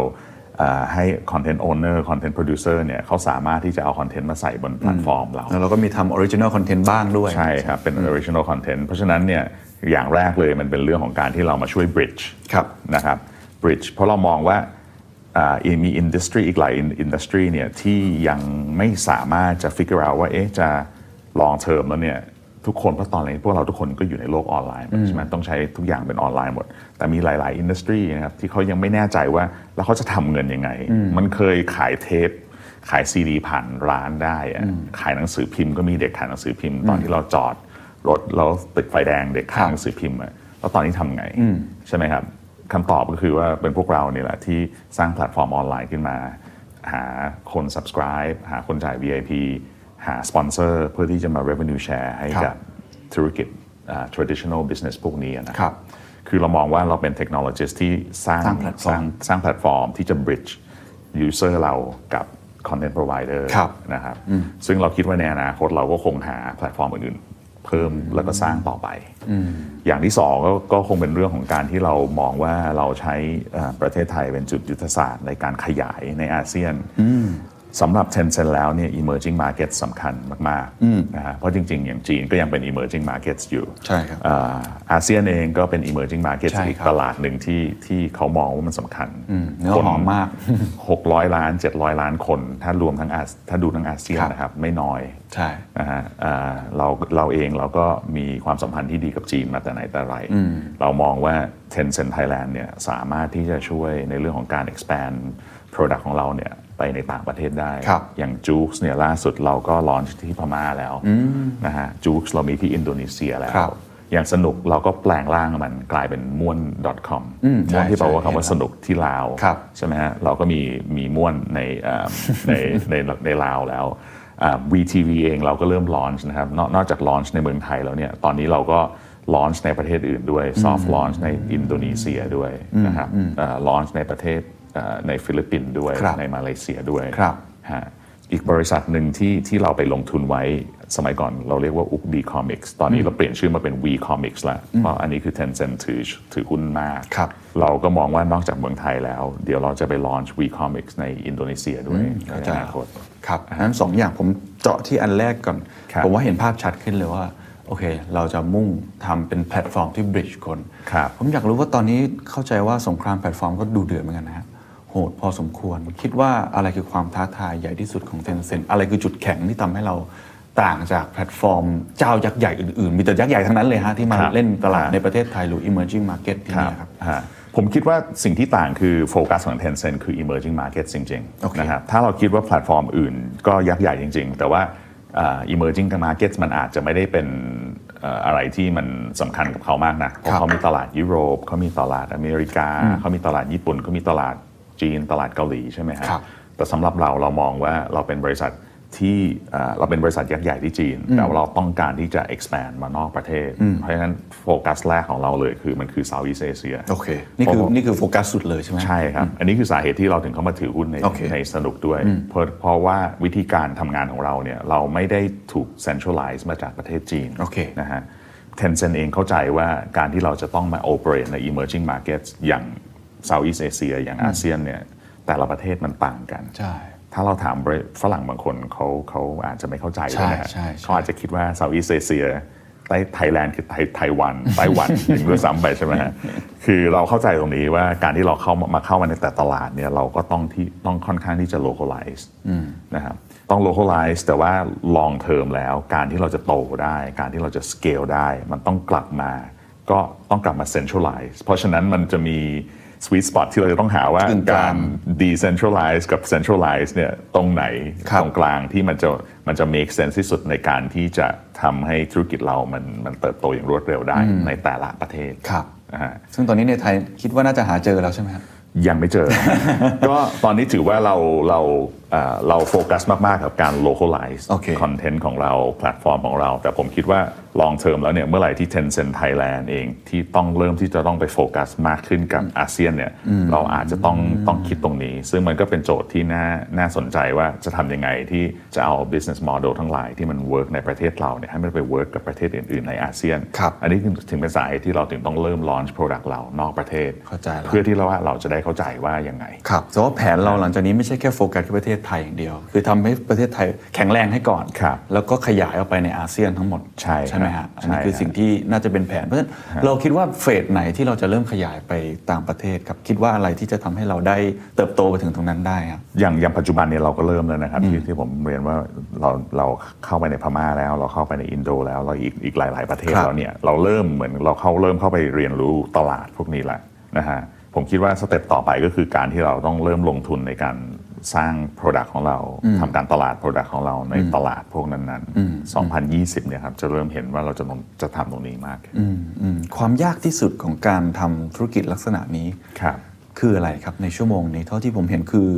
Speaker 7: เอ่อให้คอนเทนต์โอเนอร์คอนเทนต์โปรดิวเซอร์เนี่ยเขาสามารถที่จะเอาคอนเทนต์มาใส่บนแพลตฟอร์มเรา
Speaker 8: แล้วเราก็มีทำออริจินอลคอนเทนต์บ้างด้วย
Speaker 7: ใช่ครับ เป็น original content เพราะฉะนั้นเนี่ยอย่างแรกเลยมันเป็นเรื่องของการที่เรามาช่วย bridge
Speaker 8: ครับ
Speaker 7: นะครับ bridge เพราะเรามองว่าอ่ามีอินดัสทรีอีกหลายอินดัสทรีเนี่ยที่ยังไม่สามารถจะ figure out ว่าเอ๊ะจะ long term แล้วเนี่ยทุกคนเพราะตอนนี้พวกเราทุกคนก็อยู่ในโลกออนไลน์หมดใช่ไหมต้องใช้ทุกอย่างเป็นออนไลน์หมด แต่มีหลาย ๆ อินดัสทรีนะครับที่เขายังไม่แน่ใจว่าแล้วเขาจะทำเงินยังไง มันเคยขายเทป ขายซีดีผ่านร้านได้อะขายหนังสือพิมพ์ก็มีเด็กขายหนังสือพิมพ์ ตอนที่เราจอดรถแล้วติดไฟแดงเด็กขายหนังสือพิมพ์อะแล้วตอนนี้ทำไงใช่ไหมครับคำตอบก็คือว่าเป็นพวกเราเนี่ยแหละที่สร้างแพลตฟอร์มออนไลน์ขึ้นมา หาคน subscribe หาคนจ่าย VIP หาสปอนเซอร์เพื่อที่จะมา revenue share ให้
Speaker 8: ครับ
Speaker 7: กับธุรกิจอ่า traditional business พวกนี้นะ
Speaker 8: ครับ
Speaker 7: คือเรามองว่าเราเป็นเทคโนโลยีที่สร้าง
Speaker 8: สร้างแพลตฟอร์ม
Speaker 7: สร้างสร้างแพลตฟอร์มที่จะ bridge user เรากับ content provider
Speaker 8: ครับ
Speaker 7: นะครับ ซึ่งเราคิดว่าในอนาคตเราก็คงหาแพลตฟอร์มอื่นๆ เพิ่มแล้วก็สร้างต่อไป อย่างที่สองก็ก็คงเป็นเรื่องของการที่เรามองว่าเราใช้เอ่อประเทศไทยเป็นจุดยุทธศาสตร์ในการขยายในอาเซียน สำหรับ Tencent แล้วเนี่ย emerging market สำคัญมากๆนะฮะเพราะจริง ๆ อย่างจีนก็ยังเป็น emerging markets อยู่
Speaker 8: ใช่ครับ
Speaker 7: เอ่ออาเซียนเองก็เป็น emerging market
Speaker 8: ใช่ครับ
Speaker 7: อีกตลาดหนึ่งที่ที่เขามองว่ามันสำคัญ
Speaker 8: เนื้อหอมมาก
Speaker 7: 600 ล้าน 700 ล้านคน ถ้ารวมทั้งอาถ้าดูทั้งอาเซียนนะครับ ไม่น้อย
Speaker 8: ใช่
Speaker 7: นะฮะอ่าเราเราเองเราก็มีความสัมพันธ์ที่ดีกับจีนมาแต่ไหนแต่ไร เรามองว่า Tencent Thailand เนี่ยสามารถที่จะช่วยในเรื่องของการ expand product ของเราเนี่ยไปในต่างประเทศได้
Speaker 8: ครับ
Speaker 7: อย่าง j u ๊กเนี่ยล่าสุดเราก็ลอนที่พม่าแล้วนะฮะจู๊กเรามีที่อินโดนีเซียแล้
Speaker 8: ครั
Speaker 7: ว
Speaker 8: บ
Speaker 7: อย่างสนุกเราก็แปลงร่างมันกลายเป็นม้วน .com
Speaker 8: อืม
Speaker 7: ม้วนที่
Speaker 8: ใช่
Speaker 7: แปลว่า
Speaker 8: ใช่
Speaker 7: คำว่าสนุกที่ลาว
Speaker 8: ครับ
Speaker 7: ใช่ไหมฮะเราก็มีมีม่วนในเอ่อ
Speaker 8: *laughs*
Speaker 7: ในในในลาวแล้วอ่า VTV เองเราก็เริ่มลอนช์นะครับนอกนอกจากลอนช์ในเมืองไทยแล้วเนี่ยตอนนี้เราก็ลอนช์ในประเทศอื่นด้วยซอฟ t l ลอนช์ในอินโดนีเซียด้วยนะครับลอนช์ในประเทศเอ่อในฟิลิปปินส์ด้วย
Speaker 8: ครับ
Speaker 7: ในมาเลเซียด้วย
Speaker 8: ครับ
Speaker 7: ฮะอีกบริษัทหนึ่งที่ที่เราไปลงทุนไว้สมัยก่อนเราเรียกว่าอุกดีคอมิกส์ตอนนี้เราเปลี่ยนชื่อมาเป็น V Comics ละเพราะอันนี้คือ Tencent ถือถือหุ้นมาก
Speaker 8: ครับ
Speaker 7: เราก็มองว่านอกจากเมืองไทยแล้ว เดี๋ยวเราจะไปลอนช์ WeComics ในอินโดนีเซียด้วยในอนาคต
Speaker 8: ครับนั้นสองอย่างผมเจาะที่อันแรกก่อน
Speaker 7: ครับ
Speaker 8: ผมว่าเห็นภาพชัดขึ้นเลยว่า โอเค เราจะมุ่งทำเป็นแพลตฟอร์มที่ bridge คน
Speaker 7: ครับ
Speaker 8: ผมอยากรู้ว่าตอนนี้เข้าใจว่าสงครามแพลตฟอร์มก็ดูเดือดเหมือนกันนะฮะโหดพอสมควร คิดว่าอะไรคือความท้าทายใหญ่ที่สุดของ Tencent อะไรคือจุดแข็งที่ทำให้เราต่างจากแพลตฟอร์ม เจ้ายักษ์ใหญ่อื่นๆ มีแต่ยักษ์ใหญ่ทั้งนั้นเลยฮะที่มา
Speaker 7: ครับ
Speaker 8: เล่นตลาด
Speaker 7: ครับ
Speaker 8: ในประเทศไทยหรือ emerging market ที่นี่ครับ
Speaker 7: ฮะผมคิดว่าสิ่งที่ต่างคือโฟกัสของ Tencent คือ emerging market จริง
Speaker 8: โอเค
Speaker 7: ๆนะครับถ้าเราคิดว่าแพลตฟอร์มอื่นก็ยักษ์ใหญ่จริง ๆ แต่ว่าอ่า emerging market มันอาจจะไม่ได้เป็นเอ่ออะไรที่มันสำคัญกับเขามากนะเพ
Speaker 8: ครั
Speaker 7: ราะ
Speaker 8: บ
Speaker 7: เขามีตลาดยุโรปเขามีตลาดอเมริกา เขามีตลาดญี่ปุ่นเขามีตลาดจีนตลาดเกาหลีใช่ไหมฮะ
Speaker 8: ครับ
Speaker 7: แต่สำหรับเราเรามองว่าเราเป็นบริษัทที่เอ่อเราเป็นบริษัทยักษ์ใหญ่ที่จีน แต่ว่าเราต้องการที่จะ expand มานอกประเทศ เพราะฉะนั้นโฟกัสแรกของเราเลยคือมันคือ Southeast Asia
Speaker 8: โอเค นี่คือ
Speaker 7: เพราะว่า
Speaker 8: นี่คือโฟกัสสุดเลยใช่ไหม
Speaker 7: ใช่ครับ อันนี้คือสาเหตุที่เราถึงเข้ามาถือหุ้นใน
Speaker 8: โอเค
Speaker 7: ในสนุกด้วย เพราะเพราะว่าวิธีการทำงานของเราเนี่ยเราไม่ได้ถูก centralize มาจากประเทศจีน
Speaker 8: โอเค
Speaker 7: นะฮะ Tencent เองเข้าใจว่าการที่เราจะต้องมา operate ใน emerging markets อย่าง Southeast Asia อย่างอาเซียนเนี่ยแต่ละประเทศมันต่างกัน
Speaker 8: ใช่
Speaker 7: ถ้าเราถามฝรั่งบางคนเขาเขาอาจจะไม่เข้าใจ
Speaker 8: ใช่
Speaker 7: ไหมฮะ
Speaker 8: ใช่ใช่
Speaker 7: เขาอาจจะคิดว่าเซาท์อีสเอเชียไต้ไทยแลนด์คือไทยไต้หวัน *laughs* ไต้หวันอย่างด้วยซ้ำไปใช่ไหมฮะคือเราเข้าใจตรงนี้ว่าการที่เราเข้ามามาเข้ามาในแต่ตลาดเนี่ยเราก็ต้องที่ต้องค่อนข้างที่จะ localize นะครับต้อง localize แต่ว่า long term แล้วการที่เราจะโตได้ การที่เราจะ scale ได้ มันต้องกลับมา ก็ต้องกลับมา centralize เพราะฉะนั้นมันจะมี sweet spot ที่เราจะต้องหาว่า
Speaker 8: ตรงก
Speaker 7: กา
Speaker 8: ลาง
Speaker 7: ร decentralize กับ centralize เนี่ยตรงไหน
Speaker 8: ครับ
Speaker 7: ตรงกลางที่มันจะมันจะ make sense ที่สุดในการที่จะทำให้ธุรกิจเรามันมันเติบโตอย่างรวดเร็วได้ในแต่ละประเทศ
Speaker 8: ครับ
Speaker 7: นะฮะ
Speaker 8: ซึ่งตอนนี้ในไทย
Speaker 7: *laughs*
Speaker 8: คิดว่าน่าจะหาเจอแล้วใช่ไหมครับ
Speaker 7: ยังไม่เจอ ก็ตอนนี้ถือว่าเราเรา เอ่อเราโฟกัสมาก ๆ กับการ localize
Speaker 8: โอเค
Speaker 7: content ของเราแพลตฟอร์มของเรา แต่ผมคิดว่า long term แล้วเนี่ยเมื่อไหร่ที่ Tencent Thailand เองที่ต้องเริ่มที่จะต้องไปโฟกัสมากขึ้นกับอาเซียนเนี่ยเราอาจจะต้องต้องคิดตรงนี้ ซึ่งมันก็เป็นโจทย์ที่น่าน่าสนใจว่าจะทำยังไงที่จะเอา business model ทั้งหลายที่มัน work ในประเทศเราเนี่ยให้มันไป work กับประเทศอื่น ๆ ในอาเซียน
Speaker 8: ครับ
Speaker 7: อันนี้ถึงเป็นสาเหตุที่เราถึงต้องเริ่ม launch product เรานอกประเทศ
Speaker 8: เข้าใจแล้ว
Speaker 7: เพื่อที่เราว่าเราจะได้เข้าใจว่ายังไง
Speaker 8: ครับแต่ว่าแผนเราหลังจากนี้ไม่ใช่แค่โฟกัสที่ประเทศไทยอย่างเดียว คือทำให้ประเทศไทยแข็งแรงให้ก่อน
Speaker 7: ครับ
Speaker 8: แล้วก็ขยายออกไปในอาเซียนทั้งหมด
Speaker 7: ใช่
Speaker 8: ใช่ไหม
Speaker 7: ครั
Speaker 8: ฮะ
Speaker 7: บ
Speaker 8: อันนี้
Speaker 7: ใช่
Speaker 8: คือ
Speaker 7: ฮะ
Speaker 8: สิ่งที่น่าจะเป็นแผน เพราะฉะนั้นเราคิดว่าเฟสไหนที่เราจะเริ่มขยายไปต่างประเทศครับ คิดว่าอะไรที่จะทำให้เราได้เติบโตไปถึงตรงนั้นได้ครับ
Speaker 7: อย่างอย่างปัจจุบันเนี่ยเราก็เริ่มแล้วนะครับที่ที่ผมเรียนว่าเราเราเข้าไปในพม่าแล้ว เราเข้าไปในอินโดแล้วเราอีกอีกหลาย ๆ ประเทศ
Speaker 8: ครับ
Speaker 7: แล้วเนี่ยเราเริ่มเหมือนเราเข้าเริ่มเข้าไปเรียนรู้ตลาดพวกนี้แหละนะฮะผมคิดว่าสเต็ปต่อไปก็คือการที่เราต้องเริ่มลงทุนในการสร้าง Product ของเราทำการตลาด Product ของเราในตลาดพวกนั้นๆ 2020เนี่ยครับจะเริ่มเห็นว่าเราจะลงจะทำตรงนี้มากขึ้น
Speaker 8: อืมอืมความยากที่สุดของการทำธุรกิจลักษณะนี้
Speaker 7: ครับ
Speaker 8: คืออะไรครับในชั่วโมงนี้เท่าที่ผมเห็นคือ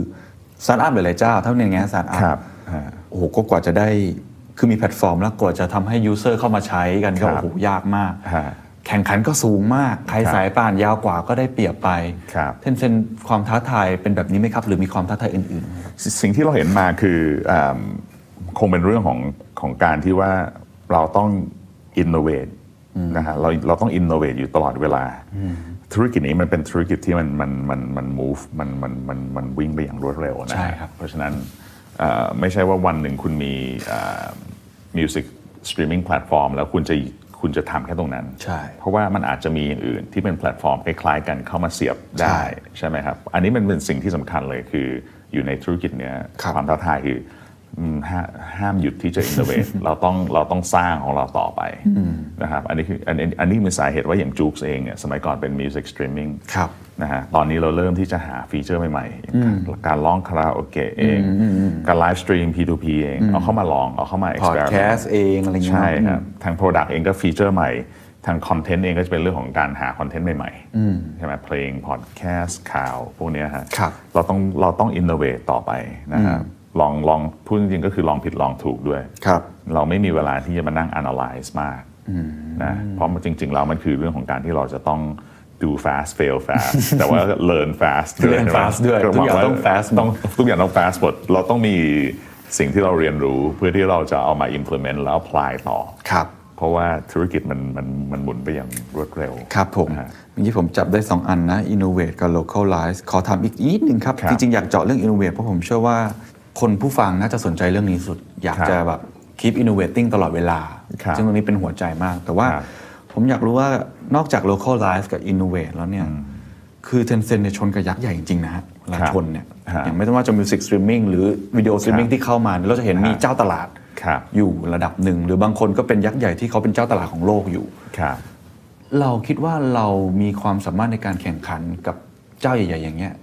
Speaker 8: สตาร์ทอัพหลายๆเจ้าเท่าในแง่สตาร์ทอัพ
Speaker 7: ครับฮะ
Speaker 8: โอ้โหก็กว่าจะได้คือมีแพลตฟอร์มแล้วกว่าจะทำให้ยูเซอร์เข้ามาใช้กัน
Speaker 7: ครั
Speaker 8: ก็
Speaker 7: บ
Speaker 8: โอ้โหยากมาก
Speaker 7: ฮะ
Speaker 8: แข่งขันก็สูงมาก ใคร
Speaker 7: ครับ
Speaker 8: สายป่านยาวกว่าก็ได้เปรียบไป
Speaker 7: ครับ
Speaker 8: เทนเซนความท้าทายเป็นแบบนี้ไหมครับ หรือมีความท้าทายอื่นๆไหมครับ
Speaker 7: สิสิ่งที่เราเห็นมาคืออ่าคงเป็นเรื่องของของการที่ว่าเราต้อง innovate นะฮะเราเราต้อง innovate อยู่ตลอดเวลา ธุรกิจนี้มันเป็นธุรกิจที่มันมันมันมัน move มันมันมันมันวิ่งไปอย่างรวดเร็วนะ
Speaker 8: ใช่
Speaker 7: ฮะ
Speaker 8: ครับ
Speaker 7: เพราะฉะนั้นเอ่อไม่ใช่ว่าวันหนึ่งคุณมีมิวสิกสตรีมมิ่งแพลตฟอร์มแล้วคุณจะคุณจะทำแค่ตรงนั้น
Speaker 8: ใช่
Speaker 7: เพราะว่ามันอาจจะมีอย่างอื่นที่เป็นแพลตฟอร์มคล้ายๆกันเข้ามาเสียบได้ใช่ไหมครับ อันนี้มันเป็นสิ่งที่สำคัญเลยคืออยู่ในธุรกิจเนี้ย
Speaker 8: ครับ
Speaker 7: ความท้าทายคืออืมห้าห้ามหยุดที่จะ *laughs* innovate เราต้องเราต้องสร้างของเราต่อไปนะครับอันนี้คืออันอันอันนี้เป็นสาเหตุว่าอย่างจูกเองเนี่ยสมัยก่อนเป็น Music Streaming
Speaker 8: ครับ
Speaker 7: นะฮะตอนนี้เราเริ่มที่จะหาฟีเจอร์ใหม่ๆอย่างการการร้องคาราโอเกะเอง การไลฟ์สตรีม P2P เอง เอาเข้ามาลองเอาเข้ามา experiment
Speaker 8: Podcast เองอะไรเงี้ย
Speaker 7: ใช่ครับทาง Product เองก็ฟีเจอร์ใหม่ ทางคอนเทนต์เองก็จะเป็นเรื่องของการหาคอนเทนต์ใหม่ๆใช่ไหมเพลงพอดแคสต์ข่าวพวกเนี้ยฮะ
Speaker 8: ครับ
Speaker 7: เราต้องเราต้องอินโนเวตต่อไปนะครับลองลองพูดจริงๆก็คือลองผิดลองถูกด้วย
Speaker 8: ครับ
Speaker 7: เราไม่มีเวลาที่จะมานั่ง analyze มากนะเพราะมันจริง ๆ แล้วมันคือเรื่องของการที่เราจะต้อง do fast fail fast แต่ว่า learn fast ด้วย
Speaker 8: Learn
Speaker 7: ใช่ไหม
Speaker 8: fast ด้วย
Speaker 7: ก็ห
Speaker 8: ทุกอย่าง
Speaker 7: ว่
Speaker 8: ต้อง fast หมด
Speaker 7: ต้อง *laughs* ทุกอย่างต้อง fast หมดเราต้องมีสิ่งที่เราเรียนรู้เพื่อที่เราจะเอามา implement แล้ว apply ต่อ
Speaker 8: ครับ
Speaker 7: เพราะว่าธุรกิจมันมันมันหมุนไปอย่างรวดเร็ว
Speaker 8: ครับผม
Speaker 7: ฮะ
Speaker 8: เมื่อกี้ผมจับได้ 2 อันนะ innovate กับ localize ขอถามอีกนิดนึงครับ
Speaker 7: ครับ
Speaker 8: จริง ๆ อยากเจาะเรื่อง innovate เพราะผมเชื่อว่าคนผู้ฟังน่าจะสนใจเรื่องนี้สุด อยาก
Speaker 7: ครับ
Speaker 8: จะแบบ keep innovating ตลอดเวลา
Speaker 7: ครับ
Speaker 8: ซึ่งตรงนี้เป็นหัวใจมาก แต่ว่า
Speaker 7: ครับ
Speaker 8: ผมอยากรู้ว่านอกจาก localize กับ innovate แล้วเนี่ย คือ Tencent เนี่ยชนกับยักษ์ใหญ่จริง ๆ นะฮะเวลา
Speaker 7: ครับ
Speaker 8: ชนเนี่ย
Speaker 7: ฮะ
Speaker 8: อย่างไม่ต้องว่าจะ music streaming หรือ video streaming
Speaker 7: ครับ
Speaker 8: ที่เข้ามาเนี่ยเราจะเห็นมี
Speaker 7: ฮะ
Speaker 8: เจ้าตลาด
Speaker 7: ครับ
Speaker 8: อยู่ระดับหนึ่งหรือบางคนก็เป็นยักษ์ใหญ่ที่เขาเป็นเจ้าตลาดของโลกอยู่
Speaker 7: ครับ
Speaker 8: เราคิดว่าเรามีความสามารถในการแข่งขันกับเจ้าใหญ่ ๆ อย่างเงี้ย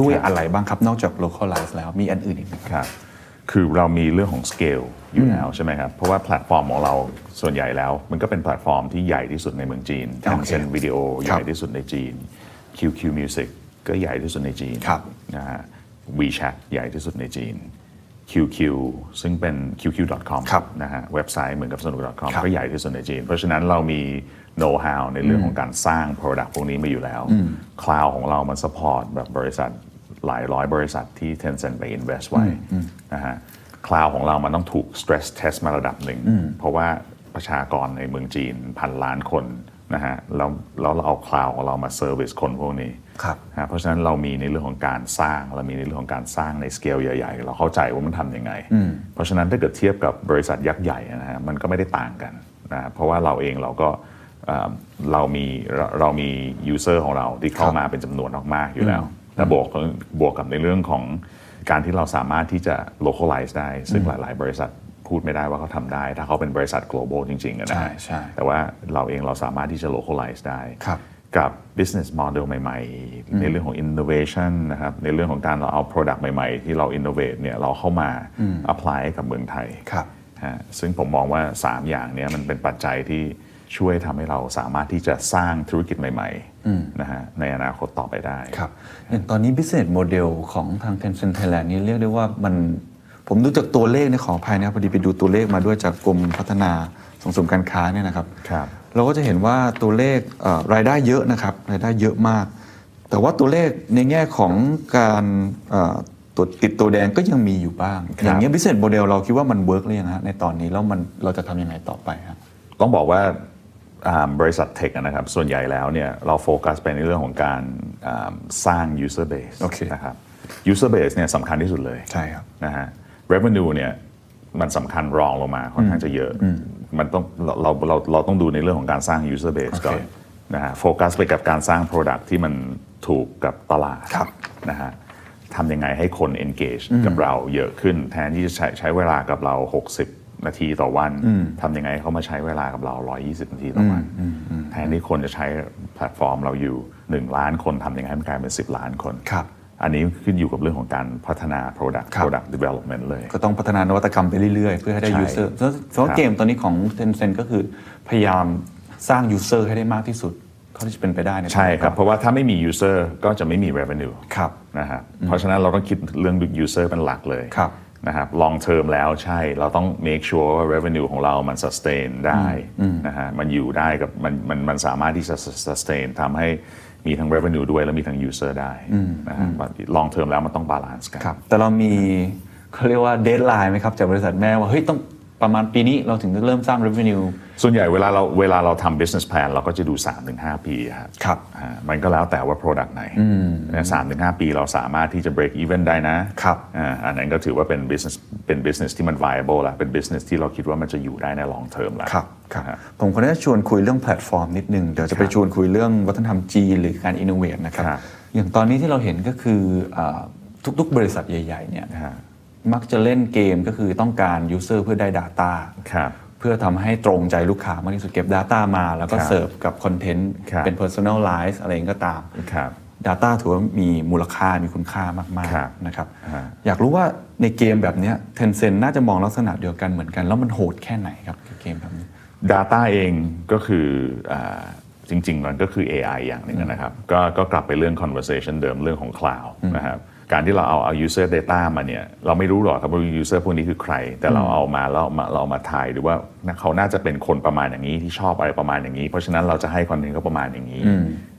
Speaker 8: ด้วยอะไรบ้างครับ นอกจาก localize แล้วมีอันอื่นอีกไหมครับ
Speaker 7: ครับ คือเรามีเรื่องของสเกลอยู่แล้วใช่ไหมครับ เพราะว่าแพลตฟอร์มของเราส่วนใหญ่แล้ว มันก็เป็นแพลตฟอร์มที่ใหญ่ที่สุดในเมืองจีน
Speaker 8: โอ
Speaker 7: ทาง
Speaker 8: เค
Speaker 7: เซนวิดีโอ
Speaker 8: ครับ
Speaker 7: ใหญ่ที่สุดในจีน QQ Music ก็ใหญ่ที่สุดในจีน
Speaker 8: ครับ
Speaker 7: นะฮะ WeChat ใหญ่ที่สุดในจีน QQ ซึ่งเป็น qq.com
Speaker 8: ครับ
Speaker 7: นะฮะเว็บไซต์เหมือนกับสนุก .com
Speaker 8: ครับ
Speaker 7: ก็ใหญ่ที่สุดในจีน เพราะฉะนั้นเรามีโน้ต o w ในเรื่องของการสร้าง Product พวกนี้มาอยู่แล้วคลาวของเรามัน support แบบบริษัทหลายร้อยบริษัทที่ Tencent ไป invest ไว้นะฮะคลาวของเรามันต้องถูก stress test มาระดับหนึ่ง เพราะว่าประชากรในเมืองจีนพันล้านคนนะฮะแล้วแล้วเราเอาคลาวของเรามา service คนพวกนี้
Speaker 8: ครับ
Speaker 7: นะเพราะฉะนั้นเรามีในเรื่องของการสร้างเรามีในเรื่องของการสร้างในสเกลใหญ่ๆ เราเข้าใจว่ามันทำยังไง เพราะฉะนั้นถ้าเกิดเทียบกับบริษัทยักษ์ใหญ่นะฮะมันก็ไม่ได้ต่างกันนะเพราะว่าเราเองเราก็เอ่อเรามีเราเรามียูเซอร์ของเราที่เข้ามาเป็นจำนวนมากๆอยู่แล้วและบวกกับบวกกับในเรื่องของการที่เราสามารถที่จะ localize ได้ ซึ่งหลาย ๆ บริษัทพูดไม่ได้ว่าเขาทำได้ ถ้าเขาเป็นบริษัท global จริงๆอะนะฮะ
Speaker 8: ใช่ใช่
Speaker 7: แต่ว่าเราเองเราสามารถที่จะ localize ได้
Speaker 8: ครับ
Speaker 7: กับ business model ใหม่ ๆ ในเรื่องของ innovation นะครับในเรื่องของการเราเอา product ใหม่ ๆ ที่เรา innovate เนี่ยเราเข้ามา apply ให้กับเมืองไทย
Speaker 8: ครับ
Speaker 7: ฮะซึ่งผมมองว่า 3 อย่างเนี้ยมันเป็นปัจจัยที่ ช่วยทำให้เราสามารถที่จะสร้างธุรกิจใหม่ๆนะฮะในอนาคตต่อไปได้
Speaker 8: ครับอย่างตอนนี้ business model ของทาง Tencent Thailand นี่เรียกได้ว่ามันผมดูจากตัวเลขเนี่ยขออภัยนะครับพอดีไปดูตัวเลขมาด้วยจากกรมพัฒนาส่งเสริมการค้าเนี่ยนะครับ
Speaker 7: ครับ
Speaker 8: เราก็จะเห็นว่าตัวเลขเอ่อรายได้เยอะนะครับรายได้เยอะมาก แต่ว่าตัวเลขในแง่ของการเอ่อตัวติดตัวแดงก็ยังมีอยู่บ้าง อย่างเงี้ย business model เราคิดว่ามัน work หรือยังฮะในตอนนี้แล้วมันเราจะทำยังไงต่อไปฮะ
Speaker 7: ต้องบอกว่าอ่าบริษัทเทคอะนะครับ ส่วนใหญ่แล้วเนี่ยเราโฟกัสไปในเรื่องของการอ่าสร้าง user base
Speaker 8: โอเค
Speaker 7: นะครับ user base เนี่ยสำคัญที่สุดเลย
Speaker 8: ใช่ครับ
Speaker 7: นะฮะ revenue เนี่ยมันสำคัญรองลงมาค่อนข้างจะเยอะมันต้องเราเราเราเราต้องดูในเรื่องของการสร้าง user base ก่อน
Speaker 8: โอเค
Speaker 7: นะฮะโฟกัสไปกับการสร้าง product ที่มันถูกกับตลาด
Speaker 8: ครับ
Speaker 7: นะฮะทำยังไงให้คน engage กับเราเยอะขึ้น แทนที่จะใช้ใช้เวลากับเรา 60 นาทีต่อวันทำยังไงให้เขามาใช้เวลากับเรา 120 นาทีต่อวันแทนที่คนจะใช้แพลตฟอร์มเราอยู่ 1 ล้านคนทำยังไงให้มันกลายเป็น 10 ล้านคน
Speaker 8: ครับ
Speaker 7: อันนี้ขึ้นอยู่กับเรื่องของการพัฒนา product
Speaker 8: ครับ
Speaker 7: product development เลย
Speaker 8: ก็ต้องพัฒนานวัตกรรมไปเรื่อยๆ เพื่อให้ได้
Speaker 7: ใช่
Speaker 8: user แล้วเพราะ
Speaker 7: ครับ
Speaker 8: เกมตอนนี้ของ Tencent ก็คือพยายามสร้าง user ให้ได้มากที่สุดเท่าที่จะเป็นไปได้ใน
Speaker 7: ใช่ครับ
Speaker 8: ต
Speaker 7: เพ
Speaker 8: อนนี้
Speaker 7: ราะว่าถ้าไม่มี user ก็จะไม่มี revenue
Speaker 8: ครับ
Speaker 7: นะครับเพราะฉะนั้นเราต้องคิดเรื่อง user เป็นหลักเลย
Speaker 8: ครับ
Speaker 7: นะครับ long term แล้วใช่เราต้อง make sure ว่า revenue ของเรามัน sustain ได้นะฮะมันอยู่ได้กับมันมันมันสามารถที่จะ sustain ทำให้มีทั้ง revenue ด้วย แล้วมีทั้ง user ได้นะฮะ long term แล้วมันต้อง balance กัน
Speaker 8: ครับ แต่เรามีเขาเรียกว่าเดทไลน์ไหมครับ จากบริษัทแม่ว่า เฮ้ย ต้องประมาณปีนี้เราถึงจะเริ่มสร้าง revenue
Speaker 7: ส่วนใหญ่เวลาเราเวลาเราทำ business plan เราก็จะดู 3-5 ปีครับ
Speaker 8: ครับ
Speaker 7: อ่ามันก็แล้วแต่ว่า product ไหนนะสามถึงห้าปีเราสามารถที่จะ break even ได้นะครับ อ่าอันนั้นก็ถือว่าเป็น business เป็น business ที่มัน viable ละเป็น business ที่เราคิดว่ามันจะอยู่ได้ใน long term ละ
Speaker 8: ครับ
Speaker 7: อ่า
Speaker 8: ผมขออนุญาตชวนคุยเรื่องแพลตฟอร์มนิดนึง เดี๋ยวจะไปชวนคุยเรื่องวัฒนธรรมจีนหรือการ innovate นะครับ
Speaker 7: ครับ
Speaker 8: อย่างตอนนี้ที่เราเห็นก็คืออ่าทุกๆ บริษัทใหญ่ๆเนี่ย
Speaker 7: ฮะ
Speaker 8: มักจะเล่นเกมก็คือต้องการ user เพื่อได้ Data
Speaker 7: ครับ
Speaker 8: เพื่อทำให้ตรงใจลูกค้ามากที่สุดเก็บ Data มา แล้วก็
Speaker 7: ครับ
Speaker 8: เสิร์ฟกับคอนเทนต์
Speaker 7: ครับ
Speaker 8: เป็น Personalize อะไรอย่างก็ตาม
Speaker 7: ครับ
Speaker 8: Data ถือว่ามีมูลค่ามีคุณค่ามาก
Speaker 7: ครับ
Speaker 8: ๆนะครับ
Speaker 7: ฮะ
Speaker 8: อยากรู้ว่าในเกมแบบเนี้ย Tencent น่าจะมองลักษณะเดียวกันเหมือนกัน แล้วมันโหดแค่ไหนครับเกมแบบนี้
Speaker 7: Data เองก็คืออาจริง ๆ มันก็คือ AI อย่างหนึ่งนะครับก็ก็กลับไปเรื่อง conversation เดิมเรื่องของ cloud นะครับการที่เราเอาเอา user data มาเนี่ยเราไม่รู้หรอกครับว่า user พวกนี้คือใคร แต่เราเอามาแล้วเรามาเรามาถ่ายดูว่าเขาน่าจะเป็นคนประมาณอย่างนี้ที่ชอบอะไรประมาณอย่างนี้ เพราะฉะนั้นเราจะให้คอนเทนต์เขาประมาณอย่างนี้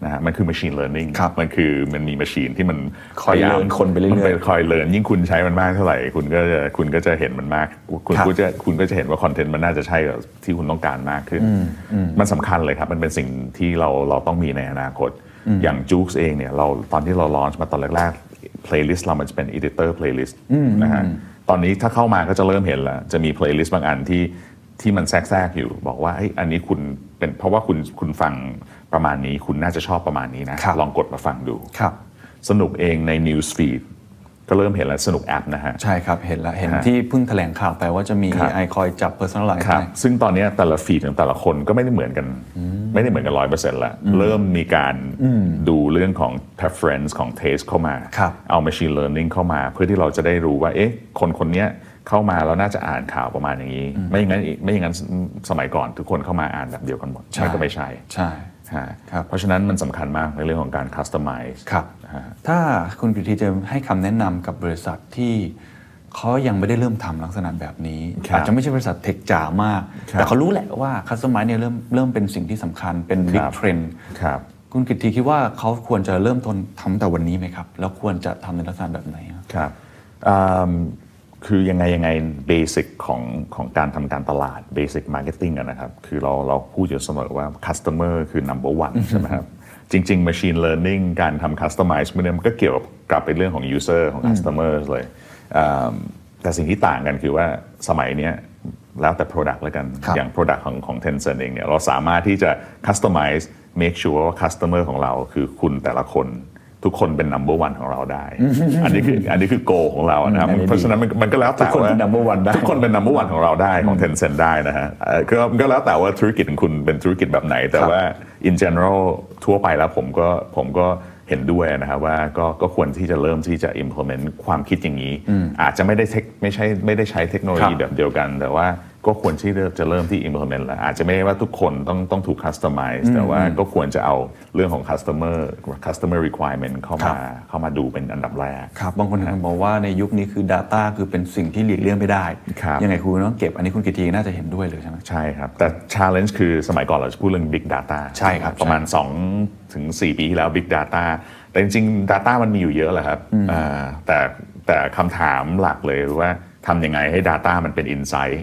Speaker 7: นะฮะมันคือ machine learning
Speaker 8: ครับ
Speaker 7: มันคือมันมี machine ที่มัน
Speaker 8: คอย
Speaker 7: พาาม
Speaker 8: เลิร์นคนไปเรื่อยๆ
Speaker 7: มัคอยเลิร์นยิ่งคุณใช้มันมากเท่าไหร่คุณก็จะคุณก็จะเห็นมันมากคุณ
Speaker 8: ครับ
Speaker 7: ก็จะ จะคุณก็จะเห็นว่าคอนเทนต์มันน่าจะใช่กับที่คุณต้องการมากขึ้น มันสำคัญเลยครับ มันเป็นสิ่งที่เราเราต้องมีในอนาคต อย่างจู k กเองเนี่ยเราตอนที่เราลอนช์มาตอนแรกๆ playlist เรามันจะเป็น editor playlist นะฮะตอนนี้ถ้าเข้ามาก็จะเริ่มเห็นแล้ว จะมี playlist บางอันที่ที่มันแทรกๆอยู่ บอกว่าเฮ้ยอันนี้คุณเป็นเพราะว่าคุณคุณฟังประมาณนี้ คุณน่าจะชอบประมาณนี้นะ
Speaker 8: ครับ
Speaker 7: ลองกดมาฟังดู
Speaker 8: ครับ
Speaker 7: สนุกเองใน news feed ก็เริ่มเห็นแล้วสนุกแอปนะฮะ
Speaker 8: ใช่ครับ เห็นละเห็น
Speaker 7: ฮะ
Speaker 8: ที่เพิ่งแถลงข่าวไปว่าจะมี
Speaker 7: ครับ
Speaker 8: AI คอยจับ Personalize
Speaker 7: ครับ
Speaker 8: ให้
Speaker 7: ซึ่งตอนเนี้ยแต่ละฟีดของแต่ละคนก็ไม่ได้เหมือนกัน ไม่ได้เหมือนกันร้อยเปอร์เซ็นต์ละเริ่มมีการดูเรื่องของ preference ของ taste เข้ามา
Speaker 8: ครับ
Speaker 7: เอา machine learning เข้ามา เพื่อที่เราจะได้รู้ว่า เอ๊ะ คนคนเนี้ยเข้ามาแล้วน่าจะอ่านข่าวประมาณอย่างนี้ ไม่อย่างนั้นไม่อย่างนั้นสมัยก่อนทุกคนเข้ามาอ่านแบบเดียวกันหมด
Speaker 8: ใช่
Speaker 7: มันก็ไม่ใช่
Speaker 8: ใช่
Speaker 7: ฮะ
Speaker 8: ครับ
Speaker 7: เพราะฉะนั้นมันสำคัญมากในเรื่องของการ customize
Speaker 8: ครับ
Speaker 7: ฮะ
Speaker 8: ถ้าคุณกิติจะให้คำแนะนำกับบริษัทที่เขายังไม่ได้เริ่มทำลักษณะแบบนี้
Speaker 7: ครับ
Speaker 8: อาจจะไม่ใช่บริษัทเทคจ๋ามาก
Speaker 7: ครับ
Speaker 8: แต่เขารู้แหละว่าคัสตอมไมเนี่ยเริ่มเริ่มเป็นสิ่งที่สำคัญเป็น
Speaker 7: ครับ
Speaker 8: บิ๊กเทรนด์
Speaker 7: ครับ
Speaker 8: คุณกิติคิดว่าเขาควรจะเริ่มต้นทำแต่วันนี้ไหมครับ แล้วควรจะทำในลักษณะแบบไหนครับ
Speaker 7: ครับอืมคือยังไงยังไงเบสิกของของการทำการตลาดเบสิกมาร์เก็ตติ้งนะครับ คือเราเราพูดอยู่เสมอว่า Customer คือ number one ใช่ไหมครับ จริง ๆ Machine Learning การทำ Customize มันยมันก็เกี่ยวกับกลับไปเรื่องของ User ของ Customer เลยอืมแต่สิ่งที่ต่างกันคือว่าสมัยเนี้ยแล้วแต่ Product แล้วกัน
Speaker 8: ครับ
Speaker 7: อย่าง Product ของของ Tencent เองเนี่ยเราสามารถที่จะ Customize make sure ว่า Customer ของเราคือคุณแต่ละคน ทุกคนเป็น number one ของเราได้ อันนี้คืออันนี้คือโกของเรานะครับ
Speaker 8: อันนี้ดี
Speaker 7: เพราะฉะนั้นมันมันก็แล้วแต่
Speaker 8: ทุกคนเป็น
Speaker 7: ว่า
Speaker 8: number one ได้
Speaker 7: ทุกคนเป็น number one ของเราได้ของ Tencent ได้นะฮะเอ่อก็ก็แล้วแต่ว่าธุรกิจของคุณเป็นธุรกิจแบบไหน แต่ว่า in general ทั่วไปแล้วผมก็ผมก็เห็นด้วยนะครับว่าก็ก็ควรที่จะเริ่มที่จะ implement ความคิดอย่างนี้ อาจจะไม่ได้เทคไม่ใช่ไม่ได้ใช้เทคโนโลยี
Speaker 8: ครับ
Speaker 7: แบบเดียวกัน แต่ว่า ก็ควรที่จะเริ่มที่ implement แล้ว อาจจะไม่ได้ว่าทุกคนต้องต้องถูก customize แต่ว่าก็ควรจะเอาเรื่องของ customer customer requirement เข้ามาเข้ามาดูเป็นอันดับแรก
Speaker 8: ครับบางคนอาจจะบอกว่าในยุคนี้คือ Data คือเป็นสิ่งที่หลีกเลี่ยงไม่ได้
Speaker 7: ครับ
Speaker 8: ยังไงคุณต้องเก็บอันนี้คุณกิตติน่าจะเห็นด้วยเลยใช่ไหม
Speaker 7: ใช่ครับ แต่ challenge คือสมัยก่อนเราจะพูดเรื่อง big data
Speaker 8: ใช่ครับ
Speaker 7: ประมาณ2ถึง4ปีที่แล้ว big data แต่จริงๆ data มันมีอยู่เยอะแหละครับอ่าแต่แต่คำถามหลักเลยว่าทำยังไงให้ data มันเป็น insight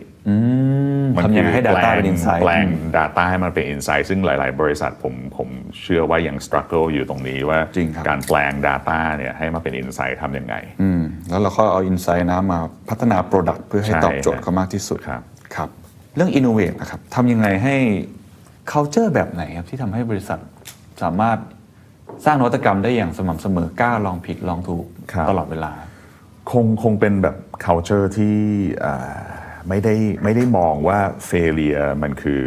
Speaker 7: มัน
Speaker 8: ทำยังไงให้ data
Speaker 7: แปล
Speaker 8: เป็น insight
Speaker 7: แปลง data ให้มันเป็น insight ซึ่งหลาย ๆ บริษัทผมผมเชื่อว่ายัง struggle อยู่ตรงนี้ว่า
Speaker 8: จริงครับ
Speaker 7: การแปลง data เนี่ยให้มาเป็น insight ทำยังไง
Speaker 8: อืมแล้วเราก็เอาอินไซต์นะมาพัฒนา Product เพื่อให้
Speaker 7: ใช่
Speaker 8: ตอบโจทย์เขามากที่สุด
Speaker 7: ครับ
Speaker 8: ครับเรื่อง Innovate นะครับทำยังไงให้ culture แบบไหนครับที่ทำให้บริษัทสามารถสร้างนวัตกรรมได้อย่างสม่ำเสมอกล้าลองผิดลองถูก
Speaker 7: ครับ
Speaker 8: ตลอดเวลา
Speaker 7: คงคงเป็นแบบ culture ที่เอ่อไม่ได้ไม่ได้มองว่า failure มันคือ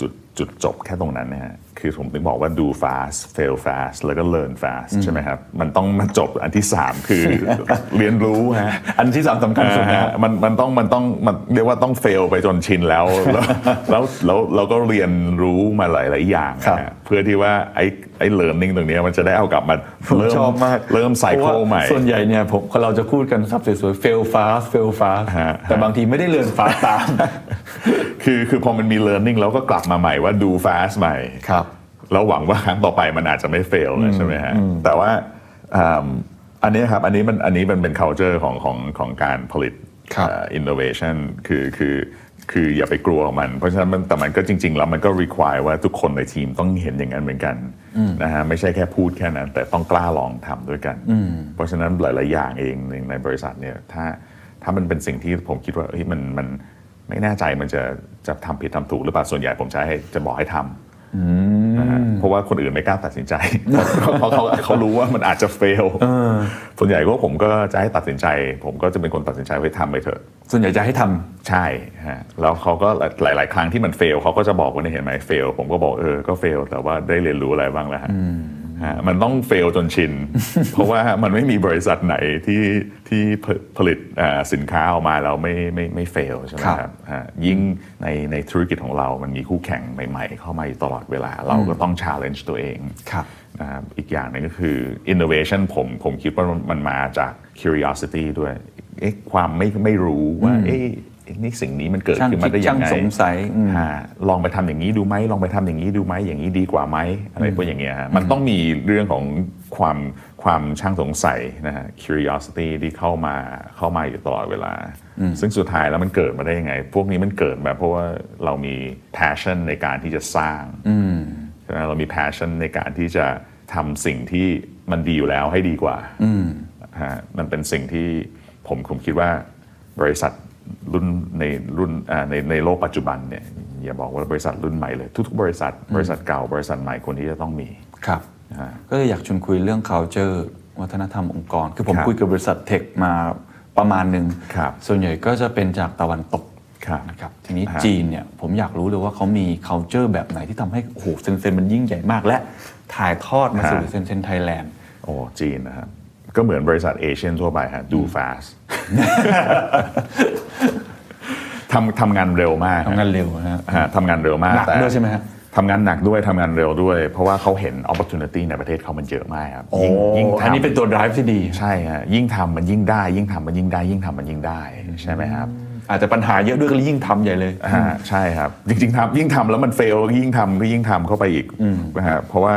Speaker 7: จุดจุดจบแค่ตรงนั้นนะฮะ คือผมถึงบอกว่า do fast fail fast แล้วก็ learn fast ใช่ไหมครับ มันต้องมันจบอันที่ 3
Speaker 8: *laughs*
Speaker 7: คือ เรียนรู้ฮะ
Speaker 8: อันที่สามสำคัญสุดนะ
Speaker 7: อ่าฮะมันมันต้องมันต้องมันเรียกว่าต้องเฟลไปจนชินแล้ว *laughs* แล้วแล้วแล้วเราก็เรียนรู้มาหลาย ๆ อย่าง
Speaker 8: ครับ
Speaker 7: นะฮะเพื่อที่ว่าไอ้ไอ้เลิร์นนิ่งตรงเนี้ยมันจะได้เอากลับมา
Speaker 8: ผม
Speaker 7: เริ่ม
Speaker 8: ชอบมาก
Speaker 7: เริ่มไซ
Speaker 8: พ
Speaker 7: เคิ
Speaker 8: ราะ
Speaker 7: ล
Speaker 8: ว่า
Speaker 7: ใหม่
Speaker 8: ส่วนใหญ่เนี่ยผมคนเราจะพูดกันสับสวยๆ fail fast fail fast
Speaker 7: ฮะ
Speaker 8: แต่บางทีไม่ได้เรียน fast ตาม
Speaker 7: *laughs* คือคือพอมันมี learning แล้วก็กลับมาใหม่ว่าดู fast ใหม่
Speaker 8: ครับ
Speaker 7: แล้วหวังว่าครั้งต่อไปมันอาจจะไม่ fail เลยใช่ไหมฮะ แต่ว่าอ่าอันนี้ครับ อันนี้มันอันนี้มันเป็น culture ของของของการผลิต
Speaker 8: ครับ
Speaker 7: เอ่อ innovation คือคือคืออย่าไปกลัวมัน เพราะฉะนั้นมันแต่มันก็จริง ๆ แล้วมันก็ require ว่าทุกคนในทีมต้องเห็นอย่างนั้นเหมือนกันนะฮะไม่ใช่แค่พูดแค่นั้น แต่ต้องกล้าลองทำด้วยกัน เพราะฉะนั้นหลาย ๆ อย่างเองในในบริษัทเนี่ยถ้าถ้ามันเป็นสิ่งที่ผมคิดว่าเฮ้ยมันมัน ไม่แน่ใจมันจะจะทำผิดทำถูกหรือเปล่าส่วนใหญ่ผมใช้ให้จะบอกให้ทำนะฮะเพราะว่าคนอื่นไม่กล้าตัดสินใจ *laughs* เพราะเขาเขารู้ว่ามันอาจจะเฟลส่วนใหญ่ก็ผมก็จะให้ตัดสินใจ ผมก็จะเป็นคนตัดสินใจไปทำไปเถอะ
Speaker 8: ส่วนใหญ่จะให้ทำ
Speaker 7: ใช่ฮะแล้วเขาก็หลาย ๆ ครั้งที่มันเฟลเขาก็จะบอกว่าเนี่ยเห็นไหมเฟลผมก็บอกเออก็เฟลแต่ว่าได้เรียนรู้อะไรบ้างแล้วฮะฮะมันต้องเฟลจน
Speaker 8: *laughs*
Speaker 7: ชิน เพราะว่ามันไม่มีบริษัทไหนที่ที่ผลิตผลิตอ่าสินค้าออกมาแล้วไม่ไม่ไม่เฟลใช่ไหม
Speaker 8: ค
Speaker 7: ค
Speaker 8: รั
Speaker 7: รับ บฮะยิ่งในในธุรกิจของเรามันมีคู่แข่งใหม่ ๆ เข้ามาอยู่ตลอดเวลา เราก็ต้อง challenge ตัวเอง
Speaker 8: ครับ
Speaker 7: นะครับอีกอย่างหนึ่งก็คือ innovation ผมผมคิดว่ามันมาจาก curiosity ด้วยเอ๊ะความไม่ไม่รู้ว่าเอ๊ะนี่สิ่งนี้มันเกิด
Speaker 8: ช่าง
Speaker 7: ขึ้นมาได้
Speaker 8: คิด
Speaker 7: ยังไง
Speaker 8: ช่างสงสัยอืม
Speaker 7: ฮะลองไปทำอย่างนี้ดูไหมลองไปทำอย่างนี้ดูไหมอย่างนี้ดีกว่าไหมอะไรพวกอย่างเงี้ยฮะมันต้องมีเรื่องของความความช่างสงสัยนะฮะ curiosity ที่เข้ามาเข้ามาอยู่ตลอดเวลา ซึ่งสุดท้ายแล้วมันเกิดมาได้ยังไง พวกนี้มันเกิดมาเพราะว่าเรามี passion ในการที่จะสร้าง ใช่ไหมเรามี passion ในการที่จะทำสิ่งที่มันดีอยู่แล้วให้ดีกว่าฮะมันเป็นสิ่งที่ผมผมคิดว่าบริษัทรุ่นในรุ่นอ่าในในโลกปัจจุบันเนี่ยอย่าบอกว่าบริษัทรุ่นใหม่เลย ทุกๆ บริษัท บริษัทเก่า บริษัทใหม่คนที่จะต้องมี
Speaker 8: ครับ
Speaker 7: อ่า
Speaker 8: ก็เลยอยากชวนคุยเรื่อง culture วัฒนธรรมองค์กร คือผม
Speaker 7: ครับ
Speaker 8: คุยกับบริษัทเทคมาประมาณหนึ่ง
Speaker 7: ครับ
Speaker 8: ส่วนใหญ่ก็จะเป็นจากตะวันตก
Speaker 7: ครับ
Speaker 8: นะครับทีนี้
Speaker 7: ฮะ
Speaker 8: จีนเนี่ยผมอยากรู้เลยว่าเขามี culture แบบไหนที่ทำให้โอ้โหเซนเซนมันยิ่งใหญ่มาก และถ่ายทอดมาสู่เซนเซนไทยแลนด์
Speaker 7: โอ้จีนนะครับก็เหมือนบริษัทเอเชียนทั่วไปฮะดู fast ทำทำงานเร็วมากฮะ
Speaker 8: ทำงานเร็วนะฮะ
Speaker 7: ฮะทำงานเร็วมาก
Speaker 8: หนัก
Speaker 7: แต่
Speaker 8: ด้วยใช่ไหมฮะ
Speaker 7: ทำงานหนักด้วยทำงานเร็วด้วย เพราะว่าเขาเห็น opportunity ในประเทศเขามันเยอะมากครับยิ่ง
Speaker 8: โอ้
Speaker 7: ยิ่งทำ
Speaker 8: อันนี้เป็นตัว drive ที่ดี
Speaker 7: ใช่ฮะยิ่งทำมันยิ่งได้ ยิ่งทำมันยิ่งได้ ยิ่งทำมันยิ่งได้ใช่ไหมครับ
Speaker 8: อาจจะปัญหาเยอะด้วยก็เลยยิ่งทำใหญ่เลย
Speaker 7: ฮะใช่ครับ จริงๆทำยิ่งทำแล้วมันเฟลยิ่งทำก็ยิ่งทำเข้าไปอีกนะฮะเพราะว่า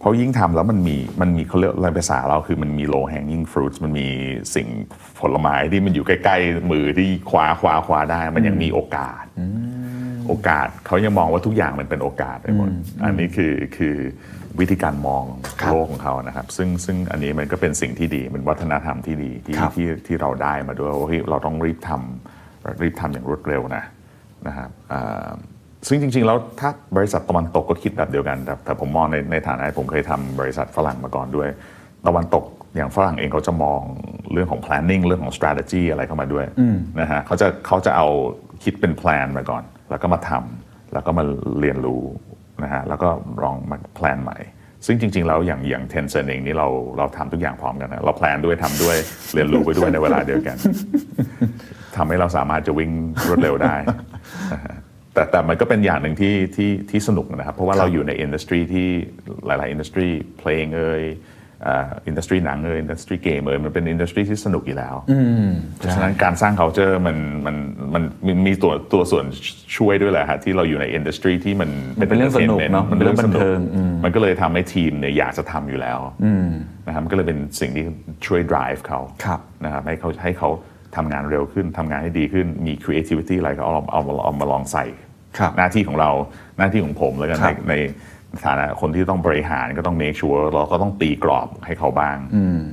Speaker 7: เพราะยิ่งทำแล้วมันมีมันมีเขาเรียกอะไรภาษาเราคือมันมี low hanging fruits มันมีสิ่งผลไม้ที่มันอยู่ใกล้ๆมือที่คว้าคว้าคว้าได้ มันยังมีโอกาส โอกาสเขายังมองว่าทุกอย่างมันเป็นโอกาสไปหมด อันนี้คือคือวิธีการมองโลกของเขานะครับ ซึ่งซึ่งอันนี้มันก็เป็นสิ่งที่ดีมันวัฒนธรรมที่ดีที่
Speaker 8: ครับ
Speaker 7: ที่ที่เราได้มาด้วยว่าเฮ้ยเราต้องรีบทำรีบทำอย่างรวดเร็วนะนะครับอ่าซึ่งจริง ๆ แล้วถ้าบริษัทตะวันตกก็คิดแบบเดียวกันแต่แต่ผมมองในในฐานะที่ผมเคยทำบริษัทฝรั่งมาก่อนด้วย ตะวันตกอย่างฝรั่งเองเขาจะมองเรื่องของ planning เรื่องของ strategy อะไรเข้ามาด้วยนะฮะเขาจะเขาจะเอาคิดเป็น plan มาก่อน แล้วก็มาทำแล้วก็มาเรียนรู้นะฮะแล้วก็ลองมา plan ใหม่ ซึ่งจริง ๆ แล้วอย่างอย่าง Tencent เองนี่เราเราทำทุกอย่างพร้อมกันนะเรา plan ด้วยทำด้วยเรียนรู้ไปด้วยในเวลาเดียวกันทำให้เราสามารถจะวิ่งรวดเร็วได้ *laughs* แต่แต่มันก็เป็นอย่างหนึ่งที่ที่ที่สนุกนะครับ เพราะว่า
Speaker 5: ครับ
Speaker 7: เราอยู่ในอินดัสทรีที่หลาย ๆ อินดัสทรีเพลงเอ่ยอินดัสทรีหนังเอ่ยอินดัสทรีเกมเอ่ยมันเป็นอินดัสทรีที่สนุกอยู่แล้ว เพราะฉะนั้นการสร้าง culture มันมันมันมนมีตัวตัวส่วนช่วยด้วยแหละฮะที่เราอยู่ในอินดัสทรีที่มัน
Speaker 8: มันเป็นเรื่องสนุกเนอะ
Speaker 7: มันเป็นเรื่อง
Speaker 8: มัน
Speaker 7: ส
Speaker 8: เป็นเรื่องบัน
Speaker 7: นุก
Speaker 8: เทิงอืม
Speaker 7: มันก็เลยทำให้ทีมเนี่ยอยากจะทำอยู่แล้วนะครับมันก็เลยเป็นสิ่งที่ช่วย drive เขา
Speaker 8: ครับ
Speaker 7: นะครับให้เขาให้เขาทำงานเร็วขึ้นทำงานให้ดีขึ้นมี creativity อะไรก็เอาเอาเอาเอามาลองใส่
Speaker 8: ครับ
Speaker 7: หน้าที่ของเราหน้าที่ของผมแล้วกัน
Speaker 8: ครั
Speaker 7: ใน
Speaker 8: บ
Speaker 7: ในฐานะคนที่ต้องบริหารก็ต้อง make sure เราก็ต้องตีกรอบให้เขาบ้าง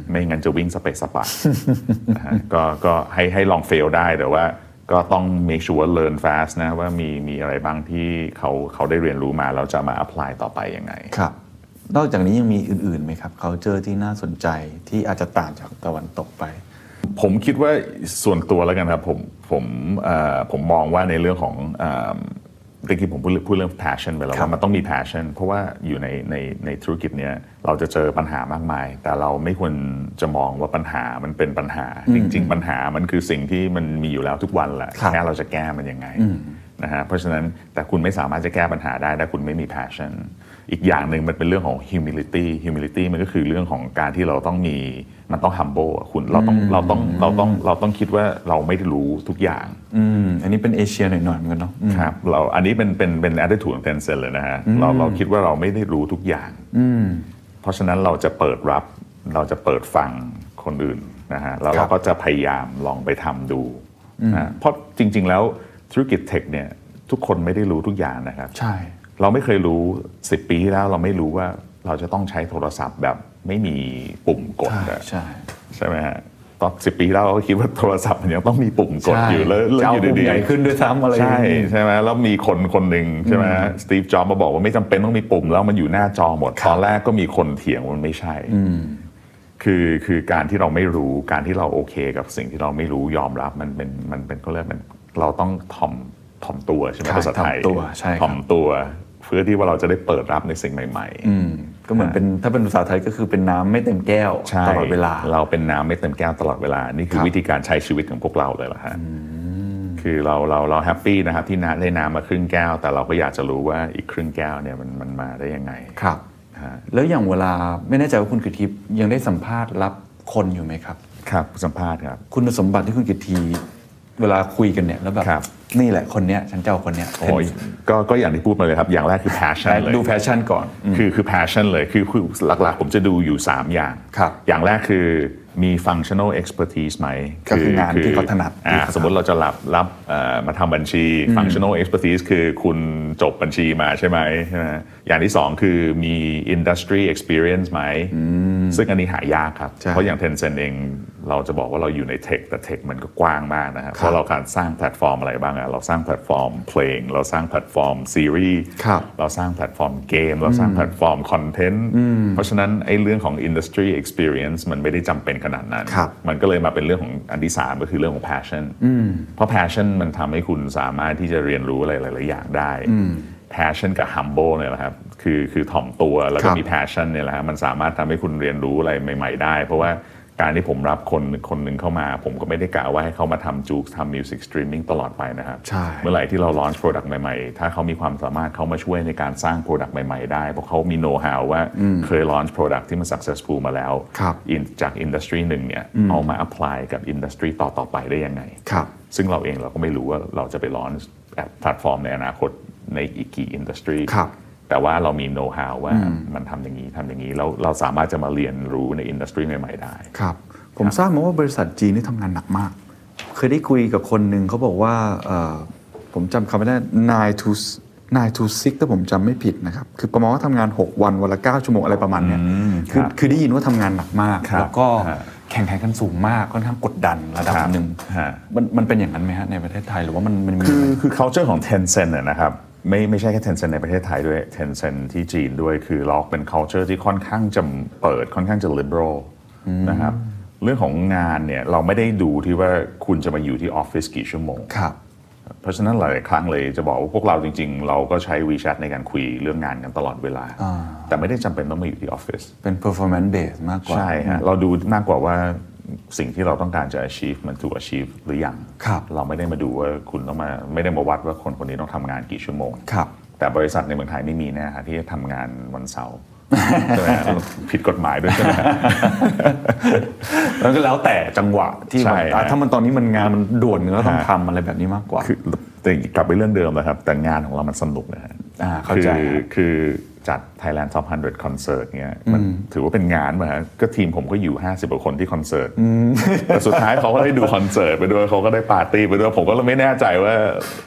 Speaker 7: ไม่งั้นจะวิ่งสเปซสปะ *laughs* นะฮะก็ก็ให้ให้ลอง fail ได้แต่ว่าก็ต้อง make sure learn fast นะว่ามีมีอะไรบ้างที่เขาเขาได้เรียนรู้มาเราจะมา apply ต่อไปยังไง
Speaker 8: ครับ นอกจากนี้ยังมีอื่นๆไหมครับ culture ที่น่าสนใจที่อาจจะต่างจากตะวันตกไป
Speaker 7: ผมคิดว่าส่วนตัวแล้วกันครับผมผมเอ่อผมมองว่าในเรื่องของเอิ่มเมื่อกี้ผมพูดเรื่องพูดเรื่อง passion ไปแล้วว่ามันต้องมี passion เพราะว่าอยู่ในในในธุรกิจเนี้ยเราจะเจอปัญหามากมาย แต่เราไม่ควรจะมองว่าปัญหามันเป็นปัญหา จริง ๆ ปัญหามันคือสิ่งที่มันมีอยู่แล้วทุกวันแหละ
Speaker 8: ครับ
Speaker 7: แค่เราจะแก้มันยังไงนะฮะเพราะฉะนั้นแต่คุณไม่สามารถจะแก้ปัญหาได้ถ้าคุณไม่มี passion อีกอย่างหนึ่งมันเป็นเรื่องของ humility humility มันก็คือเรื่องของการที่เราต้องมีมันต้อง humble อะคุณเราต้องเราต้องเราต้องเราต้องคิดว่าเราไม่ได้รู้ทุกอย่าง
Speaker 8: อืมอันนี้เป็นเอเชียหน่อยๆเหมือนกันเนาะอืม
Speaker 7: ครับเราอันนี้เป็นเป็นเป็น attitude ของ Tencent เลยนะฮะเราเราคิดว่าเราไม่ได้รู้ทุกอย่างเพราะฉะนั้นเราจะเปิดรับเราจะเปิดฟังคนอื่นนะฮะแล้ว
Speaker 8: ครั
Speaker 7: เรา
Speaker 8: บ
Speaker 7: ก็จะพยายามลองไปทำดูนะเพราะจริง ๆ แล้วธุรกิจเทคเนี่ยทุกคนไม่ได้รู้ทุกอย่างนะครับ
Speaker 8: ใช่
Speaker 7: เราไม่เคยรู้ 10 ปีที่แล้วเราไม่รู้ว่าเราจะต้องใช้โทรศัพท์แบบไม่มีปุ่มกด
Speaker 8: ใช่
Speaker 7: อะ
Speaker 8: ใช่
Speaker 7: ใช่ไหมฮะตอนสิปีที่แล้วเราก็คิดว่าโทรศัพท์มันยังต้องมีปุ่มกด
Speaker 8: ใช่
Speaker 7: อยู่แล้วแล้ว
Speaker 8: จะเอา
Speaker 7: อยู่
Speaker 8: ปุ่ม
Speaker 7: ดีๆ
Speaker 8: ใหญ่ขึ้นด้วยซ้ำอะไร
Speaker 7: ใช่ใช่ไหมแล้วมีคนคนหนึ่งใช่ไหมสตีฟจ็อบมาบอกว่าไม่จำเป็นต้องมีปุ่มแล้วมันอยู่หน้าจอหมดตอนแรกก็มีคนเถียงว่ามันไม่ใช่ คือคือการที่เราไม่รู้การที่เราโอเคกับสิ่งที่เราไม่รู้ยอมรับมันเป็นมันเป็นเขาเรียกมันเราต้องถ่อมถ่อมตัวใช่ไหม
Speaker 8: ใช่
Speaker 7: ภาษาไทย
Speaker 8: ถ่อมตัวใช่ครับ
Speaker 7: ถ่อมตัว เพื่อที่ว่าเราจะได้เปิดรับในสิ่งใหม่
Speaker 8: อืมก็เหมือนเป็นถ้าเป็นภาษาไทยก็คือเป็นน้ำไม่เต็มแก้ว
Speaker 7: ๆ ใช่
Speaker 8: ตลอดเวลา
Speaker 7: เราเป็นน้ำไม่เต็มแก้วตลอดเวลา นี่
Speaker 8: ค
Speaker 7: คือ
Speaker 8: รับ
Speaker 7: วิธีการใช้ชีวิตของพวกเราเลยล่ะฮะคือเราเราเราแฮปปี้นะครับที่น้ำได้น้ำมาครึ่งแก้ว แต่เราก็อยากจะรู้ว่าอีกครึ่งแก้วเนี่ยมันมันมาได้ยังไง
Speaker 8: ครับ
Speaker 7: ฮะ
Speaker 8: แล้วอย่างเวลาไม่แน่ใจว่าคุณกิตทิพย์ยังได้สัมภาษณ์รับคนอยู่ไหมครับ
Speaker 7: ครับสัมภาษณ์ครับ
Speaker 8: คุณสมบัติที่คุณกิตทีเวลาคุยกันเนี่ยแล้วแบบ
Speaker 7: ครับ
Speaker 8: นี่แหละคนเนี้ยฉันเจ้าคนเนี้ย
Speaker 7: โอ้ยก็ก็อย่างที่พูดมาเลยครับ อย่างแรกคือ passion
Speaker 8: แต่
Speaker 7: เลย
Speaker 8: ดูแฟชั่นก่อน
Speaker 7: คือคือ passion เลยคือคือหลักๆ ผมจะดูอยู่ 3 อย่าง
Speaker 8: ครับ
Speaker 7: อย่างแรกคือมี functional expertise ไหม
Speaker 8: ก็คืองานที่เขาถนัดที่
Speaker 7: อ่า
Speaker 8: เขาถนัด
Speaker 7: สมมติเราจะรับรับเอ่อมาทำบัญชี functional expertise คือคุณจบบัญชีมาใช่ไหมใช่ไหมอย่างที่ 2 คือมี industry experience ไหม ซึ่งอันนี้หายากครับ
Speaker 8: ใช่
Speaker 7: เพราะอย่าง Tencent เองเราจะบอกว่าเราอยู่ใน tech แต่ tech มันก็กว้างมากนะครับเพราะเราการสร้างแพลตฟอร์มอะไรบ้างอะเราสร้างแพลตฟอร์มเพลง เราสร้างแพลตฟอร์มซีรีส์
Speaker 8: ครับ
Speaker 7: เราสร้างแพลตฟอร์มเกม เราสร้างแพลตฟอร์มคอนเทนต์ เพราะฉะนั้นไอ้เรื่องของ industry experience มันไม่ได้จำเป็นขนาดนั้น
Speaker 8: ครับ
Speaker 7: มันก็เลยมาเป็นเรื่องของอันที่สามก็คือเรื่องของ passion เพราะ passion มันทำให้คุณสามารถที่จะเรียนรู้อะไรหลาย ๆ อย่างได้ passion กับ humble เนี่ยแหละครับคือคือถ่อมตัวแล้ว
Speaker 8: ค
Speaker 7: ก็
Speaker 8: รับ
Speaker 7: มี passion เนี่ยแหละครับมันสามารถทำให้คุณเรียนรู้อะไรใหม่ ๆ ได้ เพราะว่าการที่ผมรับคนคนหนึ่งเข้ามา ผมก็ไม่ได้กะว่าให้เขามาทำจูกทำมิวสิกสตรีมมิ่งตลอดไปนะครับ
Speaker 8: ใช่
Speaker 7: เมื่อไหร่ที่เราลอนช์โปรดักต์ใหม่ๆ ถ้าเขามีความสามารถเขามาช่วยในการสร้างโปรดักต์ใหม่ๆ ได้ เพราะเขามีโน้ตฮาวว่าเคยลอนช์โปรดักต์ที่มัน successful มาแล้ว
Speaker 8: ครับ
Speaker 7: อินจากอินดัสทรีหนึ่งเนี่ยเอามา apply กับอินดัสทรีต่อๆไปได้ยังไง
Speaker 8: ครับ
Speaker 7: ซึ่งเราเองเราก็ไม่รู้ว่าเราจะไปลอนช์แพลตฟอร์มในอนาคตในอีกกี่อินดัสทรี
Speaker 8: ครับ
Speaker 7: แต่ว่าเรามีโน้ตฮาวว่ามันทำอย่างนี้ทำอย่างนี้แล้วเราสามารถจะมาเรียนรู้ในอินดัสทรีใหม่ๆได้
Speaker 8: ครับ ผมทราบมาว่าบริษัทจีนนี่ทำงานหนักมาก เคยได้คุยกับคนหนึ่งเขาบอกว่าเอ่อผมจำคำไม่ได้นายทูนายทูซิกถ้าผมจำไม่ผิดนะครับ คือประมาณว่าทำงาน 6 วันวันละ 9 ชั่วโมงอะไรประมาณเนี้ยคือ
Speaker 7: ครับ
Speaker 8: คือได้ยินว่าทำงานหนักมาก
Speaker 7: ครับ
Speaker 8: แล้วก็
Speaker 7: ฮะ
Speaker 8: แข่งขันกันสูงมากค่อนข้างกดดันระดับ
Speaker 7: ครับ
Speaker 8: หนึ่ง
Speaker 7: ฮะ
Speaker 8: มันมันเป็นอย่างนั้นไหมฮะในประเทศไทยหรือว่ามันมันมี
Speaker 7: คือคือ culture ของ Tencent น่ะนะครับไม่ไม่ใช่แค่ Tencent ในประเทศไทยด้วย Tencent ที่จีนด้วยคือเราเป็น culture ที่ค่อนข้างจะเปิดค่อนข้างจะ liberal นะครับเรื่องของงานเนี่ยเราไม่ได้ดูที่ว่าคุณจะมาอยู่ที่ออฟฟิศกี่ชั่วโมง
Speaker 8: ครับ
Speaker 7: เพราะฉะนั้นหลายๆครั้งเลยจะบอกว่าพวกเราจริง ๆ เราก็ใช้ WeChat ในการคุยเรื่องงานกันตลอดเวลา แต่ไม่ได้จำเป็นต้องมาอยู่ที่ออฟฟิศ
Speaker 8: เป็น performance base มากกว่า
Speaker 7: ใช่ฮะเราดูมากกว่าว่า สิ่งที่เราต้องการจะ achieve มันถูก achieve หรือยัง
Speaker 8: ครับ
Speaker 7: เราไม่ได้มาดูว่าคุณต้องมาไม่ได้มาวัดว่าคนคนนี้ต้องทำงานกี่ชั่วโมง
Speaker 8: ครับ
Speaker 7: แต่บริษัทในเมืองไทยไม่มีแนะฮะที่จะทำงานวันเสาร์
Speaker 8: *laughs*
Speaker 7: ใช่ไหมฮะผิดกฎหมายด้วยใช่ไหมฮะ
Speaker 8: แล้วก็แล้วแต่จังหวะที่
Speaker 7: ใช่
Speaker 8: มันอ่ะ
Speaker 7: ฮะ
Speaker 8: ถ้ามันตอนนี้มันงานมันด่วนก็ต้องทำอะไรแบบนี้มากกว่า
Speaker 7: คือแต่กลับไปเรื่องเดิมนะครับ แต่งานของเรามันสนุกนะฮะ
Speaker 8: อ่าเข้าใจ
Speaker 7: คือ
Speaker 8: ฮะ
Speaker 7: คือจัด Thailand Top 100 Concert เงี้ยมันถือว่าเป็นงานมาฮะก็ทีมผมก็อยู่ 50กว่าคนที่คอนเสิร์ตแต่สุดท้ายเขาก็ได้ดูคอนเสิร์ตไปด้วยเขาก็ได้ปาร์ตี้ไปด้วยผมก็เลยไม่แน่ใจว่า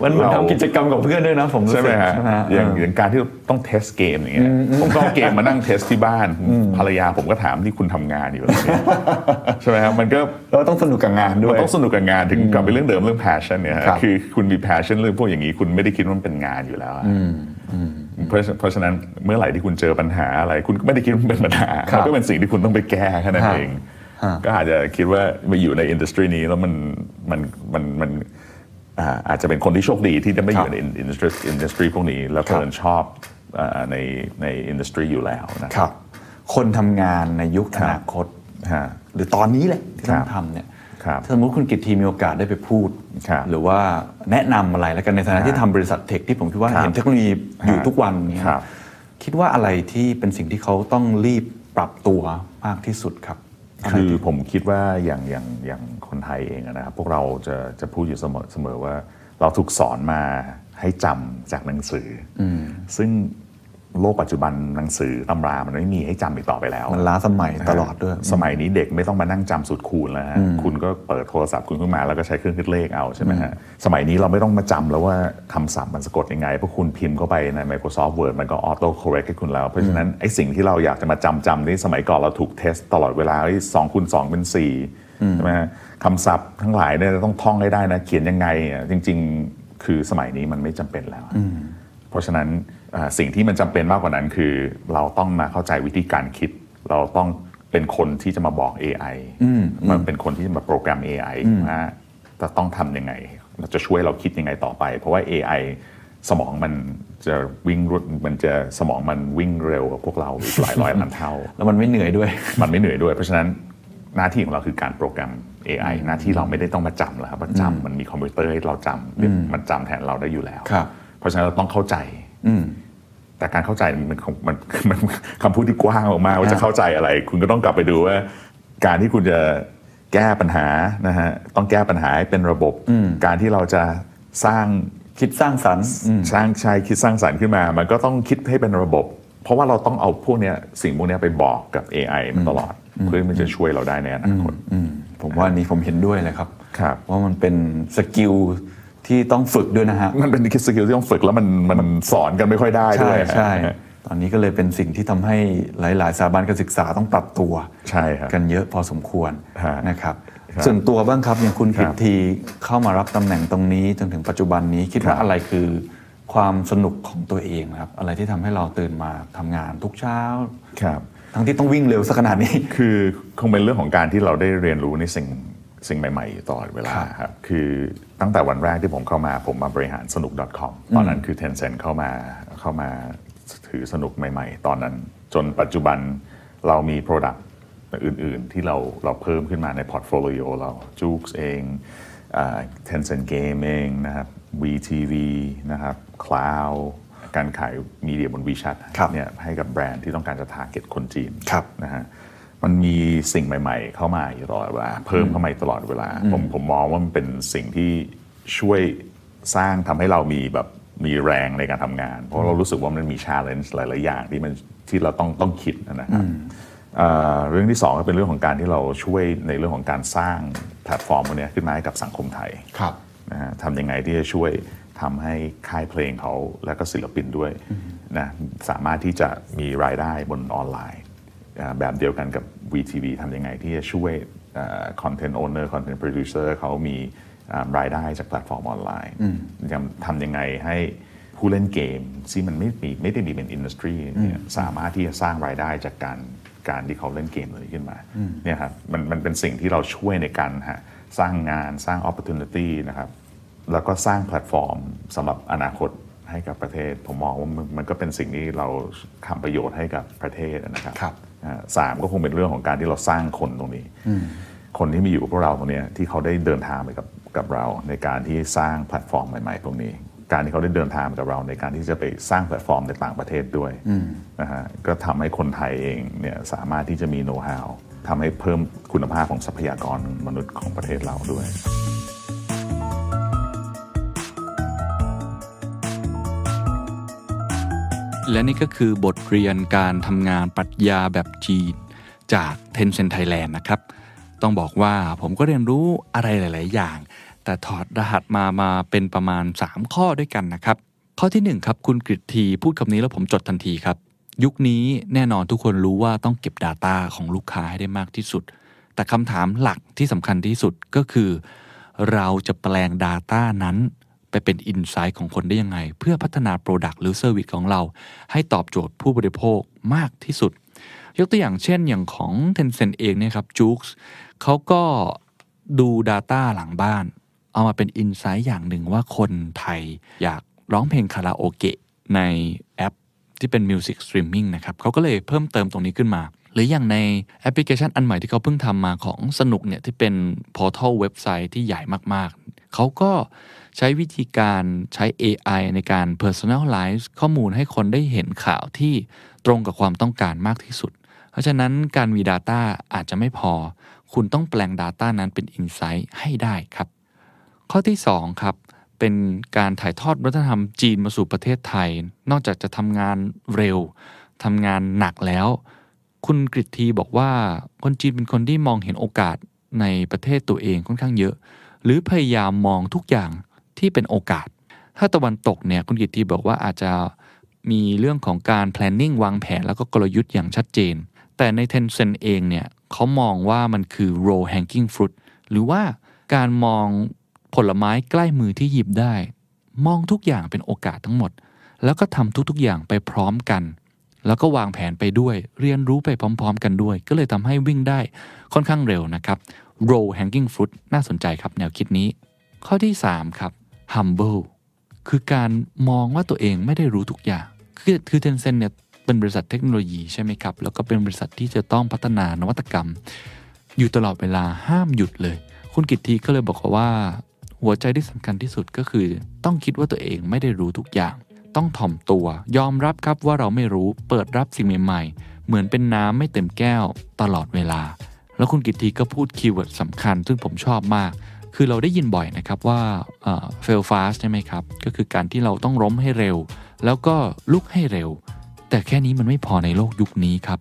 Speaker 7: มั
Speaker 8: ันเหมือนทำกิจกรรมกับเพื่อนด้วยนะผมรู้
Speaker 7: ใช่
Speaker 8: สึก
Speaker 7: ไหมฮะ
Speaker 8: เอ
Speaker 7: อย่าง
Speaker 8: อ
Speaker 7: อย่างการที่ต้องเทสเกมอย่างเงี้ยผมก็เอาเกมมานั่งเทสที่บ้าน ภรรยาผมก็ถามที่คุณทำงานอยู่เหรอ
Speaker 8: *laughs*
Speaker 7: เนี่ยใช่ไหมครับมันก็
Speaker 8: เราต้องสนุกกับงานด้
Speaker 7: มั
Speaker 8: วย
Speaker 7: นต้องสนุกกับงานถึงกลับไปเรื่องเดิมเรื่อง passion เนี่ยฮะ
Speaker 8: ครับ
Speaker 7: คือคุณมี passion เรื่องพวกอย่างนี้คุณไม่ได้คิดว่ามันเป็นงานอยู่แล้วอะเพราะฉะเพราะฉะนั้นเมื่อไหร่ที่คุณเจอปัญหาอะไร คุณก็ไม่ได้คิดว่ามันเป็นปัญหามันก็เป็นสิ่งที่คุณต้องไปแก้แค่นั้นเอง ก็อาจจะคิดว่ามาอยู่ในอินดัสทรีนี้แล้วมันมันมันมันอ่าอาจจะเป็นคนที่โชคดีที่ได้ไม่อยู่ในอินดัสทรีอินดัสทรีพวกนี้ แล้วเพลินชอบอ่าในในอินดัสทรีอยู่แล้วนะ
Speaker 8: ครับ คนทำงานในยุคอ
Speaker 7: ครับ
Speaker 8: นาคต
Speaker 7: ฮะ
Speaker 8: หรือตอนนี้แหละที่ต้อ
Speaker 7: ครั
Speaker 8: ง
Speaker 7: บ
Speaker 8: ทำเนี่ย
Speaker 7: ครับ
Speaker 8: ถ้าสมมติคุณกิตทีมีโอกาสได้ไปพูด
Speaker 7: ครับ
Speaker 8: หรือว่าแนะนำอะไรแล้วกันในฐานะ
Speaker 7: ฮะ
Speaker 8: ที่ทำบริษัทเทคที่ผมคิดว่า
Speaker 7: ครับ
Speaker 8: เห็นเทคโนโลยีอยู่
Speaker 7: ฮะ
Speaker 8: ทุกวันเนี่ย
Speaker 7: ครับ
Speaker 8: คิดว่าอะไรที่เป็นสิ่งที่เขาต้องรีบปรับตัวมากที่สุดครับ
Speaker 7: คือผมคิดว่าอย่างอย่างอย่างคนไทยเองอะนะครับพวกเราจะจะพูดอยู่เสมอเสมอว่าเราถูกสอนมาให้จำจากหนังสืออซึ่งโลกปัจจุบันหนังสือตำรามันไม่มีให้จำอีกต่อไปแล้ว
Speaker 8: มันล้าสมัยตลอดด้วย
Speaker 7: สมัยนี้เด็กไม่ต้องมานั่งจำสูตรคูณแล้วฮะคุณก็เปิดโทรศัพท์คุณขึ้นมาแล้วก็ใช้เครื่องคิดเลขเอาใช่ไหมฮะสมัยนี้เราไม่ต้องมาจำแล้วว่าคำศัพท์มันสะกดยังไงเพราะคุณพิมพ์เข้าไปใน Microsoft Word มันก็ออโต้คอร์เรกให้คุณแล้ว เพราะฉะนั้นไอ้สิ่งที่เราอยากจะมาจำจำนี่สมัยก่อนเราถูกเทสตลอดเวลาสองคูณสองเป็นสี่ใช่ไหมฮะคำศัพท์ทั้งหลายเนี่ยต้องท่องให้ได้นะเขียนยังไงอ่ะจริง ๆ คือสมัยนี้มันไม่จำเป็นแล้วอะ เพราะฉะนั้นอ่าสิ่งที่มันจำเป็นมากกว่านั้นคือ เราต้องมาเข้าใจวิธีการคิด เราต้องเป็นคนที่จะมาบอก AI มันเป็นคนที่จะมาโปรแกรม AI ว่าจะต้องทำยังไงเราจะช่วยเราคิดยังไงต่อไป เพราะว่า AI สมองมันจะวิ่งรวดมันจะสมองมันวิ่งเร็วกว่าพวกเราอีกหลายร้อยล้านเท่า
Speaker 8: แล้วมันไม่เหนื่อยด้วย
Speaker 7: มันไม่เหนื่อยด้วย เพราะฉะนั้นหน้าที่ของเราคือการโปรแกรม AI หน้าที่เราไม่ได้ต้องมาจำแล้วครับเพราะจำมันมีคอมพิวเตอร์ให้เราจำเดี๋ยวมันจำแทนเราได้อยู่แล้ว
Speaker 8: ครับ
Speaker 7: เพราะฉะนั้นเราต้องเข้าใจแต่การเข้าใจมันคง *laughs* มันมันคำพูดที่กว้างมากๆว่าจะเข้าใจอะไร คุณก็ต้องกลับไปดูว่า การที่คุณจะแก้ปัญหานะฮะต้องแก้ปัญหาให้เป็นระบบ การที่เราจะสร้าง
Speaker 8: คิดสร้างสรรค์
Speaker 7: สร้างใช่คิดสร้างสารรค์ขึ้นมา มันก็ต้องคิดให้เป็นระบบ เพราะว่าเราต้องเอาพวกเนี้ยสิ่งพวกเนี้ยไปบอกกับ AI มันตลอด เพื่อมันจะช่วยเราได้ในอนาคต
Speaker 8: ผมว่าอันนี้ผมเห็นด้วยเลยครับ
Speaker 7: ครับ
Speaker 8: ว่ามันเป็นสกิลที่ต้องฝึกด้วยนะฮะ
Speaker 7: มันเป็นสกิลที่ต้องฝึกแล้วมันมันสอนกันไม่ค่อยได้ด้
Speaker 8: ใช่
Speaker 7: วย
Speaker 8: ใช่ ตอนนี้ก็เลยเป็นสิ่งที่ทำให้หลาย ๆ สถาบันการศึกษาต้องปรับตัว
Speaker 7: ใช่ครับ
Speaker 8: กันเยอะพอสมควร
Speaker 7: ฮะ
Speaker 8: นะครับ
Speaker 7: ครับ
Speaker 8: ส่วนตัวบ้างครับอย่างคุณ
Speaker 7: ค
Speaker 8: กิ
Speaker 7: รับ
Speaker 8: ตทีเข้ามารับตำแหน่งตรงนี้จนถึงปัจจุบันนี้คิดว่า
Speaker 7: ครับ
Speaker 8: อะไรคือความสนุกของตัวเองนะครับ อะไรที่ทำให้เราตื่นมาทำงานทุกเช้า
Speaker 7: ครับ
Speaker 8: ทั้งที่ต้องวิ่งเร็วสักขนาดนี้
Speaker 7: คือคงเป็นเรื่องของการที่เราได้เรียนรู้ในสิ่งสิ่งใหม่ๆอยู่ตลอดเวลาครับคือตั้งแต่วันแรกที่ผมเข้ามาผมมาบริหารสนุก .com ตอนนั้นคือ Tencent เข้ามาเข้ามาถือสนุกใหม่ ๆ ตอนนั้น จนปัจจุบันเรามี Product อื่นๆ ที่เราเราเพิ่มขึ้นมาในพอร์ตโฟลิโอเราจูกเองอ่า Tencent Game เองนะครับ VTV นะครับ Cloud การขายมีเดียบน WeChat
Speaker 8: ครับ
Speaker 7: เนี่ยให้กับแบรนด์ที่ต้องการจะ target คนจีน
Speaker 8: ครับ
Speaker 7: นะฮะมันมีสิ่งใหม่ ๆ เข้ามาอยู่ตลอดเวลาเพิ่มเข้ามาอยู่ตลอดเวลา ผมผมมองว่ามันเป็นสิ่งที่ช่วยสร้างทำให้เรามีแบบมีแรงในการทำงาน เพราะเรารู้สึกว่ามันมีชาเลนจ์หลาย ๆ อย่างที่มันที่เราต้องต้องคิดนะครับเอ่อเรื่องที่สองก็เป็นเรื่องของการที่เราช่วยในเรื่องของการสร้างแพลตฟอร์มพวกเนี้ยขึ้นมาให้กับสังคมไทย
Speaker 8: ครับ
Speaker 7: นะฮะทำยังไงที่จะช่วยทำให้ค่ายเพลงเขาและก็ศิลปินด้วยนะสามารถที่จะมีรายได้บนออนไลน์อ่าแบบเดียวกันกับ VTV ทำยังไงที่จะช่วยคอนเทนต์โอเนอร์คอนเทนต์โปรดิวเซอร์เขามีอ่ารายได้จากแพลตฟอร์มออนไลน์ยังทำยังไงให้ผู้เล่นเกมที่มันไม่มีไม่ได้มีเป็นอินดัสทรียสามารถที่จะสร้างรายได้จากการการที่เขาเล่นเกมเหล่านี้ขึ้นมาเนี่ยครับมันมันเป็นสิ่งที่เราช่วยในการหาสร้างงานสร้าง opportunity นะครับ แล้วก็สร้างแพลตฟอร์มสำหรับอนาคตให้กับประเทศ ผมมองว่ามันมันก็เป็นสิ่งที่เราทำประโยชน์ให้กับประเทศนะครับ
Speaker 8: ครับ
Speaker 7: อ่าสามก็คงเป็นเรื่องของการที่เราสร้างคนตรงนี้ คนที่มาอยู่กับพวกเราตรงเนี้ยที่เขาได้เดินทางไปกับกับเรา ในการที่สร้างแพลตฟอร์มใหม่ๆพวกนี้ การที่เขาได้เดินทางไปกับเรา ในการที่จะไปสร้างแพลตฟอร์มในต่างประเทศด้วยนะฮะก็ทำให้คนไทยเองเนี่ยสามารถที่จะมีโน้ตฮาวทำให้เพิ่มคุณภาพของทรัพยากรมนุษย์ของประเทศเราด้วย
Speaker 3: และนี่ก็คือบทเรียนการทำงานปรัชญาแบบจีนจาก Tencent Thailand นะครับ ต้องบอกว่าผมก็เรียนรู้อะไรหลาย ๆ อย่าง แต่ถอดรหัสมามาเป็นประมาณ 3 ข้อด้วยกันนะครับ ข้อทีหนึ่1 ครับ คุณกริตทีพูดคำนี้แล้วผมจดทันทีครับ ยุคนี้แน่นอนทุกคนรู้ว่าต้องเก็บ Data ของลูกค้าให้ได้มากที่สุด แต่คำถามหลักที่สำคัญที่สุดก็คือ เราจะแปลง Data นั้น ไปเป็นอินไซต์ของคนได้ยังไง เพื่อพัฒนา Product หรือ Service ของเรา ให้ตอบโจทย์ผู้บริโภคมากที่สุด ยกตัวอย่างเช่นอย่างของ Tencent เองเนี่ยครับจู๊กเขาก็ดู Data หลังบ้าน เอามาเป็นอินไซต์อย่างหนึ่งว่าคนไทยอยากร้องเพลงคาราโอเกะในแอป ที่เป็น Music Streaming นะครับเขาก็เลยเพิ่มเติมตรงนี้ขึ้นมา หรืออย่างในแอปพลิเคชันอันใหม่ที่เขาเพิ่งทำมาของสนุกเนี่ย ที่เป็น Portal เว็บไซต์ที่ใหญ่มากๆ เขาก็ใช้วิธีการใช้ AI ในการ Personalize ข้อมูลให้คนได้เห็นข่าวที่ตรงกับความต้องการมากที่สุด เพราะฉะนั้นการมี Data อาจจะไม่พอ คุณต้องแปลง Data นั้นเป็น Insight ให้ได้ครับ ข้อที่ 2 ครับ เป็นการถ่ายทอดวัฒนธรรมจีนมาสู่ประเทศไทย นอกจากจะทำงานเร็วทำงานหนักแล้ว คุณกริตทีบอกว่าคนจีนเป็นคนที่มองเห็นโอกาสในประเทศตัวเองค่อนข้างเยอะ หรือพยายามมองทุกอย่างที่เป็นโอกาส ถ้าตะวันตกเนี่ยคุณกริตทีบอกว่าอาจจะมีเรื่องของการ planning วางแผนแล้วก็กลยุทธ์อย่างชัดเจน แต่ใน Tencent เองเนี่ยเขามองว่ามันคือ row hanging fruit หรือว่าการมองผลไม้ใกล้มือที่หยิบได้ มองทุกอย่างเป็นโอกาสทั้งหมด แล้วก็ทำทุกๆอย่างไปพร้อมกัน แล้วก็วางแผนไปด้วย เรียนรู้ไปพร้อมๆ กันด้วย ก็เลยทำให้วิ่งได้ค่อนข้างเร็วนะครับ row hanging fruit น่าสนใจครับแนวคิดนี้ ข้อที่ 3 ครับ humble คือการมองว่าตัวเองไม่ได้รู้ทุกอย่าง คือคือเทนเซนเนี่ยเป็นบริษัทเทคโนโลยีใช่ไหมครับ แล้วก็เป็นบริษัทที่จะต้องพัฒนานวัตกรรม อยู่ตลอดเวลาห้ามหยุดเลย คุณกิตทีก็เลยบอกว่า หัวใจที่สำคัญที่สุดก็คือ ต้องคิดว่าตัวเองไม่ได้รู้ทุกอย่าง ต้องถ่อมตัวยอมรับครับว่าเราไม่รู้เปิดรับสิ่งใหม่ๆ เหมือนเป็นน้ำไม่เต็มแก้วตลอดเวลา แล้วคุณกิตทีก็พูดคีย์เวิร์ดสำคัญ ซึ่งผมชอบมาก คือเราได้ยินบ่อยนะครับว่าเอ่อ fail fast ใช่ไหมครับ ก็คือการที่เราต้องล้มให้เร็ว แล้วก็ลุกให้เร็ว แต่แค่นี้มันไม่พอในโลกยุคนี้ครับ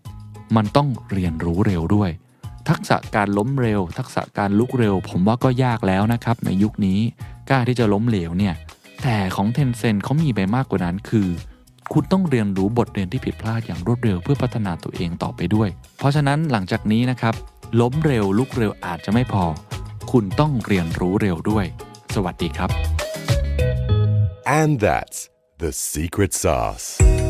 Speaker 3: มันต้องเรียนรู้เร็วด้วย ทักษะการล้มเร็ว ทักษะการลุกเร็ว ผมว่าก็ยากแล้วนะครับในยุคนี้กล้าที่จะล้มเหลวเนี่ย แต่ของเทนเซ n เขามีไปมากกว่านั้นคือ คุณต้องเรียนรู้บทเรียนที่ผิดพลาดอย่างรวดเร็วเพื่อพัฒนาตัวเองต่อไปด้วย เพราะฉะนั้นหลังจากนี้นะครับ ล้มเร็วลุกเร็วอาจจะไม่พอ คุณต้องเรียนรู้เร็วด้วย สวัสดีครับ
Speaker 1: And that's the secret sauce.